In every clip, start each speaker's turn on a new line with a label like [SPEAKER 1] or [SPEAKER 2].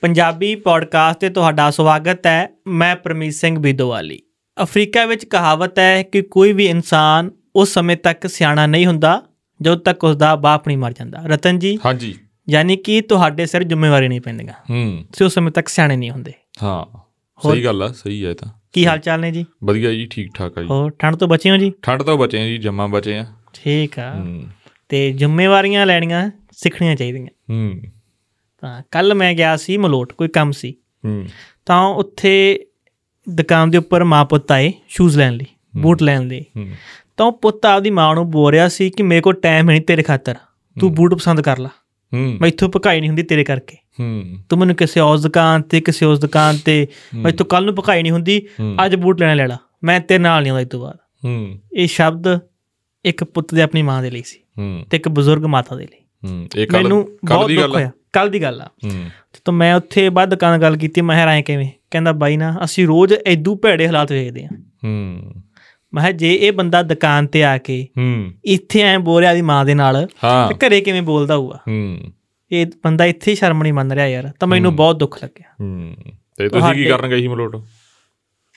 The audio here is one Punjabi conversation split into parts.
[SPEAKER 1] ਪੰਜਾਬੀ ਪੋਡਕਾਸਟ ਤੇ ਤੁਹਾਡਾ ਸਵਾਗਤ ਹੈ ਮੈਂ ਪਰਮੀਤ ਸਿੰਘ ਵਿਦੋਵਾਲੀ ਅਫਰੀਕਾ ਵਿੱਚ ਕਹਾਵਤ ਹੈ ਕਿ ਕੋਈ ਵੀ ਇਨਸਾਨ ਉਸ ਸਮੇਂ ਤੱਕ ਸਿਆਣਾ ਨਹੀਂ ਹੁੰਦਾ ਜਦੋਂ ਤੱਕ ਉਸ ਦਾ ਬਾਪ ਨਹੀਂ ਮਰ ਜਾਂਦਾ ਰਤਨ ਜੀ
[SPEAKER 2] ਹਾਂਜੀ
[SPEAKER 1] ਯਾਨੀ ਕਿ ਤੁਹਾਡੇ ਸਿਰ ਜ਼ਿੰਮੇਵਾਰੀ ਨਹੀਂ ਪੈਂਦੀਆਂ
[SPEAKER 2] ਹੂੰ
[SPEAKER 1] ਤੁਸੀਂ ਉਸ ਸਮੇਂ ਤੱਕ ਸਿਆਣੇ ਨਹੀਂ ਹੁੰਦੇ
[SPEAKER 2] ਹਾਂ
[SPEAKER 1] ਹੋਰ-
[SPEAKER 2] ਸਹੀ ਗੱਲ ਆ ਸਹੀ ਹੈ ਇਹ ਤਾਂ
[SPEAKER 1] ਕੀ ਹਾਲ ਚਾਲ ਨੇ ਜੀ
[SPEAKER 2] ਵਧੀਆ ਜੀ ਠੀਕ ਠਾਕ ਆ ਜੀ
[SPEAKER 1] ਹੋਰ ਠੰਡ ਤੋਂ ਬਚੇ ਹੋ ਜੀ
[SPEAKER 2] ਠੰਡ ਤੋਂ ਬਚੇ ਆ ਜੀ ਜੰਮਾ ਬਚੇ ਆ
[SPEAKER 1] ਠੀਕ ਆ
[SPEAKER 2] ਹੂੰ
[SPEAKER 1] ਤੇ ਜ਼ਿੰਮੇਵਾਰੀਆਂ ਲੈਣੀਆਂ ਸਿੱਖਣੀਆਂ ਚਾਹੀਦੀਆਂ
[SPEAKER 2] ਹੂੰ
[SPEAKER 1] ਤਾਂ ਕੱਲ ਮੈਂ ਗਿਆ ਸੀ ਮਲੋਟ ਕੋਈ ਕੰਮ ਸੀ
[SPEAKER 2] ਹੂੰ
[SPEAKER 1] ਤਾਂ ਉੱਥੇ ਦੁਕਾਨ ਦੇ ਉੱਪਰ ਮਾਂ ਪੁੱਤ ਆਏ ਸ਼ੂਜ਼ ਲੈਣ ਲਈ ਬੂਟ ਲੈਣ ਲਈ
[SPEAKER 2] ਹੂੰ
[SPEAKER 1] ਤਾਂ ਉਹ ਪੁੱਤ ਆਪਦੀ ਮਾਂ ਨੂੰ ਬੋਲ ਰਿਹਾ ਸੀ ਕਿ ਮੇਰੇ ਕੋਲ ਟਾਈਮ ਹੈ ਨਹੀਂ ਤੇਰੇ ਖਾਤਰ ਤੂੰ ਬੂਟ ਪਸੰਦ ਕਰ ਲਾ
[SPEAKER 2] ਹੂੰ
[SPEAKER 1] ਮੈਂ ਇੱਥੋਂ ਭਕਾਈ ਨਹੀਂ ਹੁੰਦੀ ਤੇਰੇ ਕਰਕੇ
[SPEAKER 2] ਹੂੰ
[SPEAKER 1] ਤੂੰ ਮੈਨੂੰ ਕਿਸੇ ਉਸ ਦੁਕਾਨ ਤੇ ਕਿਸੇ ਉਸ ਦੁਕਾਨ ਤੇ ਮੈਂ ਇੱਥੋਂ ਕੱਲ ਨੂੰ ਭਕਾਈ ਨਹੀਂ ਹੁੰਦੀ
[SPEAKER 2] ਹੂੰ।
[SPEAKER 1] ਅੱਜ ਬੂਟ ਲੈਣਾ ਲੈ ਲਾ ਮੈਂ ਤੇਰੇ ਨਾਲ ਨਹੀਂ ਆਉਂਦਾ ਇਸ ਤੋਂ ਬਾਅਦ
[SPEAKER 2] ਹੂੰ
[SPEAKER 1] ਇਹ ਸ਼ਬਦ ਇੱਕ ਪੁੱਤ ਦੇ ਆਪਣੀ ਮਾਂ ਦੇ ਲਈ ਸੀ
[SPEAKER 2] ਹੂੰ
[SPEAKER 1] ਤੇ ਇੱਕ ਬਜ਼ੁਰਗ ਮਾਤਾ ਦੇ ਲਈ
[SPEAKER 2] ਹੂੰ ਇਹ ਕੱਲ
[SPEAKER 1] ਮੈਨੂੰ
[SPEAKER 2] ਕੱਲ
[SPEAKER 1] ਬਹੁਤ
[SPEAKER 2] ਦੀ
[SPEAKER 1] ਦੁੱਖ
[SPEAKER 2] ਗੱਲ ਆ
[SPEAKER 1] ਹੋਇਆ ਕੱਲ ਦੀ ਗੱਲ ਆ
[SPEAKER 2] ਹੂੰ
[SPEAKER 1] ਤਾਂ ਮੈਂ ਉੱਥੇ ਬਾਅਦ ਦੁਕਾਨ ਨਾਲ ਗੱਲ ਕੀਤੀ ਮੈਂ ਹੈਰਾਨ ਕਿਵੇਂ ਕਹਿੰਦਾ ਬਾਈ ਨਾ ਅਸੀਂ ਰੋਜ਼ ਐਦੂ ਭੈੜੇ ਹਾਲਾਤ ਵੇਖਦੇ ਆ
[SPEAKER 2] ਹੂੰ
[SPEAKER 1] ਮੈਂ ਕਿਹਾ ਜੇ ਇਹ ਬੰਦਾ ਦੁਕਾਨ ਤੇ ਆ ਕੇ
[SPEAKER 2] ਹੂੰ
[SPEAKER 1] ਇੱਥੇ ਐ ਬੋਲ ਰਿਹਾ ਦੀ ਮਾਂ ਦੇ ਨਾਲ
[SPEAKER 2] ਹਾਂ
[SPEAKER 1] ਤੇ ਘਰੇ ਕਿਵੇਂ ਬੋਲਦਾ ਹੋਊਗਾ
[SPEAKER 2] ਹੂੰ
[SPEAKER 1] ਇਹ ਬੰਦਾ ਇੱਥੇ ਹੀ ਸ਼ਰਮ ਨਹੀਂ ਮੰਨ ਰਿਹਾ ਯਾਰ ਤਾਂ ਮੈਨੂੰ ਬਹੁਤ ਦੁੱਖ ਲੱਗਿਆ
[SPEAKER 2] ਹੂੰ ਤੇ ਤੁਸੀਂ
[SPEAKER 1] ਤੁਹਾਡੇ-
[SPEAKER 2] ਕੀ ਕਰਨ ਗਏ ਸੀ ਮਲੋਟ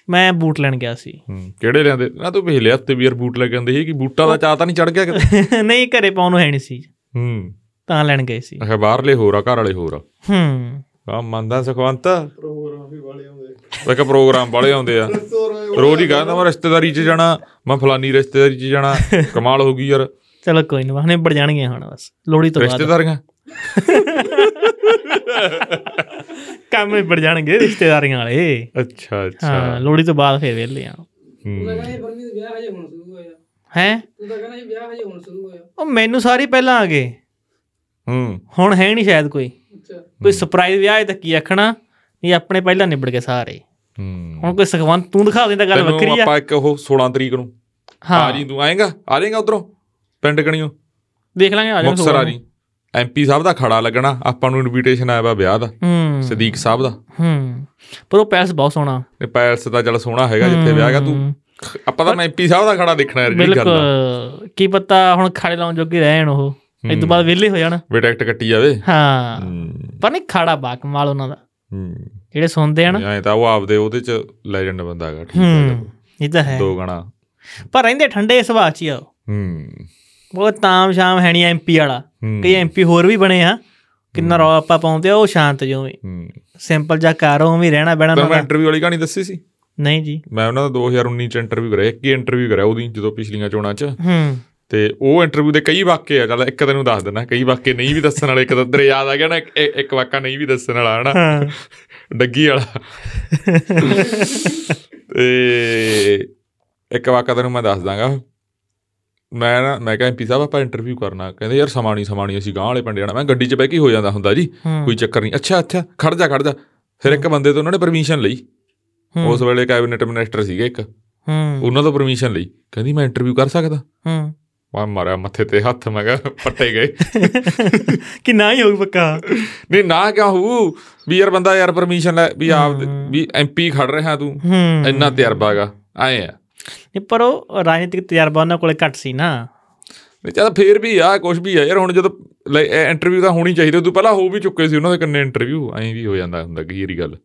[SPEAKER 1] ਮੈਂ ਬੂਟ ਲੈਣ ਗਿਆ ਸੀ
[SPEAKER 2] ਹੂੰ ਕਿਹੜੇ ਲਿਆਂਦੇ ਨਾ ਤੂੰ ਪਿਛਲੇ ਹਫਤੇ ਵੀ ਯਾਰ ਬੂਟ ਲੈ ਕੇ ਆਂਦੇ ਸੀ ਕਿ ਬੂਟਾਂ ਦਾ ਚਾਹ ਤਾਂ ਨਹੀਂ ਚੜ ਗਿਆ ਕਿਤੇ
[SPEAKER 1] ਨਹੀਂ ਘਰੇ ਪਾਉਣ ਨੂੰ ਹੈ ਨਹੀਂ ਸੀ
[SPEAKER 2] ਹੂੰ
[SPEAKER 1] ਤਾਂ ਲੈਣ ਗਏ ਸੀ
[SPEAKER 2] ਅਖੇ ਬਾਹਰਲੇ ਹੋਰ ਆ ਘਰ ਵਾਲੇ ਹੋਰ ਆ
[SPEAKER 1] ਹੂੰ
[SPEAKER 2] ਆ ਮੰਨਦਾ ਸੁਖਵੰਤ ਪ੍ਰੋਗਰਾਮ ਵੀ ਵਾਲੇ ਆਉਂਦੇ ਪ੍ਰੋਗਰਾਮ ਵਾਲੇ ਆਉਂਦੇ ਆ ਰੋਜ਼ ਹੀ ਕਹਿੰਦਾ ਮੈਂ ਰਿਸ਼ਤੇਦਾਰੀ 'ਚ ਜਾਣਾ ਮੈਂ ਫਲਾਨੀ ਰਿਸ਼ਤੇਦਾਰੀ 'ਚ ਜਾਣਾ ਕਮਾਲ ਹੋ ਗਈ ਯਾਰ
[SPEAKER 1] ਚਲੋ ਕੋਈ ਨਾ ਹੁਣੇ ਵੜ ਜਾਣਗੇ ਹੁਣ ਬਸ ਲੋੜੀ ਤੋਂ ਬਾਅਦ
[SPEAKER 2] ਰਿਸ਼ਤੇਦਾਰੀਆਂ
[SPEAKER 1] ਕੰਮ ਹੀ ਵੜ ਜਾਣਗੇ ਰਿਸ਼ਤੇਦਾਰੀਆਂ ਵਾਲੇ
[SPEAKER 2] ਅੱਛਾ
[SPEAKER 1] ਹਾਂ
[SPEAKER 2] ਅੱਛਾ
[SPEAKER 1] ਲੋੜੀ ਤੋਂ ਬਾਅਦ ਫੇਰ ਵੇਲੇ ਆ
[SPEAKER 2] ਹੂੰ।
[SPEAKER 3] ਕਹਿੰਦਾ ਇਹ ਪਰਮੀ ਵਿਆਹ ਹਜੇ ਹੁਣ ਸ਼ੁਰੂ ਹੋਇਆ
[SPEAKER 1] ਹੈ
[SPEAKER 3] ਤੂੰ ਤਾਂ ਕਹਿੰਦਾ ਇਹ ਵਿਆਹ ਹਜੇ ਹੁਣ ਸ਼ੁਰੂ ਹੋਇਆ
[SPEAKER 1] ਉਹ ਮੈਨੂੰ ਸਾਰੀ ਪਹਿਲਾਂ ਆ ਗਏ
[SPEAKER 2] ਹੂੰ
[SPEAKER 1] ਹੁਣ ਹੈ ਨਹੀਂ ਸ਼ਾਇਦ ਕੋਈ
[SPEAKER 3] ਅੱਛਾ
[SPEAKER 1] ਕੋਈ ਸਰਪ੍ਰਾਈਜ਼ ਵਿਆਹ ਹੈ ਤਾਂ ਕੀ ਆਖਣਾ ਇਹ ਆਪਣੇ ਪਹਿਲਾਂ ਨਿਬੜ ਗਏ ਸਾਰੇ
[SPEAKER 2] ਹੂੰ
[SPEAKER 1] ਹੁਣ ਕੋਈ ਸੁਖਵੰਤ ਤੂੰ ਦਿਖਾ ਦੇ ਤਾਂ ਗੱਲ
[SPEAKER 2] ਤੈਨੂੰ
[SPEAKER 1] ਵੱਖਰੀ ਆ
[SPEAKER 2] ਆਪਾਂ ਇੱਕ ਉਹ 16 ਤਰੀਕ ਨੂੰ ਆ ਜੀ
[SPEAKER 1] ਹਾਂ
[SPEAKER 2] ਤੂੰ ਆਏਗਾ ਆ ਜਾਏਗਾ ਉਧਰੋਂ ਪਿੰਡ ਕਣੀਓ
[SPEAKER 1] ਦੇਖ ਲਾਂਗੇ ਆ ਜਾਓ
[SPEAKER 2] ਮੁਕਸਰ ਆ ਜੀ ਐਮਪੀ ਸਾਹਿਬ ਦਾ ਖੜਾ ਲੱਗਣਾ ਆਪਾਂ ਨੂੰ ਇਨਵੀਟੇਸ਼ਨ ਆਇਆ ਵਾ ਵਿਆਹ ਦਾ
[SPEAKER 1] ਹੂੰ
[SPEAKER 2] ਸਦੀਕ ਸਾਹਿਬ ਦਾ
[SPEAKER 1] ਹੂੰ ਪਰ ਉਹ ਪੈਲਸ ਬਹੁਤ ਸੋਹਣਾ
[SPEAKER 2] ਇਹ ਪੈਲਸ ਦਾ ਚੱਲ ਸੋਹਣਾ ਹੈਗਾ ਜਿੱਥੇ ਵਿਆਹ ਹੈਗਾ ਤੂੰ ਆਪਾਂ ਤਾਂ ਐਮਪੀ ਸਾਹਿਬ ਦਾ ਖੜਾ ਦੇਖਣਾ ਯਾਰ ਜਿਹੜੀ ਗੱਲ ਆ
[SPEAKER 1] ਬਿਲਕੁਲ ਕੀ ਪਤਾ ਹੁਣ ਖਾੜੇ ਲਾਉਣ ਜੋਗੇ ਰਹਿਣ ਉਹ ਇਸ ਤੋਂ ਬਾਅਦ ਵਿਹਲੇ ਹੋ ਜਾਣ
[SPEAKER 2] ਵੀ ਟਿਕਟ ਕੱਟੀ ਜਾਵੇ
[SPEAKER 1] ਹਾਂ
[SPEAKER 2] ਹੂੰ
[SPEAKER 1] ਪਰ ਨਹੀਂ ਖਾੜਾ ਬਾ ਕਮਾਲ ਉਹਨਾਂ ਦਾ
[SPEAKER 2] ਹੂੰ
[SPEAKER 1] ਜਿਹੜੇ ਸੁਣਦੇ ਹਨ
[SPEAKER 2] ਐ ਤਾਂ ਉਹ ਆਪਦੇ ਉਹਦੇ ਚ ਲੈਜੈਂਡ ਬੰਦਾ ਹੈਗਾ ਠੀਕ ਹੈ
[SPEAKER 1] ਹੂੰ ਇਹ ਤਾਂ ਹੈ
[SPEAKER 2] ਦੋ ਗਣਾ
[SPEAKER 1] ਪਰ ਰਹਿੰਦੇ ਠੰਡੇ ਸੁਭਾਅ ਚ ਹੀ ਆ ਉਹ।
[SPEAKER 2] ਹੂੰ
[SPEAKER 1] ਉਹ ਤਾਮ ਸ਼ਾਮ ਹੈ ਨਹੀਂ ਐਮਪੀ ਵਾਲਾ
[SPEAKER 2] ਹੂੰ।
[SPEAKER 1] ਕਈ ਐਮਪੀ ਹੋਰ ਵੀ ਬਣੇ ਆ ਕਿੰਨਾ ਰੌਲਾ ਆਪਾਂ ਪਾਉਂਦੇ ਆ ਉਹ ਸ਼ਾਂਤ ਜਿਉਂ
[SPEAKER 2] ਹੂੰ
[SPEAKER 1] ਸਿੰਪਲ ਜਿਹਾ ਘਰ ਉਹ ਵੀ ਰਹਿਣਾ ਬਹਿਣਾ
[SPEAKER 2] ਤਾਂ ਮੈਂ
[SPEAKER 1] ਉਹਨਾਂ ਦਾ।
[SPEAKER 2] ਇੰਟਰਵਿਊ ਵਾਲੀ ਕਹਾਣੀ ਦੱਸੀ ਸੀ
[SPEAKER 1] ਨਹੀਂ ਜੀ
[SPEAKER 2] ਮੈਂ ਉਹਨਾਂ ਦਾ 2019 ਚ ਇੰਟਰਵਿਊ ਕਰਿਆ ਇੱਕ ਹੀ ਇੰਟਰਵਿਊ ਕਰਿਆ ਉਹਦੀ ਜਦੋਂ ਪਿਛਲੀਆਂ ਚੋਣਾਂ ਚ
[SPEAKER 1] ਹੂੰ
[SPEAKER 2] ਤੇ ਉਹ ਇੰਟਰਵਿਊ ਦੇ ਕਈ ਵਾਕੇ ਆ ਚੱਲ ਇੱਕ ਤੈਨੂੰ ਦੱਸ ਦਿੰਦਾ ਕਈ ਵਾਕੇ ਨਹੀਂ ਵੀ ਦੱਸਣ ਵਾਲੇ ਇੱਕ ਤਾਂ ਤੇਰੇ ਯਾਦ ਆ ਗਿਆ ਨਾ ਇੱਕ- ਇੱਕ ਵਾਕਾ ਨਹੀਂ ਵੀ ਦੱਸਣ ਵਾਲਾ ਹਨਾ
[SPEAKER 1] ਹਾਂ
[SPEAKER 2] ਡੱਗੀ ਵਾਲਾ ਤੇ ਇੱਕ ਵਾਕਾ ਤੈਨੂੰ ਮੈਂ ਦੱਸ ਦਾਂਗਾ ਮੈਂ ਨਾ ਮੈਂ ਕਿਹਾ ਐਮਪੀ ਸਾਹਿਬ ਆਪਾਂ ਇੰਟਰਵਿਊ ਕਰਨਾ ਕਹਿੰਦੇ ਯਾਰ ਸਮਾਣੀ ਸਮਾਣੀ ਅਸੀਂ ਗਾਂਹ ਵਾਲੇ ਪਿੰਡ ਜਾਣਾ ਮੈਂ ਕਿਹਾ, ਗੱਡੀ 'ਚ ਬਹਿ ਕੇ ਹੀ ਹੋ ਜਾਂਦਾ ਹੁੰਦਾ ਜੀ
[SPEAKER 1] ਹੂੰ।
[SPEAKER 2] ਕੋਈ ਚੱਕਰ ਨਹੀਂ ਅੱਛਾ ਅੱਛਾ ਖੜ ਜਾ ਖੜ ਜਾ ਫਿਰ ਇੱਕ ਬੰਦੇ ਤੋਂ ਉਹਨਾਂ ਨੇ ਪਰਮਿਸ਼ਨ ਲਈ
[SPEAKER 1] ਹੂੰ।
[SPEAKER 2] ਉਸ ਵੇਲੇ ਕੈਬਨਿਟ ਮਿਨਿਸਟਰ ਸੀਗੇ ਇੱਕ
[SPEAKER 1] ਹੂੰ
[SPEAKER 2] ਉਹਨਾਂ ਤੋਂ ਪਰਮਿਸ਼ਨ ਲਈ ਕਹਿੰਦੀ ਮੈਂ ਇੰਟਰਵਿਊ ਕਰ ਸਕਦਾ
[SPEAKER 1] ਹੂੰ
[SPEAKER 2] ਮੈਂ ਮਾਰਿਆ ਮੱਥੇ ਤੇ ਹੱਥ ਮੈਂ ਕਿਹਾ ਪੱਟੇ ਗਏ
[SPEAKER 1] ਕਿ ਨਾ ਹੀ ਹੋਊ ਪੱਕਾ
[SPEAKER 2] ਨਹੀਂ ਨਾ ਕਿਉਂ ਹੂ ਵੀ ਯਾਰ ਬੰਦਾ ਯਾਰ ਪਰਮਿਸ਼ਨ ਲੈ ਵੀ ਆਪ ਵੀ ਐਮਪੀ ਖੜ ਰਿਹਾ ਤੂੰ
[SPEAKER 1] ਹੂੰ
[SPEAKER 2] ਇੰਨਾ ਤਜਰਬਾਗਾ ਆਏ ਆ
[SPEAKER 1] ਨਹੀਂ, ਪਰ ਉਹ ਰਾਜਨੀਤਿਕ ਤਜਰਬਾ ਉਹਨਾਂ ਕੋਲੇ ਘੱਟ ਸੀ ਨਾ
[SPEAKER 2] ਨਹੀਂ ਚੱਲ ਫੇਰ ਵੀ ਆ ਕੁਝ ਵੀ ਆ ਯਾਰ ਹੁਣ ਜਦੋਂ ਇੰਟਰਵਿਊ ਤਾਂ ਹੋਣੀ ਚਾਹੀਦੀ ਉਦੋਂ ਪਹਿਲਾਂ ਹੋ ਵੀ ਚੁੱਕੇ ਸੀ ਉਹਨਾਂ ਦੇ ਕੰਨੇ ਇੰਟਰਵਿਊ ਐਂ ਵੀ ਹੋ ਜਾਂਦਾ ਹੁੰਦਾ ਕਿ ਯਾਰੀ ਗੱਲ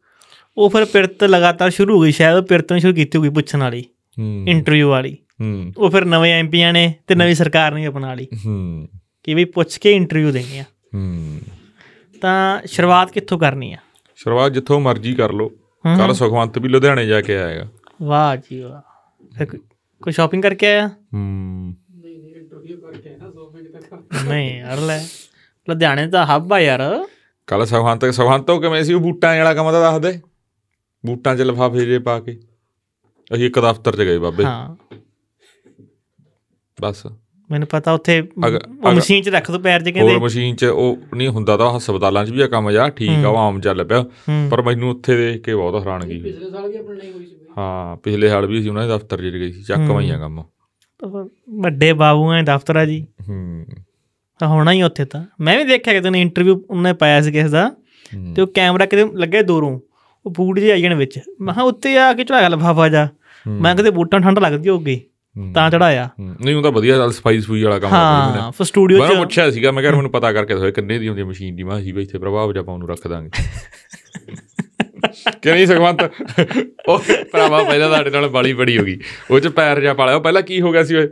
[SPEAKER 1] ਉਹ ਫਿਰ ਪਿਰਤ ਲਗਾਤਾਰ ਸ਼ੁਰੂ ਹੋ ਗਈ ਸ਼ਾਇਦ ਉਹ ਪਿਰਤ ਨੂੰ ਸ਼ੁਰੂ ਕੀਤੀ ਹੋਈ ਪੁੱਛਣ ਵਾਲੀ
[SPEAKER 2] ਹੂੰ
[SPEAKER 1] ਇੰਟਰਵਿਊ ਵਾਲੀ
[SPEAKER 2] ਹੂੰ
[SPEAKER 1] ਉਹ ਫਿਰ ਨਵੇਂ ਐਮਪੀਆਂ ਨੇ ਤੇ ਨਵੀਂ ਸਰਕਾਰ ਨੇ ਵੀ ਅਪਣਾ ਲਈ
[SPEAKER 2] ਹੂੰ
[SPEAKER 1] ਕਿ ਵੀ ਪੁੱਛ ਕੇ ਇੰਟਰਵਿਊ ਦੇਣੀ ਆ
[SPEAKER 2] ਹੂੰ
[SPEAKER 1] ਤਾਂ ਸ਼ੁਰੂਆਤ ਕਿੱਥੋਂ ਕਰਨੀ ਆ
[SPEAKER 2] ਸ਼ੁਰੂਆਤ ਜਿੱਥੋਂ ਮਰਜ਼ੀ ਕਰ ਲੋ
[SPEAKER 1] ਹੂੰ।
[SPEAKER 2] ਕੱਲ ਸੁਖਵੰਤ ਵੀ ਲੁਧਿਆਣੇ ਜਾ ਕੇ ਆਏਗਾ
[SPEAKER 1] ਵਾਹ ਜੀ ਵਾਹ ਫਿਰ ਕੋਈ- ਕੋਈ ਸ਼ਾਪਿੰਗ ਕਰਕੇ ਆਇਆ
[SPEAKER 2] ਹੂੰ
[SPEAKER 3] ਨਹੀਂ ਨਹੀਂ ਇੰਟਰਵਿਊ ਕਰਕੇ ਨਾ 2 ਮਿੰਟ ਤੱਕ
[SPEAKER 1] ਨਹੀਂ ਯਾਰ ਲੈ ਲੁਧਿਆਣੇ ਦਾ ਹੱਬ ਆ ਯਾਰ
[SPEAKER 2] ਕੱਲ ਸੁਖਵੰਤ ਸੁਖਵੰਤ ਉਹ ਕਿਵੇਂ ਸੀ ਉਹ ਬੂਟਾਂ ਵਾਲਾ ਕੰਮ ਤਾਂ ਦੱਸ ਦੇ ਬੂਟਾਂ 'ਚ ਲਫਾਫੇ ਜੇ ਪਾ ਕੇ ਅਸੀਂ ਇੱਕ ਦਫ਼ਤਰ 'ਚ ਗਏ ਬਾਬੇ
[SPEAKER 1] ਹਾਂ
[SPEAKER 2] ਬਸ
[SPEAKER 1] ਮੈਨੂੰ ਪਤਾ ਉੱਥੇ
[SPEAKER 2] ਅਗਰ-
[SPEAKER 1] ਉਹ ਮਸ਼ੀਨ 'ਚ ਰੱਖ ਦੋ ਪੈਰ 'ਚ
[SPEAKER 2] ਹੋਰ
[SPEAKER 1] ਕਹਿੰਦੇ
[SPEAKER 2] ਮਸ਼ੀਨ 'ਚ ਉਹ ਨਹੀਂ ਹੁੰਦਾ ਤਾਂ ਹਸਪਤਾਲਾਂ 'ਚ ਵੀ ਆ ਕੰਮ ਜਾ ਠੀਕ ਆ ਉਹ ਆਮ ਚੱਲ ਪਿਆ
[SPEAKER 1] ਹੂੰ
[SPEAKER 2] ਪਰ ਮੈਨੂੰ ਉੱਥੇ ਦੇਖ ਕੇ ਬਹੁਤ ਹੈਰਾਨਗੀ ਹੋਈ
[SPEAKER 3] ਪਿਛਲੇ ਸਾਲ ਵੀ ਆਪਣੇ ਨਹੀਂ ਹੋਈ ਸੀ ਬਈ।
[SPEAKER 2] ਹਾਂ ਪਿਛਲੇ ਸਾਲ ਵੀ ਅਸੀਂ ਉਹਨਾਂ ਦੇ ਦਫ਼ਤਰ 'ਚ ਗਏ ਸੀ ਚੱਕ ਵਈਆਂ ਕੰਮ
[SPEAKER 1] ਵੱਡੇ ਬਾਬੂ ਐ ਦਫ਼ਤਰ ਆ ਜੀ
[SPEAKER 2] ਹੂੰ
[SPEAKER 1] ਤਾਂ ਹੋਣਾ ਹੀ ਉੱਥੇ ਤਾਂ ਮੈਂ ਵੀ ਦੇਖਿਆ ਕਿਤੇ ਨੇ ਇੰਟਰਵਿਊ ਉਹਨੇ ਪਾਇਆ ਸੀ ਕਿਸੇ ਦਾ
[SPEAKER 2] ਹੂੰ।
[SPEAKER 1] ਤੇ ਉਹ ਕੈਮਰਾ ਕਿਤੇ ਲੱਗਿਆ ਦੂਰੋਂ ਉਹ ਬੂਟ ਜਿਹੇ ਆਈ ਜਾਣ ਵਿੱਚ ਮੈਂ ਕਿਹਾ ਉੱਤੇ ਆ ਕੇ ਚੜਾਇਆ ਲਫਾਫਾ ਜਾ ਮੈਂ ਕਿਤੇ ਬੂਟਾਂ ਨੂੰ ਠੰਡ ਲੱਗਦੀ ਹੋਊਗੀ
[SPEAKER 2] ਹੂੰ।
[SPEAKER 1] ਤਾਂ ਚੜਾਇਆ
[SPEAKER 2] ਹੂੰ। ਨਹੀਂ ਉਹ ਤਾਂ ਵਧੀਆ ਚੱਲ ਸਫਾਈ ਸੂਈ ਵਾਲਾ ਕੰਮ ਆ
[SPEAKER 1] ਹਾਂ ਫਿਰ ਸਟੂਡੀਓ
[SPEAKER 2] ਮੈਂ ਉਹਨੂੰ
[SPEAKER 1] 'ਚ
[SPEAKER 2] ਪੁੱਛਿਆ ਸੀਗਾ ਮੈਂ ਕਿਹਾ ਮੈਨੂੰ ਪਤਾ ਕਰਕੇ ਦੱਸੋ ਇਹ ਕਿੰਨੇ ਦੀ ਹੁੰਦੀ ਹੈ ਮਸ਼ੀਨ ਦੀ ਮੈਂ ਕਿਹਾ ਅਸੀਂ ਵੀ ਇੱਥੇ ਪ੍ਰਭਾਵ ਜਾਂ ਪਾਉਣ ਨੂੰ ਰੱਖ ਦਾਂਗੇ ਕਿ ਨਹੀਂ ਸੁਖਵੰਤ ਉਹ ਭਰਾਵਾ ਪਹਿਲਾਂ ਤੁਹਾਡੇ ਨਾਲ ਬਾਲੀ ਬੜੀ ਹੋ ਗਈ ਉਹ ਚ ਪੈਰ ਜਾ ਪਾਲਿਆ ਉਹ ਪਹਿਲਾਂ ਕੀ ਹੋ ਗਿਆ ਸੀ ਓਏ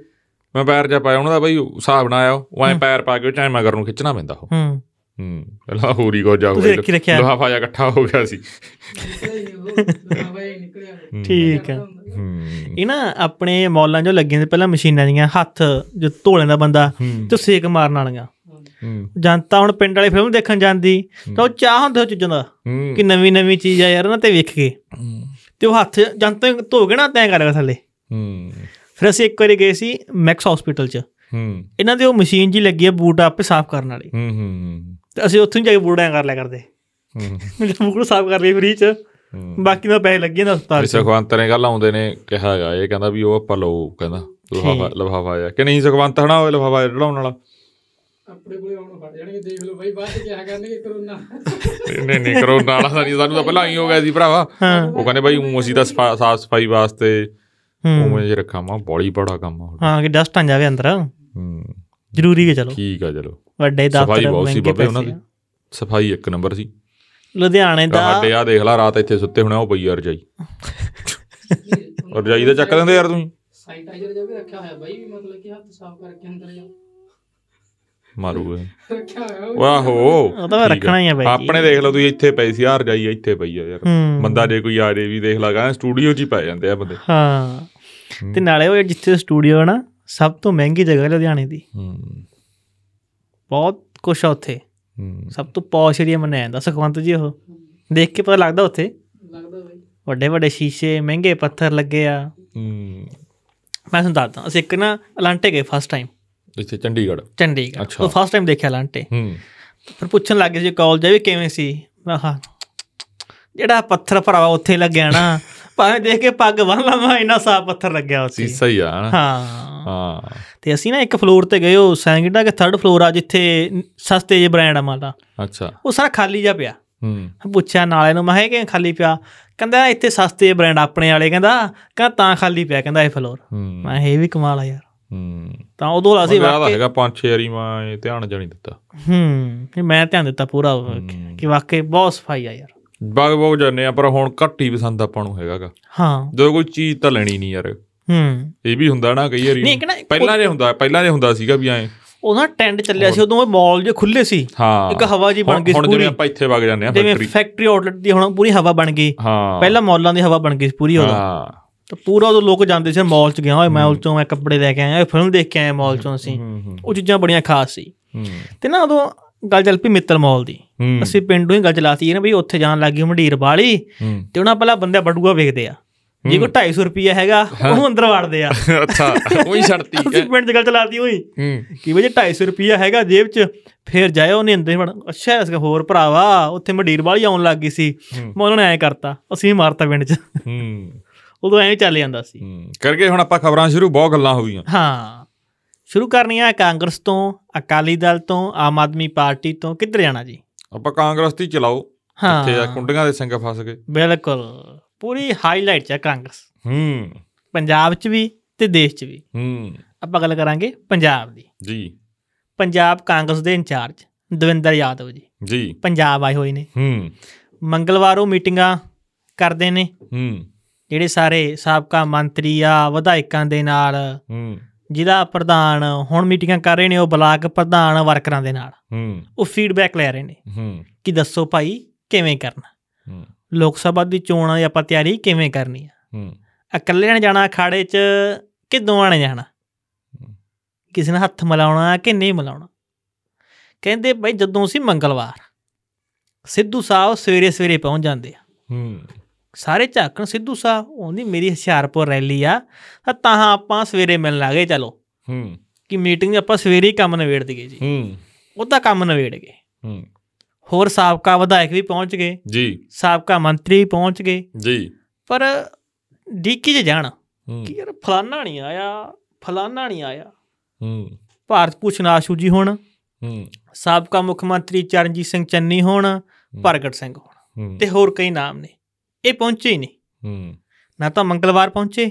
[SPEAKER 2] ਮੈਂ ਪੈਰ ਜਾ ਪਾਇਆ ਉਹਨਾਂ ਦਾ ਬਈ ਹਿਸਾਬ ਨਾ ਆਇਆ ਉਹ ਐ ਪੈਰ ਪਾ ਕੇ ਟਾਈਮ ਮਗਰ ਨੂੰ ਖਿੱਚਣਾ ਪੈਂਦਾ ਉਹ
[SPEAKER 1] ਹੂੰ
[SPEAKER 2] ਹੂੰ ਪਹਿਲਾਂ ਹੋਰ ਹੀ ਕੋਜਾ ਹੋ
[SPEAKER 1] ਤੁਸੀਂ ਰੱਖੀ ਰੱਖਿਆ।
[SPEAKER 2] ਲਫਾਫਾ ਜਿਹਾ ਇਕੱਠਾ ਹੋ ਗਿਆ ਸੀ
[SPEAKER 3] ਨਹੀਂ ਉਹ ਹਵਾ ਹੀ ਨਿਕਲਿਆ
[SPEAKER 2] ਹੂੰ।
[SPEAKER 1] ਠੀਕ ਹੈ
[SPEAKER 2] ਹੂੰ
[SPEAKER 1] ਇਹ ਨਾ ਆਪਣੇ ਮੌਲਾਂ 'ਚੋਂ ਲੱਗੀਆਂ ਸੀ ਪਹਿਲਾਂ ਮਸ਼ੀਨਾਂ ਜੀਆਂ ਹੱਥ ਜੋ ਧੋਲੇ ਦਾ ਬੰਦਾ
[SPEAKER 2] ਹੂੰ।
[SPEAKER 1] ਤੇ ਸੇਕ ਮਾਰਨ ਵਾਲੀਆਂ
[SPEAKER 2] ਹੂੰ
[SPEAKER 1] ਜਨਤਾ ਹੁਣ ਪਿੰਡ ਵਾਲੇ ਫਿਲਮ ਦੇਖਣ ਜਾਂਦੀ ਤਾਂ ਉਹ ਚਾਹ ਹੁੰਦਾ ਉਹ ਚੀਜ਼ਾਂ ਦਾ
[SPEAKER 2] ਹੂੰ
[SPEAKER 1] ਕਿ ਨਵੀਂ ਨਵੀਂ ਚੀਜ਼ ਆ ਯਾਰ ਉਹਨਾਂ ਤੇ ਵੇਖ ਕੇ
[SPEAKER 2] ਹੂੰ।
[SPEAKER 1] ਤੇ ਉਹ ਹੱਥ ਜਨਤਾ ਨੂੰ ਧੋ ਕੇ ਨਾ ਤੈਂ ਕਰ ਰਿਹਾ ਥੱਲੇ
[SPEAKER 2] ਹੂੰ
[SPEAKER 1] ਫਿਰ ਅਸੀਂ ਇੱਕ ਵਾਰੀ ਗਏ ਸੀ ਮੈਕਸ ਹਸਪੀਟਲ 'ਚ
[SPEAKER 2] ਹੂੰ
[SPEAKER 1] ਇਹਨਾਂ ਦੇ ਉਹ ਮਸ਼ੀਨ ਜੀ ਲੱਗੀ ਹੈ ਬੂਟ ਆਪੇ ਸਾਫ਼ ਕਰਨ ਵਾਲੀ
[SPEAKER 2] ਹੂੰ ਹੂੰ
[SPEAKER 1] ਤੇ ਅਸੀਂ ਉੱਥੋਂ ਹੀ ਜਾ ਕੇ ਬੂਟ ਐਂ ਕਰ ਲਿਆ ਕਰਦੇ
[SPEAKER 2] ਹੂੰ
[SPEAKER 1] ਮੇਰੇ ਬੂਟ ਸਾਫ਼ ਕਰ ਲਈ ਫ੍ਰੀ 'ਚ
[SPEAKER 2] ਹੂੰ
[SPEAKER 1] ਬਾਕੀ ਦਾ ਪੈਸੇ ਲੱਗੇ ਨਾ ਹਸਪਤਾਲ 'ਚ
[SPEAKER 2] ਸੁਖਵੰਤ ਨੇ ਗੱਲ ਆਉਂਦੇ ਨੇ ਕਿਹਾ ਹੈਗਾ ਇਹ ਕਹਿੰਦਾ ਵੀ ਉਹ ਆਪਾਂ ਲਓ ਕਹਿੰਦਾ ਲਫਾਫਾ
[SPEAKER 1] ਠੀਕ।
[SPEAKER 2] ਲਫਾਫਾ ਆ ਕਿ ਨਹੀਂ ਸੁਖਵੰਤ ਹਨਾ ਉਹ ਲਫਾਫਾ ਢਲਾਉਣ ਵਾਲਾ
[SPEAKER 3] ਆਪਣੇ ਕੋਲੇ ਆਉਣ ਫੜ ਜਾਣਗੇ ਦੇਖ ਲਓ ਬਾਈ ਬਾਅਦ ਚ ਕਿਹਾ ਕਰਨਗੇ ਕਰੋਨਾ
[SPEAKER 2] ਨਹੀਂ ਨਹੀਂ ਕਰੋਨਾ ਵਾਲਾ ਤਾਂ ਨਹੀਂ ਸਾਨੂੰ ਤਾਂ ਪਹਿਲਾਂ ਹੀ ਹੋ ਗਿਆ ਸੀ ਭਰਾਵਾ
[SPEAKER 1] ਹਾਂ
[SPEAKER 2] ਉਹ ਕਹਿੰਦੇ ਬਾਈ ਊਂ ਅਸੀਂ ਤਾਂ ਸਫਾ- ਸਾਫ਼ ਸਫਾਈ ਵਾਸਤੇ
[SPEAKER 1] ਹੂੰ।
[SPEAKER 2] ਉਵੇਂ ਜੇ ਰੱਖਾਂ ਮਾ ਬੜੀ ਬੜਾ ਕੰਮ ਆ ਹੁਣ।
[SPEAKER 1] ਹਾਂ ਕਿ ਡਸਟ ਨਾ ਜਾਵੇ ਅੰਦਰ
[SPEAKER 2] ਹੂੰ
[SPEAKER 1] ਜ਼ਰੂਰੀ ਵੀ ਚਲੋ
[SPEAKER 2] ਠੀਕ ਆ ਚਲੋ
[SPEAKER 1] ਵੱਡੇ
[SPEAKER 2] ਸਫਾਈ
[SPEAKER 1] ਦਫ਼ਤਰ
[SPEAKER 2] ਬਹੁਤ ਸੀ
[SPEAKER 1] ਮਹਿੰਗੇ
[SPEAKER 2] ਬਾਬੇ ਉਹਨਾਂ
[SPEAKER 1] ਪੈਸੇ
[SPEAKER 2] ਦੀ
[SPEAKER 1] ਆ।
[SPEAKER 2] ਸਫਾਈ ਇੱਕ ਨੰਬਰ ਸੀ
[SPEAKER 1] ਲੁਧਿਆਣੇ ਦਾ
[SPEAKER 2] ਸਾਡੇ ਆ ਦੇਖ ਲਾ ਰਾਤ ਇੱਥੇ ਸੁੱਤੇ ਹੋਣਾ ਉਹ ਪਈ ਆ ਰਜਾਈ ਰਜਾਈ ਦਾ ਚੱਕ ਦਿੰਦੇ ਯਾਰ ਤੁਸੀਂ
[SPEAKER 3] ਸੈਨੀਟਾਈਜ਼ਰ ਜਿਹਾ ਵੀ ਰੱਖਿਆ ਹੋਇਆ ਬਾਈ ਵੀ ਮਤਲਬ ਕਿ ਹੱਥ ਸਾਫ਼ ਕਰਕੇ ਅੰਦਰ ਜਾ
[SPEAKER 2] ਮਾਰੂ ਇਹ।
[SPEAKER 3] ਰੱਖਿਆ ਹੋਇਆ ਉਹ।
[SPEAKER 2] ਵਾਹੋ
[SPEAKER 1] ਉਹ ਤਾਂ
[SPEAKER 2] ਠੀਕ ਆ।
[SPEAKER 1] ਰੱਖਣਾ ਹੀ ਆ ਬਾਈ ਜੀ।
[SPEAKER 2] ਆਪਣੇ ਦੇਖ ਲਓ ਤੁਸੀਂ ਇੱਥੇ ਪਈ ਸੀ ਆ ਰਜਾਈ ਇੱਥੇ ਪਈ ਆ ਯਾਰ
[SPEAKER 1] ਹੂੰ।
[SPEAKER 2] ਬੰਦਾ ਜੇ ਕੋਈ ਆ ਜੇ ਵੀ ਦੇਖ ਲਾਗਾ ਸਟੂਡੀਓ 'ਚ ਹੀ ਪੈ ਜਾਂਦੇ ਆ ਬੰਦੇ
[SPEAKER 1] ਹਾਂ ਤੇ ਨਾਲੇ ਉਹ ਜਿੱਥੇ ਸਟੂਡੀਓ ਹੈ ਨਾ ਸਭ ਤੋਂ ਮਹਿੰਗੀ ਜਗ੍ਹਾ ਹੈ ਲੁਧਿਆਣੇ ਦੀ
[SPEAKER 2] ਹੂੰ
[SPEAKER 1] ਬਹੁਤ ਕੁਛ ਆ ਉੱਥੇ
[SPEAKER 2] ਹੂੰ
[SPEAKER 1] ਸਭ ਤੋਂ ਪੌਸ਼ ਏਰੀਆ ਮੰਨਿਆ ਜਾਂਦਾ ਸੁਖਵੰਤ ਜੀ ਉਹ ਦੇਖ ਕੇ ਪਤਾ ਲੱਗਦਾ ਉੱਥੇ
[SPEAKER 3] ਲੱਗਦਾ ਬਾਈ
[SPEAKER 1] ਵੱਡੇ ਵੱਡੇ ਸ਼ੀਸ਼ੇ ਮਹਿੰਗੇ ਪੱਥਰ ਲੱਗੇ ਆ
[SPEAKER 2] ਹੂੰ।
[SPEAKER 1] ਮੈਂ ਤੁਹਾਨੂੰ ਦੱਸਦਾ ਅਸੀਂ ਇੱਕ ਨਾ ਅਲਾਂਟੇ ਗਏ ਫਸਟ ਟਾਈਮ
[SPEAKER 2] ਇੱਥੇ ਚੰਡੀਗੜ੍ਹ
[SPEAKER 1] ਚੰਡੀਗੜ੍ਹ
[SPEAKER 2] ਅੱਛਾ।
[SPEAKER 1] ਉਹ ਫਸਟ ਟਾਈਮ ਦੇਖਿਆ ਅਲਾਂਟੇ
[SPEAKER 2] ਹੂੰ
[SPEAKER 1] ਫਿਰ ਪੁੱਛਣ ਲੱਗੇ ਸੀ ਕਾਲਜ ਵੀ ਕਿਵੇਂ ਸੀ ਮੈਂ ਹਾਂ ਜਿਹੜਾ ਪੱਥਰ ਭਰਾਵਾ ਉੱਥੇ ਲੱਗਿਆ ਨਾ ਭਾਵੇਂ ਦੇਖ ਕੇ ਪੱਗ ਬੰਨ ਲਵਾਂ ਇੰਨਾ ਸਾਫ ਪੱਥਰ ਲੱਗਿਆ ਉੱਥੇ
[SPEAKER 2] ਸੀਸਾ ਹੀ ਆ ਹਨਾ
[SPEAKER 1] ਹਾਂ
[SPEAKER 2] ਹਾਂ
[SPEAKER 1] ਤੇ ਅਸੀਂ ਨਾ ਇੱਕ ਫਲੋਰ ਤੇ ਗਏ ਉਹ ਸੈਂਗਿਡਾ ਕੇ ਥਰਡ ਫਲੋਰ ਆ ਜਿੱਥੇ ਸਸਤੇ ਜਿਹੇ ਬ੍ਰਾਂਡ ਆ ਮਾਲਾ
[SPEAKER 2] ਅੱਛਾ
[SPEAKER 1] ਉਹ ਸਾਰਾ ਖਾਲੀ ਜਿਹਾ ਪਿਆ
[SPEAKER 2] ਹੂੰ
[SPEAKER 1] ਮੈਂ ਪੁੱਛਿਆ ਨਾਲੇ ਨੂੰ ਮੈਂ ਕਿਹਾ ਇਹ ਕਿਵੇਂ ਖਾਲੀ ਪਿਆ ਕਹਿੰਦਾ ਇੱਥੇ ਸਸਤੇ ਜਿਹੇ ਬ੍ਰਾਂਡ ਆਪਣੇ ਵਾਲੇ ਕਹਿੰਦਾ ਕਹਿੰਦਾ ਤਾਂ ਖਾਲੀ ਪਿਆ ਕਹਿੰਦਾ ਇਹ ਫਲੋਰ
[SPEAKER 2] ਹੂੰ
[SPEAKER 1] ਮੈਂ ਕਿਹਾ ਇਹ ਵੀ ਕਮਾਲ ਆ ਯਾਰ
[SPEAKER 2] ਹੂੰ
[SPEAKER 1] ਤਾਂ ਉਦੋਂ
[SPEAKER 2] ਅਸੀਂ
[SPEAKER 1] ਅਸੀਂ
[SPEAKER 2] ਵਾਹ
[SPEAKER 1] ਵਾਕਈ
[SPEAKER 2] ਹੈਗਾ ਪੰਜ ਛੇ ਵਾਰੀ ਮੈਂ ਇਹ ਧਿਆਨ ਜਾਣੀ ਦਿੱਤਾ
[SPEAKER 1] ਹੂੰ ਇਹ ਮੈਂ ਧਿਆਨ ਦਿੱਤਾ ਪੂਰਾ ਕਿ ਵਾਕਈ ਬਹੁਤ ਸਫਾਈ ਆ ਯਾਰ
[SPEAKER 2] ਬਾਗ ਬਾਗ ਜਾਂਦੇ ਆ ਪਰ ਹੁਣ ਘੱਟ ਹੀ ਪਸੰਦ ਆਪਾਂ ਨੂੰ ਹੈਗਾਗਾ
[SPEAKER 1] ਹਾਂ
[SPEAKER 2] ਜਦੋਂ ਕੋਈ ਚੀਜ਼ ਤਾਂ ਲੈਣੀ ਨਹੀਂ ਯਾਰ
[SPEAKER 1] ਹੂੰ
[SPEAKER 2] ਇਹ ਵੀ ਹੁੰਦਾ ਨਾ ਕਈ ਵਾਰੀ
[SPEAKER 1] ਨਹੀਂ, ਇੱਕ ਨਾ ਇੱਕ
[SPEAKER 2] ਪਹਿਲਾਂ ਜੇ ਹੁੰਦਾ ਪਹਿਲਾਂ ਜੇ ਹੁੰਦਾ ਸੀਗਾ ਵੀ ਐ
[SPEAKER 1] ਉਹ ਨਾ ਟੈਂਡ ਚੱਲਿਆ ਸੀ ਉਦੋਂ ਮਾਲ ਜੇ ਖੁੱਲੇ ਸੀ
[SPEAKER 2] ਹਾਂ
[SPEAKER 1] ਇੱਕ ਹਵਾ ਜੀ ਬਣ
[SPEAKER 2] ਹੁਣ-
[SPEAKER 1] ਗਈ ਸੀ
[SPEAKER 2] ਹੁਣ ਜਿਵੇਂ
[SPEAKER 1] ਪੂਰੀ
[SPEAKER 2] ਆਪਾਂ ਇੱਥੇ ਵਗ ਜਾਂਦੇ ਆ
[SPEAKER 1] ਜਿਵੇਂ
[SPEAKER 2] ਫੈਕਟਰੀ
[SPEAKER 1] ਫੈਕਟਰੀ ਆਊਟਲੈਟ ਦੀ ਹੁਣ ਪੂਰੀ ਹਵਾ ਬਣ ਗਈ
[SPEAKER 2] ਹਾਂ
[SPEAKER 1] ਪਹਿਲਾਂ ਮਾਲਾਂ ਦੀ ਹਵਾ ਬਣ ਗਈ ਸੀ ਪੂਰੀ ਉਦੋਂ
[SPEAKER 2] ਹਾਂ
[SPEAKER 1] ਤਾਂ ਪੂਰਾ ਉਦੋਂ ਲੋਕ ਜਾਂਦੇ ਸੀ ਮਾਲ ਚ ਗਿਆ ਓਏ ਮਾਲ ਚੋਂ ਮੈਂ ਕੱਪੜੇ ਲੈ ਕੇ ਆਇਆ ਫਿਲਮ ਦੇਖ ਕੇ ਆਇਆ ਮਾਲ ਚੋਂ ਅਸੀਂ
[SPEAKER 2] ਹੂੰ ਹੂੰ
[SPEAKER 1] ਉਹ ਚੀਜ਼ਾਂ ਬੜੀਆਂ ਖਾਸ ਸੀ
[SPEAKER 2] ਹੂੰ
[SPEAKER 1] ਤੇ ਨਾ ਉਦੋਂ ਗੱਲ ਚੱਲ ਪਈ ਮਿੱਤਲ ਮਾਲ ਦੀ
[SPEAKER 2] ਹੂੰ
[SPEAKER 1] ਅਸੀਂ ਪਿੰਡੋਂ ਹੀ ਗੱਲ ਚਲਾਤੀ ਨਾ ਵੀ ਉੱਥੇ ਜਾਣ ਲੱਗੀ ਮੰਡੀਰ ਵਾਲੀ
[SPEAKER 2] ਹੂੰ।
[SPEAKER 1] ਤੇ ਉਹਨਾਂ ਪਹਿਲਾਂ ਬੰਦੇ ਬੜੂਆ ਵੇਖਦੇ ਆ ਜੇ ਕੋ 250 ਰੁਪਿਆ ਹੈਗਾ ਉਹਨੂੰ ਅੰਦਰ ਵਾੜਦੇ ਆ
[SPEAKER 2] ਅੱਛਾ ਉਹੀ ਛੜਤੀ
[SPEAKER 1] ਅਸੀਂ ਪਿੰਡ 'ਚ ਗੱਲ ਚਲਾਤੀ ਹੋਈ
[SPEAKER 2] ਹੂੰ
[SPEAKER 1] ਕਿ ਵੀ ਜੇ 250 ਰੁਪਿਆ ਹੈਗਾ ਜੇਬ 'ਚ ਫੇਰ ਜਾਏ ਉਹਨੇ ਅੰਦਰ ਹੀ ਵੜ ਅੱਛਾ ਅਸੀਂ ਕਿਹਾ, ਹੋਰ ਭਰਾਵਾ ਉੱਥੇ ਮੰਡੀਰ ਵਾਲੀ ਆਉਣ ਲੱਗ ਗਈ ਸੀ
[SPEAKER 2] ਹੂੰ।
[SPEAKER 1] ਮੈਂ ਉਹਨਾਂ ਨੇ ਐਂ ਕਰਤਾ ਅਸੀਂ ਵੀ ਮਾਰਤਾ ਪਿੰਡ 'ਚ
[SPEAKER 2] ਹੂੰ
[SPEAKER 1] ਉਦੋਂ ਐਂ ਹੀ ਚੱਲ ਜਾਂਦਾ ਸੀ
[SPEAKER 2] ਹੂੰ। ਕਰਕੇ ਹੁਣ ਆਪਾਂ ਖਬਰਾਂ ਸ਼ੁਰੂ ਬਹੁਤ ਗੱਲਾਂ ਹੋ ਗਈਆਂ
[SPEAKER 1] ਹਾਂ ਸ਼ੁਰੂ ਕਰਨੀ ਆ ਕਾਂਗਰਸ ਤੋਂ ਅਕਾਲੀ ਦਲ ਤੋਂ ਆਮ ਆਦਮੀ ਪਾਰਟੀ ਤੋਂ ਕਿੱਧਰ ਜਾਣਾ ਜੀ
[SPEAKER 2] ਆਪਾਂ ਕਾਂਗਰਸ ਦੀ ਚਲਾਓ
[SPEAKER 1] ਹਾਂ।
[SPEAKER 2] ਇੱਥੇ ਆ ਕੁੰਡੀਆਂ ਦੇ ਸਿੰਘ ਫਸ ਗਏ
[SPEAKER 1] ਬਿਲਕੁਲ ਪੂਰੀ ਹਾਈਲਾਈਟ ਚ ਆ ਕਾਂਗਰਸ
[SPEAKER 2] ਹੂੰ
[SPEAKER 1] ਪੰਜਾਬ ਚ ਵੀ ਤੇ ਦੇਸ਼ ਚ ਵੀ
[SPEAKER 2] ਹੂੰ
[SPEAKER 1] ਆਪਾਂ ਗੱਲ ਕਰਾਂਗੇ ਪੰਜਾਬ ਦੀ
[SPEAKER 2] ਜੀ
[SPEAKER 1] ਪੰਜਾਬ ਕਾਂਗਰਸ ਦੇ ਇੰਚਾਰਜ ਦਵਿੰਦਰ ਯਾਦਵ ਜੀ
[SPEAKER 2] ਜੀ
[SPEAKER 1] ਪੰਜਾਬ ਆਏ ਹੋਏ ਨੇ
[SPEAKER 2] ਹੂੰ
[SPEAKER 1] ਮੰਗਲਵਾਰ ਉਹ ਮੀਟਿੰਗਾਂ ਕਰਦੇ ਨੇ
[SPEAKER 2] ਹੂੰ
[SPEAKER 1] ਜਿਹੜੇ ਸਾਰੇ ਸਾਬਕਾ ਮੰਤਰੀ ਆ ਵਿਧਾਇਕਾਂ ਦੇ ਨਾਲ
[SPEAKER 2] ਹੂੰ
[SPEAKER 1] ਜ਼ਿਲ੍ਹਾ ਪ੍ਰਧਾਨ ਹੁਣ ਮੀਟਿੰਗਾਂ ਕਰ ਰਹੇ ਨੇ ਉਹ ਬਲਾਕ ਪ੍ਰਧਾਨ ਵਰਕਰਾਂ ਦੇ ਨਾਲ
[SPEAKER 2] ਹੂੰ
[SPEAKER 1] ਉਹ ਫੀਡਬੈਕ ਲੈ ਰਹੇ ਨੇ
[SPEAKER 2] ਹੂੰ
[SPEAKER 1] ਕਿ ਦੱਸੋ ਭਾਈ ਕਿਵੇਂ ਕਰਨਾ
[SPEAKER 2] ਹੂੰ
[SPEAKER 1] ਲੋਕ ਸਭਾ ਦੀ ਚੋਣਾਂ ਦੀ ਆਪਾਂ ਤਿਆਰੀ ਕਿਵੇਂ ਕਰਨੀ ਆ
[SPEAKER 2] ਹੂੰ
[SPEAKER 1] ਇਕੱਲੇ ਨੇ ਜਾਣਾ ਅਖਾੜੇ 'ਚ ਕਿ ਦੋਵਾਂ ਨੇ ਜਾਣਾ
[SPEAKER 2] ਹੂੰ।
[SPEAKER 1] ਕਿਸੇ ਨਾਲ ਹੱਥ ਮਿਲਾਉਣਾ ਕਿ ਨਹੀਂ ਮਿਲਾਉਣਾ ਕਹਿੰਦੇ ਭਾਈ ਜਦੋਂ ਸੀ ਮੰਗਲਵਾਰ ਸਿੱਧੂ ਸਾਹਿਬ ਸਵੇਰੇ ਸਵੇਰੇ ਪਹੁੰਚ ਜਾਂਦੇ ਆ
[SPEAKER 2] ਹੂੰ
[SPEAKER 1] ਸਾਰੇ ਝਾਕਣ ਸਿੱਧੂ ਸਾਹਿਬ ਉਹਦੀ ਮੇਰੀ ਹੁਸ਼ਿਆਰਪੁਰ ਰੈਲੀ ਆ ਤਾਂ ਤਾਂ ਆਪਾਂ ਸਵੇਰੇ ਮਿਲਣ ਲੱਗੇ ਚਲੋ
[SPEAKER 2] ਹੂੰ
[SPEAKER 1] ਕਿ ਮੀਟਿੰਗ ਆਪਾਂ ਸਵੇਰੇ ਹੀ ਕੰਮ ਨਿਬੇੜ ਦਈਏ ਜੀ
[SPEAKER 2] ਹੂੰ
[SPEAKER 1] ਉਹਦਾ ਕੰਮ ਨਿਬੇੜ ਗਏ
[SPEAKER 2] ਹੂੰ
[SPEAKER 1] ਹੋਰ ਸਾਬਕਾ ਵਿਧਾਇਕ ਵੀ ਪਹੁੰਚ ਗਏ
[SPEAKER 2] ਜੀ
[SPEAKER 1] ਸਾਬਕਾ ਮੰਤਰੀ ਵੀ ਪਹੁੰਚ ਗਏ
[SPEAKER 2] ਜੀ
[SPEAKER 1] ਪਰ ਡੀਕੀ 'ਚ ਜਾਣ
[SPEAKER 2] ਹੂੰ
[SPEAKER 1] ਕਿ ਯਾਰ ਫਲਾਨਾ ਨਹੀਂ ਆਇਆ ਫਲਾਨਾ ਨਹੀਂ ਆਇਆ
[SPEAKER 2] ਹੂੰ
[SPEAKER 1] ਭਾਰਤ ਭੂਸ਼ਣ ਆਸ਼ੂ ਜੀ ਹੁਣ
[SPEAKER 2] ਹੂੰ
[SPEAKER 1] ਸਾਬਕਾ ਮੁੱਖ ਮੰਤਰੀ ਚਰਨਜੀਤ ਸਿੰਘ ਚੰਨੀ ਹੋਣ ਪ੍ਰਗਟ ਸਿੰਘ ਹੋਣ
[SPEAKER 2] ਹੂੰ
[SPEAKER 1] ਤੇ ਹੋਰ ਕਈ ਨਾਮ ਨੇ ਇਹ ਪਹੁੰਚੇ ਹੀ ਨਹੀਂ
[SPEAKER 2] ਹੂੰ
[SPEAKER 1] ਨਾ ਤਾਂ ਮੰਗਲਵਾਰ ਪਹੁੰਚੇ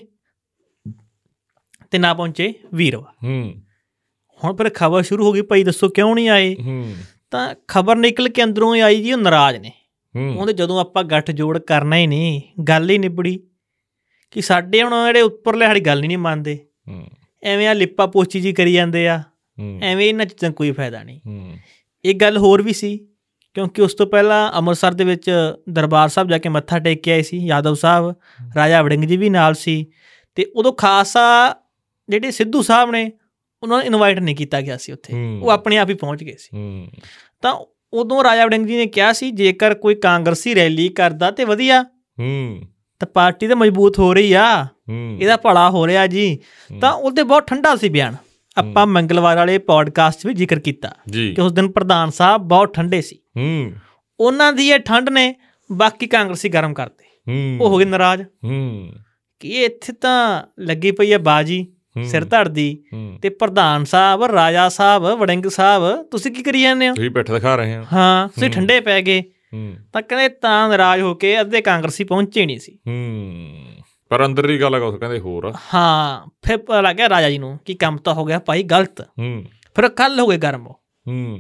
[SPEAKER 1] ਤੇ ਨਾ ਪਹੁੰਚੇ ਵੀਰਵਾਰ
[SPEAKER 2] ਹੂੰ
[SPEAKER 1] ਹੁਣ ਫਿਰ ਖਬਰ ਸ਼ੁਰੂ ਹੋ ਗਈ ਭਾਈ ਦੱਸੋ ਕਿਉਂ ਨਹੀਂ ਆਏ
[SPEAKER 2] ਹੂੰ
[SPEAKER 1] ਤਾਂ ਖਬਰ ਨਿਕਲ ਕੇ ਅੰਦਰੋਂ ਹੀ ਆਈ ਜੀ ਉਹ ਨਾਰਾਜ਼ ਨੇ
[SPEAKER 2] ਹੂੰ
[SPEAKER 1] ਉਹਦੇ ਜਦੋਂ ਆਪਾਂ ਗੱਠ ਜੋੜ ਕਰਨਾ ਹੀ ਨਹੀਂ ਗੱਲ ਹੀ ਨਿਬੜੀ ਕਿ ਸਾਡੇ ਹੁਣ ਜਿਹੜੇ ਉੱਪਰਲੇ ਸਾਡੀ ਗੱਲ ਹੀ ਨਹੀਂ ਮੰਨਦੇ
[SPEAKER 2] ਹੂੰ,
[SPEAKER 1] ਐਵੇਂ ਆ ਲਿੱਪਾ ਪੋਚੀ ਜੀ ਕਰੀ ਜਾਂਦੇ ਆ
[SPEAKER 2] ਹੂੰ,
[SPEAKER 1] ਐਵੇਂ ਇਹਨਾਂ ਚੀਜ਼ਾਂ ਕੋਈ ਫਾਇਦਾ ਨਹੀਂ
[SPEAKER 2] ਹੂੰ,
[SPEAKER 1] ਇੱਕ ਗੱਲ ਹੋਰ ਵੀ ਸੀ ਕਿਉਂਕਿ ਉਸ ਤੋਂ ਪਹਿਲਾਂ ਅੰਮ੍ਰਿਤਸਰ ਦੇ ਵਿੱਚ ਦਰਬਾਰ ਸਾਹਿਬ ਜਾ ਕੇ ਮੱਥਾ ਟੇਕ ਕੇ ਆਏ ਸੀ ਯਾਦਵ ਸਾਹਿਬ ਰਾਜਾ ਵੜਿੰਗ ਜੀ ਵੀ ਨਾਲ ਸੀ ਤੇ ਉਦੋਂ ਖਾਸਾ ਜਿਹੜੇ ਸਿੱਧੂ ਸਾਹਿਬ ਨੇ ਉਹਨਾਂ ਨੂੰ ਇਨਵਾਈਟ ਨਹੀਂ ਕੀਤਾ ਗਿਆ ਸੀ ਉੱਥੇ
[SPEAKER 2] ਹੂੰ।
[SPEAKER 1] ਉਹ ਆਪਣੇ ਆਪ ਹੀ ਪਹੁੰਚ ਗਏ ਸੀ
[SPEAKER 2] ਹੂੰ,
[SPEAKER 1] ਤਾਂ ਉਦੋਂ ਰਾਜਾ ਵੜਿੰਗ ਜੀ ਨੇ ਕਿਹਾ ਸੀ ਜੇਕਰ ਕੋਈ ਕਾਂਗਰਸੀ ਰੈਲੀ ਕਰਦਾ ਤੇ ਵਧੀਆ
[SPEAKER 2] ਹੂੰ,
[SPEAKER 1] ਤਾਂ ਪਾਰਟੀ ਤਾਂ ਮਜ਼ਬੂਤ ਹੋ ਰਹੀ ਆ
[SPEAKER 2] ਹੂੰ,
[SPEAKER 1] ਇਹਦਾ ਭਲਾ ਹੋ ਰਿਹਾ ਜੀ
[SPEAKER 2] ਹੂੰ।
[SPEAKER 1] ਤਾਂ ਉਹਦੇ ਬਹੁਤ ਠੰਡਾ ਸੀ ਬਿਆਨ ਆਪਾਂ ਮੰਗਲਵਾਰ ਵਾਲੇ ਪੋਡਕਾਸਟ 'ਚ ਵੀ ਜ਼ਿਕਰ ਕੀਤਾ
[SPEAKER 2] ਜੀ
[SPEAKER 1] ਕਿ ਉਸ ਦਿਨ ਪ੍ਰਧਾਨ ਸਾਹਿਬ ਬਹੁਤ ਠੰਡੇ ਸੀ
[SPEAKER 2] ਹੂੰ
[SPEAKER 1] ਉਹਨਾਂ ਦੀ ਇਹ ਠੰਡ ਨੇ ਬਾਕੀ ਕਾਂਗਰਸੀ ਗਰਮ ਕਰਤੇ
[SPEAKER 2] ਹੂੰ
[SPEAKER 1] ਉਹ ਹੋ ਗਏ ਨਾਰਾਜ਼
[SPEAKER 2] ਹੂੰ
[SPEAKER 1] ਕਿ ਇਹ ਇੱਥੇ ਤਾਂ ਲੱਗੀ ਪਈ ਹੈ ਬਾਜੀ
[SPEAKER 2] ਹੂੰ,
[SPEAKER 1] ਸਿਰ ਧੜ ਦੀ
[SPEAKER 2] ਹੂੰ।
[SPEAKER 1] ਤੇ ਪ੍ਰਧਾਨ ਸਾਹਿਬ ਰਾਜਾ ਸਾਹਿਬ ਵੜਿੰਗ ਸਾਹਿਬ ਤੁਸੀਂ ਕੀ ਕਰੀ ਜਾਂਦੇ ਹੋ
[SPEAKER 2] ਤੁਸੀਂ ਪਿੱਠ ਦਿਖਾ ਰਹੇ ਹੋ
[SPEAKER 1] ਹਾਂ ਤੁਸੀਂ
[SPEAKER 2] ਹੂੰ।
[SPEAKER 1] ਠੰਡੇ ਪੈ ਗਏ
[SPEAKER 2] ਹੂੰ
[SPEAKER 1] ਤਾਂ ਕਹਿੰਦੇ ਤਾਂ ਨਾਰਾਜ਼ ਹੋ ਕੇ ਅੱਧੇ ਕਾਂਗਰਸੀ ਪਹੁੰਚੇ ਨਹੀਂ ਸੀ
[SPEAKER 2] ਹੂੰ ਪਰ ਅੰਦਰ ਦੀ ਗੱਲ ਆ ਕੁਛ ਕਹਿੰਦੇ ਹੋਰ ਆ।
[SPEAKER 1] ਹਾਂ ਫਿਰ ਪਤਾ ਲੱਗ ਗਿਆ ਰਾਜਾ ਜੀ ਨੂੰ ਕਿ ਕੰਮ ਤਾਂ ਹੋ ਗਿਆ ਭਾਈ ਗਲਤ
[SPEAKER 2] ਹੂੰ
[SPEAKER 1] ਫਿਰ ਕੱਲ ਹੋ ਗਏ ਗਰਮ ਉਹ।
[SPEAKER 2] ਹੂੰ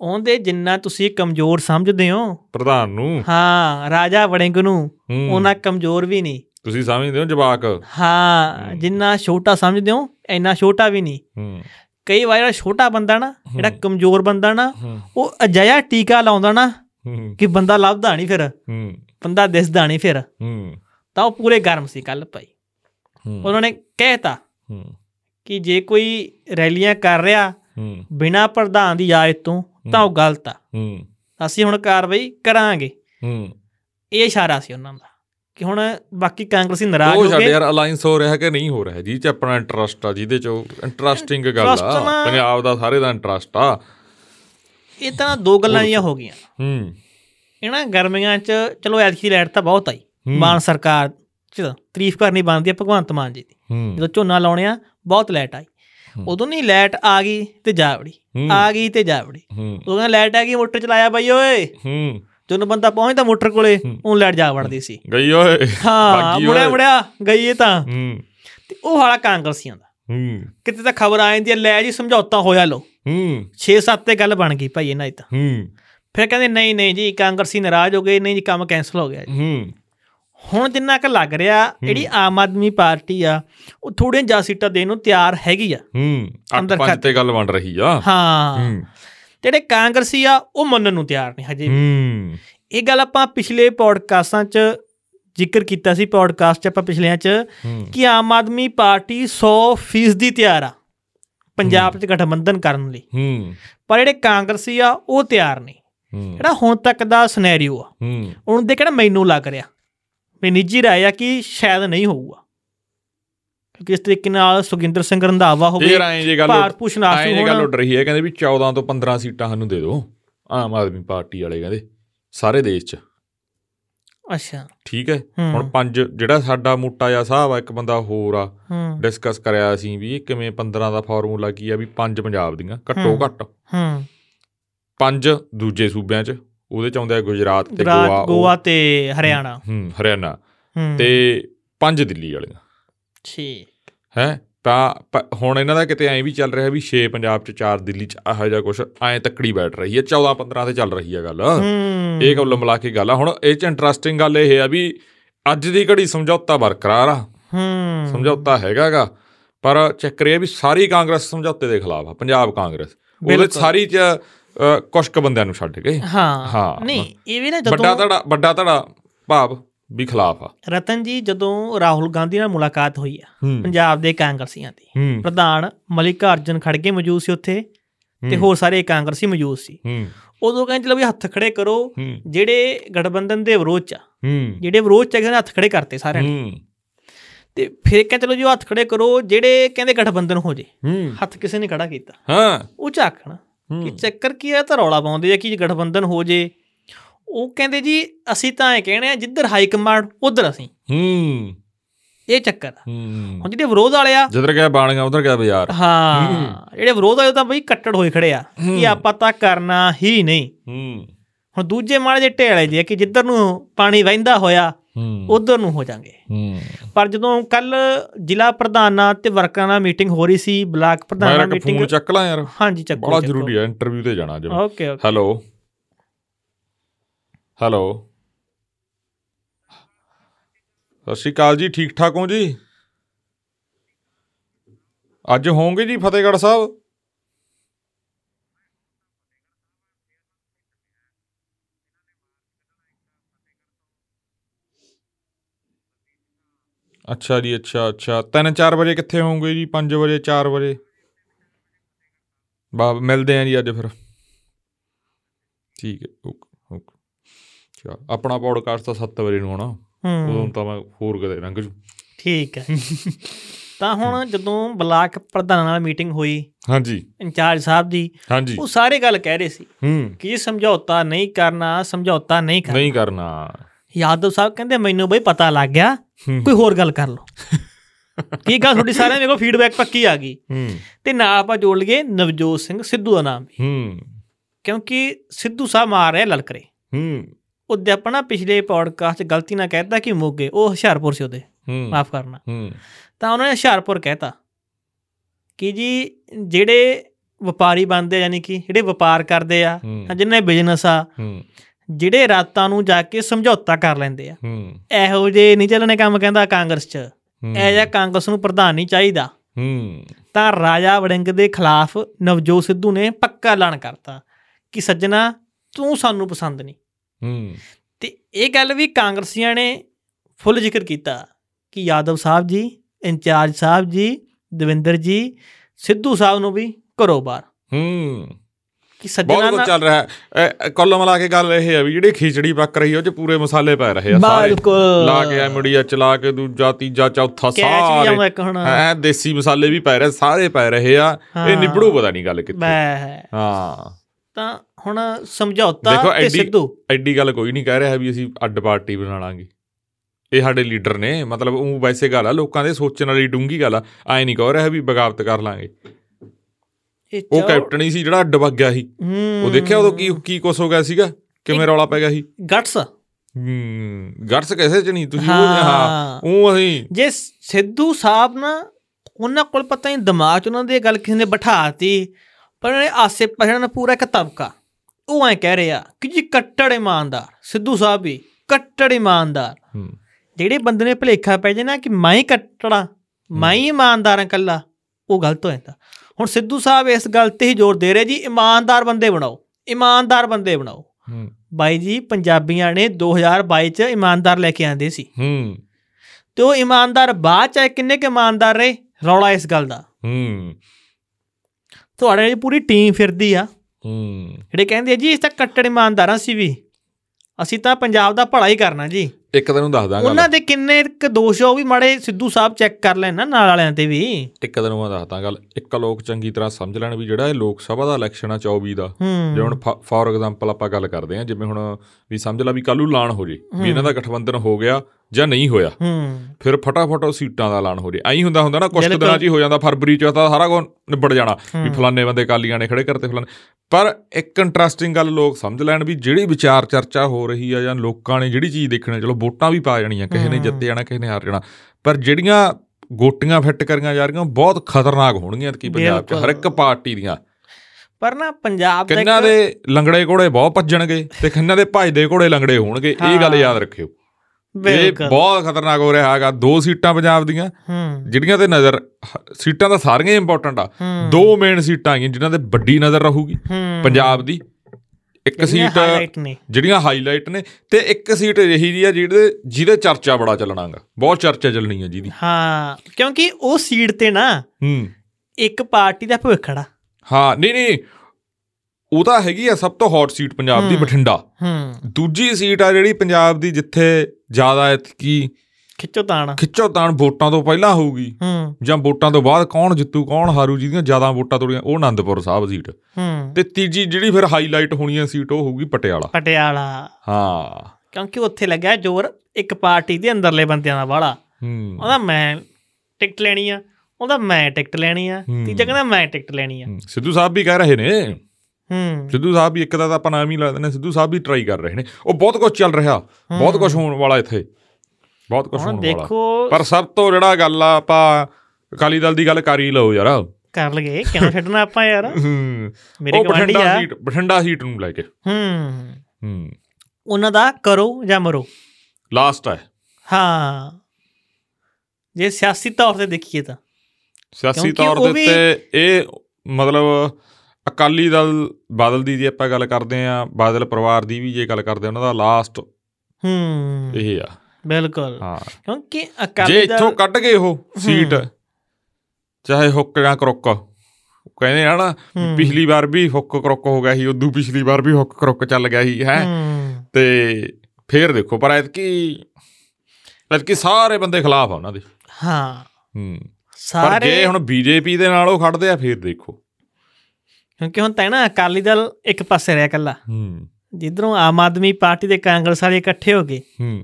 [SPEAKER 1] ਉਹਦੇ ਜਿੰਨਾ ਤੁਸੀਂ ਕਮਜ਼ੋਰ ਸਮਝਦੇ ਹੋ
[SPEAKER 2] ਪ੍ਰਧਾਨ ਨੂੰ
[SPEAKER 1] ਹਾਂ ਰਾਜਾ ਵੜਿੰਗ ਨੂੰ
[SPEAKER 2] ਹੂੰ,
[SPEAKER 1] ਉਹਨਾਂ ਕਮਜ਼ੋਰ ਵੀ ਨਹੀਂ
[SPEAKER 2] ਤੁਸੀਂ ਸਮਝਦੇ ਹੋ ਜਵਾਕ
[SPEAKER 1] ਹਾਂ ਜਿੰਨਾ ਛੋਟਾ ਸਮਝਦੇ ਹੋ ਇੰਨਾ ਛੋਟਾ ਵੀ ਨਹੀਂ
[SPEAKER 2] ਹੂੰ
[SPEAKER 1] ਕਈ ਵਾਰ ਜਿਹੜਾ ਛੋਟਾ ਬੰਦਾ ਨਾ ਜਿਹੜਾ
[SPEAKER 2] ਹੂੰ।
[SPEAKER 1] ਕਮਜ਼ੋਰ ਬੰਦਾ ਨਾ
[SPEAKER 2] ਹੂੰ
[SPEAKER 1] ਉਹ ਅਜਿਹਾ ਟੀਕਾ ਲਾਉਂਦਾ ਨਾ
[SPEAKER 2] ਹੂੰ
[SPEAKER 1] ਕਿ ਬੰਦਾ ਲੱਭਦਾ ਨਹੀਂ ਫਿਰ
[SPEAKER 2] ਹੂੰ
[SPEAKER 1] ਬੰਦਾ ਦਿਸਦਾ ਨਹੀਂ ਫਿਰ
[SPEAKER 2] ਹੂੰ
[SPEAKER 1] ਤਾਂ ਉਹ ਪੂਰੇ ਗਰਮ ਸੀ ਕੱਲ ਭਾਈ
[SPEAKER 2] ਹੂੰ,
[SPEAKER 1] ਉਹਨਾਂ ਨੇ ਕਹਿਤਾ
[SPEAKER 2] ਹੂੰ,
[SPEAKER 1] ਕਿ ਜੇ ਕੋਈ ਰੈਲੀਆਂ ਕਰ ਰਿਹਾ
[SPEAKER 2] ਹੂੰ
[SPEAKER 1] ਬਿਨਾਂ ਪ੍ਰਧਾਨ ਦੀ ਇਜਾਜ਼ਤ ਤੋਂ ਤਾਂ ਉਹ ਗਲਤ ਆ
[SPEAKER 2] ਹੂੰ
[SPEAKER 1] ਅਸੀਂ ਹੁਣ ਕਾਰਵਾਈ ਕਰਾਂਗੇ
[SPEAKER 2] ਹੂੰ
[SPEAKER 1] ਇਹ ਇਸ਼ਾਰਾ ਸੀ ਉਹਨਾਂ ਦਾ ਕਿ ਹੁਣ ਬਾਕੀ ਕਾਂਗਰਸੀ ਨਾਰਾਜ਼
[SPEAKER 2] ਉਹ
[SPEAKER 1] ਹੋ
[SPEAKER 2] ਛੱਡ
[SPEAKER 1] ਗਏ
[SPEAKER 2] ਯਾਰ ਅਲਾਈਅੰਸ ਹੋ ਰਿਹਾ ਕਿ ਨਹੀਂ ਹੋ ਰਿਹਾ ਜੀ ਚ ਆਪਣਾ ਇੰਟਰਸਟ ਆ ਜਿਹਦੇ ਚ ਇੰਟਰਸਟਿੰਗ ਗੱਲ
[SPEAKER 1] Interest
[SPEAKER 2] ਆ
[SPEAKER 1] ਨਾ-
[SPEAKER 2] ਪੰਜਾਬ ਦਾ ਸਾਰੇ ਦਾ ਇੰਟਰਸਟ ਆ
[SPEAKER 1] ਇਹ ਤਾਂ ਦੋ ਗੱਲਾਂ ਜੀਆਂ ਹੋ ਗਈਆਂ
[SPEAKER 2] ਹੂੰ
[SPEAKER 1] ਇਹਨਾਂ ਗਰਮੀਆਂ 'ਚ ਚਲੋ ਐਤਕੀ ਲੈਟ ਤਾਂ ਬਹੁਤ ਆਈ
[SPEAKER 2] ਹੂੰ।
[SPEAKER 1] ਮਾਨ ਸਰਕਾਰ 'ਚ ਤਾਰੀਫ ਕਰਨੀ ਬਣਦੀ ਹੈ ਭਗਵੰਤ ਮਾਨ ਜੀ ਦੀ
[SPEAKER 2] ਹੂੰ
[SPEAKER 1] ਜਦੋਂ ਝੋਨਾ ਲਾਉਣਿਆ ਬਹੁਤ ਲੈਟ ਆਈ ਉਦੋਂ ਨਹੀਂ ਲੈਟ ਆ ਗਈ ਤੇ ਜਾ ਵੜੀ
[SPEAKER 2] ਹੂੰ।
[SPEAKER 1] ਆ ਗਈ ਤੇ ਜਾ ਵੜੀ
[SPEAKER 2] ਹੂੰ
[SPEAKER 1] ਉਦੋਂ ਕਹਿੰਦਾ ਲੈਟ ਆ ਗਈ ਮੋਟਰ ਚਲਾਇਆ ਬਾਈ ਓਏ
[SPEAKER 2] ਹੂੰ
[SPEAKER 1] ਜਦੋਂ ਬੰਦਾ ਪਹੁੰਚਦਾ ਮੋਟਰ ਕੋਲੇ ਉਹ ਲੈਟ ਜਾ ਵੜਦੀ ਸੀ
[SPEAKER 2] ਗਈ ਓਏ
[SPEAKER 1] ਹਾਂ
[SPEAKER 2] ਬਾਗੀ
[SPEAKER 1] ਮੁੜਿਆ
[SPEAKER 2] ਓਏ।
[SPEAKER 1] ਮੁੜਿਆ ਗਈ ਇਹ ਤਾਂ
[SPEAKER 2] ਹੂੰ
[SPEAKER 1] ਤੇ ਉਹ ਹਾਲਾ ਕਾਂਗਰਸੀਆਂ ਦਾ
[SPEAKER 2] ਹੂੰ
[SPEAKER 1] ਕਿਤੇ ਤਾਂ ਖਬਰ ਆ ਜਾਂਦੀ ਹੈ ਲੈ ਜੀ ਸਮਝੌਤਾ ਹੋਇਆ ਲੋ
[SPEAKER 2] ਹੂੰ
[SPEAKER 1] 6-7 ਤੇ ਗੱਲ ਬਣ ਗਈ ਭਾਈ ਇਹਨਾਂ ਦੀ ਤਾਂ
[SPEAKER 2] ਹੂੰ
[SPEAKER 1] ਫਿਰ ਕਹਿੰਦੇ ਨਹੀਂ ਨਹੀਂ ਜੀ ਕਾਂਗਰਸੀ ਨਾਰਾਜ਼ ਹੋ ਗਏ ਨਹੀਂ ਜੀ ਕੰਮ ਕੈਨਸਲ ਹੋ ਗਿਆ ਜੀ
[SPEAKER 2] ਹੂੰ
[SPEAKER 1] ਹੁਣ ਜਿੰਨਾ ਕੁ ਲੱਗ ਰਿਹਾ ਜਿਹੜੀ ਆਮ ਆਦਮੀ ਪਾਰਟੀ ਆ ਉਹ ਥੋੜੀਆਂ ਜਿਹਾ ਸੀਟਾਂ ਦੇਣ ਨੂੰ ਤਿਆਰ ਹੈਗੀ ਆ
[SPEAKER 2] ਹੂੰ
[SPEAKER 1] ਅੰਦਰ
[SPEAKER 2] ਅੰਦਰ ਪੰਜ
[SPEAKER 1] ਖਤ-
[SPEAKER 2] ਤੇ ਗੱਲ ਬਣ ਰਹੀ ਆ
[SPEAKER 1] ਹਾਂ
[SPEAKER 2] ਹੂੰ
[SPEAKER 1] ਜਿਹੜੇ ਕਾਂਗਰਸੀ ਆ ਉਹ ਮੰਨਣ ਨੂੰ ਤਿਆਰ ਨਹੀਂ ਹਜੇ ਵੀ।
[SPEAKER 2] ਹੂੰ
[SPEAKER 1] ਇਹ ਗੱਲ ਆਪਾਂ ਪਿਛਲੇ ਪੌਡਕਾਸਟਾਂ 'ਚ ਜ਼ਿਕਰ ਕੀਤਾ ਸੀ ਪੌਡਕਾਸਟ 'ਚ ਆਪਾਂ ਪਿਛਲਿਆਂ 'ਚ
[SPEAKER 2] ਹੂੰ
[SPEAKER 1] ਕਿ ਆਮ ਆਦਮੀ ਪਾਰਟੀ 100% ਦੀ ਤਿਆਰ ਆ ਪੰਜਾਬ 'ਚ ਗਠਬੰਧਨ ਕਰਨ ਲਈ
[SPEAKER 2] ਹੂੰ
[SPEAKER 1] ਪਰ ਜਿਹੜੇ ਕਾਂਗਰਸੀ ਆ ਉਹ ਤਿਆਰ ਨਹੀਂ
[SPEAKER 2] ਹੂੰ
[SPEAKER 1] ਜਿਹੜਾ ਹੁਣ ਤੱਕ ਦਾ ਸਿਨੈਰੀਓ ਆ
[SPEAKER 2] ਹੂੰ
[SPEAKER 1] ਉਹਨੂੰ ਦੇਖਣਾ ਮੈਨੂੰ ਲੱਗ ਰਿਹਾ ਵੀ ਨਿੱਜੀ ਰਾਏ ਆ ਕਿ ਸ਼ਾਇਦ ਨਹੀਂ ਹੋਊਗਾ ਕਿਉਂਕਿ ਇਸ ਤਰੀਕੇ ਨਾਲ ਸੁਖਿੰਦਰ ਸਿੰਘ ਰੰਧਾਵਾ ਹੋਵੇ
[SPEAKER 2] ਇਹ ਰਾਏ ਜੇ ਗੱਲ
[SPEAKER 1] ਭਾਰਤ ਭੂਸ਼ਣ ਆਸੂ
[SPEAKER 2] ਆਏ ਜੇ ਗੱਲ
[SPEAKER 1] ਹੋਣਾ।
[SPEAKER 2] ਉੱਡ ਰਹੀ ਹੈ ਕਹਿੰਦੇ ਵੀ 14 ਤੋਂ 15 ਸੀਟਾਂ ਸਾਨੂੰ ਦੇ ਦਿਓ ਆਮ ਆਦਮੀ ਪਾਰਟੀ ਵਾਲੇ ਕਹਿੰਦੇ ਸਾਰੇ ਦੇਸ਼ 'ਚ
[SPEAKER 1] ਅੱਛਾ
[SPEAKER 2] ਠੀਕ ਹੈ
[SPEAKER 1] ਹੂੰ।
[SPEAKER 2] ਹੁਣ ਪੰਜ ਜਿਹੜਾ ਸਾਡਾ ਮੋਟਾ ਜਿਹਾ ਸਾਹਿਬ ਆ ਇੱਕ ਬੰਦਾ ਹੋਰ ਆ
[SPEAKER 1] ਹੂੰ
[SPEAKER 2] ਡਿਸਕਸ ਕਰਿਆ ਅਸੀਂ ਵੀ ਇਹ ਕਿਵੇਂ 15 ਦਾ ਫਾਰਮੂਲਾ ਕੀ ਆ ਵੀ ਪੰਜ ਪੰਜਾਬ ਦੀਆਂ ਘੱਟੋ
[SPEAKER 1] ਹੂੰ।
[SPEAKER 2] ਘੱਟ
[SPEAKER 1] ਹੂੰ
[SPEAKER 2] ਪੰਜ ਦੂਜੇ ਸੂਬਿਆਂ 'ਚ ਉਹਦੇ 'ਚ ਆਉਂਦਾ ਹੈ ਗੁਜਰਾਤ ਤੇ
[SPEAKER 1] ਗੁਜਰਾਤ
[SPEAKER 2] ਗੋਆ ਉਹ-
[SPEAKER 1] ਗੋਆ ਤੇ ਹਰਿਆਣਾ
[SPEAKER 2] ਹੂੰ ਹਰਿਆਣਾ
[SPEAKER 1] ਹੂੰ
[SPEAKER 2] ਤੇ ਪੰਜ ਦਿੱਲੀ ਵਾਲੀਆਂ
[SPEAKER 1] ਠੀਕ
[SPEAKER 2] ਹੈ ਤਾਂ ਪ- ਹੁਣ ਇਹਨਾਂ ਦਾ ਕਿਤੇ ਐਂ ਵੀ ਚੱਲ ਰਿਹਾ ਵੀ 6 ਪੰਜਾਬ 'ਚ 4 ਦਿੱਲੀ 'ਚ ਇਹੋ ਜਿਹਾ ਕੁਝ ਐਂ ਤੱਕੜੀ ਬੈਠ ਰਹੀ ਹੈ 14 15 ਤੇ ਚੱਲ ਰਹੀ ਹੈ ਗੱਲ
[SPEAKER 1] ਹੂੰ
[SPEAKER 2] ਇਹ ਕੁੱਲ ਮਿਲਾ ਕੇ ਗੱਲ ਆ ਹੁਣ ਇਹ 'ਚ ਇੰਟਰਸਟਿੰਗ ਗੱਲ ਇਹ ਆ ਵੀ ਅੱਜ ਦੀ ਘੜੀ ਸਮਝੌਤਾ ਬਰਕਰਾਰ ਆ
[SPEAKER 1] ਹੂੰ
[SPEAKER 2] ਸਮਝੌਤਾ ਹੈਗਾਗਾ ਪਰ ਚੱਕਰ ਇਹ ਆ ਵੀ ਸਾਰੀ ਕਾਂਗਰਸ ਸਮਝੌਤੇ ਦੇ ਖਿਲਾਫ ਆ ਪੰਜਾਬ ਕਾਂਗਰਸ ਉਹਦੇ 'ਚ
[SPEAKER 1] ਬਿਲਕੁਲ।
[SPEAKER 2] ਸਾਰੀ 'ਚ ਅ, ਕੁਛ ਕੁ ਬੰਦਿਆਂ ਨੂੰ ਛੱਡ ਕੇ ਹਾਂ।
[SPEAKER 1] ਹਾਂ ਨਹੀਂ ਇਹ ਵੀ ਨਾ
[SPEAKER 2] ਵੱਡਾ
[SPEAKER 1] ਜਦੋਂ
[SPEAKER 2] ਧੜਾ ਵੱਡਾ ਧੜਾ ਭਾਵ ਵੀ ਖਿਲਾਫ ਆ
[SPEAKER 1] ਰਤਨ ਜੀ ਜਦੋਂ ਰਾਹੁਲ ਗਾਂਧੀ ਨਾਲ ਮੁਲਾਕਾਤ ਹੋਈ ਆ
[SPEAKER 2] ਹੂੰ
[SPEAKER 1] ਪੰਜਾਬ ਦੇ ਕਾਂਗਰਸੀਆਂ ਦੀ
[SPEAKER 2] ਹੂੰ
[SPEAKER 1] ਪ੍ਰਧਾਨ ਮਲਿਕਾ ਅਰਜਨ ਖੜਗੇ ਮੌਜੂਦ ਸੀ ਉੱਥੇ ਤੇ
[SPEAKER 2] ਹੂੰ।
[SPEAKER 1] ਹੋਰ ਸਾਰੇ ਕਾਂਗਰਸੀ ਮੌਜੂਦ ਸੀ
[SPEAKER 2] ਹੂੰ
[SPEAKER 1] ਉਦੋਂ ਕਹਿੰਦੇ ਚਲੋ ਵੀ ਹੱਥ ਖੜੇ ਕਰੋ
[SPEAKER 2] ਹੂੰ
[SPEAKER 1] ਜਿਹੜੇ ਗਠਬੰਧਨ ਦੇ ਵਿਰੋਧ ਚ ਆ,
[SPEAKER 2] ਹੂੰ
[SPEAKER 1] ਜਿਹੜੇ ਵਿਰੋਧ ਚ ਹੈਗੇ ਨੇ ਹੱਥ ਖੜੇ ਕਰਤੇ ਸਾਰਿਆਂ ਨੇ
[SPEAKER 2] ਹੂੰ
[SPEAKER 1] ਤੇ ਫਿਰ ਕਹਿੰਦੇ ਚਲੋ ਜੀ ਉਹ ਹੱਥ ਖੜੇ ਕਰੋ ਜਿਹੜੇ ਕਹਿੰਦੇ ਗਠਬੰਧਨ ਹੋ ਜੇ
[SPEAKER 2] ਹੂੰ
[SPEAKER 1] ਹੱਥ ਕਿਸੇ ਨੇ ਖੜਾ ਕੀਤਾ
[SPEAKER 2] ਹਾਂ
[SPEAKER 1] ਉਹ ਝਾਕਣ ਕਿ
[SPEAKER 2] ਹੂੰ
[SPEAKER 1] ਚੱਕਰ ਕੀ ਹੈ ਤਾਂ ਰੌਲਾ ਪਾਉਂਦੇ ਆ ਕਿ ਜੇ ਗਠਬੰਧਨ ਹੋ ਜੇ ਉਹ ਕਹਿੰਦੇ ਜੀ ਅਸੀਂ ਤਾਂ ਇਹ ਕਹਿੰਦੇ ਆ ਜਿੱਧਰ ਹਾਈ ਕਮਾਂਡ ਉਧਰ ਅਸੀਂ
[SPEAKER 2] ਹੂੰ
[SPEAKER 1] ਇਹ ਚੱਕਰ ਆ।
[SPEAKER 2] ਹੂੰ
[SPEAKER 1] ਹੁਣ ਜਿਹੜੇ ਵਿਰੋਧ ਵਾਲੇ ਆ
[SPEAKER 2] ਜਿੱਧਰ ਗਿਆ ਬਾਣੀਆਂ ਉਧਰ ਗਿਆ ਬਾਜ਼ਾਰ
[SPEAKER 1] ਹਾਂ ਜਿਹੜੇ ਵਿਰੋਧ ਵਾਲੇ ਉਹ ਤਾਂ ਬਈ ਕੱਟੜ ਹੋਏ ਖੜੇ ਆ ਕਿ ਆਪਾਂ ਤਾਂ ਕਰਨਾ ਹੀ ਨਹੀਂ
[SPEAKER 2] ਹੂੰ
[SPEAKER 1] ਹੁਣ ਦੂਜੇ ਮਾੜੇ ਜਿਹੇ ਢੇਲੇ ਜੇ ਕਿ ਜਿੱਧਰ ਨੂੰ ਪਾਣੀ ਵਹਿੰਦਾ ਹੋਇਆ
[SPEAKER 2] ਹੂੰ
[SPEAKER 1] ਉਧਰ ਨੂੰ ਹੋ ਜਾਾਂਗੇ
[SPEAKER 2] ਹੂੰ
[SPEAKER 1] ਪਰ ਜਦੋਂ ਕੱਲ ਜ਼ਿਲ੍ਹਾ ਪ੍ਰਧਾਨਾਂ ਤੇ ਵਰਕਰਾਂ ਨਾਲ ਮੀਟਿੰਗ ਹੋ ਰਹੀ ਸੀ ਬਲਾਕ
[SPEAKER 2] ਮੇਰਾ
[SPEAKER 1] ਪ੍ਰਧਾਨਾਂ
[SPEAKER 2] ਇੱਕ
[SPEAKER 1] ਮੀਟਿੰਗ
[SPEAKER 2] ਫੋਨ ਚੱਕ ਲਾ ਯਾਰ
[SPEAKER 1] ਹਾਂਜੀ ਚੱਕੋ
[SPEAKER 2] ਬੜਾ
[SPEAKER 1] ਚੱਕੋ।
[SPEAKER 2] ਜ਼ਰੂਰੀ ਹੈ ਇੰਟਰਵਿਊ ਤੇ ਜਾਣਾ ਅੱਜ
[SPEAKER 1] ਓਕੇ ਓਕੇ
[SPEAKER 2] ਹੈਲੋ ਹੈਲੋ ਸਤਿ ਸ਼੍ਰੀ ਅਕਾਲ ਜੀ ਠੀਕ ਠਾਕ ਹੋ ਜੀ ਅੱਜ ਹੋਵੋਗੇ ਜੀ ਫਤਿਹਗੜ੍ਹ ਸਾਹਿਬ ਅੱਛਾ ਜੀ ਅੱਛਾ ਅੱਛਾ 3-4 ਵਜੇ ਕਿੱਥੇ ਹੋਵੋਗੇ ਜੀ 5 ਵਜੇ 4 ਵਜੇ ਬਾ ਮਿਲਦੇ ਆਂ ਜੀ ਅੱਜ ਫਿਰ ਠੀਕ ਹੈ ਓਕੇ ਓਕੇ ਚਲ ਆਪਣਾ ਪੌਡਕਾਸਟ ਤਾਂ 7 ਵਜੇ ਨੂੰ ਆਉਣਾ ਉਦੋਂ
[SPEAKER 1] ਹੂੰ
[SPEAKER 2] ਤਾਂ ਮੈਂ ਹੋਰ ਕਦੇ ਲੰਘ ਜੂ
[SPEAKER 1] ਠੀਕ ਹੈ ਤਾਂ ਹੁਣ ਜਦੋਂ ਬਲਾਕ ਪ੍ਰਧਾਨ ਨਾਲ ਮੀਟਿੰਗ ਹੋਈ
[SPEAKER 2] ਹਾਂਜੀ
[SPEAKER 1] ਇੰਚਾਰਜ ਸਾਹਿਬ ਦੀ
[SPEAKER 2] ਹਾਂਜੀ
[SPEAKER 1] ਉਹ ਸਾਰੇ ਗੱਲ ਕਹਿ ਰਹੇ ਸੀ
[SPEAKER 2] ਹੂੰ
[SPEAKER 1] ਕਿ ਸਮਝੌਤਾ ਨਹੀਂ ਕਰਨਾ ਸਮਝੌਤਾ ਨਹੀਂ ਕਰਨਾ
[SPEAKER 2] ਨਹੀਂ ਕਰਨਾ
[SPEAKER 1] ਯਾਦਵ ਸਾਹਿਬ ਕਹਿੰਦੇ ਮੈਨੂੰ ਬਈ ਪਤਾ ਲੱਗ ਗਿਆ ਕੋਈ ਹੋਰ ਗੱਲ ਕਰ ਲਓ ਕੀ ਗੱਲ ਤੁਹਾਡੀ ਸਾਰਿਆਂ ਦੀ ਮੇਰੇ ਕੋਲ ਫੀਡਬੈਕ ਪੱਕੀ ਆ ਗਈ
[SPEAKER 2] ਹੂੰ
[SPEAKER 1] ਤੇ ਨਾ ਆਪਾਂ ਜੋੜ ਲਈਏ ਨਵਜੋਤ ਸਿੰਘ ਸਿੱਧੂ ਦਾ ਨਾਮ ਵੀ
[SPEAKER 2] ਹੂੰ
[SPEAKER 1] ਕਿਉਂਕਿ ਸਿੱਧੂ ਸਾਹਿਬ ਮਾਰ ਰਿਹਾ ਲਲਕਰੇ
[SPEAKER 2] ਹੂੰ
[SPEAKER 1] ਉਹਦੇ ਆਪਣਾ ਪਿਛਲੇ ਪੌਡਕਾਸਟ 'ਚ ਗਲਤੀ ਨਾਲ ਕਹਿਤਾ ਕਿ ਮੋਗੇ ਉਹ ਹੁਸ਼ਿਆਰਪੁਰ ਸੀ ਉਹਦੇ
[SPEAKER 2] ਹੂੰ
[SPEAKER 1] ਮਾਫ ਕਰਨਾ
[SPEAKER 2] ਹੂੰ
[SPEAKER 1] ਤਾਂ ਉਹਨਾਂ ਨੇ ਹੁਸ਼ਿਆਰਪੁਰ ਕਹਿਤਾ ਕਿ ਜੀ ਜਿਹੜੇ ਵਪਾਰੀ ਬਣਦੇ ਆ, ਯਾਨੀ ਕਿ ਜਿਹੜੇ ਵਪਾਰ ਕਰਦੇ ਆ
[SPEAKER 2] ਹੂੰ
[SPEAKER 1] ਜਾਂ ਜਿਨ੍ਹਾਂ ਦੇ ਬਿਜ਼ਨਸ ਆ
[SPEAKER 2] ਹੂੰ
[SPEAKER 1] ਜਿਹੜੇ ਰਾਤਾਂ ਨੂੰ ਜਾ ਕੇ ਸਮਝੌਤਾ ਕਰ ਲੈਂਦੇ ਆ
[SPEAKER 2] ਹੂੰ
[SPEAKER 1] ਇਹੋ ਜੇ ਨਹੀਂ ਚੱਲਣੇ ਕੰਮ ਕਹਿੰਦਾ ਕਾਂਗਰਸ 'ਚ
[SPEAKER 2] ਹੂੰ
[SPEAKER 1] ਇਹ ਜਿਹਾ ਕਾਂਗਰਸ ਨੂੰ ਪ੍ਰਧਾਨ ਨਹੀਂ ਚਾਹੀਦਾ
[SPEAKER 2] ਹੂੰ
[SPEAKER 1] ਤਾਂ ਰਾਜਾ ਵੜਿੰਗ ਦੇ ਖਿਲਾਫ ਨਵਜੋਤ ਸਿੱਧੂ ਨੇ ਪੱਕਾ ਐਲਾਨ ਕਰਤਾ ਕਿ ਸੱਜਣਾ ਤੂੰ ਸਾਨੂੰ ਪਸੰਦ ਨਹੀਂ
[SPEAKER 2] ਹੂੰ
[SPEAKER 1] ਤੇ ਇਹ ਗੱਲ ਵੀ ਕਾਂਗਰਸੀਆਂ ਨੇ ਫੁੱਲ ਜ਼ਿਕਰ ਕੀਤਾ ਕਿ ਯਾਦਵ ਸਾਹਿਬ ਜੀ ਇੰਚਾਰਜ ਸਾਹਿਬ ਜੀ ਦਵਿੰਦਰ ਜੀ ਸਿੱਧੂ ਸਾਹਿਬ ਨੂੰ ਵੀ ਘਰੋਂ ਬਾਹਰ
[SPEAKER 2] ਹੂੰ
[SPEAKER 1] ਕਿ
[SPEAKER 2] ਬਹੁਤ
[SPEAKER 1] ਸੱਜਣਾ
[SPEAKER 2] ਕੁਝ
[SPEAKER 1] ਨਾ-
[SPEAKER 2] ਚੱਲ ਰਿਹਾ ਹੈ ਇਹ- ਇਹ ਕੁੱਲ ਮਿਲਾ ਕੇ ਗੱਲ ਇਹ ਹੈ ਵੀ ਜਿਹੜੀ ਖਿਚੜੀ ਪੱਕ ਰਹੀ ਹੈ ਉਹ 'ਚ ਪੂਰੇ ਮਸਾਲੇ ਪੈ ਰਹੇ ਆ ਸਾਰੇ
[SPEAKER 1] ਬਿਲਕੁਲ
[SPEAKER 2] ਲਾ ਕੇ ਐਮੜੀਆ ਚਲਾ ਕੇ ਦੂਜਾ ਤੀਜਾ ਚੌਥਾ
[SPEAKER 1] ਕੈਚ ਵੀ
[SPEAKER 2] ਸਾਰੇ
[SPEAKER 1] ਆਉਂਦਾ ਇੱਕ ਹੁਣ
[SPEAKER 2] ਐ ਦੇਸੀ ਮਸਾਲੇ ਵੀ ਪੈ ਰਹੇ ਸਾਰੇ ਪੈ ਰਹੇ ਆ ਇਹ
[SPEAKER 1] ਹਾਂ।
[SPEAKER 2] ਨਿਬੜੂ ਪਤਾ ਨਹੀਂ ਗੱਲ ਕਿੱਥੇ
[SPEAKER 1] ਬੈ
[SPEAKER 2] ਹਾਂ
[SPEAKER 1] ਤਾਂ ਹੁਣ ਸਮਝੌਤਾ
[SPEAKER 2] ਦੇਖੋ
[SPEAKER 1] ਤੇ
[SPEAKER 2] ਐਡੀ-
[SPEAKER 1] ਸਿੱਧੂ
[SPEAKER 2] ਐਡੀ ਗੱਲ ਕੋਈ ਨਹੀਂ ਕਹਿ ਰਿਹਾ ਵੀ ਅਸੀਂ ਅੱਡ ਪਾਰਟੀ ਬਣਾ ਲਾਂਗੇ ਇਹ ਸਾਡੇ ਲੀਡਰ ਨੇ ਮਤਲਬ ਉਹ ਵੈਸੇ ਗੱਲ ਆ ਲੋਕਾਂ ਦੇ ਸੋਚਣ ਵਾਲੀ ਡੂੰਗੀ ਗੱਲ ਆ ਐ ਨਹੀਂ ਕਹਿ ਰਿਹਾ ਵੀ ਬਗਾਵਤ ਕਰ ਲਾਂਗੇ
[SPEAKER 1] ਇਹ
[SPEAKER 2] ਉਹ
[SPEAKER 1] ਚਾਹੋ-
[SPEAKER 2] ਕੈਪਟਨ ਹੀ ਸੀ ਜਿਹੜਾ ਅੱਡ ਵਗ ਗਿਆ ਸੀ
[SPEAKER 1] ਹੂੰ।
[SPEAKER 2] ਉਹ ਦੇਖਿਆ ਉਦੋਂ ਕੀ ਕੀ ਕੁਛ ਹੋ ਗਿਆ ਸੀਗਾ ਕਿਵੇਂ ਰੌਲਾ ਪੈ ਗਿਆ ਸੀ
[SPEAKER 1] ਗਟਸ
[SPEAKER 2] ਹੂੰ ਗਰਸ ਕਿਸੇ ਚ ਨਹੀਂ ਤੁਸੀਂ ਉਹ ਹਾਂ
[SPEAKER 1] ਹਾਂ
[SPEAKER 2] ਉਹ ਅਸੀਂ
[SPEAKER 1] ਜੇ ਸਿੱਧੂ ਸਾਹਿਬ ਨਾ ਉਹਨਾਂ ਕੋਲ ਪਤਾ ਨਹੀਂ ਦਿਮਾਗ 'ਚ ਉਹਨਾਂ ਦੀ ਇਹ ਗੱਲ ਕਿਸੇ ਨੇ ਬਿਠਾਤੀ ਪਰ ਉਹਨਾਂ ਨੇ ਆਸੇ ਪਾਸੇ ਨਾਲ ਪੂਰਾ ਇੱਕ ਤਬਕਾ ਉਹ ਐ ਕਹਿ ਰਿਹਾ ਕਿ ਜੀ ਕੱਟੜ ਇਮਾਨਦਾਰ ਸਿੱਧੂ ਸਾਹਿਬ ਵੀ ਕੱਟੜ ਇਮਾਨਦਾਰ
[SPEAKER 2] ਹੂੰ,
[SPEAKER 1] ਜਿਹੜੇ ਬੰਦੇ ਨੇ ਭਲੇਖਾ ਪੈ ਜੇ ਨਾ ਕਿ ਮੈਂ ਹੀ ਕੱਟੜਾ ਮੈਂ ਹੀ ਇਮਾਨਦਾਰ ਹਾਂ ਕੱਲਾ ਉਹ ਗਲਤ ਹੋ ਜਾਂਦਾ ਹੁਣ ਸਿੱਧੂ ਸਾਹਿਬ ਇਸ ਗੱਲ ਤੇ ਹੀ ਜ਼ੋਰ ਦੇ ਰਹੇ ਜੀ ਇਮਾਨਦਾਰ ਬੰਦੇ ਬਣਾਓ ਇਮਾਨਦਾਰ ਬੰਦੇ ਬਣਾਓ
[SPEAKER 2] ਹੂੰ
[SPEAKER 1] ਬਾਈ ਜੀ ਪੰਜਾਬੀਆਂ ਨੇ 2022 ਚ ਇਮਾਨਦਾਰ ਲੈ ਕੇ ਆਂਦੇ ਸੀ
[SPEAKER 2] ਹੂੰ
[SPEAKER 1] ਤੇ ਉਹ ਇਮਾਨਦਾਰ ਬਾਅਦ ਚ ਆਏ, ਕਿੰਨੇ ਕੁ ਇਮਾਨਦਾਰ ਰਹੇ ਰੌਲਾ ਇਸ ਗੱਲ ਦਾ
[SPEAKER 2] ਹੂੰ
[SPEAKER 1] ਤੁਹਾਡੇ ਜਿਹੜੀ ਪੂਰੀ ਟੀਮ ਫਿਰਦੀ ਆ
[SPEAKER 2] ਹੂੰ
[SPEAKER 1] ਜਿਹੜੇ ਕਹਿੰਦੇ ਆ ਜੀ ਇਸ ਤਾਂ ਕੱਟੜ ਇਮਾਨਦਾਰਾਂ ਸੀ ਵੀ ਅਸੀਂ ਤਾਂ ਪੰਜਾਬ ਦਾ ਭਲਾ ਹੀ ਕਰਨਾ ਜੀ
[SPEAKER 2] ਇੱਕ ਤੈਨੂੰ ਦੱਸ ਦਾਂਗਾ
[SPEAKER 1] ਉਹਨਾਂ ਦੇ ਕਿੰਨੇ ਕ ਦੋਸ਼ ਆ ਉਹ ਵੀ ਮਾੜੇ ਸਿੱਧੂ ਸਾਹਿਬ ਚੈੱਕ ਕਰ ਲੈਣ ਨਾ ਨਾਲ ਵਾਲਿਆਂ ਤੇ ਵੀ
[SPEAKER 2] ਇੱਕ ਦਿਨ ਮੈਂ ਦੱਸਦਾ ਗੱਲ ਇੱਕ ਲੋਕ ਚੰਗੀ ਤਰ੍ਹਾਂ ਸਮਝ ਲੈਣ ਵੀ ਜਿਹੜਾ ਇਹ ਲੋਕ ਸਭਾ ਦਾ ਇਲੈਕਸ਼ਨ ਆ 24 ਦਾ ਜੇ
[SPEAKER 1] ਹੂੰ
[SPEAKER 2] ਹੁਣ ਫਾਰ ਐਗਜ਼ਾਮਪਲ ਆਪਾਂ ਗੱਲ ਕਰਦੇ ਆ ਜਿਵੇਂ ਹੁਣ ਵੀ ਸਮਝ ਲਾ ਵੀ ਕੱਲੂ ਐਲਾਨ ਹੋ ਜੇ ਵੀ ਇਹਨਾਂ ਦਾ ਗਠਬੰਧਨ ਹੋ ਗਿਆ ਜਾਂ ਨਹੀਂ ਹੋਇਆ
[SPEAKER 1] ਹੂੰ
[SPEAKER 2] ਫਿਰ ਫਟਾਫਟ ਉਹ ਸੀਟਾਂ ਦਾ ਐਲਾਨ ਹੋ ਜੇ ਐਂ ਹੁੰਦਾ ਹੁੰਦਾ ਨਾ ਕੁਝ
[SPEAKER 1] ਬਿਲਕੁਲ।
[SPEAKER 2] ਦਿਨਾਂ 'ਚ ਹੀ ਹੋ ਜਾਂਦਾ ਫਰਵਰੀ 'ਚ ਤਾਂ ਸਾਰਾ ਕੁਝ ਨਿਬੜ ਜਾਣਾ ਵੀ
[SPEAKER 1] ਹੂੰ।
[SPEAKER 2] ਫਲਾਣੇ ਬੰਦੇ ਕਾਲੀਆਂ ਨੇ ਖੜੇ ਕਰਤੇ ਫਲਾਣੇ ਪਰ ਇੱਕ ਇੰਟਰਸਟਿੰਗ ਗੱਲ ਲੋਕ ਸਮਝ ਲੈਣ ਵੀ ਜਿਹੜੀ ਵਿਚਾਰ ਚਰਚਾ ਹੋ ਰਹੀ ਆ ਜਾਂ ਲੋਕਾਂ ਨੇ ਜਿਹੜੀ ਚੀਜ਼ ਦੇਖਣੀ ਚਲੋ ਵੋਟਾਂ ਵੀ ਪਾ ਜਾਣੀਆਂ ਕਿਸੇ ਨੇ
[SPEAKER 1] ਹੂੰ।
[SPEAKER 2] ਜਿੱਤ ਜਾਣਾ ਕਿਸੇ ਨੇ ਹਾਰ ਜਾਣਾ ਪਰ ਜਿਹੜੀਆਂ ਗੋਟੀਆਂ ਫਿੱਟ ਕਰੀਆਂ ਜਾ ਰਹੀਆਂ ਬਹੁਤ ਖਤਰਨਾਕ ਹੋਣਗੀਆਂ ਕਿ ਪੰਜਾਬ 'ਚ
[SPEAKER 1] ਬਿਲਕੁਲ।
[SPEAKER 2] ਹਰ ਇੱਕ ਪਾਰਟੀ ਦੀਆਂ
[SPEAKER 1] ਪਰ ਨਾ ਪੰਜਾਬ ਦਾ
[SPEAKER 2] ਕਿੰਨਾ
[SPEAKER 1] ਇੱਕ-
[SPEAKER 2] ਦੇ ਲੰਗੜੇ ਘੋੜੇ ਬਹੁਤ ਭੱਜਣਗੇ ਤੇ ਕਿੰਨਾ ਦੇ ਭੱਜਦੇ ਘੋੜੇ ਲੰਗੜੇ ਹੋਣਗੇ ਇਹ ਗੱਲ
[SPEAKER 1] ਹਾਂ।
[SPEAKER 2] ਯਾਦ ਰੱਖਿਓ ਇਹ
[SPEAKER 1] ਬਿਲਕੁਲ।
[SPEAKER 2] ਬਹੁਤ ਖਤਰਨਾਕ ਹੋ ਰਿਹਾ ਹੈਗਾ ਦੋ ਸੀਟਾਂ ਪੰਜਾਬ ਦੀਆਂ
[SPEAKER 1] ਹੂੰ
[SPEAKER 2] ਜਿਹੜੀਆਂ ਤੇ ਨਜ਼ਰ ਹ- ਸੀਟਾਂ ਤਾਂ ਸਾਰੀਆਂ ਇੰਪੋਰਟੈਂਟ ਆ
[SPEAKER 1] ਹੂੰ।
[SPEAKER 2] ਦੋ ਮੇਨ ਸੀਟਾਂ ਆਈਆਂ ਜਿਨ੍ਹਾਂ ਤੇ ਵੱਡੀ ਨਜ਼ਰ ਰਹੂਗੀ
[SPEAKER 1] ਹੂੰ।
[SPEAKER 2] ਪੰਜਾਬ ਦੀ ਇੱਕ
[SPEAKER 1] ਜਿਹੜੀਆਂ
[SPEAKER 2] ਸੀਟ
[SPEAKER 1] highlight ਨੇ
[SPEAKER 2] ਜਿਹੜੀਆਂ ਹਾਈਲਾਈਟ ਨੇ ਤੇ ਇੱਕ ਸੀਟ ਅਜਿਹੀ ਜੀ ਆ ਜਿਹਦੇ ਜਿਹਦੇ ਚਰਚਾ ਬੜਾ ਚੱਲਣਾਗਾ ਬਹੁਤ ਚਰਚਾ ਚੱਲਣੀ ਆ ਜਿਹਦੀ
[SPEAKER 1] ਹਾਂ ਕਿਉਂਕਿ ਉਹ ਸੀਟ ਤੇ ਨਾ
[SPEAKER 2] ਹੂੰ
[SPEAKER 1] ਇੱਕ ਪਾਰਟੀ ਦਾ ਭਵਿੱਖੜਾ
[SPEAKER 2] ਹਾਂ ਨਹੀਂ ਨਹੀਂ ਉਹ ਤਾਂ ਹੈਗੀ ਆ ਸਭ ਤੋਂ ਹੌਟ ਸੀਟ ਪੰਜਾਬ ਦੀ
[SPEAKER 1] ਹੂੰ।
[SPEAKER 2] ਬਠਿੰਡਾ
[SPEAKER 1] ਹੂੰ
[SPEAKER 2] ਦੂਜੀ ਸੀਟ ਆ ਜਿਹੜੀ ਪੰਜਾਬ ਦੀ ਜਿੱਥੇ ਜ਼ਿਆਦਾ ਐਤਕੀ
[SPEAKER 1] ਖਿੱਚੋ ਤਾਣਾ
[SPEAKER 2] ਖਿੱਚੋ ਤਾਣ ਵੋਟਾਂ ਤੋਂ ਪਹਿਲਾਂ ਹੋਊਗੀ
[SPEAKER 1] ਹੂੰ
[SPEAKER 2] ਜਾਂ ਵੋਟਾਂ ਤੋਂ ਬਾਅਦ ਕੌਣ ਜਿੱਤੂ ਕੌਣ ਹਾਰੂ ਜਿਹਦੀਆਂ ਜ਼ਿਆਦਾ ਵੋਟਾਂ ਤੋੜੀਆਂ ਉਹ ਆਨੰਦਪੁਰ ਸਾਹਿਬ ਸੀਟ
[SPEAKER 1] ਹੂੰ
[SPEAKER 2] ਤੇ ਤੀਜੀ ਜਿਹੜੀ ਫਿਰ ਹਾਈਲਾਈਟ ਹੋਣੀ ਹੈ ਸੀਟ ਉਹ ਹੋਊਗੀ ਪਟਿਆਲਾ
[SPEAKER 1] ਪਟਿਆਲਾ
[SPEAKER 2] ਹਾਂ
[SPEAKER 1] ਕਿਉਂਕਿ ਉੱਥੇ ਲੱਗਿਆ ਜ਼ੋਰ ਇੱਕ ਪਾਰਟੀ ਦੇ ਅੰਦਰਲੇ ਬੰਦਿਆਂ ਦਾ ਵਾਲਾ
[SPEAKER 2] ਹੂੰ
[SPEAKER 1] ਉਹਦਾ ਮੈਂ ਟਿਕਟ ਲੈਣੀ ਆ ਉਹਦਾ ਮੈਂ ਟਿਕਟ ਲੈਣੀ ਆ
[SPEAKER 2] ਹੂੰ।
[SPEAKER 1] ਤੀਜਾ ਕਹਿੰਦਾ ਮੈਂ ਟਿਕਟ ਲੈਣੀ ਆ
[SPEAKER 2] ਹੂੰ। ਸਿੱਧੂ ਸਾਹਿਬ ਵੀ ਕਹਿ ਰਹੇ ਨੇ
[SPEAKER 1] ਹੂੰ
[SPEAKER 2] ਸਿੱਧੂ ਸਾਹਿਬ ਵੀ ਇੱਕ ਦਾ ਤਾਂ ਆਪਾਂ ਨਾਮ ਹੀ ਲਾ ਦਿੰਦੇ ਹਾਂ, ਸਿੱਧੂ ਸਾਹਿਬ ਵੀ ਟਰਾਈ ਕਰ ਰਹੇ ਨੇ ਉਹ ਬਹੁਤ ਕੁਝ ਚੱਲ ਰਿਹਾ ਬਹੁਤ ਕੁਝ ਹੋਣ ਵਾਲਾ ਇੱਥੇ ਬਹੁਤ ਕੁਝ ਹੋਣ
[SPEAKER 1] ਹੁਣ
[SPEAKER 2] ਵਾਲਾ
[SPEAKER 1] ਦੇਖੋ
[SPEAKER 2] ਪਰ ਸਭ ਤੋਂ ਜਿਹੜਾ ਗੱਲ ਆ ਆਪਾਂ ਅਕਾਲੀ ਦਲ ਦੀ ਗੱਲ ਕਰ ਹੀ ਲਓ ਯਾਰ
[SPEAKER 1] ਕਰ ਲਗੇ ਕਿਉਂ ਛੱਡਣਾ ਆਪਾਂ ਯਾਰ
[SPEAKER 2] ਹੂੰ
[SPEAKER 1] ਮੇਰੇ
[SPEAKER 2] ਉਹ
[SPEAKER 1] ਗਵਾਂਢੀ
[SPEAKER 2] ਬਠਿੰਡਾ
[SPEAKER 1] ਆ
[SPEAKER 2] ਸੀਟ ਬਠਿੰਡਾ ਸੀਟ ਨੂੰ ਲੈ ਕੇ
[SPEAKER 1] ਹੂੰ
[SPEAKER 2] ਹੂੰ
[SPEAKER 1] ਉਹਨਾਂ ਦਾ ਕਰੋ ਜਾਂ ਮਰੋ
[SPEAKER 2] ਲਾਸਟ ਹੈ
[SPEAKER 1] ਹਾਂ ਜੇ ਸਿਆਸੀ ਤੌਰ ਤੇ ਦੇਖੀਏ ਤਾਂ
[SPEAKER 2] ਸਿਆਸੀ
[SPEAKER 1] ਕਿਉਂਕਿ
[SPEAKER 2] ਤੌਰ
[SPEAKER 1] ਉਹ
[SPEAKER 2] ਦੇ
[SPEAKER 1] ਵੀ-
[SPEAKER 2] ਉੱਤੇ ਇਹ ਮਤਲਬ ਅਕਾਲੀ ਦਲ ਬਾਦਲ ਦੀ ਜੇ ਆਪਾਂ ਗੱਲ ਕਰਦੇ ਆ ਬਾਦਲ ਪਰਿਵਾਰ ਦੀ ਵੀ ਜੇ ਗੱਲ ਕਰਦੇ ਆ, ਉਹਨਾਂ ਦਾ ਲਾਸਟ
[SPEAKER 1] ਹੂੰ
[SPEAKER 2] ਇਹ ਆ
[SPEAKER 1] ਬਿਲਕੁਲ
[SPEAKER 2] ਹਾਂ
[SPEAKER 1] ਕਿਉਂਕਿ
[SPEAKER 2] ਜੇ
[SPEAKER 1] ਅਕਾਲੀ
[SPEAKER 2] ਇੱਥੋਂ
[SPEAKER 1] ਦਲ
[SPEAKER 2] ਕੱਢ ਗਏ ਉਹ ਸੀਟ ਚਾਹੇ ਹੁੱਕ ਜਾਂ ਕਰੁੱਕ ਕਹਿੰਦੇ ਆ ਨਾ ਵੀ
[SPEAKER 1] ਹੂੰ।
[SPEAKER 2] ਪਿਛਲੀ ਵਾਰ ਵੀ ਹੁੱਕ ਕਰੁੱਕ ਹੋ ਗਿਆ ਸੀ ਉਦੋਂ ਪਿਛਲੀ ਵਾਰ ਵੀ ਹੁੱਕ ਕਰੁੱਕ ਚੱਲ ਗਿਆ ਸੀ ਹੈ
[SPEAKER 1] ਹੂੰ,
[SPEAKER 2] ਤੇ ਫੇਰ ਦੇਖੋ ਪਰ ਐਤਕੀ ਐਤਕੀ ਸਾਰੇ ਬੰਦੇ ਖਿਲਾਫ ਆ ਉਹਨਾਂ ਦੇ
[SPEAKER 1] ਹਾਂ
[SPEAKER 2] ਹੂੰ ਪਰ ਜੇ
[SPEAKER 1] ਸਾਰੇ
[SPEAKER 2] ਹੁਣ ਬੀਜੇਪੀ ਦੇ ਨਾਲ ਉਹ ਖੜਦੇ ਆ ਫੇਰ ਦੇਖੋ
[SPEAKER 1] ਕਿਉਂਕਿ ਹੁਣ ਤਾਂ ਇਹ ਨਾ ਅਕਾਲੀ ਦਲ ਇੱਕ ਪਾਸੇ ਰਿਹਾ ਕੱਲਾ
[SPEAKER 2] ਹੂੰ
[SPEAKER 1] ਜਿੱਧਰੋਂ ਆਮ ਆਦਮੀ ਪਾਰਟੀ ਤੇ ਕਾਂਗਰਸ ਵਾਲੇ ਇਕੱਠੇ ਹੋ ਗਏ
[SPEAKER 2] ਹੂੰ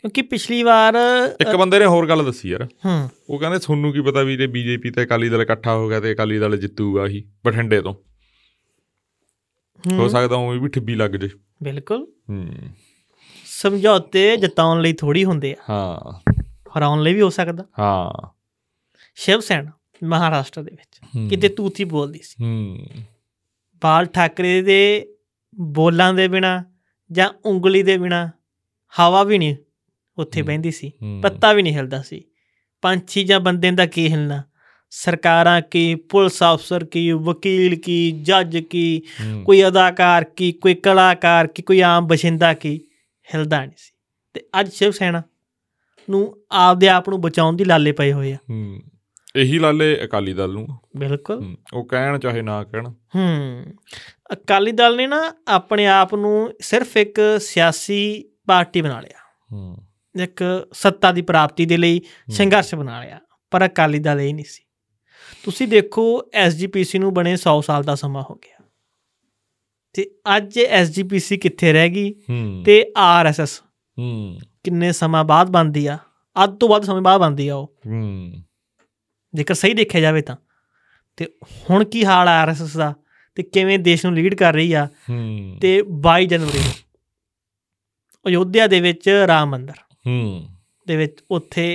[SPEAKER 1] ਕਿਉਂਕਿ ਪਿਛਲੀ ਵਾਰ
[SPEAKER 2] ਇੱਕ ਬੰਦੇ ਨੇ ਹੋਰ ਗੱਲ ਦੱਸੀ ਯਾਰ
[SPEAKER 1] ਹੂੰ
[SPEAKER 2] ਉਹ ਕਹਿੰਦੇ ਤੁਹਾਨੂੰ ਕੀ ਪਤਾ ਵੀ ਜੇ ਬੀਜੇਪੀ ਤੇ ਅਕਾਲੀ ਦਲ ਇਕੱਠਾ ਹੋ ਗਿਆ ਤੇ ਅਕਾਲੀ ਦਲ ਜਿੱਤੂਗਾ ਹੀ ਬਠਿੰਡੇ ਤੋਂ ਹੋ
[SPEAKER 1] ਹੂੰ,
[SPEAKER 2] ਸਕਦਾ ਉਹ ਵੀ ਠੱਬੀ ਲੱਗ ਜੇ
[SPEAKER 1] ਬਿਲਕੁਲ
[SPEAKER 2] ਹੂੰ
[SPEAKER 1] ਸਮਝੌਤੇ ਜਿਤਾਉਣ ਲਈ ਥੋੜੀ ਹੁੰਦੇ ਆ
[SPEAKER 2] ਹਾਂ
[SPEAKER 1] ਹਰਾਉਣ ਲਈ ਵੀ ਹੋ ਸਕਦਾ
[SPEAKER 2] ਹਾਂ
[SPEAKER 1] ਸ਼ਿਵ ਸੈਨਾ ਮਹਾਰਾਸ਼ਟਰ ਦੇ ਵਿੱਚ
[SPEAKER 2] ਹੂੰ।
[SPEAKER 1] ਕਿਤੇ ਤੂਤੀ ਬੋਲਦੀ ਸੀ
[SPEAKER 2] ਹੂੰ
[SPEAKER 1] ਬਾਲ ਠਾਕਰੇ ਦੇ ਬੋਲਾਂ ਦੇ ਬਿਨਾ ਜਾਂ ਉਂਗਲੀ ਦੇ ਬਿਨਾ ਹਵਾ ਵੀ ਨਹੀਂ ਉੱਥੇ
[SPEAKER 2] ਹੂੰ।
[SPEAKER 1] ਬਹਿੰਦੀ ਸੀ
[SPEAKER 2] ਹੂੰ।
[SPEAKER 1] ਪੱਤਾ ਵੀ ਨਹੀਂ ਹਿਲਦਾ ਸੀ ਪੰਛੀ ਜਾਂ ਬੰਦੇ ਦਾ ਕੀ ਹਿਲਣਾ ਸਰਕਾਰਾਂ ਕੀ ਪੁਲਿਸ ਅਫਸਰ ਕੀ ਵਕੀਲ ਕੀ ਜੱਜ ਕੀ
[SPEAKER 2] ਹੂੰ।
[SPEAKER 1] ਕੋਈ ਅਦਾਕਾਰ ਕੀ ਕੋਈ ਕਲਾਕਾਰ ਕੀ ਕੋਈ ਆਮ ਬਸ਼ਿੰਦਾ ਕੀ ਹਿਲਦਾ ਨਹੀਂ ਸੀ ਤੇ ਅੱਜ ਸ਼ਿਵ ਸੈਨਾ ਨੂੰ ਆਪਦੇ ਆਪ ਨੂੰ ਬਚਾਉਣ ਦੀ ਲਾਲੇ ਪਏ ਹੋਏ ਆ
[SPEAKER 2] ਹੂੰ ਇਹੀ ਲਾਲੇ ਅਕਾਲੀ ਦਲ ਨੂੰ
[SPEAKER 1] ਬਿਲਕੁਲ
[SPEAKER 2] ਹੂੰ। ਉਹ ਕਹਿਣ ਚਾਹੇ ਨਾ ਕਹਿਣ
[SPEAKER 1] ਹੂੰ ਅਕਾਲੀ ਦਲ ਨੇ ਨਾ ਆਪਣੇ ਆਪ ਨੂੰ ਸਿਰਫ ਇੱਕ ਸਿਆਸੀ ਪਾਰਟੀ ਬਣਾ ਲਿਆ
[SPEAKER 2] ਹੂੰ
[SPEAKER 1] ਇੱਕ ਸੱਤਾ ਦੀ ਪ੍ਰਾਪਤੀ ਦੇ ਲਈ ਸੰਘਰਸ਼ ਬਣਾ ਲਿਆ ਪਰ ਅਕਾਲੀ ਦਲ ਇਹ ਨਹੀਂ ਸੀ ਤੁਸੀਂ ਦੇਖੋ ਐਸਜੀਪੀਸੀ ਨੂੰ ਬਣੇ 100 ਸਾਲ ਦਾ ਸਮਾਂ ਹੋ ਗਿਆ ਤੇ ਅੱਜ ਐਸਜੀਪੀਸੀ ਕਿੱਥੇ ਰਹਿ ਗਈ
[SPEAKER 2] ਹੂੰ
[SPEAKER 1] ਤੇ ਆਰਐਸਐਸ
[SPEAKER 2] ਹੂੰ
[SPEAKER 1] ਕਿੰਨੇ ਸਮਾਂ ਬਾਅਦ ਬਣਦੀ ਆ ਅੱਧ ਤੋਂ ਵੱਧ ਸਮੇਂ ਬਾਅਦ ਬਣਦੀ ਆ ਉਹ
[SPEAKER 2] ਹੂੰ
[SPEAKER 1] ਜੇਕਰ ਸਹੀ ਦੇਖਿਆ ਜਾਵੇ ਤਾਂ ਤੇ ਹੁਣ ਕੀ ਹਾਲ ਆ ਆਰਐਸਐਸ ਦਾ ਤੇ ਕਿਵੇਂ ਦੇਸ਼ ਨੂੰ ਲੀਡ ਕਰ ਰਹੀ ਆ
[SPEAKER 2] ਹੂੰ
[SPEAKER 1] ਤੇ 22 ਜਨਵਰੀ ਨੂੰ ਅਯੋਧਿਆ ਦੇ ਵਿੱਚ ਰਾਮ ਮੰਦਿਰ
[SPEAKER 2] ਹੂੰ
[SPEAKER 1] ਦੇ ਵਿੱਚ ਉੱਥੇ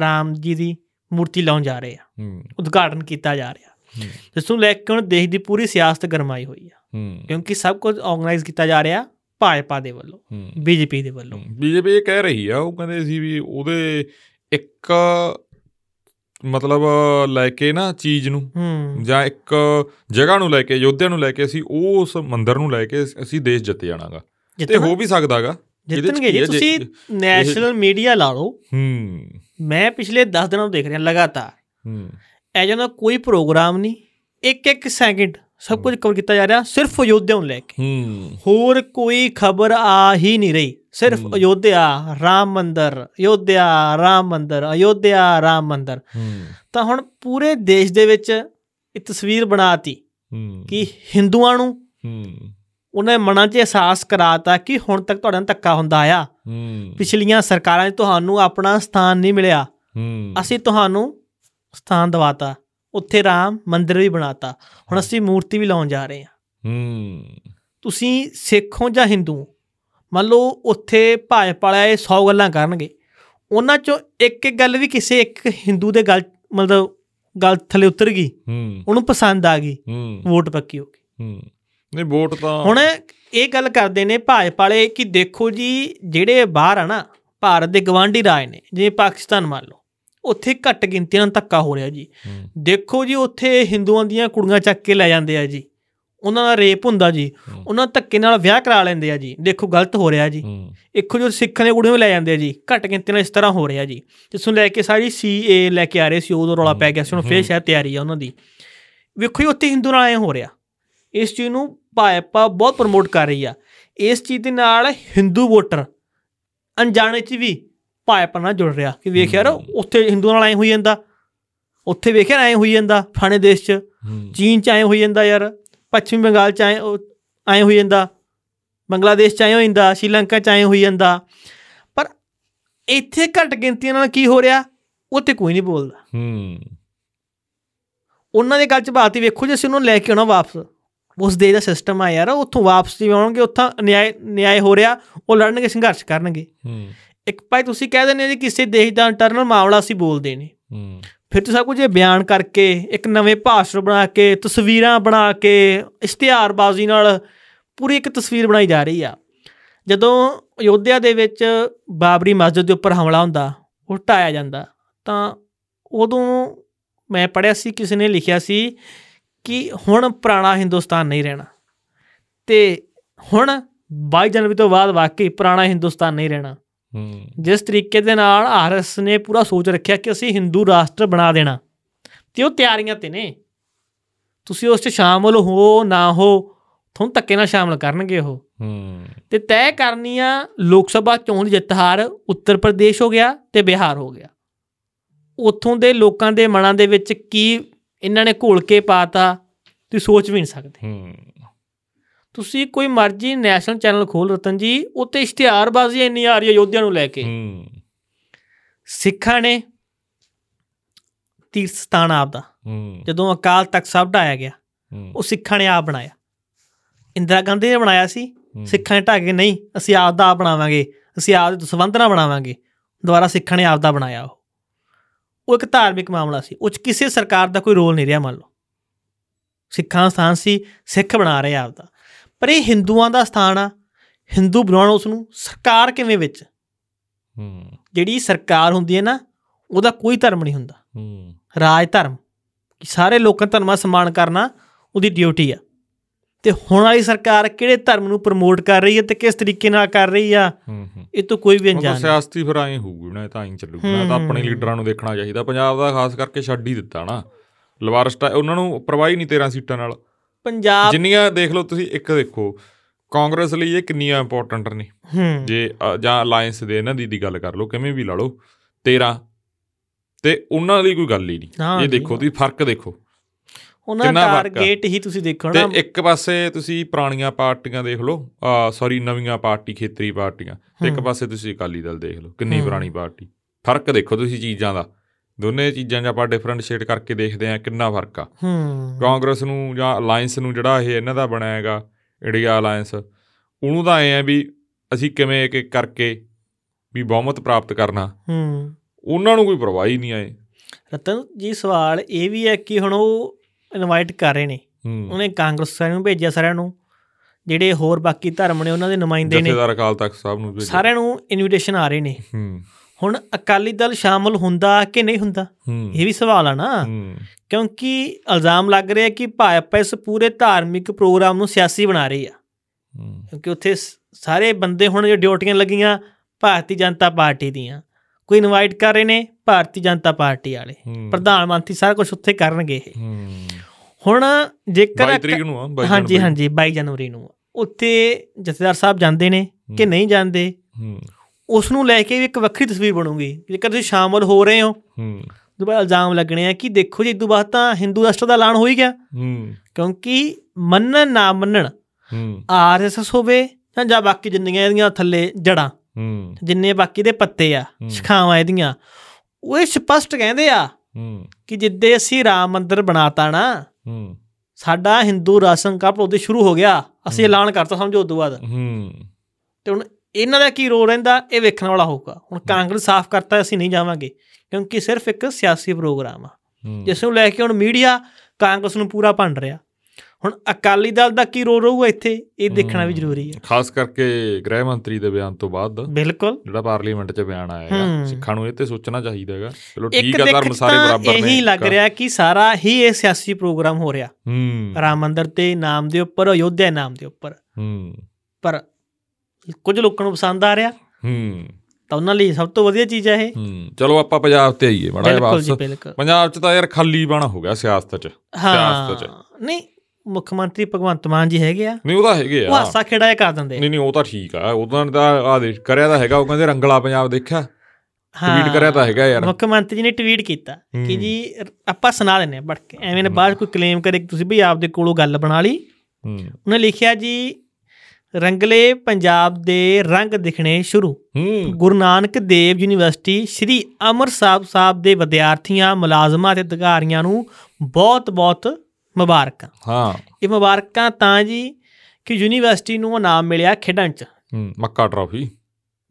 [SPEAKER 1] ਰਾਮ ਜੀ ਦੀ ਮੂਰਤੀ ਲਾਉਣ ਜਾ ਰਹੇ ਆ
[SPEAKER 2] ਹੂੰ
[SPEAKER 1] ਉਦਘਾਟਨ ਕੀਤਾ ਜਾ ਰਿਹਾ
[SPEAKER 2] ਹੂੰ।
[SPEAKER 1] ਜਿਸ ਨੂੰ ਲੈ ਕੇ ਹੁਣ ਦੇਸ਼ ਦੀ ਪੂਰੀ ਸਿਆਸਤ ਗਰਮਾਈ ਹੋਈ ਆ
[SPEAKER 2] ਹੂੰ
[SPEAKER 1] ਕਿਉਂਕਿ ਸਭ ਕੁਝ ਆਰਗੇਨਾਈਜ਼ ਕੀਤਾ ਜਾ ਰਿਹਾ ਭਾਜਪਾ ਦੇ ਵੱਲੋਂ
[SPEAKER 2] ਹੂੰ
[SPEAKER 1] ਬੀਜੇਪੀ ਦੇ ਵੱਲੋਂ
[SPEAKER 2] ਬੀਜੇਪੀ ਇਹ ਕਹਿ ਰਹੀ ਆ ਉਹ ਕਹਿੰਦੇ ਸੀ ਵੀ ਉਹਦੇ ਇੱਕ ਮਤਲਬ ਲੈ ਕੇ ਨਾ ਚੀਜ਼ ਨੂੰ
[SPEAKER 1] ਹੂੰ
[SPEAKER 2] ਜਾਂ ਇੱਕ ਜਗ੍ਹਾ ਨੂੰ ਲੈ ਕੇ ਯੋਧਿਆ ਨੂੰ ਲੈ ਕੇ ਅਸੀਂ ਉਸ ਮੰਦਿਰ ਨੂੰ ਲੈ ਕੇ ਅਸੀਂ ਦੇਸ਼ ਜਿੱਤ ਜਾਣਾਗਾ ਤੇ
[SPEAKER 1] ਜਿੱਤਣਾ-
[SPEAKER 2] ਹੋ ਵੀ ਸਕਦਾਗਾ ਇਹਦੇ 'ਚ
[SPEAKER 1] ਜਿੱਤਣਗੇ
[SPEAKER 2] ਕੀ
[SPEAKER 1] ਜੀ
[SPEAKER 2] ਹੈ ਜੇ-
[SPEAKER 1] ਤੁਸੀਂ ਨੈਸ਼ਨਲ ਮੀਡੀਆ ਲਾ ਲਓ
[SPEAKER 2] ਹੂੰ
[SPEAKER 1] ਮੈਂ ਪਿਛਲੇ 10 ਦਿਨਾਂ ਤੋਂ ਦੇਖ ਰਿਹਾ ਲਗਾਤਾਰ
[SPEAKER 2] ਹੂੰ
[SPEAKER 1] ਇਹ ਜਿਹਾ ਨਾ ਕੋਈ ਪ੍ਰੋਗਰਾਮ ਨਹੀਂ ਇੱਕ ਇੱਕ ਸੈਕਿੰਡ ਸਭ ਕੁਝ ਕਵਰ ਕੀਤਾ ਜਾ ਰਿਹਾ ਸਿਰਫ ਅਯੋਧਿਆ ਨੂੰ ਲੈ ਕੇ
[SPEAKER 2] ਹੂੰ
[SPEAKER 1] ਹੋਰ ਕੋਈ ਖਬਰ ਆ ਹੀ ਨਹੀਂ ਰਹੀ ਸਿਰਫ
[SPEAKER 2] ਹਮ।
[SPEAKER 1] ਅਯੋਧਿਆ ਰਾਮ ਮੰਦਰ ਅਯੋਧਿਆ ਰਾਮ ਮੰਦਰ ਅਯੋਧਿਆ ਰਾਮ ਮੰਦਰ
[SPEAKER 2] ਹੂੰ
[SPEAKER 1] ਤਾਂ ਹੁਣ ਪੂਰੇ ਦੇਸ਼ ਦੇ ਵਿੱਚ ਇਹ ਤਸਵੀਰ ਬਣਾਤੀ
[SPEAKER 2] ਹੂੰ
[SPEAKER 1] ਕਿ ਹਿੰਦੂਆਂ ਨੂੰ
[SPEAKER 2] ਹੂੰ
[SPEAKER 1] ਉਹਨਾਂ ਦੇ ਮਨਾਂ 'ਚ ਅਹਿਸਾਸ ਕਰਾਤਾ ਕਿ ਹੁਣ ਤੱਕ ਤੁਹਾਡਾ ਧੱਕਾ ਹੁੰਦਾ ਆਇਆ
[SPEAKER 2] ਹੂੰ
[SPEAKER 1] ਪਿਛਲੀਆਂ ਸਰਕਾਰਾਂ 'ਚ ਤੁਹਾਨੂੰ ਆਪਣਾ ਸਥਾਨ ਨਹੀਂ ਮਿਲਿਆ
[SPEAKER 2] ਹੂੰ
[SPEAKER 1] ਅਸੀਂ ਤੁਹਾਨੂੰ ਸਥਾਨ ਦਿਵਾਤਾ ਉੱਥੇ ਰਾਮ ਮੰਦਿਰ ਵੀ ਬਣਾਤਾ ਹੁਣ ਅਸੀਂ ਮੂਰਤੀ ਵੀ ਲਾਉਣ ਜਾ ਰਹੇ ਹਾਂ
[SPEAKER 2] ਹੂੰ
[SPEAKER 1] ਤੁਸੀਂ ਸਿੱਖ ਹੋ ਜਾਂ ਹਿੰਦੂ ਹੋ, ਮੰਨ ਲਓ ਉੱਥੇ ਭਾਜਪਾ ਵਾਲੇ 100 ਗੱਲਾਂ ਕਰਨਗੇ ਉਹਨਾਂ ਚੋਂ ਇੱਕ ਇੱਕ ਗੱਲ ਵੀ ਕਿਸੇ ਇੱਕ ਹਿੰਦੂ ਦੇ ਗੱਲ ਮਤਲਬ ਗੱਲ ਥੱਲੇ ਉਤਰ ਗਈ
[SPEAKER 2] ਹੂੰ
[SPEAKER 1] ਉਹਨੂੰ ਪਸੰਦ ਆ ਗਈ
[SPEAKER 2] ਹੂੰ
[SPEAKER 1] ਵੋਟ ਪੱਕੀ ਹੋ ਗਈ
[SPEAKER 2] ਹੂੰ ਨਹੀਂ ਵੋਟ ਤਾਂ
[SPEAKER 1] ਹੁਣ ਇਹ ਗੱਲ ਕਰਦੇ ਨੇ ਭਾਜਪਾ ਵਾਲੇ ਕਿ ਦੇਖੋ ਜੀ ਜਿਹੜੇ ਬਾਹਰ ਆ ਨਾ ਭਾਰਤ ਦੇ ਗਵਾਂਢੀ ਰਾਜ ਨੇ ਜਿਵੇਂ ਪਾਕਿਸਤਾਨ ਮੰਨ ਲਓ ਉੱਥੇ ਘੱਟ ਗਿਣਤੀ ਨਾਲ ਧੱਕਾ ਹੋ ਰਿਹਾ ਜੀ
[SPEAKER 2] ਹੂੰ,
[SPEAKER 1] ਦੇਖੋ ਜੀ ਉੱਥੇ ਹਿੰਦੂਆਂ ਦੀਆਂ ਕੁੜੀਆਂ ਚੱਕ ਕੇ ਲੈ ਜਾਂਦੇ ਆ ਜੀ ਉਹਨਾਂ ਦਾ ਰੇਪ ਹੁੰਦਾ ਜੀ
[SPEAKER 2] ਹਮ।
[SPEAKER 1] ਉਹਨਾਂ ਧੱਕੇ ਨਾਲ ਵਿਆਹ ਕਰਾ ਲੈਂਦੇ ਆ ਜੀ ਦੇਖੋ ਗਲਤ ਹੋ ਰਿਹਾ ਜੀ
[SPEAKER 2] ਹੂੰ
[SPEAKER 1] ਇੱਕੋ ਜੋ ਸਿੱਖਾਂ ਦੀਆਂ ਕੁੜੀਆਂ ਵੀ ਲੈ ਜਾਂਦੇ ਆ ਜੀ ਘੱਟ ਗਿਣਤੀ ਨਾਲ ਇਸ ਤਰ੍ਹਾਂ ਹੋ ਰਿਹਾ ਜੀ ਜਿਸ ਨੂੰ ਲੈ ਕੇ ਸਾਰੀ ਸੀਏ ਲੈ ਕੇ ਆ ਰਹੇ ਸੀ ਉਦੋਂ ਰੌਲਾ ਪੈ ਗਿਆ ਸੀ ਹੁਣ ਫੇਰ ਸ਼ਾਇਦ ਤਿਆਰੀ ਆ ਉਹਨਾਂ ਦੀ ਵੇਖੋ ਜੀ ਉੱਥੇ ਹਿੰਦੂ ਨਾਲ ਐਂ ਹੋ ਰਿਹਾ ਇਸ ਚੀਜ਼ ਨੂੰ ਭਾਜਪਾ ਬਹੁਤ ਪ੍ਰਮੋਟ ਕਰ ਰਹੀ ਆ ਇਸ ਚੀਜ਼ ਦੇ ਨਾਲ ਹਿੰਦੂ ਵੋਟਰ ਅਣਜਾਣੇ ਚ ਵੀ ਭਾਜਪਾ ਨਾਲ ਜੁੜ ਰਿਹਾ ਕਿ ਵੇਖ ਯਾਰ
[SPEAKER 2] ਹਮ।
[SPEAKER 1] ਉੱਥੇ ਹਿੰਦੂ ਨਾਲ ਐਂ ਹੋਈ ਜਾਂਦਾ ਉੱਥੇ ਵੇਖਿਆ ਐਂ ਹੋਈ ਜਾਂਦਾ ਫਾਣੇ ਦੇਸ਼ 'ਚ
[SPEAKER 2] ਹੂੰ
[SPEAKER 1] ਚੀਨ ਚ ਐਂ ਹੋਈ ਜਾਂਦਾ ਯਾਰ ਪੱਛਮੀ ਬੰਗਾਲ ਚ ਐਂ ਉਹ ਐਂ ਹੋਈ ਜਾਂਦਾ ਬੰਗਲਾਦੇਸ਼ ਚ ਐਂ ਹੋਈ ਜਾਂਦਾ ਸ਼੍ਰੀਲੰਕਾ ਚ ਐਂ ਹੋਈ ਜਾਂਦਾ ਪਰ ਇੱਥੇ ਘੱਟ ਗਿਣਤੀ ਨਾਲ ਕੀ ਹੋ ਰਿਹਾ ਉਹ ਤੇ ਕੋਈ ਨਹੀਂ ਬੋਲਦਾ
[SPEAKER 2] ਹੂੰ
[SPEAKER 1] ਉਹਨਾਂ ਦੇ ਗੱਲ ਚ ਬਾਤ ਹੀ ਵੇਖੋ ਜੇ ਅਸੀਂ ਉਹਨਾਂ ਨੂੰ ਲੈ ਕੇ ਆਉਣਾ ਵਾਪਸ ਉਸ ਦੇਸ਼ ਦਾ ਸਿਸਟਮ ਆ ਯਾਰ ਉੱਥੋਂ ਵਾਪਸ ਜਿਵੇਂ ਆਉਣਗੇ ਉੱਥਾਂ ਨਿਆਂ ਨਿਆਂ ਹੋ ਰਿਹਾ ਉਹ ਲੜਨਗੇ ਸੰਘਰਸ਼ ਕਰਨਗੇ
[SPEAKER 2] ਹੂੰ
[SPEAKER 1] ਇੱਕ ਭਾਈ ਤੁਸੀਂ ਕਹਿ ਦਿੰਦੇ ਹੋ ਜੀ ਕਿਸੇ ਦੇਸ਼ ਦਾ ਇੰਟਰਨਲ ਮਾਮਲਾ ਅਸੀਂ ਬੋਲਦੇ ਨਹੀਂ
[SPEAKER 2] ਹੂੰ
[SPEAKER 1] ਫਿਰ ਤੁਸੀਂ ਸਭ ਕੁਝ ਇਹ ਬਿਆਨ ਕਰਕੇ ਇੱਕ ਨਵੇਂ ਭਾਸ਼ਣ ਬਣਾ ਕੇ ਤਸਵੀਰਾਂ ਬਣਾ ਕੇ ਇਸ਼ਤਿਹਾਰਬਾਜ਼ੀ ਨਾਲ ਪੂਰੀ ਇੱਕ ਤਸਵੀਰ ਬਣਾਈ ਜਾ ਰਹੀ ਆ ਜਦੋਂ ਅਯੋਧਿਆ ਦੇ ਵਿੱਚ ਬਾਬਰੀ ਮਸਜਿਦ ਦੇ ਉੱਪਰ ਹਮਲਾ ਹੁੰਦਾ ਉਹ ਢਾਇਆ ਜਾਂਦਾ ਤਾਂ ਉਦੋਂ ਮੈਂ ਪੜ੍ਹਿਆ ਸੀ ਕਿਸੇ ਨੇ ਲਿਖਿਆ ਸੀ ਕਿ ਹੁਣ ਪੁਰਾਣਾ ਹਿੰਦੁਸਤਾਨ ਨਹੀਂ ਰਹਿਣਾ ਤੇ ਹੁਣ 22 ਜਨਵਰੀ ਤੋਂ ਬਾਅਦ ਵਾਕਈ ਪੁਰਾਣਾ ਹਿੰਦੁਸਤਾਨ ਨਹੀਂ ਰਹਿਣਾ
[SPEAKER 2] ਹੂੰ
[SPEAKER 1] ਜਿਸ ਤਰੀਕੇ ਦੇ ਨਾਲ ਆਰਐਸ ਨੇ ਪੂਰਾ ਸੋਚ ਰੱਖਿਆ ਕਿ ਅਸੀਂ ਹਿੰਦੂ ਰਾਸ਼ਟਰ ਬਣਾ ਦੇਣਾ ਤੇ ਉਹ ਤਿਆਰੀਆਂ ਤੇ ਨੇ ਤੁਸੀਂ ਉਸ 'ਚ ਸ਼ਾਮਲ ਹੋ ਨਾ ਹੋ ਤੁਹਾਨੂੰ ਧੱਕੇ ਨਾਲ ਸ਼ਾਮਲ ਕਰਨਗੇ ਉਹ
[SPEAKER 2] ਹੂੰ
[SPEAKER 1] ਤੇ ਤੈਅ ਕਰਨੀ ਆ ਲੋਕ ਸਭਾ ਚੋਣ ਦੀ ਜਿੱਤ ਹਾਰ ਉੱਤਰ ਪ੍ਰਦੇਸ਼ ਹੋ ਗਿਆ ਤੇ ਬਿਹਾਰ ਹੋ ਗਿਆ ਉੱਥੋਂ ਦੇ ਲੋਕਾਂ ਦੇ ਮਨਾਂ ਦੇ ਵਿੱਚ ਕੀ ਇਹਨਾਂ ਨੇ ਘੋਲ ਕੇ ਪਾਤਾ ਤੁਸੀਂ ਸੋਚ ਵੀ ਨਹੀਂ ਸਕਦੇ
[SPEAKER 2] ਹੂੰ
[SPEAKER 1] ਤੁਸੀਂ ਕੋਈ ਮਰਜ਼ੀ ਨੈਸ਼ਨਲ ਚੈਨਲ ਖੋਲ ਰਤਨ ਜੀ ਉੱਤੇ ਇਸ਼ਤਿਹਾਰਬਾਜ਼ੀ ਇੰਨੀ ਆ ਰਹੀ ਹੈ ਯੋਧਿਆਂ ਨੂੰ ਲੈ ਕੇ
[SPEAKER 2] ਹੂੰ
[SPEAKER 1] ਸਿੱਖਾਂ ਨੇ ਤੀਰਥ ਸਥਾਨ ਆਪਦਾ
[SPEAKER 2] ਹੂੰ
[SPEAKER 1] ਜਦੋਂ ਅਕਾਲ ਤਖਤ ਸਾਹਿਬ ਢਾਇਆ ਗਿਆ
[SPEAKER 2] ਹੂੰ,
[SPEAKER 1] ਉਹ ਸਿੱਖਾਂ ਨੇ ਆਪ ਬਣਾਇਆ ਇੰਦਰਾ ਗਾਂਧੀ ਨੇ ਬਣਾਇਆ ਸੀ
[SPEAKER 2] ਹੂੰ,
[SPEAKER 1] ਸਿੱਖਾਂ ਨੇ ਢਾਹ ਕੇ ਨਹੀਂ ਅਸੀਂ ਆਪ ਦਾ ਆਪ ਬਣਾਵਾਂਗੇ ਅਸੀਂ ਆਪ ਦੇ ਸੰਬੰਧ ਨਾਲ ਬਣਾਵਾਂਗੇ ਦੁਬਾਰਾ ਸਿੱਖਾਂ ਨੇ ਆਪ ਦਾ ਬਣਾਇਆ ਉਹ ਉਹ ਇੱਕ ਧਾਰਮਿਕ ਮਾਮਲਾ ਸੀ ਉਹ 'ਚ ਕਿਸੇ ਸਰਕਾਰ ਦਾ ਕੋਈ ਰੋਲ ਨਹੀਂ ਰਿਹਾ ਮੰਨ ਲਓ ਸਿੱਖਾਂ ਦਾ ਸਥਾਨ ਸੀ ਸਿੱਖ ਬਣਾ ਰਹੇ ਆਪ ਦਾ ਪਰ ਇਹ ਹਿੰਦੂਆਂ ਦਾ ਸਥਾਨ ਆ ਹਿੰਦੂ ਬਣਾਉਣ ਉਸ ਨੂੰ ਸਰਕਾਰ ਕਿਵੇਂ ਵਿੱਚ
[SPEAKER 2] ਹੂੰ
[SPEAKER 1] ਜਿਹੜੀ ਸਰਕਾਰ ਹੁੰਦੀ ਹੈ ਨਾ ਉਹਦਾ ਕੋਈ ਧਰਮ ਨਹੀਂ ਹੁੰਦਾ
[SPEAKER 2] ਹੂੰ
[SPEAKER 1] ਰਾਜ ਧਰਮ ਕਿ ਸਾਰੇ ਲੋਕਾਂ ਦਾ ਧਰਮਾਂ ਦਾ ਸਨਮਾਨ ਕਰਨਾ ਉਹਦੀ ਡਿਊਟੀ ਆ ਤੇ ਹੁਣ ਵਾਲੀ ਸਰਕਾਰ ਕਿਹੜੇ ਧਰਮ ਨੂੰ ਪ੍ਰਮੋਟ ਕਰ ਰਹੀ ਹੈ ਤੇ ਕਿਸ ਤਰੀਕੇ ਨਾਲ ਕਰ ਰਹੀ ਆ
[SPEAKER 2] ਹੂੰ ਹੂੰ
[SPEAKER 1] ਇਹ ਤੋਂ ਕੋਈ ਵੀ
[SPEAKER 2] ਉਹ ਤਾਂ
[SPEAKER 1] ਅਣਜਾਣ ਨਹੀਂ।
[SPEAKER 2] ਸਿਆਸਤੀ ਫਿਰ ਐਂ ਹੋਊਗੀ ਨਾ ਇਹ ਤਾਂ ਐਂ ਚੱਲੂਗੀ ਨਾ ਇਹ ਤਾਂ
[SPEAKER 1] ਹੂੰ।
[SPEAKER 2] ਆਪਣੇ ਲੀਡਰਾਂ ਨੂੰ ਦੇਖਣਾ ਚਾਹੀਦਾ ਪੰਜਾਬ ਦਾ ਖਾਸ ਕਰਕੇ ਛੱਡ ਹੀ ਦਿੱਤਾ ਨਾ ਲਵਾਰਸਟਾ ਉਹਨਾਂ ਨੂੰ ਪਰਵਾਹੀ ਨਹੀਂ 13 ਸੀਟਾਂ ਨਾਲ
[SPEAKER 1] ਪੰਜਾਬ
[SPEAKER 2] ਜਿੰਨੀਆਂ ਦੇਖ ਲਓ ਤੁਸੀਂ ਇੱਕ ਦੇਖੋ ਕਾਂਗਰਸ ਲਈ ਇਹ ਕਿੰਨੀਆਂ ਇੰਪੋਰਟੈਂਟ ਨੇ
[SPEAKER 1] ਹੂੰ
[SPEAKER 2] ਜੇ ਅ, ਜਾਂ ਅਲਾਈਅੰਸ ਦੇ ਇਹਨਾਂ ਦੀ ਦੀ ਗੱਲ ਕਰ ਲਓ ਕਿਵੇਂ ਵੀ ਲਾ ਲਓ 13 ਤੇ ਉਹਨਾਂ ਲਈ ਕੋਈ ਗੱਲ ਹੀ
[SPEAKER 1] ਹਾਂ
[SPEAKER 2] ਨਹੀਂ ਇਹ
[SPEAKER 1] ਜੀ,
[SPEAKER 2] ਦੇਖੋ ਤੁਸੀਂ ਫਰਕ ਦੇਖੋ
[SPEAKER 1] ਉਹਨਾਂ ਦਾ
[SPEAKER 2] ਕਿੰਨਾ ਫਰਕ ਆ?
[SPEAKER 1] ਟਾਰਗੇਟ ਹੀ ਤੁਸੀਂ ਦੇਖੋ
[SPEAKER 2] ਤੇ
[SPEAKER 1] ਨਾ
[SPEAKER 2] ਇੱਕ ਪਾਸੇ ਤੁਸੀਂ ਪੁਰਾਣੀਆਂ ਪਾਰਟੀਆਂ ਦੇਖ ਲਓ ਸੌਰੀ ਨਵੀਆਂ ਪਾਰਟੀ ਖੇਤਰੀ ਪਾਰਟੀਆਂ ਤੇ ਇੱਕ
[SPEAKER 1] ਹੂੰ।
[SPEAKER 2] ਪਾਸੇ ਤੁਸੀਂ ਅਕਾਲੀ ਦਲ ਦੇਖ ਲਓ ਕਿੰਨੀ
[SPEAKER 1] ਹੂੰ।
[SPEAKER 2] ਪੁਰਾਣੀ ਪਾਰਟੀ ਫਰਕ ਦੇਖੋ ਤੁਸੀਂ ਚੀਜ਼ਾਂ ਦਾ ਦੋਨੇ ਚੀਜ਼ਾਂ 'ਚ ਆਪਾਂ ਡਿਫਰੈਂਸ਼ੀਏਟ ਕਰਕੇ ਦੇਖਦੇ ਆ ਕਿੰਨਾ ਫਰਕ ਆ
[SPEAKER 1] ਹੂੰ
[SPEAKER 2] ਕਾਂਗਰਸ ਨੂੰ ਜਾਂ ਅਲਾਈਅੰਸ ਨੂੰ ਜਿਹੜਾ ਇਹ ਇਹਨਾਂ ਦਾ ਬਣਿਆ ਹੈਗਾ ਇੰਡੀਆ ਅਲਾਈਅੰਸ ਉਹਨੂੰ ਤਾਂ ਐ ਆ ਵੀ ਅਸੀਂ ਕਿਵੇਂ ਇੱਕ ਇੱਕ ਕਰਕੇ ਵੀ ਬਹੁਮਤ ਪ੍ਰਾਪਤ ਕਰਨਾ
[SPEAKER 1] ਹੂੰ
[SPEAKER 2] ਉਹਨਾਂ ਨੂੰ ਕੋਈ ਪਰਵਾਹ ਹੀ ਨਹੀਂ ਆਏ
[SPEAKER 1] ਰਤਨ ਜੀ ਸਵਾਲ ਇਹ ਵੀ ਹੈ ਕਿ ਹੁਣ ਉਹ ਇਨਵਾਈਟ ਕਰ ਰਹੇ ਨੇ
[SPEAKER 2] ਹੂੰ
[SPEAKER 1] ਉਹਨੇ ਕਾਂਗਰਸ ਸਾਰਿਆਂ ਨੂੰ ਭੇਜਿਆ ਸਾਰਿਆਂ ਨੂੰ ਜਿਹੜੇ ਹੋਰ ਬਾਕੀ ਧਰਮ ਨੇ ਉਹਨਾਂ ਦੇ ਨੁਮਾਇੰਦੇ ਨੇ
[SPEAKER 2] ਜਥੇਦਾਰ ਅਕਾਲ ਤਖਤ ਸਾਹਿਬ ਨੂੰ ਭੇਜਿਆ।
[SPEAKER 1] ਸਾਰਿਆਂ ਨੂੰ ਇਨਵੀਟੇਸ਼ਨ ਆ ਰਹੇ ਨੇ
[SPEAKER 2] ਹੂੰ
[SPEAKER 1] ਹੁਣ ਅਕਾਲੀ ਦਲ ਸ਼ਾਮਲ ਹੁੰਦਾ ਕਿ ਨਹੀਂ ਹੁੰਦਾ
[SPEAKER 2] ਹੂੰ
[SPEAKER 1] ਇਹ ਵੀ ਸਵਾਲ ਆ ਨਾ
[SPEAKER 2] ਹੂੰ
[SPEAKER 1] ਕਿਉਂਕਿ ਇਲਜ਼ਾਮ ਲੱਗ ਰਿਹਾ ਕਿ ਭਾਜਪਾ ਇਸ ਪੂਰੇ ਧਾਰਮਿਕ ਪ੍ਰੋਗਰਾਮ ਨੂੰ ਸਿਆਸੀ ਬਣਾ ਰਹੀ ਆ
[SPEAKER 2] ਹੂੰ
[SPEAKER 1] ਕਿਉਂਕਿ ਉੱਥੇ ਸ- ਸਾਰੇ ਬੰਦੇ ਹੁਣ ਜੋ ਡਿਊਟੀਆਂ ਲੱਗੀਆਂ ਭਾਰਤੀ ਜਨਤਾ ਪਾਰਟੀ ਦੀਆਂ ਕੋਈ ਇਨਵਾਈਟ ਕਰ ਰਹੇ ਨੇ ਭਾਰਤੀ ਜਨਤਾ ਪਾਰਟੀ ਵਾਲੇ
[SPEAKER 2] ਹੂੰ।
[SPEAKER 1] ਪ੍ਰਧਾਨ ਮੰਤਰੀ ਸਾਰਾ ਕੁਝ ਉੱਥੇ ਕਰਨਗੇ ਇਹ
[SPEAKER 2] ਹੂੰ
[SPEAKER 1] ਹੁਣ ਜੇਕਰ
[SPEAKER 2] 22
[SPEAKER 1] ਅਕ-
[SPEAKER 2] ਤਰੀਕ ਨੂੰ ਆ 22
[SPEAKER 1] ਹਾਂਜੀ
[SPEAKER 2] ਜਨਵਰੀ।
[SPEAKER 1] ਹਾਂਜੀ 22 ਜਨਵਰੀ ਨੂੰ ਉੱਥੇ ਜਥੇਦਾਰ ਸਾਹਿਬ ਜਾਂਦੇ ਨੇ ਕਿ
[SPEAKER 2] ਹੂੰ।
[SPEAKER 1] ਨਹੀਂ ਜਾਂਦੇ
[SPEAKER 2] ਹੂੰ
[SPEAKER 1] ਉਸ ਨੂੰ ਲੈ ਕੇ ਵੀ ਇੱਕ ਵੱਖਰੀ ਤਸਵੀਰ ਬਣੂਗੀ ਜੇਕਰ ਤੁਸੀਂ ਸ਼ਾਮਲ ਹੋ ਰਹੇ ਹੋ
[SPEAKER 2] ਹੂੰ
[SPEAKER 1] ਦੁਬਾਰਾ ਇਲਜ਼ਾਮ ਲੱਗਣੇ ਆ ਕਿ ਦੇਖੋ ਜੀ ਇਦੋਂ ਬਾਅਦ ਤਾਂ ਹਿੰਦੂ ਰਾਸ਼ਟਰ ਦਾ ਐਲਾਨ ਹੋ ਹੀ ਗਿਆ
[SPEAKER 2] ਹੂੰ
[SPEAKER 1] ਕਿਉਂਕਿ ਮੰਨਣ ਨਾ ਮੰਨਣ
[SPEAKER 2] ਹੂੰ
[SPEAKER 1] ਆਰਐਸਐਸ ਹੋਵੇ ਜਾਂ ਜਾਂ ਬਾਕੀ ਜਿੰਨੀਆਂ ਇਹਦੀਆਂ ਥੱਲੇ ਜੜਾਂ
[SPEAKER 2] ਹੂੰ
[SPEAKER 1] ਜਿੰਨੇ ਬਾਕੀ ਦੇ ਪੱਤੇ ਆ
[SPEAKER 2] ਹੂੰ।
[SPEAKER 1] ਸ਼ਖਾਵਾਂ ਇਹਦੀਆਂ ਉਹ ਇਹ ਸਪਸ਼ਟ ਕਹਿੰਦੇ ਆ
[SPEAKER 2] ਹੂੰ
[SPEAKER 1] ਕਿ ਜਿੱਦੇ ਅਸੀਂ ਰਾਮ ਮੰਦਿਰ ਬਣਾਤਾ ਨਾ
[SPEAKER 2] ਹੂੰ
[SPEAKER 1] ਸਾਡਾ ਹਿੰਦੂ ਰਾਸ਼ਨ ਕਾਰਡ ਉਹਦੇ ਸ਼ੁਰੂ ਹੋ ਗਿਆ ਅਸੀਂ
[SPEAKER 2] ਹੂੰ।
[SPEAKER 1] ਐਲਾਨ ਕਰਤਾ ਸਮਝੋ ਉਦੋਂ ਬਾਅਦ
[SPEAKER 2] ਹੂੰ
[SPEAKER 1] ਤੇ ਹੁਣ ਇਹਨਾਂ ਦਾ ਕੀ ਰੋਲ ਰਹਿੰਦਾ ਇਹ ਵੇਖਣ ਵਾਲਾ ਹੋਊਗਾ ਹੁਣ ਕਾਂਗਰਸ ਸਾਫ਼ ਕਰਤਾ ਅਸੀਂ ਨਹੀਂ ਜਾਵਾਂਗੇ ਕਿਉਂਕਿ ਸਿਰਫ ਇੱਕ ਸਿਆਸੀ ਪ੍ਰੋਗਰਾਮ ਆ
[SPEAKER 2] ਹੂੰ
[SPEAKER 1] ਜਿਸ ਨੂੰ ਲੈ ਕੇ ਹੁਣ ਮੀਡੀਆ ਕਾਂਗਰਸ ਨੂੰ ਪੂਰਾ ਭੰਡ ਰਿਹਾ ਹੁਣ ਅਕਾਲੀ ਦਲ ਦਾ ਕੀ ਰੋਲ ਰਹੂਗਾ ਇੱਥੇ ਇਹ ਦੇਖਣਾ ਵੀ
[SPEAKER 2] ਹੂੰ।
[SPEAKER 1] ਜ਼ਰੂਰੀ ਹੈ
[SPEAKER 2] ਖਾਸ ਕਰਕੇ ਗ੍ਰਹਿ ਮੰਤਰੀ ਦੇ ਬਿਆਨ ਤੋਂ ਬਾਅਦ
[SPEAKER 1] ਬਿਲਕੁਲ
[SPEAKER 2] ਜਿਹੜਾ ਪਾਰਲੀਮੈਂਟ 'ਚ ਬਿਆਨ ਆਇਆ ਹੈਗਾ
[SPEAKER 1] ਹੂੰ।
[SPEAKER 2] ਸਿੱਖਾਂ ਨੂੰ ਇਹ ਤੇ ਸੋਚਣਾ ਚਾਹੀਦਾ ਹੈਗਾ ਚਲੋ
[SPEAKER 1] ਇੱਕ
[SPEAKER 2] ਠੀਕ ਆ
[SPEAKER 1] ਦੇਖਣ
[SPEAKER 2] ਧਰਮ ਸਾਰੇ ਬਰਾਬਰ ਨੇ
[SPEAKER 1] ਇਹੀ ਲੱਗ
[SPEAKER 2] ਇੱਕ-
[SPEAKER 1] ਰਿਹਾ ਕਿ ਸਾਰਾ ਹੀ ਇਹ ਸਿਆਸੀ ਪ੍ਰੋਗਰਾਮ ਹੋ ਰਿਹਾ
[SPEAKER 2] ਹੂੰ
[SPEAKER 1] ਰਾਮ ਮੰਦਿਰ ਤੇ ਨਾਮ ਦੇ ਉੱਪਰ ਅਯੋਧਿਆ ਨਾਮ ਦੇ ਉੱਪਰ
[SPEAKER 2] ਹੂੰ
[SPEAKER 1] ਪਰ ਕੁਝ ਲੋਕਾਂ ਨੂੰ ਪਸੰਦ ਆ ਰਿਹਾ
[SPEAKER 2] ਹੂੰ
[SPEAKER 1] ਤਾਂ ਉਹਨਾਂ ਲਈ ਸਭ ਤੋਂ ਵਧੀਆ ਚੀਜ਼ ਹੈ ਇਹ
[SPEAKER 2] ਹੂੰ ਚਲੋ ਆਪਾਂ ਪੰਜਾਬ ਤੇ ਆਈਏ ਮਾੜਾ ਜਿਹਾ
[SPEAKER 1] ਬਿਲਕੁਲ ਜੀ
[SPEAKER 2] ਵਾਪਸ
[SPEAKER 1] ਬਿਲਕੁਲ
[SPEAKER 2] ਪੰਜਾਬ 'ਚ ਤਾਂ ਯਾਰ ਖਾਲੀ ਬਾਣਾ ਹੋ ਗਿਆ ਸਿਆਸਤ 'ਚ ਸਿਆਸਤ
[SPEAKER 1] ਹਾਂ ਨਹੀਂ ਮੁੱਖ ਮੰਤਰੀ ਭਗਵੰਤ ਮਾਨ ਜੀ ਹੈਗੇ ਆ
[SPEAKER 2] ਨਹੀਂ ਉਹਦਾ ਹੈਗੇ
[SPEAKER 1] ਉਹ
[SPEAKER 2] ਆ
[SPEAKER 1] ਹਾਸਾ ਖੇੜਾ ਜਿਹਾ ਕਰ ਦਿੰਦੇ ਆ।
[SPEAKER 2] ਨਹੀਂ ਨਹੀਂ ਉਹ ਤਾਂ ਠੀਕ ਆ ਉਹਨਾਂ ਨੇ ਤਾਂ ਆ ਦੇਖ ਕਰਿਆ ਤਾਂ ਹੈਗਾ ਉਹ ਕਹਿੰਦੇ ਰੰਗਲਾ ਪੰਜਾਬ ਦੇਖਿਆ
[SPEAKER 1] ਹਾਂ
[SPEAKER 2] ਟਵੀਟ ਕਰਿਆ ਤਾਂ ਹੈਗਾ ਯਾਰ
[SPEAKER 1] ਮੁੱਖ ਮੰਤਰੀ ਜੀ ਨੇ ਟਵੀਟ ਕੀਤਾ ਕਿ
[SPEAKER 2] ਹੂੰ।
[SPEAKER 1] ਜੀ ਰ- ਆਪਾਂ ਸੁਣਾ ਦਿੰਨੇ ਆ ਬੜ ਕੇ ਐਵੇਂ ਨੇ ਬਾਅਦ 'ਚ ਕੋਈ ਕਲੇਮ ਕਰੇ ਕਿ ਤੁਸੀਂ ਵੀ ਆਪਦੇ ਕੋਲੋਂ ਗੱਲ ਬਣਾ ਲਈ
[SPEAKER 2] ਹੂੰ
[SPEAKER 1] ਉਹਨੇ ਲਿਖਿਆ ਜੀ ਰੰਗਲੇ ਪੰਜਾਬ ਦੇ ਰੰਗ ਦਿਖਣੇ ਸ਼ੁਰੂ
[SPEAKER 2] ਹੂੰ
[SPEAKER 1] ਗੁਰੂ ਨਾਨਕ ਦੇਵ ਯੂਨੀਵਰਸਿਟੀ ਸ੍ਰੀ ਅਮਰ ਸਾਹਿਬ ਸਾਹਿਬ ਦੇ ਵਿਦਿਆਰਥੀਆਂ ਮੁਲਾਜ਼ਮਾਂ ਤੇ ਅਧਿਕਾਰੀਆਂ ਨੂੰ ਬਹੁਤ-ਬਹੁਤ ਮੁਬਾਰਕਾਂ
[SPEAKER 2] ਹਾਂ
[SPEAKER 1] ਇਹ ਮੁਬਾਰਕਾਂ ਤਾਂ ਜੀ ਕਿ ਯੂਨੀਵਰਸਿਟੀ ਨੂੰ ਇਨਾਮ ਮਿਲਿਆ ਖੇਡਾਂ 'ਚ
[SPEAKER 2] ਹੂੰ, ਮੱਕਾ ਟਰਾਫੀ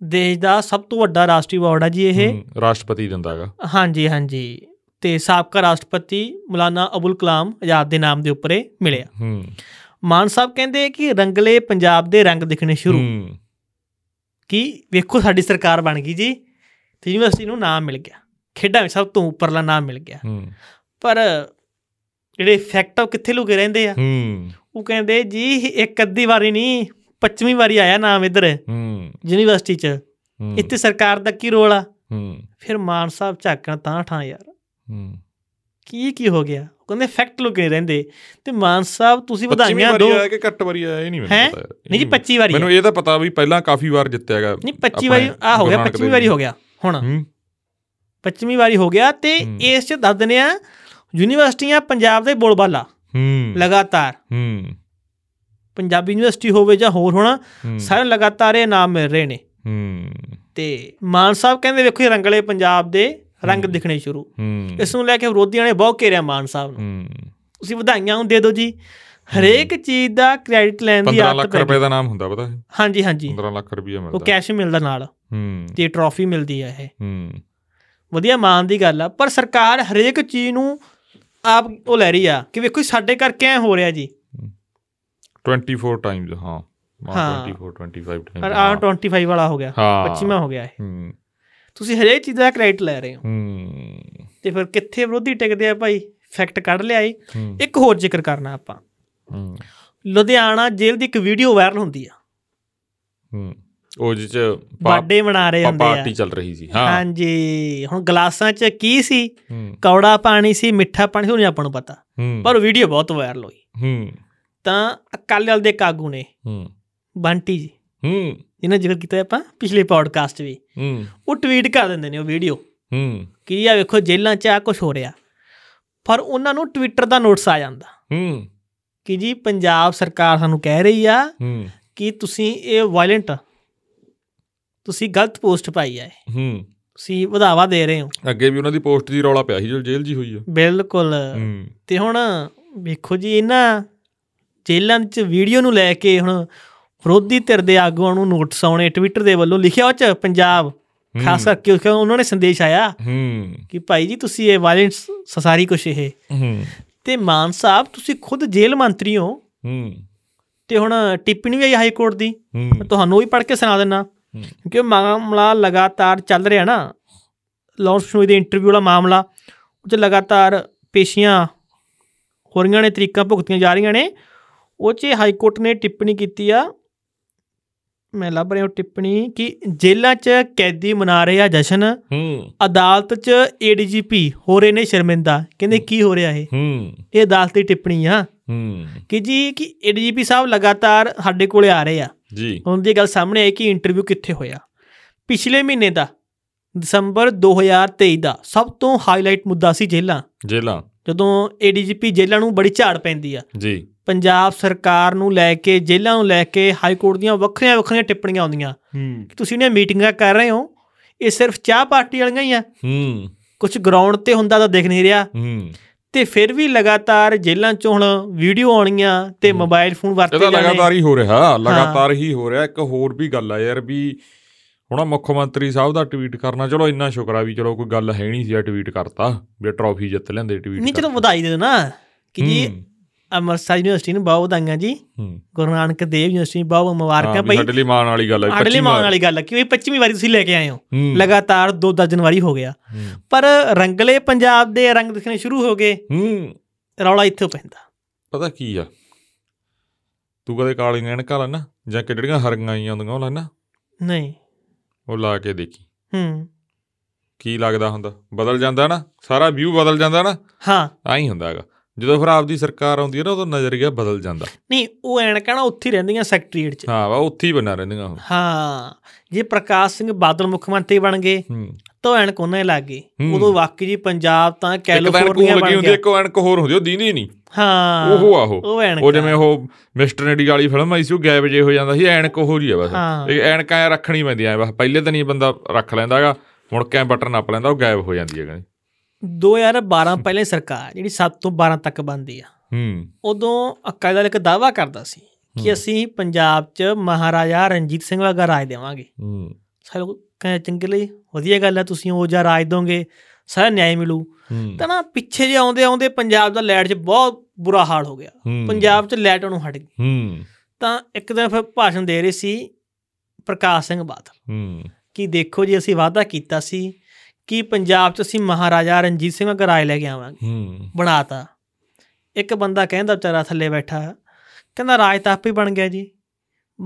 [SPEAKER 1] ਦੇਸ਼ ਦਾ ਸਭ ਤੋਂ ਵੱਡਾ ਰਾਸ਼ਟਰੀ ਅਵਾਰਡ ਆ ਜੀ ਇਹ
[SPEAKER 2] ਹੂੰ, ਰਾਸ਼ਟਰਪਤੀ ਦਿੰਦਾ ਹੈਗਾ
[SPEAKER 1] ਹਾਂਜੀ ਹਾਂਜੀ ਤੇ ਸਾਬਕਾ ਰਾਸ਼ਟਰਪਤੀ ਮੌਲਾਨਾ ਅਬੁਲ ਕਲਾਮ ਆਜ਼ਾਦ ਦੇ ਨਾਮ ਦੇ ਉੱਪਰ ਇਹ ਮਿਲਿਆ
[SPEAKER 2] ਹੂੰ
[SPEAKER 1] ਮਾਨ ਸਾਹਿਬ ਕਹਿੰਦੇ ਕਿ ਰੰਗਲੇ ਪੰਜਾਬ ਦੇ ਰੰਗ ਦਿਖਣੇ ਸ਼ੁਰੂ
[SPEAKER 2] ਹੂੰ
[SPEAKER 1] ਕਿ ਵੇਖੋ ਸਾਡੀ ਸਰਕਾਰ ਬਣ ਗਈ ਜੀ ਤੇ ਯੂਨੀਵਰਸਿਟੀ ਨੂੰ ਨਾਮ ਮਿਲ ਗਿਆ ਖੇਡਾਂ ਵਿੱਚ ਸਭ ਤੋਂ ਉੱਪਰਲਾ ਨਾਮ ਮਿਲ ਗਿਆ
[SPEAKER 2] ਹੂੰ
[SPEAKER 1] ਪਰ ਜਿਹੜੇ ਫੈਕਟ ਆ ਉਹ ਕਿੱਥੇ ਲੁਕੇ ਰਹਿੰਦੇ ਆ
[SPEAKER 2] ਹੂੰ
[SPEAKER 1] ਉਹ ਕਹਿੰਦੇ ਜੀ ਇੱਕ ਅੱਧੀ ਵਾਰੀ ਨਹੀਂ 25ਵੀਂ ਵਾਰੀ ਆਇਆ ਨਾਮ ਇੱਧਰ
[SPEAKER 2] ਹੂੰ
[SPEAKER 1] ਯੂਨੀਵਰਸਿਟੀ 'ਚ
[SPEAKER 2] ਹੂੰ,
[SPEAKER 1] ਇੱਥੇ ਸਰਕਾਰ ਦਾ ਕੀ ਰੋਲ ਆ
[SPEAKER 2] ਹੂੰ
[SPEAKER 1] ਫਿਰ ਮਾਨ ਸਾਹਿਬ ਝਾਕਣ ਤਾਂ ਠਾਂ ਯਾਰ
[SPEAKER 2] ਹੂੰ
[SPEAKER 1] ਕੀ ਕੀ ਹੋ ਗਿਆ ਉਹ ਕਹਿੰਦੇ ਫੈਕਟ ਲੁਕੇ ਨਹੀਂ ਰਹਿੰਦੇ ਤੇ ਮਾਨ ਸਾਹਿਬ ਤੁਸੀਂ
[SPEAKER 2] ਪੱਚੀਵੀਂ
[SPEAKER 1] ਵਧਾਈਆਂ
[SPEAKER 2] ਵਾਰੀ
[SPEAKER 1] ਦਿਓ
[SPEAKER 2] ਆਇਆ ਕਿ ਘੱਟ ਵਾਰੀ ਆਇਆ ਇਹ ਨਹੀਂ ਮੈਨੂੰ
[SPEAKER 1] ਹੈਂ?
[SPEAKER 2] ਪਤਾ ਯਾਰ, ਇਹ
[SPEAKER 1] ਨਹੀਂ ਜੀ
[SPEAKER 2] ਮੈਨੂੰ-
[SPEAKER 1] 25 ਵਾਰੀ
[SPEAKER 2] ਮੈਨੂੰ ਇਹ ਤਾਂ ਪਤਾ ਵੀ ਪਹਿਲਾਂ ਕਾਫੀ ਵਾਰ ਜਿੱਤਿਆ ਹੈਗਾ
[SPEAKER 1] ਨਹੀਂ 25
[SPEAKER 2] ਆਪਣੇ
[SPEAKER 1] ਵਾਰੀ ਆ ਹੋ ਗਿਆ
[SPEAKER 2] ਗੁਰੂ ਨਾਨਕ
[SPEAKER 1] 25ਵੀਂ
[SPEAKER 2] ਦੇਵ
[SPEAKER 1] ਵਾਰੀ
[SPEAKER 2] ਜੀ।
[SPEAKER 1] ਹੋ ਗਿਆ ਹੁਣ
[SPEAKER 2] ਹੂੰ
[SPEAKER 1] 25ਵੀਂ ਵਾਰੀ ਹੋ ਗਿਆ ਤੇ
[SPEAKER 2] ਹੂੰ।
[SPEAKER 1] ਇਸ ਚ ਦੱਸ ਦਿੰਦੇ ਆ ਯੂਨੀਵਰਸਿਟੀਆਂ ਪੰਜਾਬ ਦੇ ਬੋਲਬਾਲਾ
[SPEAKER 2] ਹੂੰ
[SPEAKER 1] ਲਗਾਤਾਰ
[SPEAKER 2] ਹੂੰ
[SPEAKER 1] ਪੰਜਾਬੀ ਯੂਨੀਵਰਸਿਟੀ ਹੋਵੇ ਜਾਂ ਹੋਰ ਹੋਣਾ
[SPEAKER 2] ਹੂੰ,
[SPEAKER 1] ਸਾਰੇ ਲਗਾਤਾਰ ਇਹ ਨਾਮ ਮਿਲ ਰਹੇ ਨੇ
[SPEAKER 2] ਹੂੰ
[SPEAKER 1] ਤੇ ਮਾਨ ਸਾਹਿਬ ਕਹਿੰਦੇ ਵੇਖੋ ਇਹ ਰੰਗਲੇ ਪੰਜਾਬ ਦੇ ਰੰਗ ਦਿਖਣੇ ਸ਼ੁਰੂ
[SPEAKER 2] ਹੂੰ
[SPEAKER 1] ਇਸ ਨੂੰ ਲੈ ਕੇ ਵਿਰੋਧੀਆਂ ਨੇ ਬਹੁਤ ਘੇਰਿਆ ਮਾਨ ਸਾਹਿਬ ਨੂੰ
[SPEAKER 2] ਹੂੰ
[SPEAKER 1] ਤੁਸੀਂ ਵਧਾਈਆਂ ਨੂੰ ਦੇ ਦਿਓ ਜੀ ਹਰੇਕ ਚੀਜ਼ ਦਾ ਕ੍ਰੈਡਿਟ ਲੈਣ ਦੀ
[SPEAKER 2] 15
[SPEAKER 1] ਆਦਤ
[SPEAKER 2] ਲੱਖ
[SPEAKER 1] ਪੈ ਗਈ।
[SPEAKER 2] ਰੁਪਏ ਦਾ ਨਾਮ ਹੁੰਦਾ ਪਤਾ ਹੈ?
[SPEAKER 1] ਹਾਂਜੀ ਹਾਂਜੀ
[SPEAKER 2] 15 ਲੱਖ ਰੁਪਏ ਮਿਲਦਾ
[SPEAKER 1] ਉਹ ਕੈਸ਼ ਮਿਲਦਾ ਨਾਲ
[SPEAKER 2] ਹੂੰ
[SPEAKER 1] ਤੇ ਟਰੋਫੀ ਮਿਲਦੀ ਆ ਇਹ
[SPEAKER 2] ਹੂੰ
[SPEAKER 1] ਵਧੀਆ ਮਾਣ ਦੀ ਗੱਲ ਆ ਪਰ ਸਰਕਾਰ ਹਰੇਕ ਚੀਜ਼ ਨੂੰ ਆਪ ਉਹ ਲੈ ਰਹੀ ਆ ਕਿ ਵੇਖੋ ਸਾਡੇ ਕਰਕੇ ਐ ਹੋ ਰਿਹਾ ਜੀ
[SPEAKER 2] 24 ਟਾਈਮਸ ਹਾਂ
[SPEAKER 1] ਹਾਂ।
[SPEAKER 2] 24 25
[SPEAKER 1] ਪਰ
[SPEAKER 2] ਟਾਈਮਸ
[SPEAKER 1] ਆ 25 ਵਾਲਾ ਹੋ ਗਿਆ
[SPEAKER 2] ਹਾਂ
[SPEAKER 1] 25ਵਾਂ ਹੋ ਗਿਆ ਇਹ
[SPEAKER 2] ਹੂੰ
[SPEAKER 1] ਤੁਸੀਂ ਹਰੇਕ ਚੀਜ਼ ਦਾ ਕ੍ਰੈਡਿਟ ਲੈ ਰਹੇ ਹੋ
[SPEAKER 2] ਹੂੰ
[SPEAKER 1] ਤੇ ਫਿਰ ਕਿੱਥੇ ਵਿਰੋਧੀ ਟਿਕਦੇ ਆ ਭਾਈ ਫੈਕਟ ਕੱਢ ਲਿਆਏ
[SPEAKER 2] ਹੂੰ,
[SPEAKER 1] ਇੱਕ ਹੋਰ ਜ਼ਿਕਰ ਕਰਨਾ ਆਪਾਂ
[SPEAKER 2] ਹੂੰ
[SPEAKER 1] ਲੁਧਿਆਣਾ ਜੇਲ੍ਹ ਦੀ ਇੱਕ ਵੀਡੀਓ ਵਾਇਰਲ ਹੁੰਦੀ ਆ
[SPEAKER 2] ਹੂੰ ਉਹ ਜਿਹ ਚ ਪਾ-
[SPEAKER 1] ਬਰਥਡੇ ਮਨਾ ਰਹੇ
[SPEAKER 2] ਪਾ-
[SPEAKER 1] ਹੁੰਦੇ ਆ
[SPEAKER 2] ਪਾਰਟੀ ਚੱਲ ਰਹੀ ਸੀ ਹਾਂ
[SPEAKER 1] ਹਾਂਜੀ ਹੁਣ ਗਲਾਸਾਂ 'ਚ ਕੀ ਸੀ
[SPEAKER 2] ਹੂੰ
[SPEAKER 1] ਕੌੜਾ ਪਾਣੀ ਸੀ ਮਿੱਠਾ ਪਾਣੀ ਸੀ ਉਹ ਨਹੀਂ ਆਪਾਂ ਨੂੰ ਪਤਾ
[SPEAKER 2] ਹੂੰ
[SPEAKER 1] ਪਰ ਵੀਡੀਓ ਬਹੁਤ ਵਾਇਰਲ ਹੋਈ
[SPEAKER 2] ਹੂੰ
[SPEAKER 1] ਤਾਂ ਅਕਾਲੀ ਦਲ ਦੇ ਕਾਗੂ ਨੇ
[SPEAKER 2] ਹੂੰ
[SPEAKER 1] ਬੰਟੀ ਜੀ
[SPEAKER 2] ਹੂੰ
[SPEAKER 1] ਜਿਹਨਾਂ ਜ਼ਿਕਰ ਕੀਤਾ ਆਪਾਂ ਪਿਛਲੇ ਪੌਡਕਾਸਟ ਵੀ
[SPEAKER 2] ਹੂੰ
[SPEAKER 1] ਉਹ ਟਵੀਟ ਕਰ ਦਿੰਦੇ ਨੇ ਉਹ ਵੀਡੀਓ
[SPEAKER 2] ਹੂੰ
[SPEAKER 1] ਕਿ ਆ ਵੇਖੋ ਜੇਲ੍ਹਾਂ 'ਚ ਆ ਕੁਝ ਹੋ ਰਿਹਾ ਪਰ ਉਹਨਾਂ ਨੂੰ ਟਵਿੱਟਰ ਦਾ ਨੋਟਿਸ ਆ ਜਾਂਦਾ
[SPEAKER 2] ਹੂੰ
[SPEAKER 1] ਕਿ ਜੀ ਪੰਜਾਬ ਸਰਕਾਰ ਸਾਨੂੰ ਕਹਿ ਰਹੀ ਆ
[SPEAKER 2] ਹੂੰ
[SPEAKER 1] ਕਿ ਤੁਸੀਂ ਇਹ ਵਾਇਲੈਂਟ ਤੁਸੀਂ ਗਲਤ ਪੋਸਟ ਪਾਈ ਹੈ
[SPEAKER 2] ਹੂੰ
[SPEAKER 1] ਤੁਸੀਂ ਵਧਾਵਾ ਦੇ ਰਹੇ ਹੋ
[SPEAKER 2] ਅੱਗੇ ਵੀ ਉਹਨਾਂ ਦੀ ਪੋਸਟ ਜੀ ਰੌਲਾ ਪਿਆ ਸੀ ਜੋ ਜੇਲ੍ਹ ਜੀ ਹੋਈ ਆ
[SPEAKER 1] ਬਿਲਕੁਲ
[SPEAKER 2] ਹੂੰ
[SPEAKER 1] ਤੇ ਹੁਣ ਵੇਖੋ ਜੀ ਇਹਨਾਂ ਜੇਲ੍ਹਾਂ 'ਚ ਵੀਡੀਓ ਨੂੰ ਲੈ ਕੇ ਹੁਣ ਵਿਰੋਧੀ ਧਿਰ ਦੇ ਆਗੂਆਂ ਨੂੰ ਨੋਟਿਸ ਆਉਣੇ ਟਵਿੱਟਰ ਦੇ ਵੱਲੋਂ ਲਿਖਿਆ ਉਹ 'ਚ ਪੰਜਾਬ ਖਾਸ ਕਰਕੇ ਉਹ- ਉਹਨਾਂ ਨੇ ਸੰਦੇਸ਼ ਆਇਆ
[SPEAKER 2] ਹੂੰ
[SPEAKER 1] ਕਿ ਭਾਈ ਜੀ ਤੁਸੀਂ ਇਹ ਵਾਇਲੈਂਟ ਸਸਾਰੀ ਕੁਛ ਇਹ
[SPEAKER 2] ਹੂੰ
[SPEAKER 1] ਤੇ ਮਾਨ ਸਾਹਿਬ ਤੁਸੀਂ ਖੁਦ ਜੇਲ੍ਹ ਮੰਤਰੀ ਹੋ
[SPEAKER 2] ਹੂੰ
[SPEAKER 1] ਤੇ ਹੁਣ ਟਿੱਪਣੀ ਵੀ ਆਈ ਹਾਈ ਕੋਰਟ ਦੀ ਮੈਂ
[SPEAKER 2] ਹੂੰ
[SPEAKER 1] ਤੁਹਾਨੂੰ ਉਹ ਵੀ ਪੜ੍ਹ ਕੇ ਸੁਣਾ ਦਿੰਨਾ
[SPEAKER 2] ਹੂੰ।
[SPEAKER 1] ਕਿਉਂਕਿ ਉਹ ਮਾਮਲਾ ਲਗਾਤਾਰ ਚੱਲ ਰਿਹਾ ਨਾ ਲਾਰੈਂਸ ਸ਼ਨੋਈ ਦੇ ਇੰਟਰਵਿਊ ਵਾਲਾ ਮਾਮਲਾ ਉਹ 'ਚ ਲਗਾਤਾਰ ਪੇਸ਼ੀਆਂ ਹੋ ਰਹੀਆਂ ਨੇ ਤਰੀਕਾਂ ਭੁਗਤੀਆਂ ਜਾ ਰਹੀਆਂ ਨੇ ਉਹ 'ਚ ਹਾਈ ਕੋਰਟ ਨੇ ਟਿੱਪਣੀ ਕੀਤੀ ਆ ਮੈਂ ਲੱਭ ਰਿਹਾ ਉਹ ਟਿੱਪਣੀ ਕਿ ਜੇਲ੍ਹਾਂ 'ਚ ਕੈਦੀ ਮਨਾ ਰਹੇ ਆ ਜਸ਼ਨ
[SPEAKER 2] ਹੂੰ
[SPEAKER 1] ਅਦਾਲਤ 'ਚ ਏਡੀਜੀਪੀ ਹੋ ਰਹੇ ਨੇ ਸ਼ਰਮਿੰਦਾ ਕਹਿੰਦੇ ਕੀ ਹੋ ਰਿਹਾ ਇਹ
[SPEAKER 2] ਹੂੰ
[SPEAKER 1] ਇਹ ਅਦਾਲਤ ਦੀ ਟਿੱਪਣੀ ਆ
[SPEAKER 2] ਹੂੰ
[SPEAKER 1] ਕਿ ਜੀ ਕਿ ਏਡੀਜੀਪੀ ਸਾਹਿਬ ਲਗਾਤਾਰ ਸਾਡੇ ਕੋਲੇ ਆ ਰਹੇ ਆ
[SPEAKER 2] ਜੀ
[SPEAKER 1] ਹੁਣ ਦੀ ਗੱਲ ਸਾਹਮਣੇ ਆਈ ਕਿ ਇੰਟਰਵਿਊ ਕਿੱਥੇ ਹੋਇਆ ਪਿਛਲੇ ਮਹੀਨੇ ਦਾ ਦਸੰਬਰ 2023 ਦਾ ਸਭ ਤੋਂ ਹਾਈਲਾਈਟ ਮੁੱਦਾ ਸੀ ਜੇਲਾਂ
[SPEAKER 2] ਜੇਲਾ
[SPEAKER 1] ਜਦੋਂ ਏਡੀਜੀਪੀ ਜੇਲਾਂ ਨੂੰ ਬੜੀ ਝਾੜ ਪੈਂਦੀ ਆ
[SPEAKER 2] ਜੀ
[SPEAKER 1] ਪੰਜਾਬ ਸਰਕਾਰ ਨੂੰ ਲੈ ਕੇ ਜੇਲਾਂ ਨੂੰ ਲੈ ਕੇ ਹਾਈ ਕੋਰਟ ਦੀਆਂ ਵੱਖਰੀਆਂ ਵੱਖਰੀਆਂ ਟਿੱਪਣੀਆਂ ਆਉਂਦੀਆਂ
[SPEAKER 2] ਹੂੰ
[SPEAKER 1] ਕਿ ਤੁਸੀਂ ਇਹਨਾਂ ਮੀਟਿੰਗਾਂ ਕਰ ਰਹੇ ਹੋ ਇਹ ਸਿਰਫ ਚਾਹ ਪਾਰਟੀ ਵਾਲੀਆਂ ਹੀ ਆ
[SPEAKER 2] ਹੂੰ
[SPEAKER 1] ਕੁਝ ਗਰਾਊਂਡ ਤੇ ਹੁੰਦਾ ਤਾਂ ਦਿਖ ਨਹੀਂ ਰਿਹਾ
[SPEAKER 2] ਹੂੰ
[SPEAKER 1] ਤੇ ਫਿਰ ਵੀ ਲਗਾਤਾਰ ਜੇਲਾਂ ਚੋਂ ਹੁਣ ਵੀਡੀਓ ਆਉਣੀਆਂ ਤੇ ਮੋਬਾਈਲ ਫੋਨ
[SPEAKER 2] ਇਹ ਤਾਂ
[SPEAKER 1] ਵਰਤੇ
[SPEAKER 2] ਲਗਾਤਾਰ ਹੀ ਹੋ ਰਿਹਾ ਲਗਾਤਾਰ ਹੀ ਹੋ ਰਿਹਾ ਇੱਕ ਹੋਰ ਵੀ ਗੱਲ ਆ ਯਾਰ ਵੀ ਹੁਣ ਆਹ ਮੁੱਖ ਮੰਤਰੀ ਸਾਹਿਬ ਦਾ ਟਵੀਟ ਕਰਨਾ ਚਲੋ ਇੰਨਾ ਸ਼ੁਕਰ ਆ ਵੀ ਚਲੋ ਕੋਈ ਗੱਲ ਹੈ ਨਹੀਂ ਸੀ ਆ ਟਵੀਟ ਕਰਤਾ ਵੀ ਟਰੋਫੀ ਜਿੱਤ ਲੈਂਦੇ ਟਵੀਟ
[SPEAKER 1] ਨਹੀਂ ਚਲੋ ਵਧਾਈ ਦੇ ਦਿਓ ਨਾ ਕਿ ਜੀ ਅੰਮ੍ਰਿਤਸਰ ਯੂਨੀਵਰਸਿਟੀ ਨੂੰ ਬਹੁਤ ਵਧਾਈਆਂ ਜੀ ਗੁਰੂ ਨਾਨਕ ਦੇਵ ਯੂਨੀਵਰਸਿਟੀ ਨੂੰ ਬਹੁਤ ਮੁਬਾਰਕਾਂ ਭਾਈ
[SPEAKER 2] ਸਾਡੇ ਲਈ ਮਾਣ ਵਾਲੀ ਗੱਲ ਹੈ
[SPEAKER 1] ਸਾਡੇ ਲਈ ਮਾਣ ਵਾਲੀ ਗੱਲ ਹੈ ਕਿ ਇਹ 25ਵੀਂ ਵਾਰੀ ਤੁਸੀਂ ਲੈ ਕੇ ਆਏ ਹੋ
[SPEAKER 2] ਹੂੰ।
[SPEAKER 1] ਲਗਾਤਾਰ ਦੋ ਦਰਜਨ ਵਾਰੀ ਹੋ ਗਿਆ
[SPEAKER 2] ਹੂੰ।
[SPEAKER 1] ਪਰ ਰੰਗਲੇ ਪੰਜਾਬ ਦੇ ਰੰਗ ਦਿਖਣੇ ਸ਼ੁਰੂ ਹੋ ਗਏ
[SPEAKER 2] ਹੂੰ
[SPEAKER 1] ਰੌਲਾ ਇੱਥੋਂ ਪੈਂਦਾ
[SPEAKER 2] ਪਤਾ ਕੀ ਆ ਤੂੰ ਕਦੇ ਕਾਲੀ ਐਨਕਾਂ ਲੈਣਾ ਜਾਂ ਕਿ ਜਿਹੜੀਆਂ ਹਰੀਆਂ ਆਈਆਂ ਹੁੰਦੀਆਂ ਉਹ ਲੈਣਾ
[SPEAKER 1] ਨਹੀਂ
[SPEAKER 2] ਉਹ ਲਾ ਕੇ ਦੇਖੀ
[SPEAKER 1] ਹੂੰ
[SPEAKER 2] ਕੀ ਲੱਗਦਾ ਹੁੰਦਾ ਬਦਲ ਜਾਂਦਾ ਨਾ ਸਾਰਾ ਵਿਊ ਬਦਲ ਜਾਂਦਾ ਨਾ
[SPEAKER 1] ਹਾਂ
[SPEAKER 2] ਆਹੀ ਹੁੰਦਾ ਹੈਗਾ ਜਦੋਂ ਫਿਰ ਆਪਦੀ ਸਰਕਾਰ ਆਉਂਦੀ ਹੈ ਨਾ ਉਦੋਂ ਨਜ਼ਰੀਆ ਬਦਲ ਜਾਂਦਾ
[SPEAKER 1] ਨਹੀਂ ਉਹ ਐਣ ਕਹਿਣਾ ਉੱਥੇ ਹੀ ਰਹਿੰਦੀਆਂ ਸੈਕਟਰੀਏਟ 'ਚ
[SPEAKER 2] ਹਾਂ ਵਾ ਉੱਥੇ ਹੀ ਬਣਾ ਰਹਿੰਦੀਆਂ ਉਹ।
[SPEAKER 1] ਹਾਂ ਜੇ ਪ੍ਰਕਾਸ਼ ਸਿੰਘ ਬਾਦਲ ਮੁੱਖ ਮੰਤਰੀ ਬਣ ਗਏ
[SPEAKER 2] ਹੂੰ
[SPEAKER 1] ਤਾਂ ਉਹ ਐਨਕ ਉਹਨਾਂ ਹੀ ਲੱਗ ਗਈ
[SPEAKER 2] ਹੂੰ।
[SPEAKER 1] ਉਦੋਂ ਵਾਕਈ ਜੀ ਪੰਜਾਬ ਤਾਂ
[SPEAKER 2] ਇੱਕ ਤਾਂ ਕੋਲ
[SPEAKER 1] ਕੈਲੀਫੋਰਨੀਆ
[SPEAKER 2] ਲੱਗੀ
[SPEAKER 1] ਬਣ
[SPEAKER 2] ਹੁੰਦੀ ਹੈ,
[SPEAKER 1] ਗਿਆ
[SPEAKER 2] ਇੱਕ ਐਨਕ ਹੋਰ ਹੁੰਦੀ ਹੈ, ਉਹ ਦੀਂਦੀ ਨਹੀਂ
[SPEAKER 1] ਹਾਂ
[SPEAKER 2] ਉਹ ਆ ਉਹ
[SPEAKER 1] ਉਹ ਐਨਕ
[SPEAKER 2] ਉਹ ਜਿਵੇਂ ਉਹ ਮਿਸਟਰ ਨੇਡੀ ਵਾਲੀ ਫਿਲਮ ਆਈ ਸੀ ਉਹ ਗਾਇਬ ਜੇ ਹੋ ਜਾਂਦਾ ਸੀ ਐਨਕ ਉਹ ਹੀ ਆ ਬਸ
[SPEAKER 1] ਹਾਂ।
[SPEAKER 2] ਇਹ ਐਨਕਾਂ ਐਂ ਰੱਖਣੀ ਪੈਂਦੀਆਂ ਐ ਬਸ ਪਹਿਲੇ ਤਾਂ ਨਹੀਂ ਬੰਦਾ ਰੱਖ ਲੈਂਦਾ ਹੈਗਾ ਮੁੜ ਕੇ ਐਂ ਬਟਨ ਨੱਪ ਲੈਂਦਾ ਉਹ ਗਾਇਬ ਹੋ ਜਾਂਦੀ ਹੈਗਾ
[SPEAKER 1] 2012 ਪਹਿਲੇ ਸਰਕਾਰ ਜਿਹੜੀ 7 ਤੋਂ 12 ਤੱਕ ਬਣਦੀ ਆ
[SPEAKER 2] ਹੂੰ
[SPEAKER 1] ਉਦੋਂ ਅਕਾਲੀ ਦਲ ਇੱਕ ਦਾਵਾ ਕਰਦਾ ਸੀ ਕਿ ਅਸੀਂ ਪੰਜਾਬ 'ਚ ਮਹਾਰਾਜਾ ਰਣਜੀਤ ਸਿੰਘ ਵਰਗਾ ਰਾਜ ਦੇਵਾਂਗੇ
[SPEAKER 2] ਹੂੰ
[SPEAKER 1] ਸਾਰੇ ਲੋਕ ਕਹਿੰਦੇ ਚੰਗੇ ਲਈ ਵਧੀਆ ਗੱਲ ਆ ਤੁਸੀਂ ਉਹ ਜਿਹਾ ਰਾਜ ਦੋਗੇ ਸਾਰਾ ਨਿਆਂ ਮਿਲੂ
[SPEAKER 2] ਹੂੰ
[SPEAKER 1] ਤਾਂ ਨਾ ਪਿੱਛੇ ਜੇ ਆਉਂਦੇ ਆਉਂਦੇ ਪੰਜਾਬ ਦਾ ਲੈਟ 'ਚ ਬਹੁਤ ਬੁਰਾ ਹਾਲ ਹੋ ਗਿਆ
[SPEAKER 2] ਹੂੰ।
[SPEAKER 1] ਪੰਜਾਬ 'ਚ ਲੈਟ ਨੂੰ ਹਟ ਗਈ
[SPEAKER 2] ਹੂੰ
[SPEAKER 1] ਤਾਂ ਇੱਕ ਦਿਨ ਫਿਰ ਭਾਸ਼ਣ ਦੇ ਰਹੇ ਸੀ ਪ੍ਰਕਾਸ਼ ਸਿੰਘ ਬਾਦਲ
[SPEAKER 2] ਹੂੰ
[SPEAKER 1] ਕਿ ਦੇਖੋ ਜੀ ਅਸੀਂ ਵਾਅਦਾ ਕੀਤਾ ਸੀ ਕਿ ਪੰਜਾਬ 'ਚ ਅਸੀਂ ਮਹਾਰਾਜਾ ਰਣਜੀਤ ਸਿੰਘ ਵਰਗਾ ਰਾਜ ਲੈ ਕੇ ਆਵਾਂਗੇ
[SPEAKER 2] ਹੂੰ
[SPEAKER 1] ਬਣਾਤਾ ਇੱਕ ਬੰਦਾ ਕਹਿੰਦਾ ਵਿਚਾਰਾ ਥੱਲੇ ਬੈਠਾ ਕਹਿੰਦਾ ਰਾਜ ਤਾਂ ਆਪੇ ਬਣ ਗਿਆ ਜੀ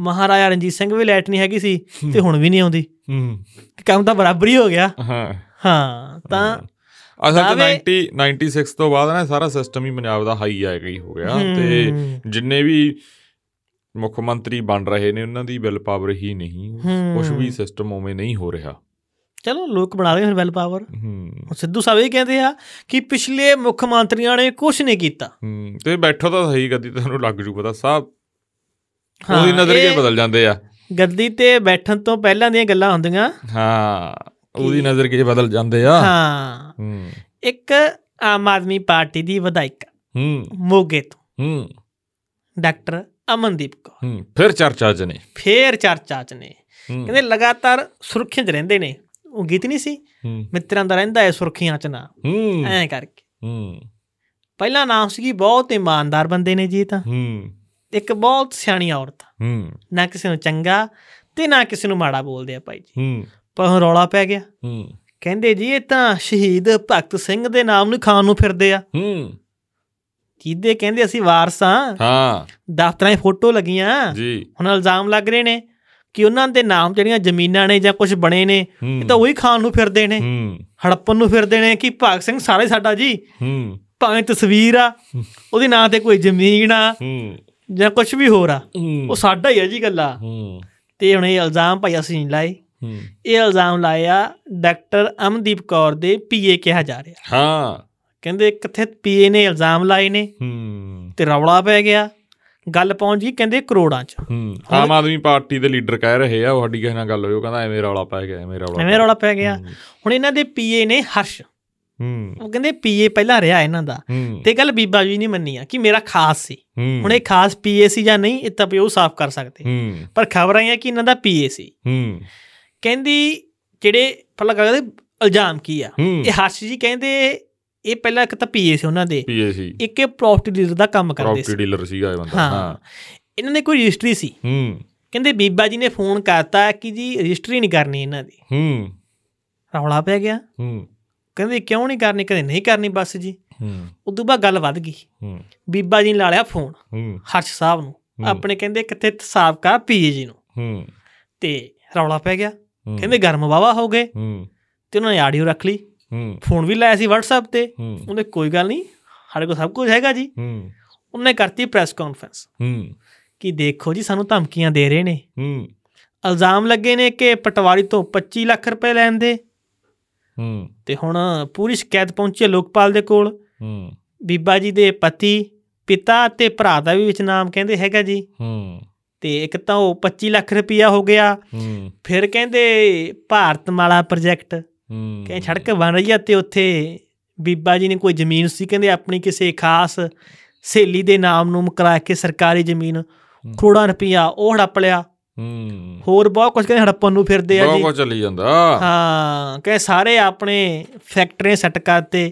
[SPEAKER 1] ਮਹਾਰਾਜਾ ਰਣਜੀਤ ਸਿੰਘ ਵੀ ਲਾਈਟ ਨਹੀਂ ਹੈਗੀ ਸੀ ਤੇ ਹੁਣ ਵੀ ਨਹੀਂ ਆਉਂਦੀ
[SPEAKER 2] ਹੂੰ
[SPEAKER 1] ਕੰਮ ਤਾਂ ਬਰਾਬਰ ਹੀ ਹੋ ਗਿਆ
[SPEAKER 2] ਹਾਂ
[SPEAKER 1] ਹਾਂ ਤਾਂ
[SPEAKER 2] ਅਸਲ ਚ
[SPEAKER 1] ਦਾਅਵੇ-
[SPEAKER 2] 90 96 ਤੋਂ ਬਾਅਦ ਨਾ ਸਾਰਾ ਸਿਸਟਮ ਹੀ ਪੰਜਾਬ ਦਾ ਹਾਈ ਆ ਗਈ ਹੋ ਗਿਆ ਤੇ
[SPEAKER 1] ਹੂੰ,
[SPEAKER 2] ਜਿੰਨੇ ਵੀ ਮੁੱਖ ਮੰਤਰੀ ਬਣ ਰਹੇ ਨੇ ਉਹਨਾਂ ਦੀ ਬਿਲ ਪਾਵਰ ਹੀ ਨਹੀਂ
[SPEAKER 1] ਹੂੰ।
[SPEAKER 2] ਕੁਝ ਵੀ ਸਿਸਟਮ ਉਵੇਂ ਨਹੀਂ ਹੋ ਰਿਹਾ
[SPEAKER 1] ਚਲੋ ਲੋਕ ਬਣਾ ਰਹੇ ਹੁਣ ਵੈਲ ਪਾਵਰ
[SPEAKER 2] ਹੂੰ
[SPEAKER 1] ਹੁਣ ਸਿੱਧੂ ਸਾਹਿਬ ਇਹ ਕਹਿੰਦੇ ਆ ਕਿ ਪਿਛਲੇ ਮੁੱਖ ਮੰਤਰੀਆਂ ਨੇ ਕੁਝ ਨਹੀਂ ਕੀਤਾ
[SPEAKER 2] ਹੂੰ ਤੇ ਬੈਠੋ ਤਾਂ ਸਹੀ ਗੱਦੀ ਤੁਹਾਨੂੰ ਲੱਗ ਜੂ ਪਤਾ ਸਭ
[SPEAKER 1] ਹਾਂ,
[SPEAKER 2] ਉਹਦੀ ਨਜ਼ਰੀਏ
[SPEAKER 1] ਇਹ
[SPEAKER 2] ਬਦਲ ਜਾਂਦੇ ਆ
[SPEAKER 1] ਗੱਦੀ ਤੇ ਬੈਠਣ ਤੋਂ ਪਹਿਲਾਂ ਦੀਆਂ ਗੱਲਾਂ ਹੁੰਦੀਆਂ
[SPEAKER 2] ਹਾਂ ਉਹਦੀ
[SPEAKER 1] ਕੀ?
[SPEAKER 2] ਨਜ਼ਰੀਏ ਬਦਲ ਜਾਂਦੇ ਆ
[SPEAKER 1] ਹਾਂ
[SPEAKER 2] ਹੂੰ
[SPEAKER 1] ਇੱਕ ਆਮ ਆਦਮੀ ਪਾਰਟੀ ਦੀ ਵਿਧਾਇਕ
[SPEAKER 2] ਹੂੰ
[SPEAKER 1] ਮੋਗੇ ਤੋਂ
[SPEAKER 2] ਹੂੰ
[SPEAKER 1] ਡਾਕਟਰ ਅਮਨਦੀਪ ਕੌਰ
[SPEAKER 2] ਹੂੰ ਫਿਰ ਚਰਚਾ ਚ ਨੇ
[SPEAKER 1] ਫੇਰ ਚਰਚਾ ਚ ਨੇ
[SPEAKER 2] ਹੂੰ,
[SPEAKER 1] ਕਹਿੰਦੇ ਲਗਾਤਾਰ ਸੁਰਖੀਆਂ ਚ ਰਹਿੰਦੇ ਨੇ ਉਹ ਗੀਤ ਨਹੀਂ ਸੀ
[SPEAKER 2] ਹੂੰ
[SPEAKER 1] ਮਿੱਤਰਾਂ ਦਾ ਰਹਿੰਦਾ ਹੈ ਸੁਰਖੀਆਂ ਚ ਨਾ
[SPEAKER 2] ਹੂੰ
[SPEAKER 1] ਐਂ ਕਰਕੇ
[SPEAKER 2] ਹੂੰ
[SPEAKER 1] ਪਹਿਲਾ ਨਾਮ ਸੀਗੀ ਬਹੁਤ ਇਮਾਨਦਾਰ ਬੰਦੇ ਨੇ ਜੀ ਇਹ ਤਾਂ
[SPEAKER 2] ਹੂੰ
[SPEAKER 1] ਇੱਕ ਬਹੁਤ ਸਿਆਣੀ ਔਰਤ ਆ।
[SPEAKER 2] ਹੂੰ
[SPEAKER 1] ਨਾ ਕਿਸੇ ਨੂੰ ਚੰਗਾ ਤੇ ਨਾ ਕਿਸੇ ਨੂੰ ਮਾੜਾ ਬੋਲਦੇ ਆ ਭਾਈ ਜੀ
[SPEAKER 2] ਹੂੰ
[SPEAKER 1] ਪਰ ਹੁਣ ਰੌਲਾ ਪੈ ਗਿਆ
[SPEAKER 2] ਹੂੰ
[SPEAKER 1] ਕਹਿੰਦੇ ਜੀ ਇਹ ਤਾਂ ਸ਼ਹੀਦ ਭਗਤ ਸਿੰਘ ਦੇ ਨਾਮ ਨੂੰ ਖਾਣ ਨੂੰ ਫਿਰਦੇ ਆ
[SPEAKER 2] ਹੂੰ
[SPEAKER 1] ਜਿਹਦੇ ਕਹਿੰਦੇ ਅਸੀਂ ਵਾਰਸਾਂ
[SPEAKER 2] ਹਾਂ
[SPEAKER 1] ਦਫ਼ਤਰਾਂ 'ਚ ਫੋਟੋ ਲੱਗੀਆਂ
[SPEAKER 2] ਜੀ
[SPEAKER 1] ਹੁਣ ਇਲਜ਼ਾਮ ਲੱਗ ਰਹੇ ਨੇ ਕਿ ਉਹਨਾਂ ਦੇ ਨਾਮ ਜਿਹੜੀਆਂ ਜ਼ਮੀਨਾਂ ਨੇ ਜਾਂ ਕੁਝ ਬਣੇ ਨੇ
[SPEAKER 2] ਹੂੰ
[SPEAKER 1] ਇਹ ਤਾਂ ਉਹੀ ਖਾਣ ਨੂੰ ਫਿਰਦੇ ਨੇ
[SPEAKER 2] ਹੂੰ
[SPEAKER 1] ਹੜੱਪਣ ਨੂੰ ਫਿਰਦੇ ਨੇ ਕਿ ਭਗਤ ਸਿੰਘ ਸਾਰੇ ਸਾਡਾ ਜੀ
[SPEAKER 2] ਹੂੰ
[SPEAKER 1] ਭਾਵੇਂ ਤਸਵੀਰ ਆ ਉਹਦੇ ਨਾਂ ਤੇ ਕੋਈ ਜ਼ਮੀਨ ਆ
[SPEAKER 2] ਹੂੰ
[SPEAKER 1] ਜਾਂ ਕੁਝ ਵੀ ਹੋਰ ਆ
[SPEAKER 2] ਹੂੰ
[SPEAKER 1] ਉਹ ਸਾਡਾ ਹੀ ਆ ਜੀ ਗੱਲਾਂ
[SPEAKER 2] ਹੂੰ
[SPEAKER 1] ਤੇ ਹੁਣ ਇਹ ਇਲਜ਼ਾਮ ਭਾਈ ਅਸੀਂ ਨਹੀਂ ਲਾਏ
[SPEAKER 2] ਹੂੰ
[SPEAKER 1] ਇਹ ਇਲਜ਼ਾਮ ਲਾਇਆ ਡਾਕਟਰ ਅਮਨਦੀਪ ਕੌਰ ਦੇ ਪੀਏ ਕਿਹਾ ਜਾ ਰਿਹਾ
[SPEAKER 2] ਹਾਂ
[SPEAKER 1] ਕਹਿੰਦੇ ਕਿੱਥੇ ਪੀਏ ਨੇ ਇਲਜ਼ਾਮ ਲਾਏ ਨੇ
[SPEAKER 2] ਹੂੰ
[SPEAKER 1] ਤੇ ਰੌਲਾ ਪੈ ਗਿਆ ਗੱਲ ਪਹੁੰਚ ਗਈ ਕਹਿੰਦੇ ਕਰੋੜਾਂ ਚ
[SPEAKER 2] ਹੂੰ ਆਮ ਆਦਮੀ ਪਾਰਟੀ ਦੇ ਲੀਡਰ ਕਹਿ ਰਹੇ ਆ ਉਹ ਸਾਡੀ ਕਿਸੇ ਨਾਲ ਗੱਲ ਹੋਈ ਉਹ ਕਹਿੰਦਾ ਐਵੇਂ ਰੌਲਾ ਪੈ ਗਿਆ ਐਵੇਂ ਰੌਲਾ
[SPEAKER 1] ਐਵੇਂ ਰੌਲਾ ਪੈ ਗਿਆ
[SPEAKER 2] ਹੂੰ।
[SPEAKER 1] ਹੁਣ ਇਹਨਾਂ ਦੇ ਪੀਏ ਨੇ ਹਰਸ਼
[SPEAKER 2] ਹੂੰ
[SPEAKER 1] ਉਹ ਕਹਿੰਦੇ ਪੀਏ ਪਹਿਲਾਂ ਰਿਹਾ ਇਹਨਾਂ ਦਾ
[SPEAKER 2] ਹੂੰ
[SPEAKER 1] ਤੇ ਗੱਲ ਬੀਬਾ ਜੀ ਨਹੀਂ ਮੰਨੀ ਆ ਕਿ ਮੇਰਾ ਖਾਸ ਸੀ
[SPEAKER 2] ਹੂੰ
[SPEAKER 1] ਹੁਣ ਇਹ ਖਾਸ ਪੀਏ ਸੀ ਜਾਂ ਨਹੀਂ ਇਹ ਤਾਂ ਪਿਓ ਸਾਫ਼ ਕਰ ਸਕਦੇ
[SPEAKER 2] ਹੂੰ
[SPEAKER 1] ਪਰ ਖਬਰ ਆਈ ਹੈ ਕਿ ਇਹਨਾਂ ਦਾ ਪੀਏ ਸੀ
[SPEAKER 2] ਹੂੰ
[SPEAKER 1] ਕਹਿੰਦੀ ਜਿਹੜੇ ਪਹਿਲਾਂ ਕਹਿੰਦੇ ਇਲਜ਼ਾਮ ਕੀ ਆ
[SPEAKER 2] ਹੂੰ
[SPEAKER 1] ਇਹ ਹਰਸ਼ ਜੀ ਕਹਿੰਦੇ ਇਹ ਪਹਿਲਾਂ ਇੱਕ ਤਾਂ ਪੀਏ ਸੀ ਉਹਨਾਂ ਦੇ
[SPEAKER 2] ਪੀਏਸੀ
[SPEAKER 1] ਇੱਕ ਇਹ ਪ੍ਰੋਪਰਟੀ ਡੀਲਰ ਦਾ ਕੰਮ ਕਰਦੇ
[SPEAKER 2] ਪ੍ਰਾਪਰਟੀ
[SPEAKER 1] ਸੀ
[SPEAKER 2] ਡੀਲਰ ਸੀਗਾ ਇਹ ਬੰਦਾ
[SPEAKER 1] ਹਾਂ ਇਹਨਾਂ ਨੇ ਕੋਈ ਰਜਿਸਟਰੀ ਸੀ
[SPEAKER 2] ਹੂੰ
[SPEAKER 1] ਕਹਿੰਦੇ ਬੀਬਾ ਜੀ ਨੇ ਫੋਨ ਕਰਤਾ ਕਿ ਜੀ ਰਜਿਸਟਰੀ ਨਹੀਂ ਕਰਨੀ ਇਹਨਾਂ ਦੀ
[SPEAKER 2] ਹੂੰ
[SPEAKER 1] ਰੌਲਾ ਪੈ ਗਿਆ
[SPEAKER 2] ਹੂੰ
[SPEAKER 1] ਕਹਿੰਦੇ ਕਿਉਂ ਨਹੀਂ ਕਰਨੀ ਕਹਿੰਦੇ ਨਹੀਂ ਕਰਨੀ ਬਸ ਜੀ
[SPEAKER 2] ਹੂੰ
[SPEAKER 1] ਉਦੋਂ ਬਾਅਦ ਗੱਲ ਵੱਧ ਗਈ
[SPEAKER 2] ਹੂੰ
[SPEAKER 1] ਬੀਬਾ ਜੀ ਨੇ ਲਾ ਲਿਆ ਫੋਨ
[SPEAKER 2] ਹੂੰ
[SPEAKER 1] ਹਰਸ਼ ਸਾਹਿਬ ਨੂੰ ਆਪਣੇ ਕਹਿੰਦੇ ਕਿੱਥੇ ਤ- ਸਾਬਕਾ ਪੀਏ ਜੀ ਨੂੰ
[SPEAKER 2] ਹੂੰ
[SPEAKER 1] ਤੇ ਰੌਲਾ ਪੈ ਗਿਆ ਕਹਿੰਦੇ ਗਰਮ ਵਾਵਾ ਹੋ ਗਏ
[SPEAKER 2] ਹੂੰ
[SPEAKER 1] ਤੇ ਉਹਨਾਂ ਨੇ ਆਡੀਓ ਰੱਖ ਲਈ
[SPEAKER 2] ਹੂੰ
[SPEAKER 1] ਫੋਨ ਵੀ ਲਾਇਆ ਸੀ WhatsApp ਤੇ
[SPEAKER 2] ਹੂੰ
[SPEAKER 1] ਉਹਨੇ ਕੋਈ ਗੱਲ ਨਹੀਂ ਸਾਡੇ ਕੋਲ ਸਭ ਕੁਝ ਹੈਗਾ ਜੀ
[SPEAKER 2] ਹੂੰ
[SPEAKER 1] ਉਹਨੇ ਕਰਤੀ ਪ੍ਰੈਸ ਕਾਨਫਰੰਸ
[SPEAKER 2] ਹੂੰ
[SPEAKER 1] ਕਿ ਦੇਖੋ ਜੀ ਸਾਨੂੰ ਧਮਕੀਆਂ ਦੇ ਰਹੇ ਨੇ
[SPEAKER 2] ਹੂੰ
[SPEAKER 1] ਇਲਜ਼ਾਮ ਲੱਗੇ ਨੇ ਕਿ ਪਟਵਾਰੀ ਤੋਂ 25 ਲੱਖ ਰੁਪਏ ਲੈਣ ਦੇ
[SPEAKER 2] ਹੂੰ
[SPEAKER 1] ਤੇ ਹੁਣ ਪੂਰੀ ਸ਼ਿਕਾਇਤ ਪਹੁੰਚੀ ਹੈ ਲੋਕਪਾਲ ਦੇ ਕੋਲ
[SPEAKER 2] ਹੂੰ
[SPEAKER 1] ਬੀਬਾ ਜੀ ਦੇ ਪਤੀ ਪਿਤਾ ਤੇ ਭਰਾ ਦਾ ਵੀ ਵਿੱਚ ਨਾਮ ਕਹਿੰਦੇ ਹੈਗਾ ਜੀ
[SPEAKER 2] ਹੂੰ
[SPEAKER 1] ਤੇ ਇੱਕ ਤਾਂ ਉਹ 25 ਲੱਖ ਰੁਪਇਆ ਹੋ ਗਿਆ
[SPEAKER 2] ਹੂੰ
[SPEAKER 1] ਫਿਰ ਕਹਿੰਦੇ ਭਾਰਤਮਾਲਾ ਪ੍ਰੋਜੈਕਟ
[SPEAKER 2] ਹੂੰ
[SPEAKER 1] ਕਹਿੰਦੇ ਸੜਕ ਬਣ ਰਹੀ ਆ ਤੇ ਉੱਥੇ ਬੀਬਾ ਜੀ ਨੇ ਕੋਈ ਜ਼ਮੀਨ ਸੀ ਕਹਿੰਦੇ ਆਪਣੀ ਕਿਸੇ ਖਾਸ ਸਹੇਲੀ ਦੇ ਨਾਮ ਨੂੰ ਕਰਾ ਕੇ ਸਰਕਾਰੀ ਜ਼ਮੀਨ ਕਰੋੜਾਂ ਰੁਪਇਆ ਉਹ ਹੜੱਪ ਲਿਆ
[SPEAKER 2] ਹੂੰ
[SPEAKER 1] ਹੋਰ ਬਹੁਤ ਕੁਝ ਕਹਿੰਦੇ ਹੜੱਪਣ ਨੂੰ ਫਿਰਦੇ ਆ ਜੀ
[SPEAKER 2] ਬਹੁਤ ਚੱਲੀ ਜਾਂਦਾ
[SPEAKER 1] ਹਾਂ ਕਹਿੰਦੇ ਸਾਰੇ ਆਪਣੇ ਫੈਕਟਰੀਆਂ ਸੈੱਟ ਕਰਤੇ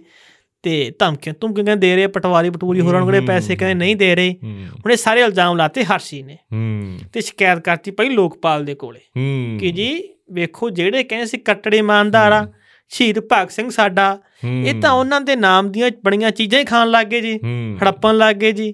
[SPEAKER 1] ਤੇ ਧਮਕੀਆਂ ਧਮਕੀਆਂ ਕਹਿੰਦੇ ਦੇ ਰਹੇ ਆ, ਪਟਵਾਰੀ ਪਟੂਰੀ ਹੋਰਾਂ ਨੂੰ ਕਿਹੜੇ ਪੈਸੇ ਕਹਿੰਦੇ ਨਹੀਂ ਦੇ ਰਹੇ
[SPEAKER 2] ਹੂੰ
[SPEAKER 1] ਹੁਣ ਇਹ ਸਾਰੇ ਇਲਜ਼ਾਮ ਲਾਤੇ ਹਰਸ਼ੀ ਨੇ
[SPEAKER 2] ਹੂੰ
[SPEAKER 1] ਤੇ ਸ਼ਿਕਾਇਤ ਕਰਤੀ ਪਈ ਲੋਕਪਾਲ ਦੇ ਕੋਲੇ
[SPEAKER 2] ਹੂੰ
[SPEAKER 1] ਕਿ ਜੀ ਵੇਖੋ ਜਿਹੜੇ ਕਹਿੰਦੇ ਸੀ ਕੱਟੜੇ ਇਮਾਨਦਾਰ ਆ ਸ਼ਹੀਦ ਭਗਤ ਸਿੰਘ ਸਾਡਾ ਇਹ ਤਾਂ ਉਹਨਾਂ ਦੇ ਨਾਮ ਦੀਆਂ ਬਣੀਆਂ ਚੀਜ਼ਾਂ ਹੀ ਖਾਣ ਲੱਗ ਗਏ ਜੀ
[SPEAKER 2] ਹੂੰ
[SPEAKER 1] ਹੜੱਪਣ ਲੱਗ ਗਏ ਜੀ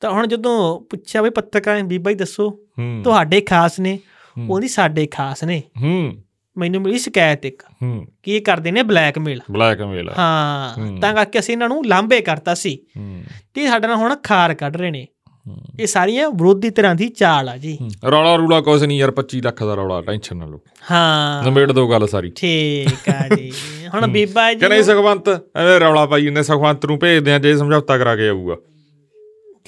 [SPEAKER 1] ਤਾਂ ਹੁਣ ਜਦੋਂ ਪੁੱਛਿਆ ਵੀ ਪੱਤਰਕਾਰਾਂ ਨੇ, ਬੀਬਾ ਜੀ ਦੱਸੋ
[SPEAKER 2] ਹੂੰ
[SPEAKER 1] ਤੁਹਾਡੇ ਖਾਸ ਨੇ
[SPEAKER 2] ਹੂੰ।
[SPEAKER 1] ਉਹਦੀ ਸਾਡੇ ਖਾਸ ਨੇ
[SPEAKER 2] ਹੂੰ
[SPEAKER 1] ਮੈਨੂੰ ਮਿਲੀ ਸ਼ਿਕਾਇਤ ਇੱਕ
[SPEAKER 2] ਹੂੰ
[SPEAKER 1] ਕਿ ਇਹ ਕਰਦੇ ਨੇ ਬਲੈਕਮੇਲ
[SPEAKER 2] ਬਲੈਕ ਮੇਲ
[SPEAKER 1] ਹਾਂ
[SPEAKER 2] ਹੂੰ।
[SPEAKER 1] ਤਾਂ ਕਰਕੇ ਅਸੀਂ ਇਹਨਾਂ ਨੂੰ ਲਾਂਭੇ ਕਰਤਾ ਸੀ
[SPEAKER 2] ਹੂੰ
[SPEAKER 1] ਤੇ ਇਹ ਸਾਡੇ ਨਾਲ ਹੁਣ ਖਾਰ ਕੱਢ ਰਹੇ ਨੇ
[SPEAKER 2] ਹੂੰ।
[SPEAKER 1] ਇਹ ਸਾਰੀਆਂ ਵਿਰੋਧੀ ਤਰ੍ਹਾਂ ਦੀ ਚਾਲ ਆ ਜੀ
[SPEAKER 2] ਹੂੰ। ਰੌਲਾ ਰੂਲਾ ਕੁਛ ਨਹੀਂ ਯਾਰ 25 ਲੱਖ ਦਾ ਰੌਲਾ ਟੈਨਸ਼ਨ ਨਾ ਲਓ
[SPEAKER 1] ਹਾਂ
[SPEAKER 2] ਨਿਬੇੜ ਦੋ ਗੱਲ ਸਾਰੀ
[SPEAKER 1] ਠੀਕ ਆ ਜੀ ਹੁਣ ਬੀਬਾ ਜੀ
[SPEAKER 2] ਕਿ ਨਹੀਂ
[SPEAKER 1] ਨੂੰ
[SPEAKER 2] ਸੁਖਵੰਤ ਐਵੇਂ ਰੌਲਾ ਪਾਈ ਜੰਨੇ ਸੁਖਵੰਤ ਨੂੰ ਭੇਜਦੇ ਆ ਜੇ ਸਮਝੌਤਾ ਕਰਾ ਕੇ ਆਊਗਾ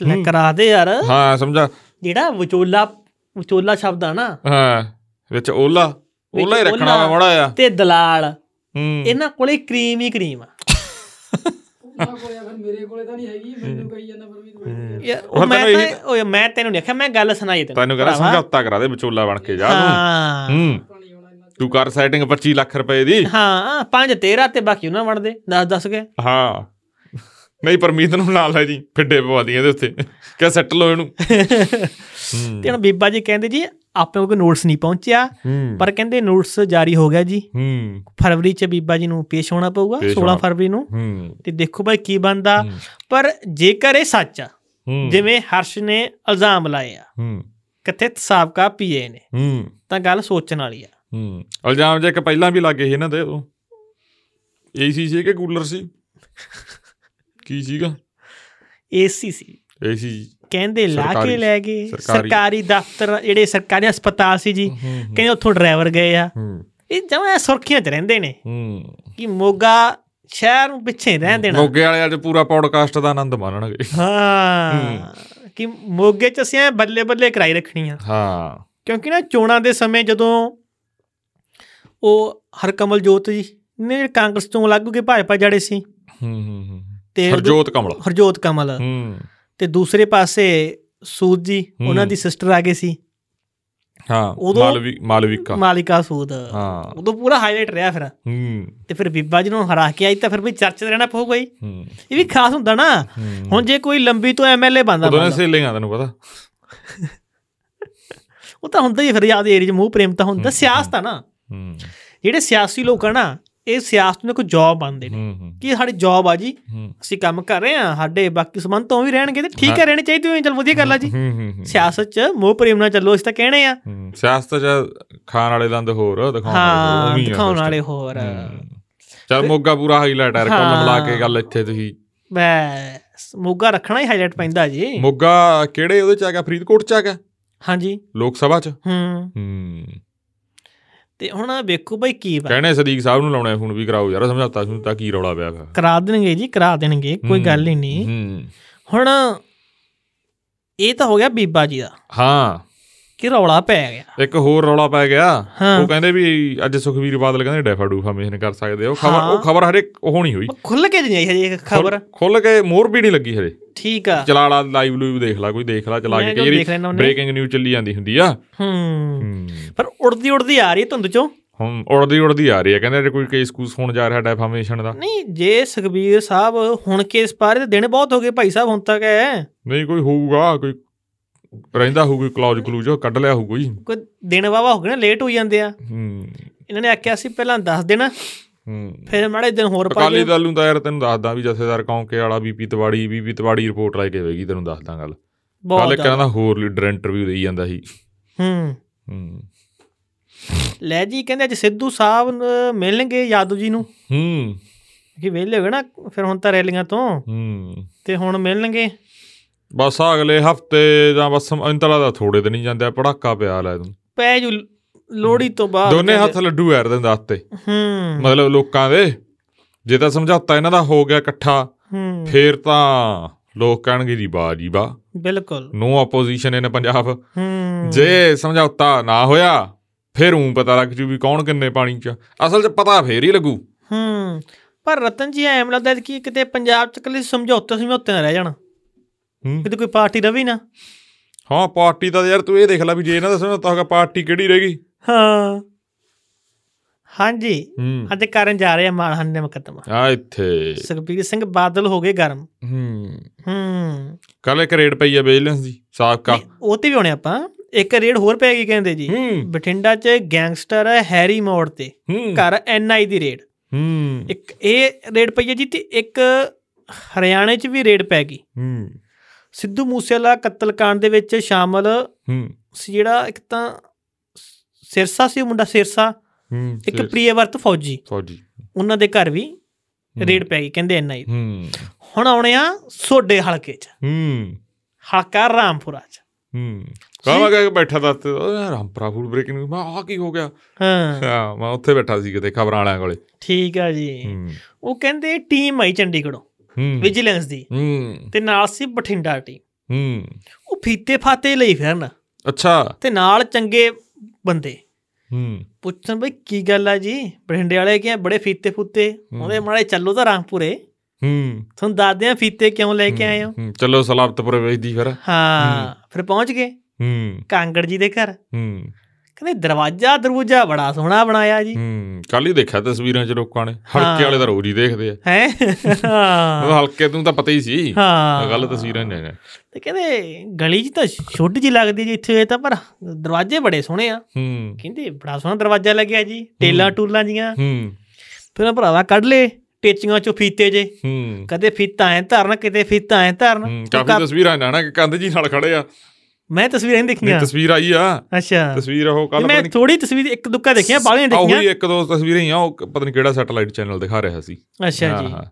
[SPEAKER 1] ਲੈ ਕਰਾ ਦੇ ਯਾਰ
[SPEAKER 2] ਹਾਂ ਸਮਝਾ
[SPEAKER 1] ਜਿਹੜਾ ਵਿਚੋਲਾ ਵਿਚੋਲਾ ਸ਼ਬਦ ਆ ਨਾ
[SPEAKER 2] ਹਾਂ ਵਿੱਚ ਓਲਾ
[SPEAKER 1] ਵਿੱਚ
[SPEAKER 2] ਓਲਾ ਹੀ ਰੱਖਣਾ
[SPEAKER 1] ਓਲਾ।
[SPEAKER 2] ਵਾ ਮੜਾ ਆ
[SPEAKER 1] ਤੇ ਦਲਾਲ
[SPEAKER 2] ਹੂੰ
[SPEAKER 1] ਇਹਨਾਂ ਕੋਲੇ ਕਰੀਮ ਹੀ ਕਰੀਮ ਆ
[SPEAKER 3] ਉਹਨਾਂ ਕੋਲੇ ਆ, ਫਿਰ ਮੇਰੇ ਕੋਲੇ ਤਾਂ ਨਹੀਂ ਹੈਗੀ ਮੈਨੂੰ ਕਹੀ ਜਾਂਦਾ ਪਰ ਵੀ ਤੂੰ ਮੈਨੂੰ ਕਹਿ।
[SPEAKER 1] ਯਾਰ, ਉਹ
[SPEAKER 2] ਹੁਣ
[SPEAKER 1] ਮੈਂ
[SPEAKER 2] ਤੈਨੂੰ
[SPEAKER 1] ਤਾਂ ਓਏ ਮੈਂ ਤੈਨੂੰ ਨਹੀਂ ਆਖਿਆ ਮੈਂ ਗੱਲ ਸੁਣਾਈ ਤੈਨੂੰ
[SPEAKER 2] ਤੈਨੂੰ ਕਹਿੰਦਾ
[SPEAKER 1] ਭਰਾਵਾ।
[SPEAKER 2] ਸਮਝੌਤਾ ਕਰਾ ਦੇ ਵਿਚੋਲਾ ਬਣ ਕੇ ਜਾ ਤੂੰ
[SPEAKER 1] ਹਾਂ
[SPEAKER 2] ਹੂੰ
[SPEAKER 3] ਨਹੀਂ ਆਉਣਾ ਇੰਨਾ
[SPEAKER 2] ਤੂੰ ਕਰ ਸੈਟਿੰਗ 25 ਲੱਖ ਰੁਪਏ ਦੀ
[SPEAKER 1] ਹਾਂ ਪੰਜ ਤੇਰਾ ਤੇ ਬਾਕੀ ਉਹਨਾਂ ਵੰਡਦੇ 10 10 ਗਏ
[SPEAKER 2] ਹਾਂ ਨਹੀਂ ਪਰਮੀਤ ਨੂੰ ਨਾਲ ਲੈ ਜੀ ਫਿੱਡੇ ਪਵਾ ਦੀ ਇਹਦੇ ਉੱਤੇ ਕਿਆ ਸੈਟਲ ਹੋ ਇਹਨੂੰ
[SPEAKER 1] ਤੇ ਹੁਣ ਬੀਬਾ ਜੀ ਕਹਿੰਦੇ ਜੀ ਆਪਣੇ ਕੋਲ ਕੋਈ ਨੋਟਸ ਨਹੀਂ ਪਹੁੰਚਿਆ
[SPEAKER 2] ਹੂੰ
[SPEAKER 1] ਪਰ ਕਹਿੰਦੇ ਨੋਟਸ ਜਾਰੀ ਹੋ ਗਿਆ ਜੀ
[SPEAKER 2] ਹੂੰ
[SPEAKER 1] ਫਰਵਰੀ ਚ ਬੀਬਾ ਜੀ ਨੂੰ ਪੇਸ਼ ਹੋਣਾ ਪਊਗਾ
[SPEAKER 2] ਪੇਸ਼
[SPEAKER 1] 16
[SPEAKER 2] ਹੋਣਾ।
[SPEAKER 1] ਫਰਵਰੀ ਨੂੰ
[SPEAKER 2] ਹੂੰ
[SPEAKER 1] ਤੇ ਦੇਖੋ ਭਾਈ ਕੀ ਬਣਦਾ ਪਰ ਜੇਕਰ ਇਹ ਸੱਚ ਆ
[SPEAKER 2] ਹੂੰ
[SPEAKER 1] ਜਿਵੇਂ ਹਰਸ਼ ਨੇ ਇਲਜ਼ਾਮ ਲਾਏ ਆ
[SPEAKER 2] ਹੂੰ
[SPEAKER 1] ਕਥਿਤ ਸਾਬਕਾ ਪੀਏ ਨੇ
[SPEAKER 2] ਹੂੰ
[SPEAKER 1] ਤਾਂ ਗੱਲ ਸੋਚਣ ਵਾਲੀ ਆ
[SPEAKER 2] ਹੂੰ ਇਲਜ਼ਾਮ ਜੇ ਕਿ ਪਹਿਲਾਂ ਵੀ ਲੱਗੇ ਸੀ ਇਹਨਾਂ ਦੇ ਉਹ ਏਸੀ ਸੀ ਕਿ ਕੂਲਰ ਸੀ ਕੀ ਸੀਗਾ
[SPEAKER 1] ਏਸੀ ਸੀ
[SPEAKER 2] ਏਸੀ
[SPEAKER 1] ਕਹਿੰਦੇ ਲਾ ਕੇ
[SPEAKER 2] ਸਰਕਾਰੀ-
[SPEAKER 1] ਲੈ ਗਏ
[SPEAKER 2] ਸਰਕਾਰੀ-
[SPEAKER 1] ਸਰਕਾਰੀ ਦਫ਼ਤਰ ਜਿਹੜੇ ਸਰਕਾਰੀ ਹਸਪਤਾਲ ਸੀ ਜੀ ਕਹਿੰਦੇ ਉੱਥੋਂ ਡਰਾਈਵਰ ਗਏ ਆ
[SPEAKER 2] ਹੂੰ
[SPEAKER 1] ਇਹ ਜਮਾਂ ਸੁਰਖੀਆਂ 'ਚ ਰਹਿੰਦੇ ਨੇ
[SPEAKER 2] ਹੂੰ
[SPEAKER 1] ਕਿ ਮੋਗਾ ਸ਼ਹਿਰ ਨੂੰ ਪਿੱਛੇ ਰਹਿਣ ਦੇਣਾ
[SPEAKER 2] ਮੋਗੇ ਵਾਲੇ ਅੱਜ ਪੂਰਾ ਪੌਡਕਾਸਟ ਦਾ ਆਨੰਦ ਮਾਣਨਗੇ
[SPEAKER 1] ਹਾਂ ਕਿ ਮੋਗੇ 'ਚ ਅਸੀਂ ਐਂ ਬੱਲੇ ਬੱਲੇ ਕਰਾਈ ਰੱਖਣੀ ਆ
[SPEAKER 2] ਹਾਂ
[SPEAKER 1] ਕਿਉਂਕਿ ਨਾ ਚੋਣਾਂ ਦੇ ਸਮੇਂ ਜਦੋਂ ਉਹ ਹਰਕਮਲ ਜੋਤ ਜੀ ਨੇ ਕਾਂਗਰਸ ਤੋਂ ਲੱਗ ਕੇ ਭਾਜਪਾ ਜੜੇ ਸੀ
[SPEAKER 2] ਹੂੰ ਹੂੰ ਹੂੰ
[SPEAKER 1] ਤੇ ਉਹਦੇ-
[SPEAKER 2] ਹਰਜੋਤ ਕਮਲ
[SPEAKER 1] ਹਰਜੋਤ ਕਮਲ
[SPEAKER 2] ਹੂੰ
[SPEAKER 1] ਤੇ ਦੂਸਰੇ ਪਾਸੇ ਸੂਦ ਜੀ ਉਹਨਾਂ
[SPEAKER 2] ਹੂੰ।
[SPEAKER 1] ਦੀ ਸਿਸਟਰ ਆ ਗਏ ਸੀ
[SPEAKER 2] ਹਾਂ
[SPEAKER 1] ਉਦੋਂ-
[SPEAKER 2] ਮਾਲਵੀ ਮਾਲਵਿਕਾ
[SPEAKER 1] ਮਾਲਿਕਾ ਸੂਦ
[SPEAKER 2] ਹਾਂ
[SPEAKER 1] ਉਦੋਂ ਪੂਰਾ ਹਾਈਲਾਈਟ ਰਿਹਾ ਫਿਰ
[SPEAKER 2] ਹੂੰ
[SPEAKER 1] ਤੇ ਫਿਰ ਬੀਬਾ ਜੀ ਨੂੰ ਹਰਾ ਕੇ ਆਈ ਤਾਂ ਫਿਰ ਵੀ ਚਰਚੇ 'ਚ ਰਹਿਣਾ ਪਊਗਾ ਹੀ
[SPEAKER 2] ਹੂੰ
[SPEAKER 1] ਇਹ ਵੀ ਖਾਸ ਹੁੰਦਾ ਨਾ
[SPEAKER 2] ਹੂੰ
[SPEAKER 1] ਹੁਣ ਜੇ ਕੋਈ ਲੰਬੀ ਤੋਂ ਐਮਐਲਏ ਬੰਦਾ
[SPEAKER 2] ਉਦੋਂ ਨੇ ਸੇਲਿੰਗਾਂ ਤੈਨੂੰ ਪਤਾ
[SPEAKER 1] ਉਹ ਤਾਂ ਹੁੰਦਾ ਹੀ ਆ ਫਿਰ ਯਾਦ ਏਰੀਆ 'ਚ ਮੂੰਹ ਪ੍ਰੇਮ ਤਾਂ ਹੁੰਦਾ ਸਿਆਸਤ ਆ ਨਾ
[SPEAKER 2] ਹੂੰ
[SPEAKER 1] ਜਿਹੜੇ ਸਿਆਸੀ ਲੋਕ ਆ ਨਾ ਇਹ ਸਿਆਸਤ ਨੂੰ ਕੋਈ ਜੌਬ ਮੰਨਦੇ ਨੇ
[SPEAKER 2] ਹੂੰ ਹੂੰ,
[SPEAKER 1] ਕਿ ਸਾਡੀ ਜੌਬ ਆ ਜੀ
[SPEAKER 2] ਹੂੰ
[SPEAKER 1] ਅਸੀਂ ਕੰਮ ਕਰ ਰਹੇ ਆ ਸਾਡੇ ਬਾਕੀ ਸਬੰਧ ਤੋਂ ਵੀ ਰਹਿਣਗੇ ਤੇ ਠੀਕ ਹੈ ਰਹਿਣੇ ਚਾਹੀਦੇ ਹੋਏ ਚਲ ਵਧੀਆ ਗੱਲ ਆ ਜੀ
[SPEAKER 2] ਹੂੰ ਹੂੰ, ਹੂੰ
[SPEAKER 1] ਸਿਆਸਤ 'ਚ ਮੋਹ ਪ੍ਰੇਮ ਨਾਲ ਚੱਲੋ ਅਸੀਂ ਤਾਂ ਕਹਿਣੇ ਆ
[SPEAKER 2] ਹੂੰ ਸਿਆਸਤ ਚ ਖਾਣ ਵਾਲੇ ਦੰਦ ਹੋਰ ਦਿਖਾਉਣ ਵਾਲੇ
[SPEAKER 1] ਹਾਂ
[SPEAKER 2] ਉਵੇਂ ਹੀ ਆ
[SPEAKER 1] ਦਿਖਾਉਣ
[SPEAKER 2] ਬਸ।
[SPEAKER 1] ਵਾਲੇ ਹੋਰ
[SPEAKER 2] ਹੂੰ। ਚੱਲ ਮੋਗਾ ਪੂਰਾ ਹਾਈਲਾਈਟ ਹੈ
[SPEAKER 1] ਹਾਂ।
[SPEAKER 2] ਕੰਮ ਮਿਲਾ ਕੇ ਗੱਲ ਇੱਥੇ ਤੁਸੀਂ
[SPEAKER 1] ਬਸ ਮੋਗਾ ਰੱਖਣਾ ਹੀ ਹਾਈਲਾਈਟ ਪੈਂਦਾ ਜੀ
[SPEAKER 2] ਮੋਗਾ ਕਿਹੜੇ ਉਹਦੇ ਚ ਆ ਗਿਆ ਫਰੀਦਕੋਟ ਚ ਆ ਗਿਆ
[SPEAKER 1] ਹਾਂਜੀ
[SPEAKER 2] ਲੋਕ ਸਭਾ ਚ
[SPEAKER 1] ਹੂੰ
[SPEAKER 2] ਹੂੰ
[SPEAKER 1] ਤੇ ਹੁਣ ਵੇਖੋ ਬਈ ਕੀ ਬਣ
[SPEAKER 2] ਕਹਿਣੇ ਸਦੀਕ ਸਾਹਿਬ ਨੂੰ ਲਾਉਣੇ ਹੁਣ ਵੀ ਕਰਾਓ ਯਾਰ ਸਮਝੌਤਾ ਸੁਣ ਤਾਂ ਕੀ ਰੌਲਾ ਪਿਆ ਫਿਰ
[SPEAKER 1] ਕਰਾ ਦੇਣਗੇ ਜੀ ਕਰਾ ਦੇਣਗੇ ਕੋਈ
[SPEAKER 2] ਹੂੰ,
[SPEAKER 1] ਗੱਲ ਹੀ ਨਹੀਂ
[SPEAKER 2] ਹੂੰ
[SPEAKER 1] ਹੁਣ ਇਹ ਤਾਂ ਹੋ ਗਿਆ ਬੀਬਾ ਜੀ ਦਾ
[SPEAKER 2] ਹਾਂ
[SPEAKER 1] ਕਿ ਰੌਲਾ ਪੈ ਗਿਆ
[SPEAKER 2] ਇੱਕ ਹੋਰ ਰੌਲਾ ਪੈ ਗਿਆ
[SPEAKER 1] ਹਾਂ।
[SPEAKER 2] ਉਹ ਕਹਿੰਦੇ ਵੀ ਅੱਜ ਸੁਖਵੀਰ ਬਾਦਲ ਕਹਿੰਦੇ ਡੈਫਾ ਡੂਫਾ ਮੇਨ ਕਰ ਸਕਦੇ ਆ। ਉਹ
[SPEAKER 1] ਹਾਂ।
[SPEAKER 2] ਖਬਰ ਉਹ ਖਬਰ ਹਰੇ ਉਹ ਨਹੀਂ ਹੋਈ
[SPEAKER 1] ਉਹ ਖੁੱਲ ਕੇ ਨਹੀਂ ਆਈ ਹਜੇ ਖਬਰ
[SPEAKER 2] ਖੁੱਲ ਕੇ ਮੋਰ ਵੀ ਨਹੀਂ ਲੱਗੀ ਹਰੇ
[SPEAKER 1] ਠੀਕ ਆ
[SPEAKER 2] ਚਲਾ ਲਾ ਲਾਈਵ ਲੂਵ ਦੇਖ ਲਾ ਕੋਈ ਦੇਖ ਲਾ ਚਲਾ
[SPEAKER 1] ਮੈਂ
[SPEAKER 2] ਕੇ
[SPEAKER 1] ਕਦੋਂ
[SPEAKER 2] ਕਈ
[SPEAKER 1] ਦੇਖ ਲੈਂਦਾ
[SPEAKER 2] ਵਾਰੀ
[SPEAKER 1] ਉਹਨੇ।
[SPEAKER 2] ਬ੍ਰੇਕਿੰਗ ਨਿਊਜ਼ ਚੱਲੀ ਜਾਂਦੀ ਹੁੰਦੀ ਆ
[SPEAKER 1] ਹੂੰ ਪਰ ਉੜਦੀ ਉੜਦੀ ਆ ਰਹੀ ਹੈ ਧੁੰਦ ਚੋਂ
[SPEAKER 2] ਹੁਣ ਉੜਦੀ ਉੜਦੀ ਆ ਰਹੀ ਆ ਕਹਿੰਦੇ ਜੇ ਕੋਈ ਕੇਸ ਕੂਸ ਹੋਣ ਜਾ ਰਿਹਾ ਡੈਫਾਮੇਸ਼ਨ ਦਾ
[SPEAKER 1] ਨਹੀਂ ਜੇ ਸੁਖਬੀਰ ਸਾਹਿਬ ਹੁਣ ਕੇਸ ਪਾ ਰਹੇ ਤੇ ਦਿਨ ਬਹੁਤ ਹੋ ਗਏ ਭਾਈ ਸਾਹਿਬ ਹੁਣ ਤੱਕ ਹੈ
[SPEAKER 2] ਨਹੀਂ ਕੋਈ ਹੋਊਗਾ ਕੋਈ ਰਹਿੰਦਾ ਹੋਊ ਕੋਈ ਕਲੌਜ ਕਲੂਜ ਉਹ ਕੱਢ ਲਿਆ ਹੋਊ ਕੋਈ
[SPEAKER 1] ਕੋਈ ਦਿਨ ਵਾਵਾ ਹੋ ਗਏ ਨਾ ਲੇਟ ਹੋਈ ਜਾਂਦੇ ਆ
[SPEAKER 2] ਹੂੰ
[SPEAKER 1] ਇਹਨਾਂ ਨੇ ਆਖਿਆ ਸੀ ਪਹਿਲਾਂ 10 ਦਿਨ
[SPEAKER 2] ਹੂੰ
[SPEAKER 1] ਫਿਰ ਮਾੜੇ ਦਿਨ ਹੋਰ ਪਾ
[SPEAKER 2] ਅਕਾਲੀ
[SPEAKER 1] ਗਏ
[SPEAKER 2] ਦਲ ਨੂੰ ਤਾਂ ਯਾਰ ਤੈਨੂੰ ਦੱਸਦਾ ਵੀ ਜਥੇਦਾਰ ਕੌਂਕੇ ਵਾਲਾ BP Tiwari BP Tiwari report ਲੈ ਕੇ ਆਵੇਗੀ ਤੈਨੂੰ ਦੱਸਦਾ ਗੱਲ ਕੱਲ
[SPEAKER 1] ਬਹੁਤ
[SPEAKER 2] ਇੱਕ ਇਹਨਾਂ ਦਾ ਹੋਰ ਲੀਡਰ ਇੰਟਰਵਿਊ ਦੇਈ ਜਾਂਦਾ ਸੀ
[SPEAKER 1] ਹੂੰ
[SPEAKER 2] ਹੂੰ
[SPEAKER 1] ਲੈ ਜੀ ਕਹਿੰਦੇ ਅੱਜ ਸਿੱਧੂ ਸਾਹਿਬ ਨੂੰ ਮਿਲਣਗੇ ਯਾਦੂ ਜੀ ਨੂੰ
[SPEAKER 2] ਹੂੰ
[SPEAKER 1] ਕਿ ਵਿਹਲੇ ਹੋ ਗਏ ਨਾ ਫਿਰ ਹੁਣ ਤਾਂ ਰੈਲੀਆਂ ਤੋਂ
[SPEAKER 2] ਹੂੰ
[SPEAKER 1] ਤੇ ਹੁਣ ਮਿਲਣਗੇ
[SPEAKER 2] ਬਸ ਆਹ ਅਗਲੇ ਹਫਤੇ ਜਾਂ ਬਸ ਇੰਤਲਾ ਦਾ ਥੋੜੇ ਦਿਨ ਹੀ ਜਾਂਦੇ ਆ ਪੜਾਕਾ ਪਿਆ ਲੈ ਤੂੰ
[SPEAKER 1] ਪੈ ਜੂ ਲੋੜੀ ਤੋਂ ਬਾਅਦ
[SPEAKER 2] ਦੋਨੇ
[SPEAKER 1] ਕਹਿੰਦੇ-
[SPEAKER 2] ਹੱਥ ਲੱਡੂ ਯਾਰ ਦੇ ਦੱਸ ਤੇ
[SPEAKER 1] ਹੂੰ
[SPEAKER 2] ਮਤਲਬ ਲੋਕਾਂ ਦੇ ਜੇ ਤਾਂ ਸਮਝੌਤਾ ਇਹਨਾਂ ਦਾ ਹੋ ਗਿਆ ਇਕੱਠਾ
[SPEAKER 1] ਹੂੰ
[SPEAKER 2] ਫੇਰ ਤਾਂ ਲੋਕ ਕਹਿਣਗੇ ਜੀ ਵਾਹ ਜੀ ਵਾਹ
[SPEAKER 1] ਬਿਲਕੁਲ
[SPEAKER 2] ਨੋ ਆਪੋਜੀਸ਼ਨ ਇਨ ਪੰਜਾਬ
[SPEAKER 1] ਹੂੰ
[SPEAKER 2] ਜੇ ਸਮਝੌਤਾ ਨਾ ਹੋਇਆ ਫਿਰ ਉਂ ਪਤਾ ਲੱਗ ਜੂ ਵੀ ਕੌਣ ਕਿੰਨੇ ਪਾਣੀ ਚ ਆ। ਅਸਲ ਚ ਪਤਾ ਫੇਰ ਹੀ ਲੱਗੂ
[SPEAKER 1] ਹੂੰ ਪਰ ਰਤਨ ਜੀ ਐਮ ਲੱਗਦਾ ਕਿ ਕਿਤੇ ਪੰਜਾਬ ਚ ਕੱਲੇ ਸਮਝੌਤੇ ਸਮਝੌਤੇ ਨਾ ਰਹਿ ਜਾਣ
[SPEAKER 2] ਹੂੰ।
[SPEAKER 1] ਕਿਤੇ ਕੋਈ ਪਾਰਟੀ ਰਵੀ ਨਾ
[SPEAKER 2] ਹਾਂ ਪਾਰਟੀ ਦਾ ਯਾਰ ਤੂੰ ਇਹ ਦੇਖ ਲੈ ਵੀ ਜੇ ਇਹਨਾਂ ਦਾ ਸਮਝੌਤਾ ਹੋਗਾ ਪਾਰਟੀ ਕਿਹੜੀ ਰਹੇਗੀ
[SPEAKER 1] ਹਾਂ ਹਾਂਜੀ
[SPEAKER 2] ਹੂੰ
[SPEAKER 1] ਅੱਜ ਕਰਨ ਜਾ ਰਹੇ ਆ ਮਾਨਹਨ ਦੇ ਮੁਕੱਦਮਾ
[SPEAKER 2] ਆ ਇੱਥੇ
[SPEAKER 1] ਸੁਖਬੀਰ ਸਿੰਘ ਬਾਦਲ ਹੋ ਗਏ ਗਰਮ
[SPEAKER 2] ਹੂੰ
[SPEAKER 1] ਹੂੰ
[SPEAKER 2] ਕੱਲ ਇੱਕ ਰੇਡ ਪਈ ਆ ਵਿਜੀਲੈਂਸ ਦੀ ਸਾਬਕਾ
[SPEAKER 1] ਨਹੀਂ, ਉਹ ਤੇ ਵੀ ਹੋਣੇ ਆਪਾਂ ਇੱਕ ਰੇਡ ਹੋਰ ਪੈ ਗਈ ਕਹਿੰਦੇ ਜੀ
[SPEAKER 2] ਹੂੰ
[SPEAKER 1] ਬਠਿੰਡਾ ਚ ਗੈਂਗਸਟਰ ਹੈ ਹੈਰੀ ਮੋੜ ਤੇ
[SPEAKER 2] ਹੂੰ
[SPEAKER 1] ਘਰ ਐਨਆਈ ਦੀ ਰੇਡ
[SPEAKER 2] ਹੂੰ
[SPEAKER 1] ਇੱਕ ਇਹ ਰੇਡ ਪਈ ਹੈ ਜੀ ਤੇ ਇੱਕ ਹਰਿਆਣੇ ਚ ਵੀ ਰੇਡ ਪੈ ਗਈ
[SPEAKER 2] ਹੂੰ
[SPEAKER 1] ਸਿੱਧੂ ਮੂਸੇਵਾਲਾ ਕਤਲकांड ਦੇ ਵਿੱਚ ਸ਼ਾਮਲ
[SPEAKER 2] ਹੂੰ
[SPEAKER 1] ਸੀ ਜਿਹੜਾ ਇੱਕ ਤਾਂ ਸ- ਸਿਰਸਾ ਸੀ ਉਹ ਮੁੰਡਾ ਸਿਰਸਾ
[SPEAKER 2] ਹੂੰ
[SPEAKER 1] ਇੱਕ
[SPEAKER 2] ਫਿਰ
[SPEAKER 1] ਪ੍ਰੀਅਵਰਤ ਫੌਜੀ
[SPEAKER 2] ਫੌਜੀ
[SPEAKER 1] ਉਹਨਾਂ ਦੇ ਘਰ ਵੀ
[SPEAKER 2] ਹੂੰ।
[SPEAKER 1] ਰੇਡ ਪੈ ਗਈ ਕਹਿੰਦੇ ਐਨਆਈ
[SPEAKER 2] ਹੂੰ
[SPEAKER 1] ਹੁਣ ਆਉਣੇ ਆ ਸੋਡੇ ਹਲਕੇ ਚ
[SPEAKER 2] ਹੂੰ
[SPEAKER 1] ਹਲਕਾ ਰਾਮਪੁਰਾ ਚ
[SPEAKER 2] ਹੂੰ ਕਾਹਵਾ ਕੇ ਬੈਠਾ ਦਾ ਤੇ ਉਹ ਯਾਰ ਹੰਪਰਾ ਫੂਡ ਬ੍ਰੇਕਿੰਗ ਮੈਂ ਆ ਕੀ ਹੋ ਗਿਆ
[SPEAKER 1] ਹਾਂ
[SPEAKER 2] ਹਾਂ ਮੈਂ ਉੱਥੇ ਬੈਠਾ ਸੀ ਕਿਤੇ ਖਬਰਾਂ ਵਾਲਿਆਂ ਕੋਲੇ
[SPEAKER 1] ਠੀਕ ਆ ਜੀ
[SPEAKER 2] ਹੂੰ
[SPEAKER 1] ਉਹ ਕਹਿੰਦੇ ਟੀਮ ਆਈ ਚੰਡੀਗੜ੍ਹੋਂ
[SPEAKER 2] ਹੂੰ
[SPEAKER 1] ਵਿਜੀਲੈਂਸ ਦੀ
[SPEAKER 2] ਹੂੰ
[SPEAKER 1] ਤੇ ਨਾਲ ਸੀ ਬਠਿੰਡਾ ਟੀਮ
[SPEAKER 2] ਹੂੰ
[SPEAKER 1] ਉਹ ਫੀਤੇ ਫਾਤੇ ਲਈ ਫਿਰਨ
[SPEAKER 2] ਅੱਛਾ
[SPEAKER 1] ਤੇ ਨਾਲ ਚੰਗੇ ਬੰਦੇ
[SPEAKER 2] ਹੂੰ
[SPEAKER 1] ਪੁੱਛਣ ਬਈ ਕੀ ਗੱਲ ਆ ਜੀ ਬਠਿੰਡੇ ਵਾਲੇ ਕਿ ਬੜੇ ਫੀਤੇ ਫੁੱਤੇ ਉਹਦੇ ਮਾੜੇ ਚੱਲੋ ਤਾਂ ਰਾਮਪੁਰੇ
[SPEAKER 2] ਹੂੰ
[SPEAKER 1] ਤੁਹਾਨੂੰ ਦੱਸਦੇ ਆ ਫੀਤੇ ਕਿਉਂ ਲੈ ਕੇ ਆਏ ਹੋ
[SPEAKER 2] ਹੂੰ, ਚਲੋ ਸਲਾਬਤਪੁਰ ਵੇਚਦੀ ਫਿਰ
[SPEAKER 1] ਹਾਂ ਫਿਰ ਪਹੁੰਚ ਗਏ
[SPEAKER 2] ਹੂੰ
[SPEAKER 1] ਕਾਂਗੜ ਜੀ ਦੇ ਘਰ
[SPEAKER 2] ਹੂੰ
[SPEAKER 1] ਕਹਿੰਦੇ ਦਰਵਾਜ਼ਾ ਦਰਵਾਜ਼ਾ ਬੜਾ ਸੋਹਣਾ ਬਣਾਇਆ ਜੀ
[SPEAKER 2] ਹੂੰ ਕੱਲ ਹੀ ਦੇਖਿਆ ਤਸਵੀਰਾਂ 'ਚ ਲੋਕਾਂ ਨੇ ਹਲਕੇ ਵਾਲੇ ਤਾਂ ਰੋਜ਼ ਹੀ ਦੇਖਦੇ ਆ
[SPEAKER 1] ਹੈ
[SPEAKER 2] ਉਹ ਹਲਕੇ ਨੂੰ ਤਾਂ ਪਤਾ ਹੀ ਸੀ
[SPEAKER 1] ਹਾਂ
[SPEAKER 2] ਗੱਲ ਤਸਵੀਰਾਂ ਨੇ
[SPEAKER 1] ਤੇ ਕਹਿੰਦੇ ਗਲੀ 'ਚ ਤਾਂ ਛੋਟੀ ਜੀ ਲੱਗਦੀ ਜੀ ਇੱਥੇ ਤਾਂ ਪਰ ਦਰਵਾਜ਼ੇ ਬੜੇ ਸੋਹਣੇ ਆ
[SPEAKER 2] ਹੂੰ
[SPEAKER 1] ਕਹਿੰਦੇ ਬੜਾ ਸੋਹਣਾ ਦਰਵਾਜ਼ਾ ਲੱਗਿਆ ਜੀ ਟੇਲਾਂ ਟੂਲਾਂ ਜੀਆਂ
[SPEAKER 2] ਹੂੰ
[SPEAKER 1] ਫਿਰ ਉਹ ਭਰਾਵਾ ਕੱਢ ਲਏ ਟੇਚੀਆਂ 'ਚੋਂ ਫੀਤੇ ਜੇ
[SPEAKER 2] ਹੂੰ
[SPEAKER 1] ਕਦੇ ਫੀਤਾ ਐ ਧਰਨ ਕਿਤੇ ਫੀਤਾ ਐ ਧਰਨ
[SPEAKER 2] ਹੂੰ, ਕਾਫੀ ਤਸਵੀਰਾਂ ਨੇ ਨਾ ਕਿ ਕੰਧ ਜੀ ਨਾਲ ਖੜੇ ਆ
[SPEAKER 1] ਮੈਂ ਤਸਵੀਰਾਂ ਨਹੀਂ
[SPEAKER 2] ਨਹੀਂ
[SPEAKER 1] ਦੇਖੀਆਂ
[SPEAKER 2] ਤਸਵੀਰ ਆਈ ਆ
[SPEAKER 1] ਅੱਛਾ
[SPEAKER 2] ਤਸਵੀਰ ਉਹ ਕੱਲ
[SPEAKER 1] ਮੈਂ ਥੋੜੀ ਤਸਵੀਰ ਇੱਕ ਦੁੱਕਾ ਦੇਖਿਆ ਬਾਲੀਆਂ ਦੇਖੀਆਂ
[SPEAKER 2] ਉਹੀ ਇੱਕ ਦੋ ਤਸਵੀਰਾਂ ਹੀ ਆ ਉਹ ਕ- ਪਤਾ ਨਹੀਂ ਕਿਹੜਾ ਸੈਟੇਲਾਈਟ ਚੈਨਲ ਦਿਖਾ ਰਿਹਾ ਸੀ
[SPEAKER 1] ਅੱਛਾ
[SPEAKER 2] ਹਾਂ,
[SPEAKER 1] ਜੀ
[SPEAKER 2] ਹਾਂ।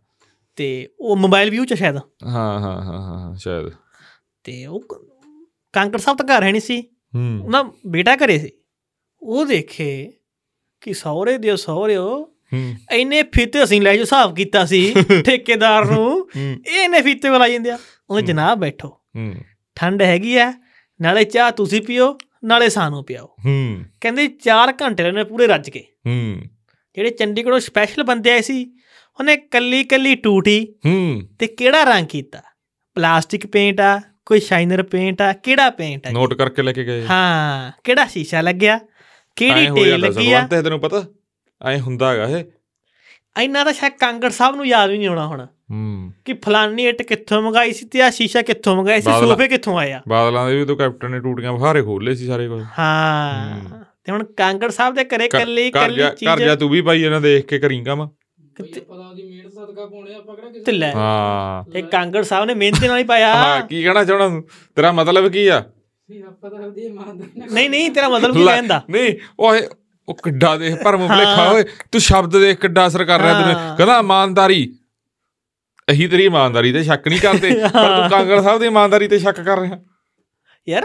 [SPEAKER 1] ਤੇ ਉਹ ਮੋਬਾਈਲ ਵਿਊ 'ਚ ਸ਼ਾਇਦ
[SPEAKER 2] ਹਾਂ ਹਾਂ ਹਾਂ ਹਾਂ ਹਾਂ, ਸ਼ਾਇਦ
[SPEAKER 1] ਤੇ ਉਹ ਕ- ਕਾਂਕੜ ਸਾਹਿਬ ਤਾਂ ਘਰ ਹੈ ਨਹੀਂ ਸੀ
[SPEAKER 2] ਹੂੰ
[SPEAKER 1] ਉਹਨਾਂ ਬੇਟਾ ਘਰੇ ਸੀ ਉਹ ਦੇਖੇ ਕਿ ਸਹੁਰੇ ਦਿਓ ਸਹੁਰਿਓ
[SPEAKER 2] ਹੂੰ
[SPEAKER 1] ਇੰਨੇ ਫੀਤੇ ਅਸੀਂ ਲੈ ਜੋ ਹਿਸਾਬ ਕੀਤਾ ਸੀ ਠੇਕੇਦਾਰ ਨੂੰ
[SPEAKER 2] ਹੂੰ,
[SPEAKER 1] ਇਹ ਇੰਨੇ ਫੀਤੇ ਵਾਲਾ ਜਾਂਦੇ ਆ ਉਹਨੇ ਜਨਾਬ ਬੈਠੋ
[SPEAKER 2] ਹੂੰ
[SPEAKER 1] ਠੰਡ ਹੈਗੀ ਆ ਨਾਲੇ ਚਾਹ ਤੁਸੀਂ ਪੀਓ ਨਾਲੇ ਸਾਨੂੰ ਪਿਆਓ
[SPEAKER 2] ਹੂੰ
[SPEAKER 1] ਕਹਿੰਦੇ 4 ਘੰਟੇ ਉਹਨੇ ਪੂਰੇ ਰੱਜ ਕੇ
[SPEAKER 2] ਹੂੰ
[SPEAKER 1] ਜਿਹੜੇ ਚੰਡੀਗੜ੍ਹੋਂ ਸਪੈਸ਼ਲ ਬੰਦੇ ਆਏ ਸੀ ਉਹਨੇ ਕੱਲੀ ਕੱਲੀ ਟੂਟੀ
[SPEAKER 2] ਹੂੰ
[SPEAKER 1] ਤੇ ਕਿਹੜਾ ਰੰਗ ਕੀਤਾ ਪਲਾਸਟਿਕ ਪੇਂਟ ਆ ਕੋਈ ਸ਼ਾਈਨਰ ਪੇਂਟ ਆ ਕਿਹੜਾ ਪੇਂਟ ਆ ਜੀ?
[SPEAKER 2] ਨੋਟ ਕਰਕੇ ਲੈ ਕੇ ਗਏ
[SPEAKER 1] ਹਾਂ ਕਿਹੜਾ ਸ਼ੀਸ਼ਾ ਲੱਗਿਆ ਕਿਹੜੀ
[SPEAKER 2] ਐਂ ਹੋ
[SPEAKER 1] ਟੇਲ
[SPEAKER 2] ਜਾਂਦਾ
[SPEAKER 1] ਲੱਗੀ ਆ
[SPEAKER 2] ਸਰਵੰਤ ਇਹ ਤੈਨੂੰ ਪਤਾ ਐ ਹੁੰਦਾ ਹੈਗਾ ਇਹ
[SPEAKER 1] ਇੰਨਾ ਤਾਂ ਸ਼ਾਇਦ ਕਾਂਗੜ ਸਾਹਿਬ ਨੂੰ ਯਾਦ ਵੀ ਨਹੀਂ ਆਉਣਾ ਹੁਣ
[SPEAKER 2] ਹੂੰ
[SPEAKER 1] ਕਿ ਫਲਾਨੀ ਇੱਟ ਕਿੱਥੋਂ ਮੰਗਾਈ ਸੀ ਤੇ ਆ ਸ਼ੀਸ਼ਾ ਕਿੱਥੋਂ ਮੰਗਾਇਆ ਸੀ
[SPEAKER 2] ਬਾਦਲਾਂ-
[SPEAKER 1] ਸੋਫੇ ਕਿੱਥੋਂ ਆਇਆ
[SPEAKER 2] ਬਾਦਲਾਂ ਦੇ ਵੀ ਤੋਂ ਕੈਪਟਨ ਨੇ ਟੂਟੀਆਂ ਬਹਾਰੇ ਖੋਲੇ ਸੀ ਸਾਰੇ ਕੋਲ
[SPEAKER 1] ਹਾਂ
[SPEAKER 2] ਹਮ।
[SPEAKER 1] ਤੇ ਹੁਣ ਕਾਂਗੜ ਸਾਹਿਬ ਦੇ ਘਰੇ ਕੱਲੀ
[SPEAKER 2] ਘਰ
[SPEAKER 1] ਕੱਲੀ
[SPEAKER 2] ਜਾ
[SPEAKER 1] ਚੀਜ਼
[SPEAKER 2] ਘਰ ਜਾ ਤੂੰ ਵੀ ਭਾਈ ਇਹਨਾਂ ਦੇਖ ਕੇ ਕਰੀਂ ਕੰਮ
[SPEAKER 3] ਬਈ ਆਪਾਂ ਤਾਂ ਉਹਦੀ ਮਿਹਨਤ ਸਦਕਾ ਪਾਉਣੇ ਆ, ਆਪਾਂ ਕਿਹੜਾ ਕਿਸੇ
[SPEAKER 1] ਤੇ ਲੈ।
[SPEAKER 2] ਹਾਂ
[SPEAKER 1] ਇਹ ਕਾਂਗੜ ਸਾਹਿਬ ਨੇ ਮਿਹਨਤ ਦੇ ਨਾਲ ਹੀ ਪਾਇਆ
[SPEAKER 2] ਹਾਂ ਕੀ ਕਹਿਣਾ ਚਾਹਣਾ ਤੂੰ ਤੇਰਾ ਮਤਲਬ ਕੀ ਆ
[SPEAKER 3] ਵੀ ਆਪਾਂ ਤਾਂ ਉਹਦੀ ਇਮਾਨਦਾਰੀ ਨਾਲ
[SPEAKER 1] ਨਹੀਂ ਨਹੀਂ ਤੇਰਾ ਮਤਲਬ ਕੀ ਕਹਿੰਦਾ
[SPEAKER 2] ਨਹੀਂ ਓਏ ਉਹ ਕਿੱਡਾ ਦੇਖ ਭਰਮ ਭੁਲੇਖਾ ਓਏ ਤੂੰ ਸ਼ਬਦ ਦੇਖ ਕਿੱਡਾ ਅਸਰ ਕਰ ਰਿਹਾ
[SPEAKER 1] ਹਾਂ।
[SPEAKER 2] ਤੈਨੂੰ ਕਹਿੰਦਾ ਇਮਾਨਦਾਰੀ ਇਹੀ ਤੇਰੀ ਇਮਾਨਦਾਰੀ ਤੇ ਸ਼ੱਕ ਨਹੀਂ ਕਰਦੇ ਪਰ ਤੂੰ ਕਾਂਗੜ ਸਾਹਿਬ ਦੀ ਇਮਾਨਦਾਰੀ ਤੇ ਸ਼ੱਕ ਕਰ ਰਿਹਾ
[SPEAKER 1] ਯਾਰ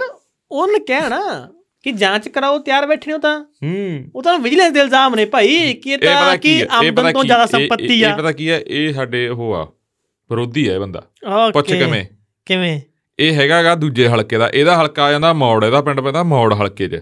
[SPEAKER 1] ਉਹਨੇ ਕਿਹਾ ਨਾ ਕਿ ਜਾਂਚ ਕਰਾਓ ਤਿਆਰ ਬੈਠੇ ਹੋ ਤਾਂ
[SPEAKER 2] ਹੂੰ
[SPEAKER 1] ਉਹ ਤਾਂ ਵਿਜੀਲੈਂਸ ਦੇ ਇਲਜ਼ਾਮ ਨੇ ਭਾਈ ਕਿ ਇਹ
[SPEAKER 2] ਇਹ ਪਤਾ
[SPEAKER 1] ਤਾਂ
[SPEAKER 2] ਕੀ
[SPEAKER 1] ਕਿ
[SPEAKER 2] ਹੈ ਇਹ ਪਤਾ
[SPEAKER 1] ਆਮਦਨ ਤੋਂ
[SPEAKER 2] ਕੀ
[SPEAKER 1] ਜ਼ਿਆਦਾ
[SPEAKER 2] ਇਹ- ਇਹ-
[SPEAKER 1] ਸੰਪਤੀ
[SPEAKER 2] ਇਹ
[SPEAKER 1] ਆ
[SPEAKER 2] ਪਤਾ ਕੀ ਹੈ ਇਹ ਸਾਡੇ ਉਹ ਆ ਵਿਰੋਧੀ ਹੈ ਇਹ ਬੰਦਾ ਪੁੱਛ
[SPEAKER 1] Okay,
[SPEAKER 2] ਕਿਵੇਂ
[SPEAKER 1] ਕਿਵੇਂ
[SPEAKER 2] ਇਹ ਹੈਗਾਗਾ ਦੂਜੇ ਹਲਕੇ ਦਾ ਇਹਦਾ ਹਲਕਾ ਆ ਜਾਂਦਾ ਮੌੜ ਇਹਦਾ ਪਿੰਡ ਪੈਂਦਾ ਮੌੜ ਹਲਕੇ 'ਚ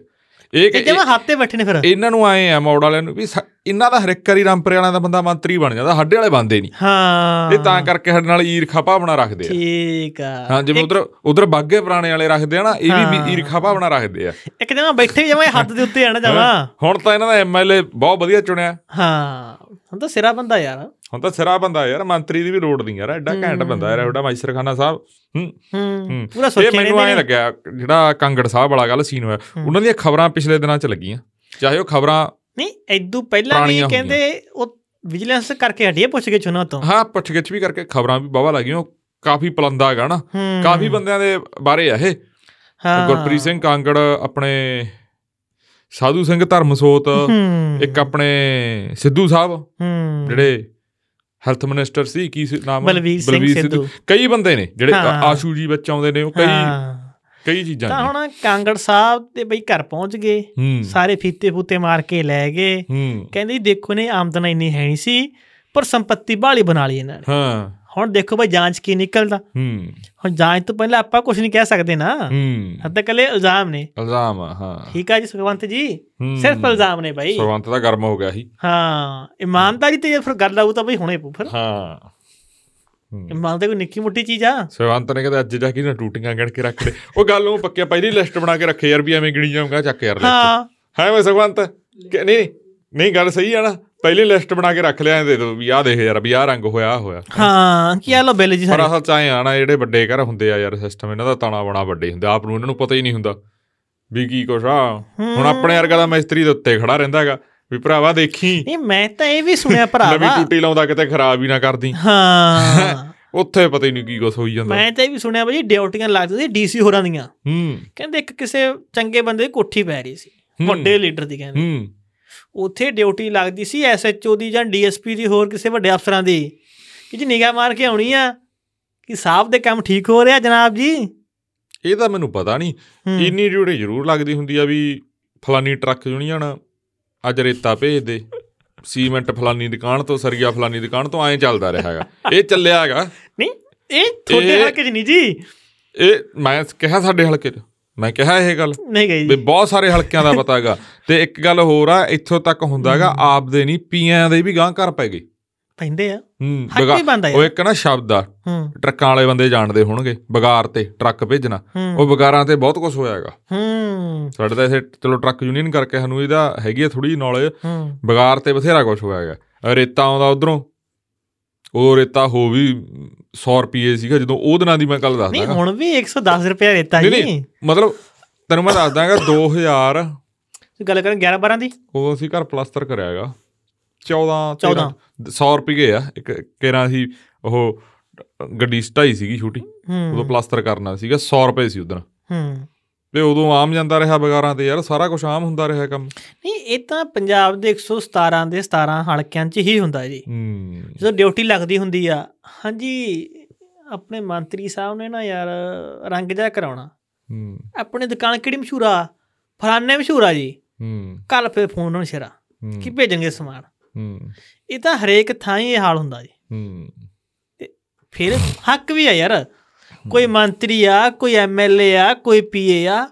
[SPEAKER 2] ਇਹ ਕਿ
[SPEAKER 1] ਇਹ ਜਿਵੇਂ ਹੱਥੇ ਬੈਠੇ ਨੇ ਫਿਰ
[SPEAKER 2] ਇਹਨਾਂ ਨੂੰ ਆਏ ਆ ਮੌੜ ਵਾਲਿਆਂ ਨੂੰ ਵੀ ਸਾ- ਇਹਨਾਂ ਦਾ ਹਰ ਇੱਕ ਵਾਰੀ ਰਾਮਪੁਰੇ ਵਾਲਿਆਂ ਦਾ ਬੰਦਾ ਮੰਤਰੀ ਬਣ ਜਾਂਦਾ ਸਾਡੇ ਵਾਲੇ ਬਣਦੇ ਨਹੀਂ
[SPEAKER 1] ਹਾਂ
[SPEAKER 2] ਇਹ ਤਾਂ ਕਰਕੇ ਸਾਡੇ ਨਾਲ ਈਰਖਾ ਭਾਵਨਾ ਰੱਖਦੇ ਆ
[SPEAKER 1] ਠੀਕ ਆ
[SPEAKER 2] ਹਾਂ ਜਿਵੇਂ ਉਧਰ ਉਧਰ ਬਾਗੇ ਪੁਰਾਣੇ ਵਾਲੇ ਰੱਖਦੇ ਆ ਨਾ ਇਹ ਵੀ
[SPEAKER 1] ਹਾਂ।
[SPEAKER 2] ਵੀ ਈਰਖਾ ਭਾਵਨਾ ਰੱਖਦੇ ਆ
[SPEAKER 1] ਇੱਕ ਜਮਾ ਬੈਠੇ ਜਮਾ ਹੱਥ ਦੇ ਉੱਤੇ ਆਣਾ ਜਾਵਾ
[SPEAKER 2] ਹੁਣ ਤਾਂ ਇਹਨਾਂ ਦਾ ਐਮਐਲਏ ਬਹੁਤ ਵਧੀਆ ਚੁਣਿਆ
[SPEAKER 1] ਹਾਂ ਹੁਣ ਤਾਂ ਸਿਰਾ ਬੰਦਾ ਯਾਰ
[SPEAKER 2] ਹੁਣ ਤਾਂ ਸਿਰਾ ਬੰਦਾ ਯਾਰ ਮੰਤਰੀ ਦੀ ਵੀ ਲੋੜ ਨਹੀਂ ਯਾਰ ਐਡਾ ਘੈਂਟ ਬੰਦਾ ਯਾਰ ਉਹਦਾ ਮਾਈਸਰ ਖਾਨਾ ਸਾਹਿਬ ਹੂੰ
[SPEAKER 1] ਹੂੰ
[SPEAKER 2] ਹੂੰ।
[SPEAKER 1] ਪੂਰਾ
[SPEAKER 2] ਇਹ
[SPEAKER 1] ਸੋਚਿਆ
[SPEAKER 2] ਮੈਨੂੰ
[SPEAKER 1] ਨੇ
[SPEAKER 2] ਐ ਲੱਗਿਆ ਜਿਹੜਾ ਕਾਂਗੜ ਸਾਹਿਬ ਵਾਲਾ ਗੱਲ ਸੀਨ ਹੋਇਆ ਉਹਨਾਂ ਦੀਆਂ ਖਬਰਾਂ ਪਿਛਲੇ ਦਿਨਾਂ 'ਚ ਲੱਗੀਆਂ ਚਾਹੇ ਉਹ ਖਬਰਾਂ
[SPEAKER 1] ਨਹੀਂ ਐਦੂ ਪਹਿਲਾਂ ਵੀ
[SPEAKER 2] ਪੁਰਾਣੀਆਂ
[SPEAKER 1] ਕਹਿੰਦੇ ਉਹ ਵਿਜੀਲੈਂਸ ਕਰਕੇ ਹਟੀਏ ਪੁੱਛ ਕੇ ਚੁਣਾ ਤੋਂ
[SPEAKER 2] ਹਾਂ ਪੁੱਛਗਿੱਛ ਵੀ ਕਰਕੇ ਖਬਰਾਂ ਵੀ ਬਾਵਾ ਲੱਗੀਆਂ ਉਹ ਕਾਫੀ ਪਲੰਦਾ ਹੈਗਾ ਨਾ
[SPEAKER 1] ਹੂੰ
[SPEAKER 2] ਕਾਫੀ ਬੰਦਿਆਂ ਦੇ ਬਾਰੇ ਆ ਇਹ
[SPEAKER 1] ਹਾਂ।
[SPEAKER 2] ਗੁਰਪ੍ਰੀਤ ਸਿੰਘ ਕਾਂਗੜ ਆਪਣੇ ਸਾਧੂ ਸਿੰਘ ਧਰਮਸੋਤ
[SPEAKER 1] ਹੂੰ।
[SPEAKER 2] ਇੱਕ ਆਪਣੇ ਸਿੱਧੂ ਸਾਹਿਬ
[SPEAKER 1] ਹੂੰ।
[SPEAKER 2] ਜਿਹੜੇ ਹੈਲਥ ਮਿਨਿਸਟਰ ਸੀ ਕੀ ਸੀ ਨਾਮ
[SPEAKER 1] ਬਲਵੀਰ ਸਿੰਘ ਸਿੱਧੂ।
[SPEAKER 2] ਕਈ ਬੰਦੇ ਨੇ ਜਿਹੜੇ
[SPEAKER 1] ਹਾਂ।
[SPEAKER 2] ਆਸ਼ੂ ਜੀ ਵਿੱਚ ਆਉਂਦੇ ਨੇ ਉਹ ਕਈ
[SPEAKER 1] ਹਾਂ।
[SPEAKER 2] ਕਈ ਚੀਜ਼ਾਂ
[SPEAKER 1] ਤਾਂ
[SPEAKER 2] ਨੇ
[SPEAKER 1] ਹੁਣ ਕਾਂਗੜ ਸਾਹਿਬ ਤੇ ਬਈ ਘਰ ਪਹੁੰਚ ਗਏ
[SPEAKER 2] ਹੂੰ
[SPEAKER 1] ਸਾਰੇ ਫੀਤੇ ਫੂਤੇ ਮਾਰ ਕੇ ਲੈ ਗਏ
[SPEAKER 2] ਹੂੰ
[SPEAKER 1] ਕਹਿੰਦੇ ਦੇਖੋ ਨੇ ਆਮਦਨ ਇੰਨੀ ਹੈ ਨਹੀਂ ਸੀ ਪਰ ਸੰਪਤੀ ਬਾਹਲੀ ਬਣਾ ਲਈ ਇਹਨਾਂ ਨੇ
[SPEAKER 2] ਹਾਂ
[SPEAKER 1] ਹੁਣ ਦੇਖੋ ਬਈ ਜਾਂਚ ਕੀ ਨਿਕਲਦਾ
[SPEAKER 2] ਹੂੰ
[SPEAKER 1] ਹੁਣ ਜਾਂਚ ਤੋਂ ਪਹਿਲਾਂ ਆਪਾਂ ਕੁਝ ਨਹੀਂ ਕਹਿ ਸਕਦੇ ਨਾ
[SPEAKER 2] ਹੂੰ
[SPEAKER 1] ਹੱਦ ਕੱਲੇ ਇਲਜ਼ਾਮ ਨੇ
[SPEAKER 2] ਇਲਜ਼ਾਮ ਆ, ਹਾਂ
[SPEAKER 1] ਠੀਕ ਆ ਜੀ ਸੁਖਵੰਤ ਜੀ
[SPEAKER 2] ਹੂੰ।
[SPEAKER 1] ਸਿਰਫ ਇਲਜ਼ਾਮ ਨੇ ਭਾਈ
[SPEAKER 2] ਸਰਵੰਤ ਦਾ ਗਰਮ ਹੋ ਗਿਆ ਸੀ
[SPEAKER 1] ਹਾਂ ਇਮਾਨਦਾਰੀ ਤੇ ਜੇ ਫਿਰ ਗੱਲ ਆਊ ਤਾਂ ਬਈ ਹੁਣੇ ਪੂ ਫਿਰ
[SPEAKER 2] ਹਾਂ
[SPEAKER 1] ਇਮਾਨਦਾਰੀ ਕੋਈ ਨਿੱਕੀ ਮੁੱਟੀ ਚੀਜ਼ ਆ
[SPEAKER 2] ਸਰਵੰਤ ਨੇ ਕਹਿੰਦਾ ਅੱਜ ਜਾ ਕੇ ਨਾ ਟੂਟੀਆਂ ਗਿਣ ਕੇ ਰੱਖ ਲੈ ਉਹ ਗੱਲ ਨੂੰ ਪੱਕਿਆ ਪਹਿਲੀ ਲਿਸਟ ਬਣਾ ਕੇ ਰੱਖੇ ਯਾਰ ਵੀ ਐਵੇਂ ਗਿਣੀ ਜਾਊਂਗਾ ਚੱਕ ਯਾਰ ਲਿਸਟ
[SPEAKER 1] ਹਾਂ
[SPEAKER 2] ਹੈ ਮੈਂ ਸਰਵੰਤ ਕਿ- ਨਹੀਂ ਨਹੀਂ, ਨਹੀਂ ਗੱਲ ਸਹੀ ਆ ਨਾ ਪਹਿਲੀ ਲਿਸਟ ਬਣਾ ਕੇ ਰੱਖ ਲਿਆ ਦੇ ਦੋ ਵੀ ਆਹ ਦੇਖ ਯਾਰ ਵੀ ਆਹ ਰੰਗ ਹੋਇਆ ਆਹ ਹੋਇਆ
[SPEAKER 1] ਹਾਂ ਕੀ ਆ ਲੋ ਬਿੱਲ ਜੀ
[SPEAKER 2] ਪਰ
[SPEAKER 1] ਸਾਰੇ
[SPEAKER 2] ਅਸਲ ਚ ਐਂ ਆ ਨਾ ਜਿਹੜੇ ਵੱਡੇ ਘਰ ਹੁੰਦੇ ਆ ਯਾਰ ਸਿਸਟਮ ਇਹਨਾਂ ਦਾ ਤਾਣਾ ਬਣਾ ਵੱਡੇ ਹੁੰਦਾ ਆਪ ਨੂੰ ਇਹਨਾਂ ਨੂੰ ਪਤਾ ਹੀ ਨਹੀਂ ਹੁੰਦਾ ਵੀ ਕੀ ਕੁਛ ਆ ਹੁਣ ਆਪਣੇ ਵਰਗਾ ਦਾ ਮਿਸਤਰੀ ਦੇ ਉੱਤੇ ਖੜਾ ਰਹਿੰਦਾ ਹੈਗਾ ਵੀ ਭਰਾਵਾ ਦੇਖੀ
[SPEAKER 1] ਨਹੀਂ ਮੈਂ ਤਾਂ ਇਹ ਵੀ ਸੁਣਿਆ
[SPEAKER 2] ਨਵੀਂ
[SPEAKER 1] ਭਰਾਵਾ
[SPEAKER 2] ਟੂਟੀ ਲਾਉਂਦਾ ਕਿਤੇ ਖਰਾਬ ਹੀ ਨਾ ਕਰਦੀ
[SPEAKER 1] ਹਾਂ
[SPEAKER 2] ਉੱਥੇ ਪਤਾ ਹੀ ਨਹੀਂ ਕੀ ਕੁਛ ਹੋਈ ਜਾਂਦਾ
[SPEAKER 1] ਮੈਂ ਤਾਂ ਇਹ ਵੀ ਸੁਣਿਆ ਬਈ ਡਿਊਟੀਆਂ ਲੱਗਦੀਆਂ ਸੀ ਡੀਸੀ ਹੋਰਾਂ ਦੀਆਂ
[SPEAKER 2] ਹੂੰ
[SPEAKER 1] ਕਹਿੰਦੇ ਇੱਕ ਕਿਸੇ ਚੰਗੇ ਬੰਦੇ ਦੀ ਕੋਠੀ ਪੈ ਰਹੀ ਸੀ
[SPEAKER 2] ਹੂੰ।
[SPEAKER 1] ਵੱਡੇ ਲੀਡਰ ਦੀ ਕਹਿੰਦੇ
[SPEAKER 2] ਹੂੰ
[SPEAKER 1] ਉੱਥੇ ਡਿਊਟੀ ਲੱਗਦੀ ਸੀ ਐਸਐਚਓ ਦੀ ਜਾਂ ਡੀਐਸਪੀ ਦੀ ਹੋਰ ਕਿਸੇ ਵੱਡੇ ਅਫਸਰਾਂ ਦੀ ਕਿ ਜੀ ਨਿਗਾਹ ਮਾਰ ਕੇ ਆਉਣੀ ਆ ਕਿ ਸਾਹਿਬ ਦੇ ਕੰਮ ਠੀਕ ਹੋ ਰਿਹਾ ਜਨਾਬ ਜੀ
[SPEAKER 2] ਇਹ ਤਾਂ ਮੈਨੂੰ ਪਤਾ ਨਹੀਂ
[SPEAKER 1] ਹੂੰ।
[SPEAKER 2] ਇੰਨੀ ਡਿਊਟੀ ਜ਼ਰੂਰ ਲੱਗਦੀ ਹੁੰਦੀ ਆ ਵੀ ਫਲਾਨੀ ਟਰੱਕ ਯੂਨੀਅਨ ਅੱਜ ਰੇਤਾ ਭੇਜ ਦੇ ਸੀਮੈਂਟ ਫਲਾਨੀ ਦੁਕਾਨ ਤੋਂ ਸਰੀਆ ਫਲਾਨੀ ਦੁਕਾਨ ਤੋਂ ਐਂ ਚੱਲਦਾ ਰਿਹਾ ਹੈਗਾ ਇਹ ਚੱਲਿਆ ਹੈਗਾ
[SPEAKER 1] ਨਹੀਂ ਇਹ ਤੁਹਾਡੇ
[SPEAKER 2] ਇਹ-
[SPEAKER 1] ਹਲਕੇ 'ਚ ਨਹੀਂ ਜੀ
[SPEAKER 2] ਇਹ ਮੈਂ ਕਿਹਾ ਸਾਡੇ ਹਲਕੇ 'ਚ ਮੈਂ ਕਿਹਾ ਇਹ ਗੱਲ
[SPEAKER 1] ਨਹੀਂ ਗਈ
[SPEAKER 2] ਵੀ
[SPEAKER 1] ਜੀ
[SPEAKER 2] ਬਹੁਤ ਸਾਰੇ ਹਲਕਿਆਂ ਦਾ ਪਤਾ ਹੈਗਾ ਤੇ ਇੱਕ ਗੱਲ ਹੋਰ ਆ ਇੱਥੋਂ ਤੱਕ ਹੁੰਦਾ ਹੈਗਾ ਆਪਦੇ ਨਹੀਂ ਪੀਆਂ ਦੇ ਵੀ ਗਾਂ ਘਰ ਪੈ ਗਏ
[SPEAKER 1] ਪੈਂਦੇ ਆ
[SPEAKER 2] ਹੂੰ
[SPEAKER 1] ਹੱਕ ਵੀ ਬਣਦਾ ਯਾਰ।
[SPEAKER 2] ਉਹ ਇੱਕ ਨਾ ਸ਼ਬਦ ਆ
[SPEAKER 1] ਹੂੰ
[SPEAKER 2] ਟਰੱਕਾਂ ਵਾਲੇ ਬੰਦੇ ਜਾਣਦੇ ਹੋਣਗੇ ਬਗਾਰ ਤੇ ਟਰੱਕ ਭੇਜਣਾ
[SPEAKER 1] ਹੂੰ।
[SPEAKER 2] ਉਹ ਬਗਾਰਾਂ ਤੇ ਬਹੁਤ ਕੁਝ ਹੋਇਆ ਹੈਗਾ
[SPEAKER 1] ਹੂੰ
[SPEAKER 2] ਸਾਡੇ ਤਾਂ ਇਸੇ ਚਲੋ ਟਰੱਕ ਯੂਨੀਅਨ ਕਰਕੇ ਸਾਨੂੰ ਇਹਦਾ ਹੈਗੀ ਆ ਥੋੜੀ ਨੌਲੇਜ
[SPEAKER 1] ਹੂੰ
[SPEAKER 2] ਬਗਾਰ ਤੇ ਬਥੇਰਾ ਕੁਝ ਹੋਇਆ ਹੈਗਾ ਰੇਤਾ ਆਉਂਦਾ ਉਧਰੋਂ ਉਹ ਰੇਤਾ ਹੋ ਵੀ 100 ਰੁਪਏ ਸੀਗਾ ਜਦੋਂ ਉਹ ਦਿਨਾਂ ਦੀ ਮੈਂ ਗੱਲ
[SPEAKER 1] ਨਹੀਂ
[SPEAKER 2] ਦੱਸਦਾ
[SPEAKER 1] ਹੁਣ ਵੀ 110 ਰੁਪਏ ਰੇਤਾ
[SPEAKER 2] ਨਹੀਂ,
[SPEAKER 1] ਜੀ
[SPEAKER 2] ਨਹੀਂ। ਮਤਲਬ ਤੈਨੂੰ ਮੈਂ ਦੱਸਦਾਗਾ 2000
[SPEAKER 1] ਤੁਸੀਂ ਗੱਲ ਕਰਨ 11 12 ਦੀ
[SPEAKER 2] ਉਦੋਂ ਅਸੀਂ ਘਰ ਪਲਾਸਟਰ ਕਰਿਆ ਹੈਗਾ 14
[SPEAKER 1] 14
[SPEAKER 2] 100 ਰੁਪਏ ਆ ਇੱਕ ਕੇਰਾਂ ਅਸੀਂ ਉਹ ਗੱਡੀ ਸਟਾਈ ਸੀਗੀ ਛੋਟੀ
[SPEAKER 1] ਹੂੰ
[SPEAKER 2] ਉਦੋਂ ਪਲਾਸਟਰ ਕਰਨਾ ਸੀਗਾ 100 ਰੁਪਏ ਸੀ ਉਦੋਂ
[SPEAKER 1] ਹੂੰ
[SPEAKER 2] ਤੇ ਉਦੋਂ ਆਮ ਜਾਂਦਾ ਰਿਹਾ ਬਗਾਰਾਂ ਤੇ ਯਾਰ ਸਾਰਾ ਕੁਝ ਆਮ ਹੁੰਦਾ ਰਿਹਾ ਕੰਮ
[SPEAKER 1] ਨਹੀਂ ਇਹ ਤਾਂ ਪੰਜਾਬ ਦੇ 117 ਦੇ 17 ਹਲਕਿਆਂ 'ਚ ਹੀ ਹੁੰਦਾ ਜੀ
[SPEAKER 2] ਹੂੰ
[SPEAKER 1] ਜਦੋਂ ਡਿਊਟੀ ਲੱਗਦੀ ਹੁੰਦੀ ਆ ਹਾਂਜੀ ਆਪਣੇ ਮੰਤਰੀ ਸਾਹਿਬ ਨੇ ਨਾ ਯਾਰ ਰੰਗ ਜਾ ਕਰਾਉਣਾ
[SPEAKER 2] ਹੂੰ
[SPEAKER 1] ਆਪਣੀ ਦੁਕਾਨ ਕਿਹੜੀ ਮਸ਼ਹੂਰ ਆ ਫਲਾਨੇ ਮਸ਼ਹੂਰ ਆ ਜੀ
[SPEAKER 2] ਹੂੰ
[SPEAKER 1] ਕੱਲ ਫੇਰ ਫੋਨ ਉਹਨਾਂ ਨੂੰ ਸ਼ਰਾ
[SPEAKER 2] ਹੂੰ,
[SPEAKER 1] ਕਿ ਭੇਜਣਗੇ ਸਮਾਨ
[SPEAKER 2] ਹੂੰ
[SPEAKER 1] ਇਹ ਤਾਂ ਹਰੇਕ ਥਾਂ ਹੀ ਇਹ ਹਾਲ ਹੁੰਦਾ ਜੀ
[SPEAKER 2] ਹੂੰ
[SPEAKER 1] ਫਿਰ ਹੱਕ ਵੀ ਆ ਯਾਰ ਕੋਈ ਮੰਤਰੀ ਆ ਕੋਈ ਐਮਐਲਏ ਆ ਕੋਈ ਪੀਏ ਆ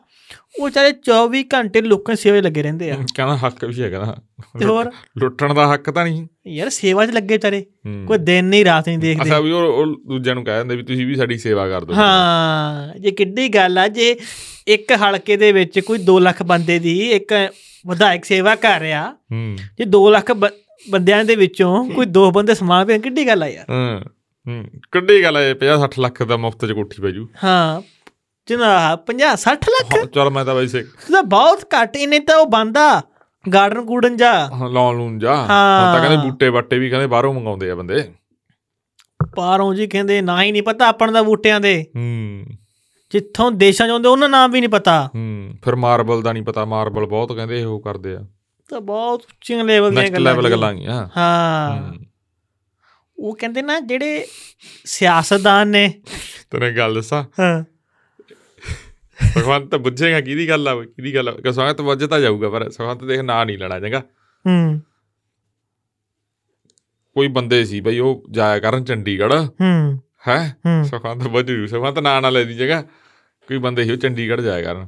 [SPEAKER 1] ਉਹ ਚਾਰੇ 24 ਘੰਟੇ ਲੋਕਾਂ ਦੀ ਸੇਵਾ 'ਚ ਲੱਗੇ ਰਹਿੰਦੇ ਆ
[SPEAKER 2] ਕਹਿੰਦਾ ਹੱਕ ਵੀ ਹੈਗਾ ਨਾ
[SPEAKER 1] ਤੇ ਹੋਰ
[SPEAKER 2] ਲੁੱਟਣ ਦਾ ਹੱਕ ਤਾਂ ਨਹੀਂ
[SPEAKER 1] ਯਾਰ ਸੇਵਾ 'ਚ ਲੱਗੇ ਚਾਰੇ
[SPEAKER 2] ਹੂੰ।
[SPEAKER 1] ਕੋਈ ਦਿਨ ਨਹੀਂ ਰਾਤ ਨਹੀਂ ਦੇਖਦੇ
[SPEAKER 2] ਅੱਛਾ ਵੀ ਉਹ ਉਹ ਦੂਜਿਆਂ ਨੂੰ ਕਹਿ ਦਿੰਦੇ ਵੀ ਤੁਸੀਂ ਵੀ ਸਾਡੀ ਸੇਵਾ ਕਰ ਦਿਓ
[SPEAKER 1] ਹਾਂ ਜੇ ਕਿੱਡੀ ਗੱਲ ਆ ਜੇ ਇੱਕ ਹਲਕੇ ਦੇ ਵਿੱਚ ਕੋਈ 2 ਲੱਖ ਬੰਦੇ ਦੀ ਇੱਕ ਵਿਧਾਇਕ ਸੇਵਾ ਕਰ ਰਿਹਾ
[SPEAKER 2] ਹੂੰ
[SPEAKER 1] ਜੇ 2 ਲੱਖ ਬ- ਬੰਦਿਆਂ ਦੇ ਵਿੱਚੋਂ ਕੋਈ ਦੋ ਬੰਦੇ ਸਮਾਨ ਭੇਜ ਕਿੱਡੀ ਗੱਲ ਆ ਯਾਰ
[SPEAKER 2] ਹਾਂ ਹੂੰ ਕੱਢੀ ਗੱਲ ਹੈ 50 60 ਲੱਖ ਦਾ ਮੁਫਤ ਚ ਕੋਠੀ ਪੈ ਜੂ
[SPEAKER 1] ਹਾਂ ਜਿਨਾ 50 60 ਲੱਖ
[SPEAKER 2] ਹਾਂ, ਚੱਲ ਮੈਂ ਤਾਂ ਵੈਸੇ
[SPEAKER 1] ਤਾਂ ਬਹੁਤ ਘੱਟ ਇਹਨੇ ਤਾਂ ਉਹ ਬੰਦਾ ਗਾਰਡਨ ਗੂਡਨ ਜਾ
[SPEAKER 2] ਹਾਂ, ਲਾਉਣ ਲੂਣ ਜਾ ਹੁਣ ਤਾਂ
[SPEAKER 1] ਹਾਂ।
[SPEAKER 2] ਕਹਿੰਦੇ ਬੂਟੇ ਬਾਟੇ ਵੀ ਕਹਿੰਦੇ ਬਾਹਰੋਂ ਮੰਗਾਉਂਦੇ ਆ ਬੰਦੇ
[SPEAKER 1] ਪਾਰੋਂ ਜੀ ਕਹਿੰਦੇ ਨਾ ਹੀ ਨਹੀਂ ਪਤਾ ਆਪਣ ਦਾ ਬੂਟਿਆਂ ਦੇ
[SPEAKER 2] ਹੂੰ
[SPEAKER 1] ਜਿੱਥੋਂ ਦੇਸ਼ਾਂ 'ਚ ਆਉਂਦੇ ਉਹਨਾਂ ਨਾਮ ਵੀ ਨਹੀਂ ਪਤਾ
[SPEAKER 2] ਹੂੰ ਫਿਰ ਮਾਰਬਲ ਦਾ ਨਹੀਂ ਪਤਾ ਮਾਰਬਲ ਬਹੁਤ ਕਹਿੰਦੇ ਇਹੋ ਕਰਦੇ ਆ
[SPEAKER 1] ਤਾਂ ਬਹੁਤ ਉੱਚੀਆਂ ਲੈਵਲ ਦੀਆਂ
[SPEAKER 2] ਨੈਕਸਟ
[SPEAKER 1] ਗੱਲਾਂ
[SPEAKER 2] ਲੈਵਲ
[SPEAKER 1] ਜੀ।
[SPEAKER 2] ਗੱਲਾਂ ਗੀਆਂ
[SPEAKER 1] ਹਾਂ ਉਹ ਕਹਿੰਦੇ ਨਾ ਜਿਹੜੇ ਸਿਆਸਤਦਾਨ ਨੇ
[SPEAKER 2] ਤੇਰੇ ਗੱਲ ਦੱਸਾਂ
[SPEAKER 1] ਹਾਂ
[SPEAKER 2] ਭਗਵਾਨ ਤਾਂ ਬੁੱਝੇਗਾ ਕਿਹਦੀ ਗੱਲ ਆ ਬਈ, ਕਿਹਦੀ ਗੱਲ ਕਿ ਸੰਗਤ ਵੱਜ ਤਾਂ ਜਾਊਗਾ ਪਰ ਸੰਗਤ ਦੇਖ ਨਾਂ ਨਹੀਂ ਲੈਣਾ ਚੰਗਾ
[SPEAKER 1] ਹੂੰ
[SPEAKER 2] ਕੋਈ ਬੰਦੇ ਸੀ ਬਈ ਉਹ ਜਾਇਆ ਕਰਨ ਚੰਡੀਗੜ੍ਹ
[SPEAKER 1] ਹੂੰ
[SPEAKER 2] ਹੈ
[SPEAKER 1] ਹੂੰ
[SPEAKER 2] ਸੁਖਵੰਤ ਬਜੂ ਸੁਖਵੰਤ ਨਾਂ ਨਾਲ ਲੈਦੀ ਜਗਾ ਕੋਈ ਬੰਦੇ ਸੀ ਉਹ ਚੰਡੀਗੜ੍ਹ ਜਾਇਆ ਕਰਨ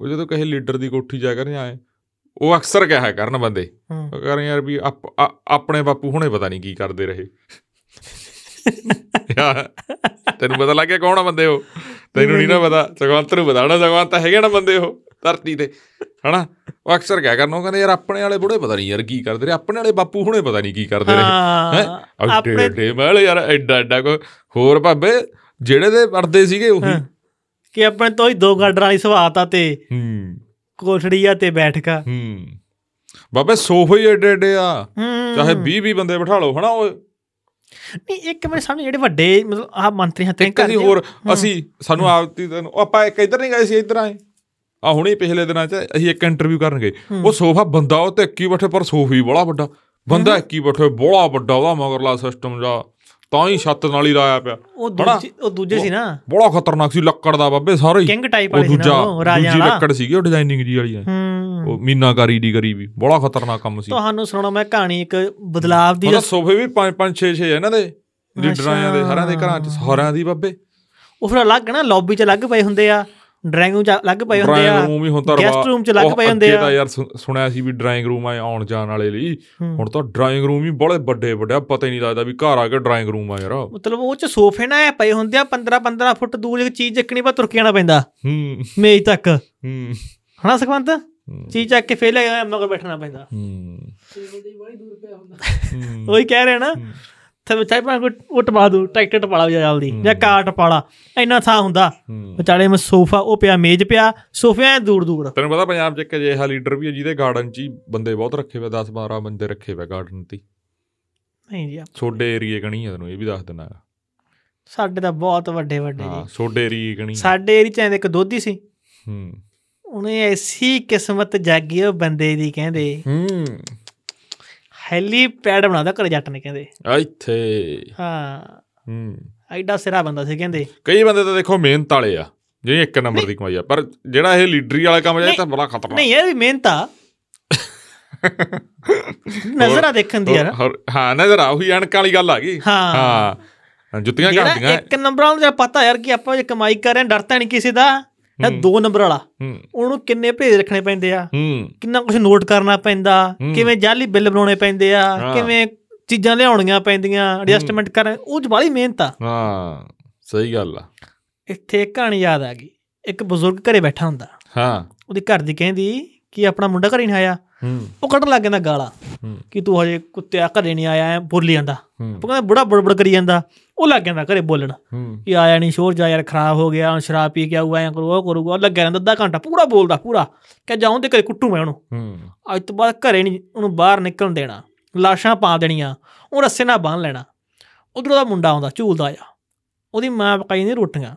[SPEAKER 2] ਉਹ ਜਦੋਂ ਕਿਸੇ ਲੀਡਰ ਦੀ ਕੋਠੀ ਜਾ ਕਰਨ ਆਏ ਉਹ ਅਕਸਰ ਕਿਹਾ ਕਰਨ ਬੰਦੇ
[SPEAKER 1] ਹੂੰ।
[SPEAKER 2] ਉਹ ਕਰਨ ਯਾਰ ਵੀ ਆਪ- ਆ- ਆਪਣੇ ਬਾਪੂ ਹੁਣੇ ਪਤਾ ਨਹੀਂ ਕੀ ਕਰਦੇ ਰਹੇ ਯਾਰ, ਤੈਨੂੰ ਪਤਾ ਲੱਗ ਗਿਆ ਕੌਣ ਆ ਬੰਦੇ ਉਹ ਤੈਨੂੰ ਨਹੀਂ ਨਾ ਪਤਾ ਸੁਖਵੰਤ ਨੂੰ ਪਤਾ ਹੋਣਾ ਸੁਖਵੰਤ ਹੈਗੇ ਨਾ ਬੰਦੇ ਉਹ ਧਰਤੀ ਤੇ ਹਨਾ ਉਹ ਅਕਸਰ ਕਿਹਾ ਕਰਨ ਉਹ ਕਹਿੰਦੇ ਯਾਰ ਆਪਣੇ ਵਾਲੇ ਬੁੜੇ ਪਤਾ ਨਹੀਂ ਯਾਰ ਕੀ ਕਰਦੇ ਰਹੇ ਆਪਣੇ ਵਾਲੇ ਬਾਪੂ ਹੁਣੇ ਪਤਾ ਨਹੀਂ ਕੀ ਕਰਦੇ ਰਹੇ ਹੈਂ?
[SPEAKER 1] ਹਾਂ
[SPEAKER 2] ਆਪਣੇ
[SPEAKER 1] ਆਪਣੇ
[SPEAKER 2] ਡੇ ਮੈਲ ਯਾਰ ਐਡਾ ਐਡਾ ਕੋ ਹੋਰ ਭਾਬੇ ਜਿਹੜੇ ਦੇ ਪਰਦੇ ਸੀਗੇ ਉਹੀ
[SPEAKER 1] ਹਾਂ। ਕਿ ਆਪਣੇ ਤੋਂ ਹੀ ਦੋ ਗਾਰਡਨ ਵਾਲੀ ਸਵਾਤਾ ਤੇ
[SPEAKER 2] ਹੂੰ
[SPEAKER 1] ਕੋਠੜੀਆ ਤੇ ਬੈਠਕਾ
[SPEAKER 2] ਹੂੰ ਬਾਬੇ ਸੋਫੇ ਹੀ ਐਡੇ ਐਡੇ ਆ
[SPEAKER 1] ਹੂੰ
[SPEAKER 2] ਚਾਹੇ 20 20 ਬੰਦੇ ਬਿਠਾ ਲਓ ਹਨਾ ਉਹ
[SPEAKER 1] ਨਹੀਂ ਇੱਕ ਮੇਰੇ ਸਾਹਮਣੇ ਜਿਹੜੇ ਵੱਡੇ ਮਤਲਬ ਆਹ ਮੰਤਰੀ ਹੱਥੇ
[SPEAKER 2] ਇੱਕ ਅਸੀਂ ਹੋਰ ਅਸੀਂ ਸਾਨੂੰ ਆਪਤੀ ਤੈਨੂੰ ਉਹ ਆਪਾਂ ਇੱਕ ਇੱਧਰ ਨਹੀਂ ਗਏ ਸੀ ਇੱਧਰ ਆਏ ਆ ਹੁਣੇ ਪਿਛਲੇ ਦਿਨਾਂ 'ਚ ਅਸੀਂ ਇੱਕ ਇੰਟਰਵਿਊ ਕਰਨ ਗਏ ਉਹ ਸੋਫਾ ਬੰਦਾ ਉਹ ਤੇ ਇੱਕੀ ਬੈਠੇ ਪਰ ਸੋਫਾ ਹੀ ਬੜਾ ਵੱਡਾ ਬੰਦਾ ਇੱਕੀ ਬੈਠੇ ਬੜਾ ਵੱਡਾ ਉਹਦਾ ਮਗਰਲਾ ਸਿਸਟਮ ਜਾ ਤਾਂ ਹੀ ਛੱਤ ਨਾਲ ਹੀ ਲਾਇਆ ਪਿਆ
[SPEAKER 1] ਉਹ
[SPEAKER 2] ਹਨਾ?
[SPEAKER 1] ਦੂਜੇ ਉਹ ਦੂਜੇ ਸੀ ਨਾ
[SPEAKER 2] ਬੜਾ ਖਤਰਨਾਕ ਸੀ ਲੱਕੜ ਦਾ ਬਾਬੇ ਸਾਰੇ ਹੀ
[SPEAKER 1] ਕਿੰਗ ਟਾਈਪ
[SPEAKER 2] ਉਹ
[SPEAKER 1] ਵਾਲੇ ਸੀ ਨਾ
[SPEAKER 2] ਦੂਜਾ
[SPEAKER 1] ਉਹ ਰਾਜਾ
[SPEAKER 2] ਦੂਜੀ
[SPEAKER 1] ਵਾਲਾ
[SPEAKER 2] ਲੱਕੜ ਸੀਗੀ ਉਹ ਡਿਜ਼ਾਈਨਿੰਗ ਜੀ ਵਾਲੀ ਆ
[SPEAKER 1] ਹੂੰ
[SPEAKER 2] ਉਹ ਮੀਨਾਕਾਰੀ ਦੀ ਕਰੀ ਵੀ ਬੜਾ ਖਤਰਨਾਕ ਕੰਮ ਸੀ
[SPEAKER 1] ਤੁਹਾਨੂੰ ਸੁਣਾਉਣਾ ਮੈਂ ਕਹਾਣੀ ਇੱਕ ਬਦਲਾਵ ਦੀ
[SPEAKER 2] ਮਤਲਬ ਸੋਫੇ ਵੀ 5 5 6 6 ਇਹਨਾਂ ਦੇ ਲੀਡਰਾਂ ਦੇ
[SPEAKER 1] ਅੱਛਾ।
[SPEAKER 2] ਸਾਰਿਆਂ ਦੇ ਘਰਾਂ ਚ ਸਾਰਿਆਂ ਦੀ ਬਾਬੇ
[SPEAKER 1] ਉਹ ਫਿਰ ਅਲੱਗ ਨਾ ਲੌਬੀ 'ਚ ਅਲੱਗ ਪਏ ਹੁੰਦੇ ਆ ਡਰਾਇੰਗ ਰੂਮ 'ਚ ਅਲੱਗ ਪਏ ਹੁੰਦੇ ਆ
[SPEAKER 2] ਡਰਾਇੰਗ ਰੂਮ ਵੀ ਹੁਣ ਤਾਂ
[SPEAKER 1] ਗੈਸਟ
[SPEAKER 2] ਰਵਾ-
[SPEAKER 1] ਰੂਮ 'ਚ ਅਲੱਗ
[SPEAKER 2] ਉਹ
[SPEAKER 1] ਪਏ ਹੁੰਦੇ
[SPEAKER 2] ਅੱਗੇ
[SPEAKER 1] ਆ
[SPEAKER 2] ਤਾਂ ਯਾਰ ਸੁ- ਸੁਣਿਆ ਸੀ ਵੀ ਡਰਾਇੰਗ ਰੂਮ ਆ ਆਉਣ ਜਾਣ ਵਾਲੇ ਲਈ
[SPEAKER 1] ਹੂੰ।
[SPEAKER 2] ਹੁਣ ਤਾਂ ਡਰਾਇੰਗ ਰੂਮ ਹੀ ਬੜੇ ਵੱਡੇ ਵੱਡੇ ਆ, ਪਤਾ ਹੀ ਨਹੀਂ ਲੱਗਦਾ ਵੀ ਘਰ ਆ ਕੇ ਡਰਾਇੰਗ ਰੂਮ ਆ ਯਾਰ
[SPEAKER 1] ਮਤਲਬ ਉਹ ਚ ਸੋਫੇ ਨਾ ਐ ਪਏ ਹੁੰਦੇ ਆ 15 15 ਫੁੱਟ ਦੂਰ ਇੱਕ ਚੀਜ਼ ਚੱਕਣੀ ਪਾ ਤੁਰ ਕੇ ਆਣਾ ਪੈਂਦਾ
[SPEAKER 2] ਹੂੰ
[SPEAKER 1] ਮੇਜ਼ ਤੱਕ
[SPEAKER 2] ਹੂੰ
[SPEAKER 1] ਹਨਾ ਸੁਖਵੰਤ
[SPEAKER 2] ਹੂੰ।
[SPEAKER 1] ਚੀਜ਼ ਚੱਕ ਕੇ ਫੇਰ ਲੈ ਆਇਆ ਮਗਰ ਬੈਠਣਾ ਪੈਂਦਾ
[SPEAKER 2] ਹੂੰ
[SPEAKER 3] ਟੇਬਲ ਤੇ ਬੜੀ ਦੂਰ ਪਿਆ ਹੁੰਦਾ
[SPEAKER 2] ਹੂੰ।
[SPEAKER 1] ਉਹੀ ਕਹਿ ਰਿਹਾ ਨਾ ਤੇ ਚਾਹੇ ਭਾਵੇਂ ਕੋਈ ਉਹ ਟਪਾ ਦੂ ਟਰੈਕਟਰ ਟਪਾਲਾ ਜਾਂ ਜਲਦੀ ਜਾਂ ਕਾਰ ਟਪਾਲਾ ਇੰਨਾ ਥਾਂ ਹੁੰਦਾ
[SPEAKER 2] ਹੂੰ।
[SPEAKER 1] ਵਿਚਾਲੇ ਮੈਂ ਸੋਫਾ ਉਹ ਪਿਆ ਮੇਜ਼ ਪਿਆ ਸੋਫਿਆਂ ਦੂਰ ਦੂਰ
[SPEAKER 2] ਤੈਨੂੰ ਪਤਾ ਪੰਜਾਬ 'ਚ ਇੱਕ ਅਜਿਹਾ ਲੀਡਰ ਵੀ ਹੈ ਜਿਹਦੇ ਗਾਰਡਨ 'ਚ ਹੀ ਬੰਦੇ ਬਹੁਤ ਰੱਖੇ ਹੋਏ 10 12 ਬੰਦੇ ਰੱਖੇ ਹੋਏ ਗਾਰਡਨ 'ਤੇ ਹੀ।
[SPEAKER 1] ਨਹੀਂ ਜੀ
[SPEAKER 2] ਸੋਡੇ ਏਰੀਏ ਕਣੀ ਆ ਤੈਨੂੰ ਇਹ ਵੀ ਦੱਸ ਦਿੰਦਾ
[SPEAKER 1] ਸਾਡੇ ਤਾਂ ਬਹੁਤ ਵੱਡੇ ਵੱਡੇ
[SPEAKER 2] ਹਾਂ
[SPEAKER 1] ਜੀ
[SPEAKER 2] ਸੋਡੇ ਏਰੀਏ ਕਣੀ ਆ।
[SPEAKER 1] ਸਾਡੇ ਏਰੀ ਚ ਐਂ ਦਾ ਇੱਕ ਦੋਧੀ ਸੀ
[SPEAKER 2] ਹੂੰ
[SPEAKER 1] ਉਹਨੇ ਐਸੀ ਕਿਸਮਤ ਜਾਗੀ ਉਹ ਬੰਦੇ ਦੀ ਕਹਿੰਦੇ
[SPEAKER 2] ਹੂੰ
[SPEAKER 1] ਹੈਲੀਪੈਡ ਬਣਾਦਾ ਘਰੇ ਜੱਟ ਨੇ ਕਹਿੰਦੇ
[SPEAKER 2] ਆ ਇੱਥੇ
[SPEAKER 1] ਹਾਂ
[SPEAKER 2] ਹੂੰ
[SPEAKER 1] ਐਡਾ ਸਿਰਾ ਬੰਦਾ ਸੀ ਕਹਿੰਦੇ
[SPEAKER 2] ਕਈ ਬੰਦੇ ਤਾਂ ਦੇਖੋ ਮਿਹਨਤ ਵਾਲੇ ਆ ਜਿਹੜੀ ਇੱਕ ਨੰਬਰ ਦੀ ਕਮਾਈ ਆ ਪਰ ਜਿਹੜਾ ਇਹ ਲੀਡਰੀ ਵਾਲਾ ਕੰਮ ਜਾਏ ਤਾਂ ਬੜਾ ਖਤਰਨਾਕ
[SPEAKER 1] ਨਹੀਂ ਇਹ ਵੀ ਮਿਹਨਤ ਆ ਨਜ਼ਰ ਆ ਦੇਖਣ ਦੀ ਯਾਰ
[SPEAKER 2] ਹੋਰ- ਹੋਰ- ਹਾਂ ਨਜ਼ਰ ਆ ਉਹੀ ਅਣਕ ਵਾਲੀ ਗੱਲ ਆ ਗਈ
[SPEAKER 1] ਹਾਂ।
[SPEAKER 2] ਹਾਂ ਜੁੱਤੀਆਂ
[SPEAKER 1] ਜਿਹੜਾ
[SPEAKER 2] ਘੜਦੀਆਂ
[SPEAKER 1] ਇੱਕ ਨੰਬਰ ਵਾਲਾ ਨੂੰ ਜਿਹੜਾ ਪਤਾ ਯਾਰ ਕਿ ਆਪਾਂ ਜੇ ਕਮਾਈ ਕਰ ਰਹੇ ਹਾਂ ਡਰਤਾ ਨਹੀਂ ਕਿਸੇ ਦਾ ਇਹ ਦੋ ਨੰਬਰ ਵਾਲਾ
[SPEAKER 2] ਹੂੰ
[SPEAKER 1] ਉਹਨੂੰ ਕਿੰਨੇ ਭੇਜ ਰੱਖਣੇ ਪੈਂਦੇ ਆ
[SPEAKER 2] ਹੂੰ
[SPEAKER 1] ਕਿੰਨਾ ਕੁਝ ਨੋਟ ਕਰਨਾ ਪੈਂਦਾ
[SPEAKER 2] ਹੂੰ।
[SPEAKER 1] ਕਿਵੇਂ ਜਾਲੀ ਬਿੱਲ ਬਣਾਉਣੇ ਪੈਂਦੇ ਆ
[SPEAKER 2] ਹਾਂ।
[SPEAKER 1] ਕਿਵੇਂ ਚੀਜ਼ਾਂ ਲਿਆਉਣੀਆਂ ਪੈਂਦੀਆਂ ਐਡਜਸਟਮੈਂਟ ਕਰਨ ਉਹ 'ਚ ਬਾਹਲੀ ਮਿਹਨਤ ਆ
[SPEAKER 2] ਹਾਂ ਸਹੀ ਗੱਲ ਆ
[SPEAKER 1] ਇੱਥੇ ਇੱਕ ਕਹਾਣੀ ਯਾਦ ਆ ਗਈ ਇੱਕ ਬਜ਼ੁਰਗ ਘਰੇ ਬੈਠਾ ਹੁੰਦਾ
[SPEAKER 2] ਹਾਂ
[SPEAKER 1] ਉਹਦੀ ਘਰ ਦੀ ਕਹਿੰਦੀ ਕਿ ਆਪਣਾ ਮੁੰਡਾ ਘਰੇ ਨਹੀਂ ਆਇਆ
[SPEAKER 2] ਹੂੰ
[SPEAKER 1] ਉਹ ਕੱਢਣ ਲੱਗ ਜਾਂਦਾ ਗਾਲਾਂ
[SPEAKER 2] ਹੂੰ।
[SPEAKER 1] ਕਿ ਤੂੰ ਹਜੇ ਕੁੱਤਿਆ ਘਰੇ ਨਹੀਂ ਆਇਆ ਐ ਬੋਲੀ ਜਾਂਦਾ
[SPEAKER 2] ਹੂੰ।
[SPEAKER 1] ਉਹ ਕਹਿੰਦਾ ਬੁੜਾ ਬੜਬੜ ਕਰੀ ਜਾਂਦਾ ਉਹ ਲੱਗ ਜਾਂਦਾ ਘਰੇ ਬੋਲਣ
[SPEAKER 2] ਹੂੰ
[SPEAKER 1] ਕਿ ਆਇਆ ਨਹੀਂ ਸ਼ੋਰ ਜਾ ਯਾਰ ਖਰਾਬ ਹੋ ਗਿਆ ਹੁਣ ਸ਼ਰਾਬ ਪੀ ਕੇ ਆਊਗਾ ਐਂ ਕਰੂਗਾ ਉਹ ਕਰੂਗਾ ਉਹ ਲੱਗਿਆ ਰਹਿੰਦਾ ਅੱਧਾ ਘੰਟਾ ਪੂਰਾ ਬੋਲਦਾ ਪੂਰਾ ਕਿ ਜਾਉਂ ਤੇ ਘਰੇ ਕੁੱਟੂ ਮੈਂ ਉਹਨੂੰ
[SPEAKER 2] ਹੂੰ
[SPEAKER 1] ਅੱਜ ਤੋਂ ਬਾਅਦ ਘਰੇ ਨਹੀਂ ਉਹਨੂੰ ਬਾਹਰ ਨਿਕਲਣ ਦੇਣਾ ਲਾਸ਼ਾਂ ਪਾ ਦੇਣੀਆਂ ਉਹ ਰੱਸੇ ਨਾਲ ਬੰਨ ਲੈਣਾ ਉਧਰ ਉਹਦਾ ਮੁੰਡਾ ਆਉਂਦਾ ਝੂਲਦਾ ਆ ਉਹਦੀ ਮਾਂ ਪਕਾਈ ਨੇ ਰੋਟੀਆਂ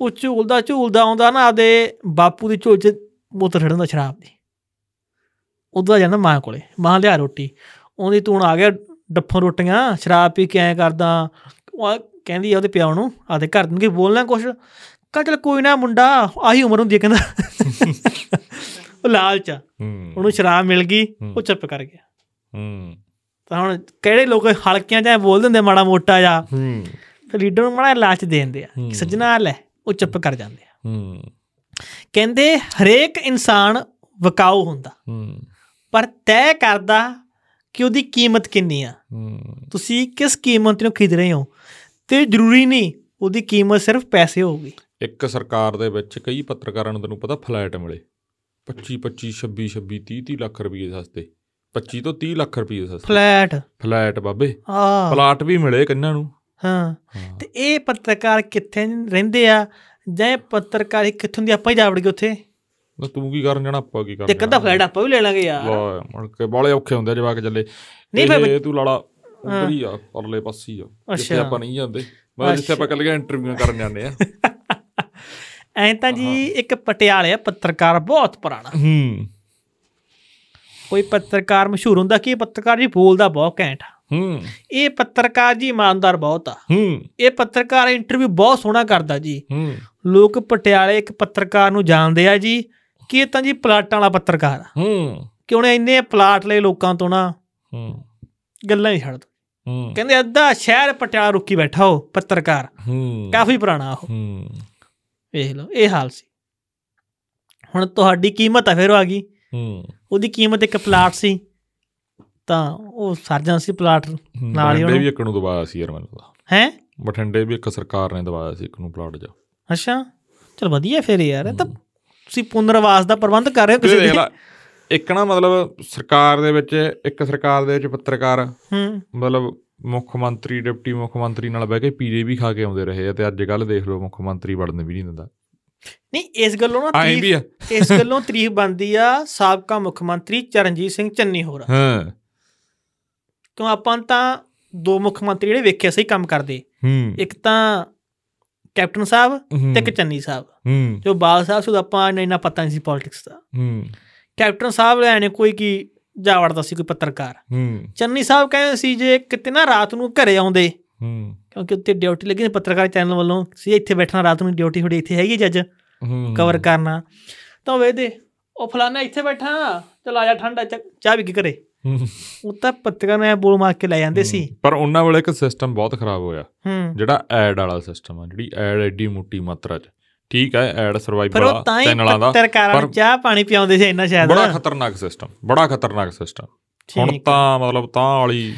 [SPEAKER 1] ਉਹ ਝੂਲਦਾ ਝੂਲਦਾ ਆਉਂਦਾ ਨਾ ਆਦੇ ਬਾਪੂ ਦੀ ਝੋਲ 'ਚ ਬੋਤਲ ਛੱਡਦਾ ਸ਼ਰਾਬ ਦੀ ਉਧਰ ਜਾਂਦਾ ਮਾਂ ਕੋਲੇ ਮਾਂ ਲਿਆ ਰੋਟੀ ਉਹਦੀ ਤੂੰ ਹੁਣ ਆ ਗਿਆ ਡੱਫੋਂ ਰੋਟੀਆਂ ਸ਼ਰਾਬ ਪੀ ਕੇ ਐ ਕਰਦਾ ਉਹ ਆ- ਕਹਿੰਦੀ ਆ ਉਹਦੇ ਪਿਓ ਨੂੰ ਆਦੇ ਘਰ ਨੂੰ ਕਿ ਬੋਲਣਾ ਕੁਛ ਕਾ ਚਲ ਕੋਈ ਨਾ ਮੁੰਡਾ ਆਹੀ ਉਮਰ ਹੁੰਦੀ ਹੈ ਕਹਿੰਦਾ ਉਹ ਲਾਲਚ ਆ
[SPEAKER 2] ਹੂੰ
[SPEAKER 1] ਉਹਨੂੰ ਸ਼ਰਾਬ ਮਿਲ ਗਈ
[SPEAKER 2] ਹੂੰ।
[SPEAKER 1] ਉਹ ਚੁੱਪ ਕਰ ਗਿਆ
[SPEAKER 2] ਹੂੰ
[SPEAKER 1] ਤਾਂ ਹੁਣ ਕਿਹੜੇ ਲੋਕ ਹਲਕਿਆਂ 'ਚ ਐਂ ਬੋਲ ਦਿੰਦੇ ਮਾੜਾ ਮੋਟਾ ਜਾਂ
[SPEAKER 2] ਹੂੰ
[SPEAKER 1] ਫਿਰ ਲੀਡਰ ਨੂੰ ਮਾੜਾ ਜਿਹਾ ਲਾਲਚ ਦੇ ਦਿੰਦੇ ਆ
[SPEAKER 2] ਹੂੰ।
[SPEAKER 1] ਕਿ ਸੱਜਣਾ ਆ ਲੈ ਉਹ ਚੁੱਪ ਕਰ ਜਾਂਦੇ ਆ
[SPEAKER 2] ਹੂੰ
[SPEAKER 1] ਕਹਿੰਦੇ ਹਰੇਕ ਇਨਸਾਨ ਵਕਾਊ ਹੁੰਦਾ
[SPEAKER 2] ਹੂੰ
[SPEAKER 1] ਪਰ ਤੈਅ ਕਰਦਾ ਕਿ ਉਹਦੀ ਕੀਮਤ ਕਿੰਨੀ ਆ
[SPEAKER 2] ਹੂੰ
[SPEAKER 1] ਤੁਸੀਂ ਕਿਸ ਕੀਮਤ ਨੂੰ ਖਰੀਦ ਰਹੇ ਹੋ ਤੇ ਜ਼ਰੂਰੀ ਨਹੀਂ ਉਹਦੀ ਕੀਮਤ ਸਿਰਫ ਪੈਸੇ ਹੋਊਗੀ
[SPEAKER 2] ਇੱਕ ਸਰਕਾਰ ਦੇ ਵਿੱਚ ਕਈ ਪੱਤਰਕਾਰਾਂ ਨੂੰ ਤੈਨੂੰ ਪਤਾ ਫਲੈਟ ਮਿਲੇ 25 25 26 26 30 30 ਲੱਖ ਰੁਪਏ ਸਸਤੇ 25 ਤੋਂ 30 ਲੱਖ ਰੁਪਏ ਸਸਤੇ
[SPEAKER 1] ਫਲੈਟ
[SPEAKER 2] ਫਲੈਟ ਬਾਬੇ
[SPEAKER 1] ਆ
[SPEAKER 2] ਪਲਾਟ ਵੀ ਮਿਲੇ ਕਿੰਨਾਂ ਨੂੰ
[SPEAKER 1] ਹਾਂ
[SPEAKER 2] ਹਾਂ।
[SPEAKER 1] ਤੇ ਇਹ ਪੱਤਰਕਾਰ ਕਿੱਥੇ ਰਹਿੰਦੇ ਆ ਜਾਂ ਇਹ ਪੱਤਰਕਾਰੀ ਕਿੱਥੋਂ ਦੀ ਆਪਾਂ ਹੀ ਜਾਵੜਗੇ ਉੱਥੇ
[SPEAKER 2] ਨਾ ਤੂੰ ਕੀ ਕਰਨ ਜਾਣਾ ਆਪਾਂ ਕੀ ਕਰਨ
[SPEAKER 1] ਤੇ ਇੱਕ ਅੱਧਾ ਫਲੈਟ ਆਪਾਂ ਵੀ ਲੈ ਲਾਂਗੇ ਯਾਰ
[SPEAKER 2] ਵਾਹ ਮੁੜ ਕੇ ਬਾਲੇ ਔਖੇ ਹੁੰਦੇ ਆ ਜਵਾਕ ਜੱਲੇ
[SPEAKER 1] ਨਹੀਂ ਫਿਰ-
[SPEAKER 2] ਇਹ ਤੂੰ ਲਾਲਾ ਉੱਧਰ ਹੀ ਆ ਪਰਲੇ ਪਾਸੇ ਹੀ ਆ ਜਿੱਥੇ
[SPEAKER 1] ਅੱਛਾ।
[SPEAKER 2] ਆਪਾਂ ਨਹੀਂ ਜਾਂਦੇ ਮੈਂ ਜਿੱਥੇ ਆਪਾਂ ਕੱਲੀਆਂ ਇੰਟਰਵਿਊਆਂ ਕਰਨ ਜਾਂਦੇ ਆ
[SPEAKER 1] ਐਂ ਤਾਂ ਜੀ ਇੱਕ ਪਟਿਆਲੇ ਆ ਪੱਤਰਕਾਰ ਬਹੁਤ ਪੁਰਾਣਾ
[SPEAKER 2] ਹੂੰ
[SPEAKER 1] ਕੋਈ ਪੱਤਰਕਾਰ ਮਸ਼ਹੂਰ ਹੁੰਦਾ ਕਿ ਇਹ ਪੱਤਰਕਾਰ ਜੀ ਬੋਲਦਾ ਬਹੁਤ ਘੈਂਟ ਆ
[SPEAKER 2] ਹੂੰ
[SPEAKER 1] ਇਹ ਪੱਤਰਕਾਰ ਜੀ ਇਮਾਨਦਾਰ ਬਹੁਤ ਆ
[SPEAKER 2] ਹੂੰ
[SPEAKER 1] ਇਹ ਪੱਤਰਕਾਰ ਇੰਟਰਵਿਊ ਬਹੁਤ ਸੋਹਣਾ ਕਰਦਾ ਜੀ
[SPEAKER 2] ਹੂੰ
[SPEAKER 1] ਲੋਕ ਪਟਿਆਲੇ ਇੱਕ ਪੱਤਰਕਾਰ ਨੂੰ ਜਾਣਦੇ ਆ ਜੀ ਕਿ ਇਹ ਤਾਂ ਜੀ ਪਲਾਟਾਂ ਵਾਲਾ ਪੱਤਰਕਾਰ ਆ
[SPEAKER 2] ਹੂੰ
[SPEAKER 1] ਕਿ ਉਹਨੇ ਇੰਨੇ ਪਲਾਟ ਲਏ ਲੋਕਾਂ ਤੋਂ ਨਾ
[SPEAKER 2] ਹੂੰ
[SPEAKER 1] ਗੱਲਾਂ ਹੀ ਛੱਡ ਦੋ
[SPEAKER 2] ਹੂੰ
[SPEAKER 1] ਕਹਿੰਦੇ ਅੱਧਾ ਸ਼ਹਿਰ ਪਟਿਆਲਾ ਰੁਕੀ ਬੈਠਾ ਉਹ ਪੱਤਰਕਾਰ
[SPEAKER 2] ਹੂੰ
[SPEAKER 1] ਕਾਫੀ ਪੁਰਾਣਾ ਉਹ
[SPEAKER 2] ਹੂੰ
[SPEAKER 1] ਵੇਖ ਲਓ ਇਹ ਹਾਲ ਸੀ ਹੁਣ ਤੁਹਾਡੀ ਕੀਮਤ ਆ ਫਿਰ ਉਹ ਆ ਗਈ
[SPEAKER 2] ਹੂੰ
[SPEAKER 1] ਉਹਦੀ ਕੀਮਤ ਇੱਕ ਪਲਾਟ ਸੀ ਤਾਂ ਉਹ ਸਰਜਨ ਸੀ ਪਲਾਟ ਨਾਲ ਹੀ
[SPEAKER 2] ਬਠਿੰਡੇ ਵੀ
[SPEAKER 1] ਉਹਨੂੰ
[SPEAKER 2] ਇੱਕ ਨੂੰ ਦਬਾਇਆ ਸੀ ਯਾਰ ਮੈਨੂੰ ਲੱਗਦਾ
[SPEAKER 1] ਹੈ
[SPEAKER 2] ਬਠਿੰਡੇ ਵੀ ਇੱਕ ਸਰਕਾਰ ਨੇ ਦਬਾਇਆ ਸੀ ਇੱਕ ਨੂੰ ਪਲਾਟ ਜਾ
[SPEAKER 1] ਅੱਛਾ ਚਲ ਵਧੀਆ ਫਿਰ ਯਾਰ ਇਹ ਤਾਂ ਤੁਸੀਂ ਪੁਨਰਵਾਸ ਦਾ ਪ੍ਰਬੰਧ ਕਰ ਰਹੇ ਹੋ
[SPEAKER 2] ਤੇ
[SPEAKER 1] ਕਿਸੇ
[SPEAKER 2] ਦੇਖ
[SPEAKER 1] ਦੇ
[SPEAKER 2] ਲਾ ਇੱਕ ਨਾ ਮਤਲਬ ਸਰਕਾਰ ਦੇ ਵਿੱਚ ਇੱਕ ਸਰਕਾਰ ਦੇ ਵਿੱਚ ਪੱਤਰਕਾਰ
[SPEAKER 1] ਹੂੰ
[SPEAKER 2] ਮਤਲਬ ਮੁੱਖ ਮੰਤਰੀ ਡਿਪਟੀ ਮੁੱਖ ਮੰਤਰੀ ਨਾਲ ਬਹਿ ਕੇ ਪੀਜੇ ਵੀ ਖਾ ਕੇ ਆਉਂਦੇ ਰਹੇ ਆ ਤੇ ਅੱਜ ਕੱਲ ਦੇਖ ਲਓ ਮੁੱਖ ਮੰਤਰੀ ਵੜਨ ਵੀ ਨਹੀਂ ਦਿੰਦਾ
[SPEAKER 1] ਨਹੀਂ ਇਸ ਗੱਲੋਂ ਨਾ
[SPEAKER 2] ਐਂ ਵੀ
[SPEAKER 1] ਤਾਰੀਫ
[SPEAKER 2] ਆ
[SPEAKER 1] ਇਸ ਗੱਲੋਂ ਤਾਰੀਫ ਬਣਦੀ ਆ ਸਾਬਕਾ ਮੁੱਖ ਮੰਤਰੀ ਚਰਨਜੀਤ ਸਿੰਘ ਚੰਨੀ ਹੋਰ
[SPEAKER 2] ਹਾਂ
[SPEAKER 1] ਕਿਉਂ ਆਪਾਂ ਤਾਂ ਦੋ ਮੁੱਖ ਮੰਤਰੀ ਜਿਹੜੇ ਵੇਖੇ ਸਹੀ ਕੰਮ ਕਰਦੇ
[SPEAKER 2] ਹੂੰ
[SPEAKER 1] ਇੱਕ ਤਾਂ ਕੈਪਟਨ ਸਾਹਿਬ
[SPEAKER 2] ਹੂੰ,
[SPEAKER 1] ਤੇ ਇੱਕ ਚੰਨੀ ਸਾਹਿਬ
[SPEAKER 2] ਹੂੰ
[SPEAKER 1] ਜੋ ਬਾਲ ਸਾਹਿਬ ਸੀ ਉਦੋਂ ਆਪਾਂ ਨੂੰ ਇੰਨਾ ਪਤਾ ਨਹੀਂ ਸੀ ਪੋਲਿਟਿਕਸ ਦਾ
[SPEAKER 2] ਹੂੰ
[SPEAKER 1] ਕੈਪਟਨ ਸਾਹਿਬ ਲੈ ਨੇ ਕੋਈ ਕੀ ਜਾ ਵੜਦਾ ਸੀ ਕੋਈ ਪੱਤਰਕਾਰ
[SPEAKER 2] ਹੂੰ
[SPEAKER 1] ਚੰਨੀ ਸਾਹਿਬ ਕਹਿੰਦੇ ਸੀ ਜੇ ਕਿਤੇ ਨਾ ਰਾਤ ਨੂੰ ਘਰੇ ਆਉਂਦੇ
[SPEAKER 2] ਹੂੰ
[SPEAKER 1] ਕਿਉਂਕਿ ਉੱਤੇ ਡਿਊਟੀ ਲੱਗੀ ਸੀ ਪੱਤਰਕਾਰ ਚੈਨਲ ਵੱਲੋਂ ਸੀ ਇੱਥੇ ਬੈਠਣਾ ਰਾਤ ਨੂੰ ਡਿਊਟੀ ਥੋੜੀ ਇੱਥੇ ਹੈਗੀ ਜੱਜ
[SPEAKER 2] ਹੂੰ
[SPEAKER 1] ਕਵਰ ਕਰਨਾ ਤਾਂ ਉਹ ਵੇਦੇ ਉਹ ਫਲਾਣਾ ਇੱਥੇ ਬੈਠਾ ਚਲ ਆ ਜਾ ਠੰਡਾ ਚਾਹ ਵੀ ਕੀ ਕਰੇ
[SPEAKER 2] ਹੂੰ।
[SPEAKER 1] ਉਹ ਤਾਂ ਪੱਤਰਕਾਰ ਨੇ ਬੋਲ ਮਾਰ ਕੇ ਲੈ ਜਾਂਦੇ ਸੀ
[SPEAKER 2] ਪਰ ਉਹਨਾਂ ਵੇਲੇ ਇੱਕ ਸਿਸਟਮ ਬਹੁਤ ਖਰਾਬ ਹੋਇਆ
[SPEAKER 1] ਹੂੰ
[SPEAKER 2] ਜਿਹੜਾ ਐਡ ਵਾਲਾ ਸਿਸਟਮ ਆ ਜਿਹੜੀ ਐਡ ਐਡੀ ਮੋਟੀ ਮਾਤਰਾ 'ਚ ਠੀਕ ਆ ਐਡ
[SPEAKER 1] ਪਰ
[SPEAKER 2] ਸਰਵਾਈਵਲ
[SPEAKER 1] ਉਹ
[SPEAKER 2] ਵਾਲਾ
[SPEAKER 1] ਤਾਂ ਹੀ
[SPEAKER 2] ਚੈਨਲਾਂ ਦਾ
[SPEAKER 1] ਪੱਤਰਕਾਰਾਂ ਨੂੰ
[SPEAKER 2] ਪਰ-
[SPEAKER 1] ਚਾਹ ਪਾਣੀ ਪਿਆਉਂਦੇ ਸੀ ਇੰਨਾ ਸ਼ਾਇਦ
[SPEAKER 2] ਬੜਾ ਖਤਰਨਾਕ ਸਿਸਟਮ ਬੜਾ ਖਤਰਨਾਕ ਸਿਸਟਮ ਹੁਣ
[SPEAKER 1] ਠੀਕ।
[SPEAKER 2] ਤਾਂ ਮਤਲਬ ਤਾਂ ਵਾਲੀ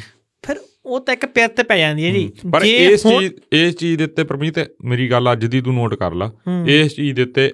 [SPEAKER 1] ਫਿਰ ਉਹ ਤਾਂ ਇੱਕ ਪੈਰ ਤੇ ਪੈ ਜਾਂਦੀ ਹੈ ਜੀ
[SPEAKER 2] ਪਰ
[SPEAKER 1] ਜੇ
[SPEAKER 2] ਇਸ
[SPEAKER 1] ਹੁਣ-
[SPEAKER 2] ਚੀਜ਼ ਇਸ ਚੀਜ਼ ਦੇ ਉੱਤੇ ਪਰਮੀਤ ਮੇਰੀ ਗੱਲ ਅੱਜ ਦੀ ਤੂੰ ਨੋਟ ਕਰ ਲਾ
[SPEAKER 1] ਹੂੰ।
[SPEAKER 2] ਇਸ ਚੀਜ਼ ਦੇ ਉੱਤੇ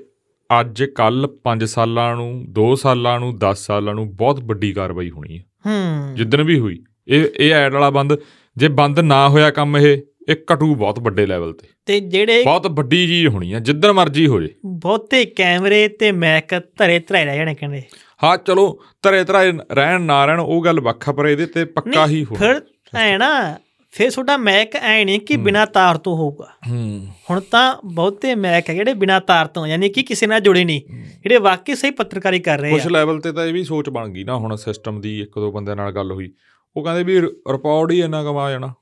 [SPEAKER 2] ਅੱਜ ਕੱਲ 5 ਸਾਲਾਂ ਨੂੰ 2 ਸਾਲਾਂ ਨੂੰ 10 ਸਾਲਾਂ ਨੂੰ ਬਹੁਤ ਵੱਡੀ ਕਾਰਵਾਈ ਹੋਣੀ ਹੈ
[SPEAKER 1] ਹੂੰ
[SPEAKER 2] ਜਿੱਦਣ ਵੀ ਹੋਈ ਇਹ ਇਹ ਐਡ ਵਾਲਾ ਬੰਦ ਜੇ ਬੰਦ ਨਾ ਹੋਇਆ ਕੰਮ ਇਹ ਇਹ ਕਟੂ ਬਹੁਤ ਵੱਡੇ ਲੈਵਲ ਤੇ
[SPEAKER 1] ਤੇ ਜਿਹੜੇ
[SPEAKER 2] ਬਹੁਤ ਵੱਡੀ ਚੀਜ਼ ਹੋਣੀ ਹੈ ਜਿੱਦਣ ਮਰਜ਼ੀ ਹੋ ਜੇ
[SPEAKER 1] ਬਹੁਤੇ ਕੈਮਰੇ ਤੇ ਮੈਕ ਧਰੇ ਧਰੇ ਰਹਿ ਜਾਣੇ ਕਹਿੰਦੇ
[SPEAKER 2] ਹਾਂ ਚਲੋ ਧਰੇ ਧਰਾਏ ਰਹਿਣ ਨਾ ਰਹਿਣ ਉਹ ਗੱਲ ਵੱਖ ਆ, ਪਰ ਇਹਦੇ ਤੇ ਪੱਕਾ ਹੀ ਹੋਣਾ
[SPEAKER 1] ਫਿਰ ਐ ਨਾ ਫਿਰ ਤੁਹਾਡਾ ਮੈਕ ਐ ਨਹੀਂ ਕਿ ਬਿਨਾ ਤਾਰ ਤੋਂ ਹੋਊਗਾ
[SPEAKER 2] ਹੂੰ
[SPEAKER 1] ਹੁਣ ਤਾਂ ਬਹੁਤੇ ਮੈਕ ਹੈ ਜਿਹੜੇ ਬਿਨਾ ਤਾਰ ਤੋਂ ਯਾਨੀ ਕਿ ਕਿਸੇ ਨਾਲ ਜੁੜੇ ਨਹੀਂ ਜਿਹੜੇ ਵਾਕਈ ਸਹੀ ਪੱਤਰਕਾਰੀ ਕਰ ਰਹੇ
[SPEAKER 2] ਕੁਝ
[SPEAKER 1] ਆ
[SPEAKER 2] ਲੈਵਲ ਤੇ ਤਾਂ ਇਹ ਵੀ ਸੋਚ ਬਣ ਗਈ ਨਾ ਹੁਣ ਸਿਸਟਮ ਦੀ ਇੱਕ ਦੋ ਬੰਦਿਆਂ ਨਾਲ ਗੱਲ ਹੋਈ ਉਹ ਕਹਿੰਦੇ ਵੀ ਰਿਪੋਰਟ ਹੀ ਇੰਨਾ ਕਮਾ ਜਾਣਾ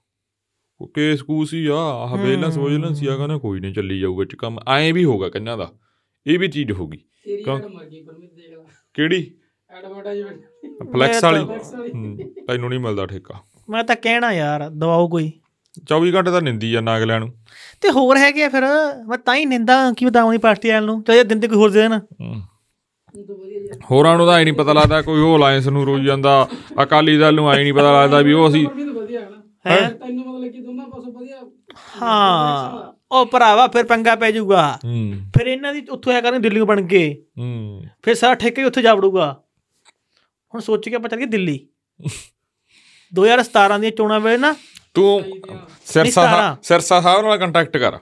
[SPEAKER 2] ਉਹ ਕੇਸ ਕੂਸ ਹੀ ਆ ਆਹ ਬੇਲੈਂਸ ਵਿਜੀਲੈਂਸ ਹੀ ਆ ਕਹਿੰਦੇ ਕੋਈ ਨਹੀਂ ਚੱਲੀ ਜਾਊਗਾ ਚ ਕੰਮ ਐਂ ਵੀ ਹੋਗਾ ਕੰਨਾਂ ਦਾ ਇਹ ਵੀ ਚੀਜ਼ ਹੋਗੀ
[SPEAKER 3] ਤੇਰੀ
[SPEAKER 2] ਕਿਉਂ?
[SPEAKER 3] ਐਡ ਮਰ ਗਈ ਪਰਮਿਤ ਦੇਖ ਲੈ
[SPEAKER 2] ਕਿਹੜੀ
[SPEAKER 3] ਐਡਵਰਟਾਈਜ਼ਮੈਂਟ
[SPEAKER 2] ਫਲੈਕਸ
[SPEAKER 1] ਤਾਂ-
[SPEAKER 2] ਵਾਲੀ
[SPEAKER 3] Flex ਵਾਲੀ।
[SPEAKER 2] ਹੂੰ, ਤੈਨੂੰ ਨਹੀਂ ਮਿਲਦਾ ਠੇਕਾ
[SPEAKER 1] ਮੈਂ ਤਾਂ ਕਹਿਣਾ ਯਾਰ ਦਵਾਓ ਕੋਈ
[SPEAKER 2] 24 ਘੰਟੇ ਤਾਂ ਨਿੰਦੀ ਆ ਨਾਗਲਿਆਂ ਨੂੰ
[SPEAKER 1] ਤੇ ਹੋਰ ਹੈਗੇ ਆ ਫਿਰ ਮੈਂ ਤਾਂ ਹੀ ਨਿੰਦਾ ਕਿ ਬਤਾਉਣੀ ਪਾਰਟੀ ਵਾਲ ਨੂੰ ਚਾਹੇ ਦਿਨ ਤੇ ਕੋਈ ਹੋਰ ਦੇ ਦੇਣ
[SPEAKER 2] ਹੂੰ।
[SPEAKER 3] ਹੁਣ ਤਾਂ ਵਧੀਆ ਯਾਰ
[SPEAKER 2] ਹੋਰਾਂ ਨੂੰ ਤਾਂ ਐ ਨਹੀਂ ਪਤਾ ਲੱਗਦਾ ਕੋਈ ਉਹ ਅਲਾਇੰਸ ਨੂੰ ਰੋਈ ਜਾਂਦਾ ਅਕਾਲੀ ਦਲ ਨੂੰ ਐ ਨਹੀਂ ਪਤਾ ਲੱਗਦਾ ਵੀ ਉਹ ਅਸੀਂ
[SPEAKER 3] ਪਰਮੀਤ ਵਧੀਆ ਹੈ ਨਾ
[SPEAKER 1] ਹੈਂ?
[SPEAKER 3] ਤੈਨੂੰ ਮਤਲਬ ਕਿ ਦੋਨਾਂ ਪਾਸੋਂ ਵਧੀਆ
[SPEAKER 1] ਹਾਂ ਉਹ ਭਰਾਵਾ ਫਿਰ ਪੰਗਾ ਪੈ ਜਾਊਗਾ
[SPEAKER 2] ਹੂੰ
[SPEAKER 1] ਫਿਰ ਇਹਨਾਂ ਦੀ ਉੱਥੋਂ ਆ ਕਰਨ ਦਿੱਲੀ ਬਣ ਕੇ
[SPEAKER 2] ਹੂੰ
[SPEAKER 1] ਫਿਰ ਸਾਰਾ ਠੇਕਾ ਹੀ ਉੱਥੇ ਜਾ ਵੜੂਗਾ ਹੁਣ ਸੋਚ ਕੇ ਆਪਾਂ ਚੱਲ ਗਏ ਦਿੱਲੀ 2017 ਦੀਆਂ ਚੋਣਾਂ ਵੇਲੇ ਨਾ
[SPEAKER 2] ਤੂੰ ਸਿਰਸਾ
[SPEAKER 1] ਸਾਰਾ।
[SPEAKER 2] ਸਾਹਿਬ- ਸਿਰਸਾ ਸਾਹਿਬ ਨਾਲ ਕੰਟੈਕਟ ਕਰ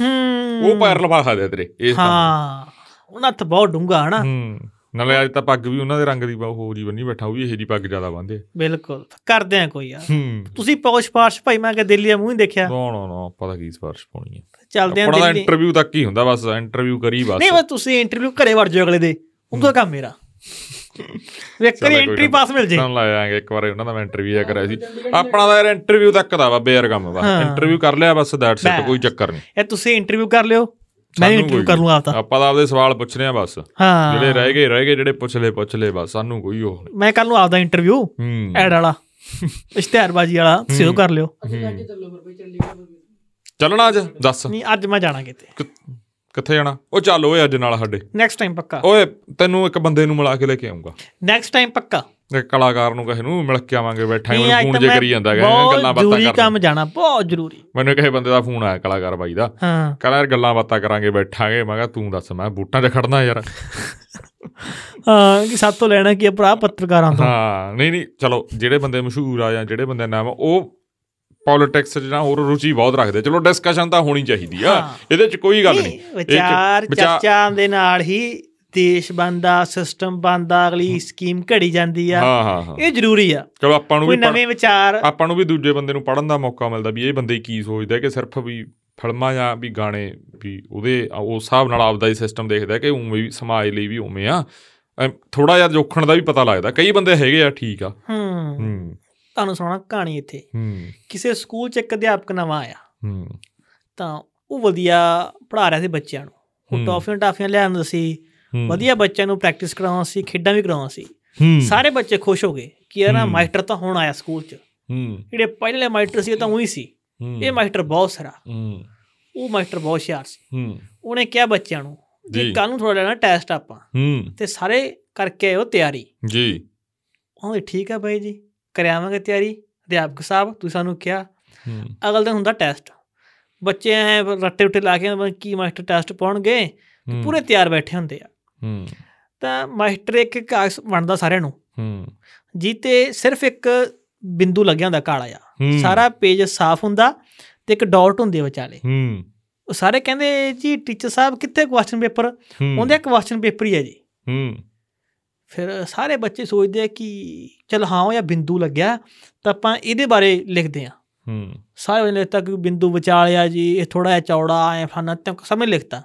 [SPEAKER 1] ਹੂੰ
[SPEAKER 2] ਉਹ ਪੈਰ ਲਵਾ ਸਕਦੇ ਆ ਤੇਰੇ ਇਸ ਕੰਮ
[SPEAKER 1] ਹਾਂ ਉਹਨਾਂ ਹੱਥ ਬਹੁਤ ਡੂੰਗਾ ਹਨਾ
[SPEAKER 2] ਹੂੰ ਨਾਲੇ ਅੱਜ ਤਾਂ ਪੱਗ ਵੀ ਉਹਨਾਂ ਦੇ ਰੰਗ ਦੀ ਉਹ ਜੀ ਬੰਨੀ ਬੈਠਾ ਉਹ ਵੀ ਇਹੋ ਜੀ ਪੱਗ ਜ਼ਿਆਦਾ ਬੰਨਦੇ ਆ।
[SPEAKER 1] ਬਿਲਕੁਲ ਕਰਦੇ ਆ ਕੋਈ ਯਾਰ
[SPEAKER 2] ਹੂੰ
[SPEAKER 1] ਤੁਸੀਂ ਪੌਸ਼ ਪਾਸ਼ ਭਾਈ ਮੈਂ ਕਿ ਦਿੱਲੀ ਦਾ ਮੂੰਹ ਹੀ ਦੇਖਿਆ
[SPEAKER 2] ਨਾ ਨਾ ਨਾ ਪਤਾ ਕੀ ਸਪਾਰਸ਼ ਪਾਉਣੀ ਹੈ
[SPEAKER 1] ਚੱਲਦੇ ਆ
[SPEAKER 2] ਆਪਣਾ
[SPEAKER 1] ਦਿੱਲੀ
[SPEAKER 2] ਇੰਟਰਵਿਊ ਤੱਕ ਹੀ ਹੁੰਦਾ ਬਸ ਇੰਟਰਵਿਊ ਕਰੀ ਬਸ
[SPEAKER 1] ਨਹੀਂ ਬਸ ਤੁਸੀਂ ਇੰਟਰਵਿਊ ਘਰੇ ਵੜ ਜਾਓ ਅਗਲੇ ਦੇ ਉਹਦਾ ਕੰਮ ਮੇਰਾ ਵੇ
[SPEAKER 2] ਚੱਲ
[SPEAKER 1] ਕਰੀ
[SPEAKER 2] ਕੋਈ
[SPEAKER 1] ਐਂਟਰੀ
[SPEAKER 2] ਨਾ।
[SPEAKER 1] ਪਾਸ ਮਿਲ ਜੇ
[SPEAKER 2] ਤਾਂ ਲਾ ਜਾਾਂਗੇ ਇੱਕ ਵਾਰ ਉਹਨਾਂ ਦਾ ਮੈਂ ਇੰਟਰਵਿਊ ਜਾ ਕਰਿਆ ਸੀ ਆਪਣਾ ਤਾਂ ਯਾਰ ਇੰਟਰਵਿਊ ਤੱਕ ਦਾ ਵਾ ਬੇਅਰ ਕੰਮ ਵਾ
[SPEAKER 1] ਹਾਂ।
[SPEAKER 2] ਇੰਟਰਵਿਊ ਕਰ ਲਿਆ ਬਸ ਦੈਟਸ ਇਟ
[SPEAKER 1] ਬਸ।
[SPEAKER 2] ਕੋਈ ਚੱਕਰ ਨਹੀਂ
[SPEAKER 1] ਇਹ ਤੁਸੀਂ ਇੰਟਰਵਿਊ ਕਰ ਲਿਓ ਮੈਂ
[SPEAKER 2] ਸਾਨੂੰ
[SPEAKER 1] ਇੰਟਰਵਿਊ
[SPEAKER 2] ਕੋਈ
[SPEAKER 1] ਕਰ ਲੂੰ ਆਪਦਾ
[SPEAKER 2] ਆਪਾਂ ਤਾਂ ਆਪਦੇ ਸਵਾਲ ਪੁੱਛਨੇ ਆ ਬਸ ਜਿਹੜੇ
[SPEAKER 1] ਹਾਂ
[SPEAKER 2] ਰਹਿ ਗਏ ਰਹਿ ਗਏ ਜਿਹੜੇ ਪੁੱਛ ਲਏ ਪੁੱਛ ਲਏ ਬਸ ਸਾਨੂੰ ਕੋਈ ਉਹ ਨਹੀਂ
[SPEAKER 1] ਮੈਂ ਕਰ ਲੂੰ ਆਪਦਾ ਇੰਟਰਵਿਊ
[SPEAKER 2] ਹੂੰ
[SPEAKER 1] ਐਡ ਵਾਲਾ ਇਸ਼ਤਿਹਾਰਬਾਜ਼ੀ ਵਾਲਾ ਤੁਸੀਂ ਉਹ ਕਰ ਲਿਓ
[SPEAKER 3] ਅੱਗੇ ਜਾ ਕੇ ਚੱਲੋ ਫਿਰ ਬਈ ਚੰਡੀਗੜ੍ਹ ਪਰਮੀਤ
[SPEAKER 2] ਚੱਲਣਾ ਅੱਜ ਦੱਸ
[SPEAKER 1] ਨਹੀਂ ਅੱਜ ਮੈਂ ਜਾਣਾ ਕਿਤੇ
[SPEAKER 2] ਕਿ- ਕਿੱਥੇ ਜਾਣਾ ਉਹ ਚੱਲ ਓਏ ਅੱਜ ਨਾਲ ਸਾਡੇ
[SPEAKER 1] ਨੈਕਸਟ ਟਾਈਮ ਪੱਕਾ
[SPEAKER 2] ਓਏ ਤੈਨੂੰ ਇੱਕ ਬੰਦੇ ਨੂੰ ਮਿਲਾ ਕੇ ਲੈ ਕੇ ਆਉਂਗਾ
[SPEAKER 1] ਨੈਕਸਟ ਟਾਈਮ ਪੱਕਾ
[SPEAKER 2] ਇੱਕ ਕਲਾਕਾਰ ਨੂੰ ਕਹੇ ਨੂੰ ਮਿਲ ਕੇ ਆਵਾਂਗੇ ਬੈਠਾ
[SPEAKER 1] ਨਹੀਂ
[SPEAKER 2] ਮੈਨੂੰ
[SPEAKER 1] ਅੱਜ
[SPEAKER 2] ਫੋਨ
[SPEAKER 1] ਤਾਂ
[SPEAKER 2] ਜੇ
[SPEAKER 1] ਮੈਂ
[SPEAKER 2] ਕਰੀ ਜਾਂਦਾ ਹੈਗਾ
[SPEAKER 1] ਬਹੁਤ
[SPEAKER 2] ਗੱਲਾਂ ਬਾਤਾਂ
[SPEAKER 1] ਜ਼ਰੂਰੀ
[SPEAKER 2] ਕਰ
[SPEAKER 1] ਕੰਮ ਜਾਣਾ ਬਹੁਤ ਜ਼ਰੂਰੀ
[SPEAKER 2] ਮੈਨੂੰ ਕਿਸੇ ਬੰਦੇ ਦਾ ਫੋਨ ਆਇਆ ਕਲਾਕਾਰ ਬਾਈ ਦਾ
[SPEAKER 1] ਹਾਂ
[SPEAKER 2] ਕਹਿੰਦਾ ਯਾਰ ਗੱਲਾਂ ਬਾਤਾਂ ਕਰਾਂਗੇ ਬੈਠਾਂਗੇ ਮੈਂ ਕਿਹਾ ਤੂੰ ਦੱਸ ਮੈਂ ਬੂਟਾਂ 'ਚ ਖੜਨਾ ਯਾਰ
[SPEAKER 1] ਹਾਂ ਕਿ ਸਾਤੋਂ ਲੈਣਾ ਕੀ ਆ ਭਰਾ ਪੱਤਰਕਾਰਾਂ ਤੋਂ
[SPEAKER 2] ਹਾਂ ਨਹੀਂ ਨਹੀਂ ਚਲੋ ਜਿਹੜੇ ਬੰਦੇ ਮਸ਼ਹੂਰ ਆ ਜਾਂ ਜਿਹੜੇ ਬੰਦੇ ਨਾਮ ਆ, ਉਹ ਪੋਲਿਟਿਕਸ 'ਚ ਨਾ ਹੋਰ ਰੁਚੀ ਬਹੁਤ ਰੱਖਦੇ ਚਲੋ ਡਿਸਕਸ਼ਨ ਤਾਂ ਹੋਣੀ ਚਾਹੀਦੀ ਆ
[SPEAKER 1] ਹਾਂ।
[SPEAKER 2] ਇਹਦੇ 'ਚ ਕੋਈ ਗੱਲ ਨਹੀਂ
[SPEAKER 1] ਨਹੀਂ,
[SPEAKER 2] ਇਹ 'ਚ
[SPEAKER 1] ਵਿਚਾਰ
[SPEAKER 2] ਵਿਚਾਰ-
[SPEAKER 1] ਚਰਚਾ ਦੇ ਨਾਲ ਹੀ ਦੇਸ਼ ਬਣਦਾ ਸਿਸਟਮ ਬਣਦਾ ਅਗਲੀ ਸਕੀਮ ਘੜੀ ਜਾਂਦੀ ਆ
[SPEAKER 2] ਹਾਂ ਹਾਂ ਹਾਂ
[SPEAKER 1] ਇਹ ਜ਼ਰੂਰੀ ਆ
[SPEAKER 2] ਚਲੋ ਆਪਾਂ ਨੂੰ
[SPEAKER 1] ਕੋਈ
[SPEAKER 2] ਵੀ ਪੜ੍ਹ-
[SPEAKER 1] ਨਵੇਂ ਵਿਚਾਰ
[SPEAKER 2] ਆਪਾਂ ਨੂੰ ਵੀ ਦੂਜੇ ਬੰਦੇ ਨੂੰ ਪੜਨ ਦਾ ਮੌਕਾ ਮਿਲਦਾ ਵੀ ਇਹ ਬੰਦੇ ਕੀ ਸੋਚਦਾ ਕਿ ਸਿਰਫ ਵੀ ਫਿਲਮਾਂ ਜਾਂ ਵੀ ਗਾਣੇ ਵੀ ਉਹਦੇ ਉਸ ਹਿਸਾਬ ਨਾਲ ਆਪਦਾ ਹੀ ਸਿਸਟਮ ਦੇਖਦਾ ਕਿ ਉਵੇਂ ਵੀ ਸਮਾਜ ਲਈ ਵੀ ਉਵੇਂ ਆ ਥੋੜਾ ਜਿਹਾ ਜੋਖਣ ਦਾ ਵੀ ਪਤਾ ਲੱਗਦਾ ਕਈ ਬੰਦੇ ਹੈਗੇ ਆ ਠੀਕ ਆ
[SPEAKER 1] ਹੂੰ
[SPEAKER 2] ਹੂੰ
[SPEAKER 1] ਤੁਹਾਨੂੰ ਸੁਣਾਉਣਾ ਕਹਾਣੀ ਇੱਥੇ
[SPEAKER 2] ਹੂੰ
[SPEAKER 1] ਕਿਸੇ ਸਕੂਲ 'ਚ ਇੱਕ ਅਧਿਆਪਕ ਨਵਾਂ ਆਇਆ
[SPEAKER 2] ਹੂੰ
[SPEAKER 1] ਤਾਂ ਉਹ ਵਧੀਆ ਪੜ੍ਹਾ ਰਿਹਾ ਸੀ ਬੱਚਿਆਂ ਨੂੰ ਉਹ
[SPEAKER 2] ਹੂੰ।
[SPEAKER 1] ਟੌਫੀਆਂ ਟਾਫੀਆਂ ਲਿਆਉਂਦਾ ਸੀ
[SPEAKER 2] ਹੂੰ।
[SPEAKER 1] ਵਧੀਆ ਬੱਚਿਆਂ ਨੂੰ ਪ੍ਰੈਕਟਿਸ ਕਰਾਉਣਾ ਸੀ ਖੇਡਾਂ ਵੀ ਕਰਾਉਣਾ ਸੀ
[SPEAKER 2] ਹੂੰ
[SPEAKER 1] ਸਾਰੇ ਬੱਚੇ ਖੁਸ਼ ਹੋ ਗਏ ਕਿ ਯਾਰ ਆਹ
[SPEAKER 2] ਹੂੰ।
[SPEAKER 1] ਮਾਸਟਰ ਤਾਂ ਹੁਣ ਆਇਆ ਸਕੂਲ 'ਚ
[SPEAKER 2] ਹੂੰ
[SPEAKER 1] ਜਿਹੜੇ ਪਹਿਲੇ ਮਾਸਟਰ ਸੀ ਉਹ ਤਾਂ ਉਹੀ ਸੀ
[SPEAKER 2] ਹੂੰ
[SPEAKER 1] ਇਹ ਮਾਸਟਰ ਬਹੁਤ ਸਾਰਾ
[SPEAKER 2] ਹੂੰ
[SPEAKER 1] ਉਹ ਮਾਸਟਰ ਬਹੁਤ ਹੁਸ਼ਿਆਰ ਸੀ
[SPEAKER 2] ਹੂੰ
[SPEAKER 1] ਉਹਨੇ ਕਿਹਾ ਬੱਚਿਆਂ ਨੂੰ
[SPEAKER 2] ਜੀ।
[SPEAKER 1] ਜੀ ਕੱਲ ਨੂੰ ਥੋੜਾ ਲੈਣਾ ਟੈਸਟ ਆਪਾਂ
[SPEAKER 2] ਹੂੰ
[SPEAKER 1] ਤੇ ਸਾਰੇ ਕਰਕੇ ਆਇਓ ਤਿਆਰੀ
[SPEAKER 2] ਜੀ
[SPEAKER 1] ਉਹ ਕਹਿੰਦੇ, ਠੀਕ ਆ ਬਾਈ ਜੀ ਕਰਿਆਵਾਂਗੇ ਤਿਆਰੀ ਅਧਿਆਪਕ ਸਾਹਿਬ ਤੁਸੀਂ ਸਾਨੂੰ ਕਿਹਾ
[SPEAKER 2] ਹੂੰ
[SPEAKER 1] ਅਗਲੇ ਦਿਨ ਹੁੰਦਾ ਟੈਸਟ ਬੱਚੇ ਐ ਰੱਟੇ ਉੱਤੇ ਲਾ ਕੇ ਪਤਾ ਕੀ ਮਾਸਟਰ ਟੈਸਟ ਪਾਉਣਗੇ
[SPEAKER 2] ਹੂੰ,
[SPEAKER 1] ਪੂਰੇ ਤਿਆਰ ਬੈਠੇ ਹੁੰਦੇ ਆ
[SPEAKER 2] ਹੂੰ
[SPEAKER 1] ਤਾਂ ਮਾਸਟਰ ਇੱਕ ਕਾਗਜ਼ ਵੰਡਦਾ ਸਾਰਿਆਂ ਨੂੰ
[SPEAKER 2] ਹੂੰ
[SPEAKER 1] ਜੀਤੇ ਸਿਰਫ ਇੱਕ ਬਿੰਦੂ ਲੱਗਿਆ ਹੁੰਦਾ ਕਾਲਾ ਜਿਹਾ
[SPEAKER 2] ਹੂੰ,
[SPEAKER 1] ਸਾਰਾ ਪੇਜ ਸਾਫ਼ ਹੁੰਦਾ ਤੇ ਇੱਕ ਡਾਟ ਹੁੰਦੀ ਆ ਵਿਚਾਲੇ
[SPEAKER 2] ਹੂੰ
[SPEAKER 1] ਉਹ ਸਾਰੇ ਕਹਿੰਦੇ ਜੀ ਟੀਚਰ ਸਾਹਿਬ ਕਿੱਥੇ ਕੁਐਸਚਨ ਪੇਪਰ
[SPEAKER 2] ਹੂੰ
[SPEAKER 1] ਉਹਦੇ ਕੁਐਸਚਨ ਪੇਪਰ ਹੀ ਹੈ ਜੀ
[SPEAKER 2] ਹੂੰ
[SPEAKER 1] ਫਿਰ ਸਾਰੇ ਬੱਚੇ ਸੋਚਦੇ ਆ ਕਿ ਚਲ ਹਾਂ ਉਹ ਜਾਂ ਬਿੰਦੂ ਲੱਗਿਆ ਤਾਂ ਆਪਾਂ ਇਹਦੇ ਬਾਰੇ ਲਿਖਦੇ ਆ
[SPEAKER 2] ਹੂੰ
[SPEAKER 1] ਸਾਰੇ ਉਹਨੇ ਲਿਖਤਾ ਕਿ ਬਿੰਦੂ ਵਿਚਾਲਿਆ ਜੀ ਇਹ ਥੋੜਾ ਜਿਹਾ ਚੌੜਾ ਐ ਫਾਨਾ ਤੇ ਸਮਝ ਲਿਖਤਾ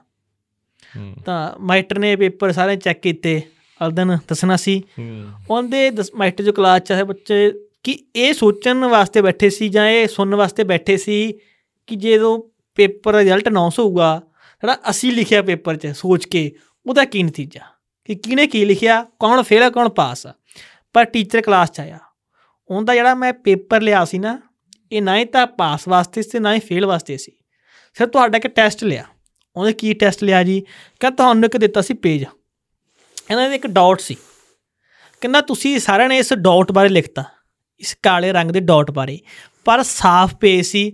[SPEAKER 2] ਹੂੰ,
[SPEAKER 1] ਤਾਂ ਮਾਸਟਰ ਨੇ ਪੇਪਰ ਸਾਰੇ ਚੈੱਕ ਕੀਤੇ ਅਲਦਨ ਦੱਸਣਾ ਸੀ
[SPEAKER 2] ਹੂੰ
[SPEAKER 1] ਉਹਦੇ ਦਸ- ਮਾਸਟਰ ਜੋ ਕਲਾਸ ਚ ਆਏ ਬੱਚੇ ਕਿ ਇਹ ਸੋਚਣ ਵਾਸਤੇ ਬੈਠੇ ਸੀ ਜਾਂ ਇਹ ਸੁਣਨ ਵਾਸਤੇ ਬੈਠੇ ਸੀ ਕਿ ਜਦੋਂ ਪੇਪਰ ਰਿਜ਼ਲਟ ਅਨਾਉਂਸ ਹੋਊਗਾ ਜਿਹੜਾ ਅਸੀਂ ਲਿਖਿਆ ਪੇਪਰ 'ਚ ਸੋਚ ਕੇ ਉਹਦਾ ਕੀ ਨਤੀਜਾ ਕਿ ਕਿਹਨੇ ਕੀ ਲਿਖਿਆ ਕੌਣ ਫੇਲ ਆ ਕੌਣ ਪਾਸ ਆ ਪਰ ਟੀਚਰ ਕਲਾਸ ਚ ਆਇਆ ਉਹਦਾ ਜਿਹੜਾ ਮੈਂ ਪੇਪਰ ਲਿਆ ਸੀ ਨਾ ਇਹ ਨਾ ਹੀ ਤਾਂ ਪਾਸ ਵਾਸਤੇ ਸੀ ਨਾ ਹੀ ਫੇਲ ਵਾਸਤੇ ਸੀ ਸਿਰ ਤੁਹਾਡਾ ਇੱਕ ਟੈਸਟ ਲਿਆ ਉਹਨੇ ਕੀ ਟੈਸਟ ਲਿਆ ਜੀ ਕਹਿੰਦਾ ਤੁਹਾਨੂੰ ਇੱਕ ਦਿੱਤਾ ਸੀ ਪੇਜ ਇਹਨਾਂ ਦੇ ਇੱਕ ਡਾਟ ਸੀ ਕਹਿੰਦਾ ਤੁਸੀਂ ਸਾਰਿਆਂ ਨੇ ਇਸ ਡਾਟ ਬਾਰੇ ਲਿਖਤਾ ਇਸ ਕਾਲੇ ਰੰਗ ਦੇ ਡਾਟ ਬਾਰੇ ਪਰ ਸਾਫ਼ ਪੇਜ ਸੀ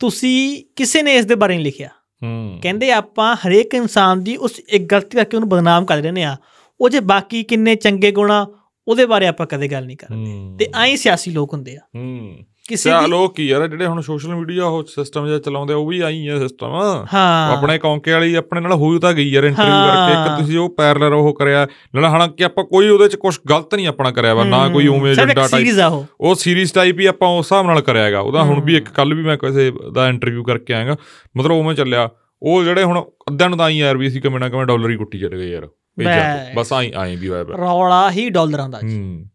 [SPEAKER 1] ਤੁਸੀਂ ਕਿਸੇ ਨੇ ਇਸ ਦੇ ਬਾਰੇ ਨਹੀਂ ਲਿਖਿਆ
[SPEAKER 2] ਹੂੰ
[SPEAKER 1] ਕਹਿੰਦੇ ਆਪਾਂ ਹਰੇਕ ਇਨਸਾਨ ਦੀ ਉਸ ਇੱਕ ਗਲਤੀ ਕਰਕੇ ਉਹਨੂੰ ਬਦਨਾਮ ਕਰ ਰਹੇ ਨੇ ਆ ਉਹ ਜੇ ਬਾਕੀ ਕਿੰਨੇ ਚੰਗੇ ਗੁਣਾ ਉਹਦੇ ਬਾਰੇ ਆਪਾਂ ਕਦੇ ਗੱਲ ਨਹੀਂ ਕਰਦੇ
[SPEAKER 2] ਹੂੰ,
[SPEAKER 1] ਤੇ ਐਂ ਸਿਆਸੀ ਲੋਕ ਹੁੰਦੇ ਆ
[SPEAKER 2] ਹੂੰ
[SPEAKER 1] ਕਿਸੇ
[SPEAKER 2] ਸਿਆ
[SPEAKER 1] ਦੀ
[SPEAKER 2] ਲੋਕ ਕੀ ਯਾਰ ਜਿਹੜੇ ਹੁਣ ਸੋਸ਼ਲ ਮੀਡੀਆ ਉਹ ਸਿਸਟਮ ਜਿਹਾ ਚਲਾਉਂਦੇ ਆ, ਉਹ ਵੀ ਆਈ ਆ ਸਿਸਟਮ
[SPEAKER 1] ਹਾਂ
[SPEAKER 2] ਆਪਣੇ ਕੌਂਕੇ ਵਾਲੀ ਆਪਣੇ ਨਾਲ ਹੋਈ ਤਾਂ ਗਈ ਯਾਰ ਇੰਟਰਵਿਊ
[SPEAKER 1] ਹਾਂ।
[SPEAKER 2] ਕਰਕੇ ਇੱਕ ਤੁਸੀਂ ਉਹ ਪੈਰਲਰ ਉਹ ਕਰਿਆ ਨਾਲ ਹਾਲਾਂਕਿ ਆਪਾਂ ਕੋਈ ਉਹਦੇ ਚ ਕੁਝ ਗਲਤ ਨਹੀਂ ਆਪਣਾ ਕਰਿਆ ਵਾ ਨਾ ਕੋਈ ਉਵੇਂ
[SPEAKER 1] ਸਿਰਫ ਇੱਕ
[SPEAKER 2] ਏਜੰਡਾ ਟਾਈਪ
[SPEAKER 1] series ਆ ਉਹ
[SPEAKER 2] ਉਹ ਸੀਰੀਜ਼ ਟਾਈਪ ਹੀ ਆਪਾਂ ਉਸ ਹਿਸਾਬ ਨਾਲ ਕਰਿਆ ਹੈਗਾ ਉਹਦਾ ਹੁਣ ਵੀ ਇੱਕ ਕੱਲ ਵੀ ਮੈਂ ਕਿਸੇ ਦਾ ਇੰਟਰਵਿਊ ਕਰਕੇ ਆਇਆਗਾ ਮਤਲਬ ਉਵੇਂ ਚੱਲਿਆ ਉਹ ਜਿਹੜੇ ਹੁਣ ਅੱਧਿਆਂ ਨੂੰ ਤਾਂ ਆਈ ਯਾਰ ਵੀ ਅਸੀਂ ਕਿਵੇਂ ਨਾ ਕਿਵੇਂ ਡਾਲਰ ਹੀ ਕੁੱਟੀ ਚੱਲ ਗਏ ਯਾਰ ਪੇਜਾਂ ਤੋਂ।
[SPEAKER 1] ਬਸ।
[SPEAKER 2] ਬਸ ਆਈ ਆਈ ਵੀ ਹੋਇਆ ਪਿਆ।
[SPEAKER 1] ਰੌਲਾ ਹੀ ਡਾਲਰਾਂ ਦਾ
[SPEAKER 2] ਹੂੰ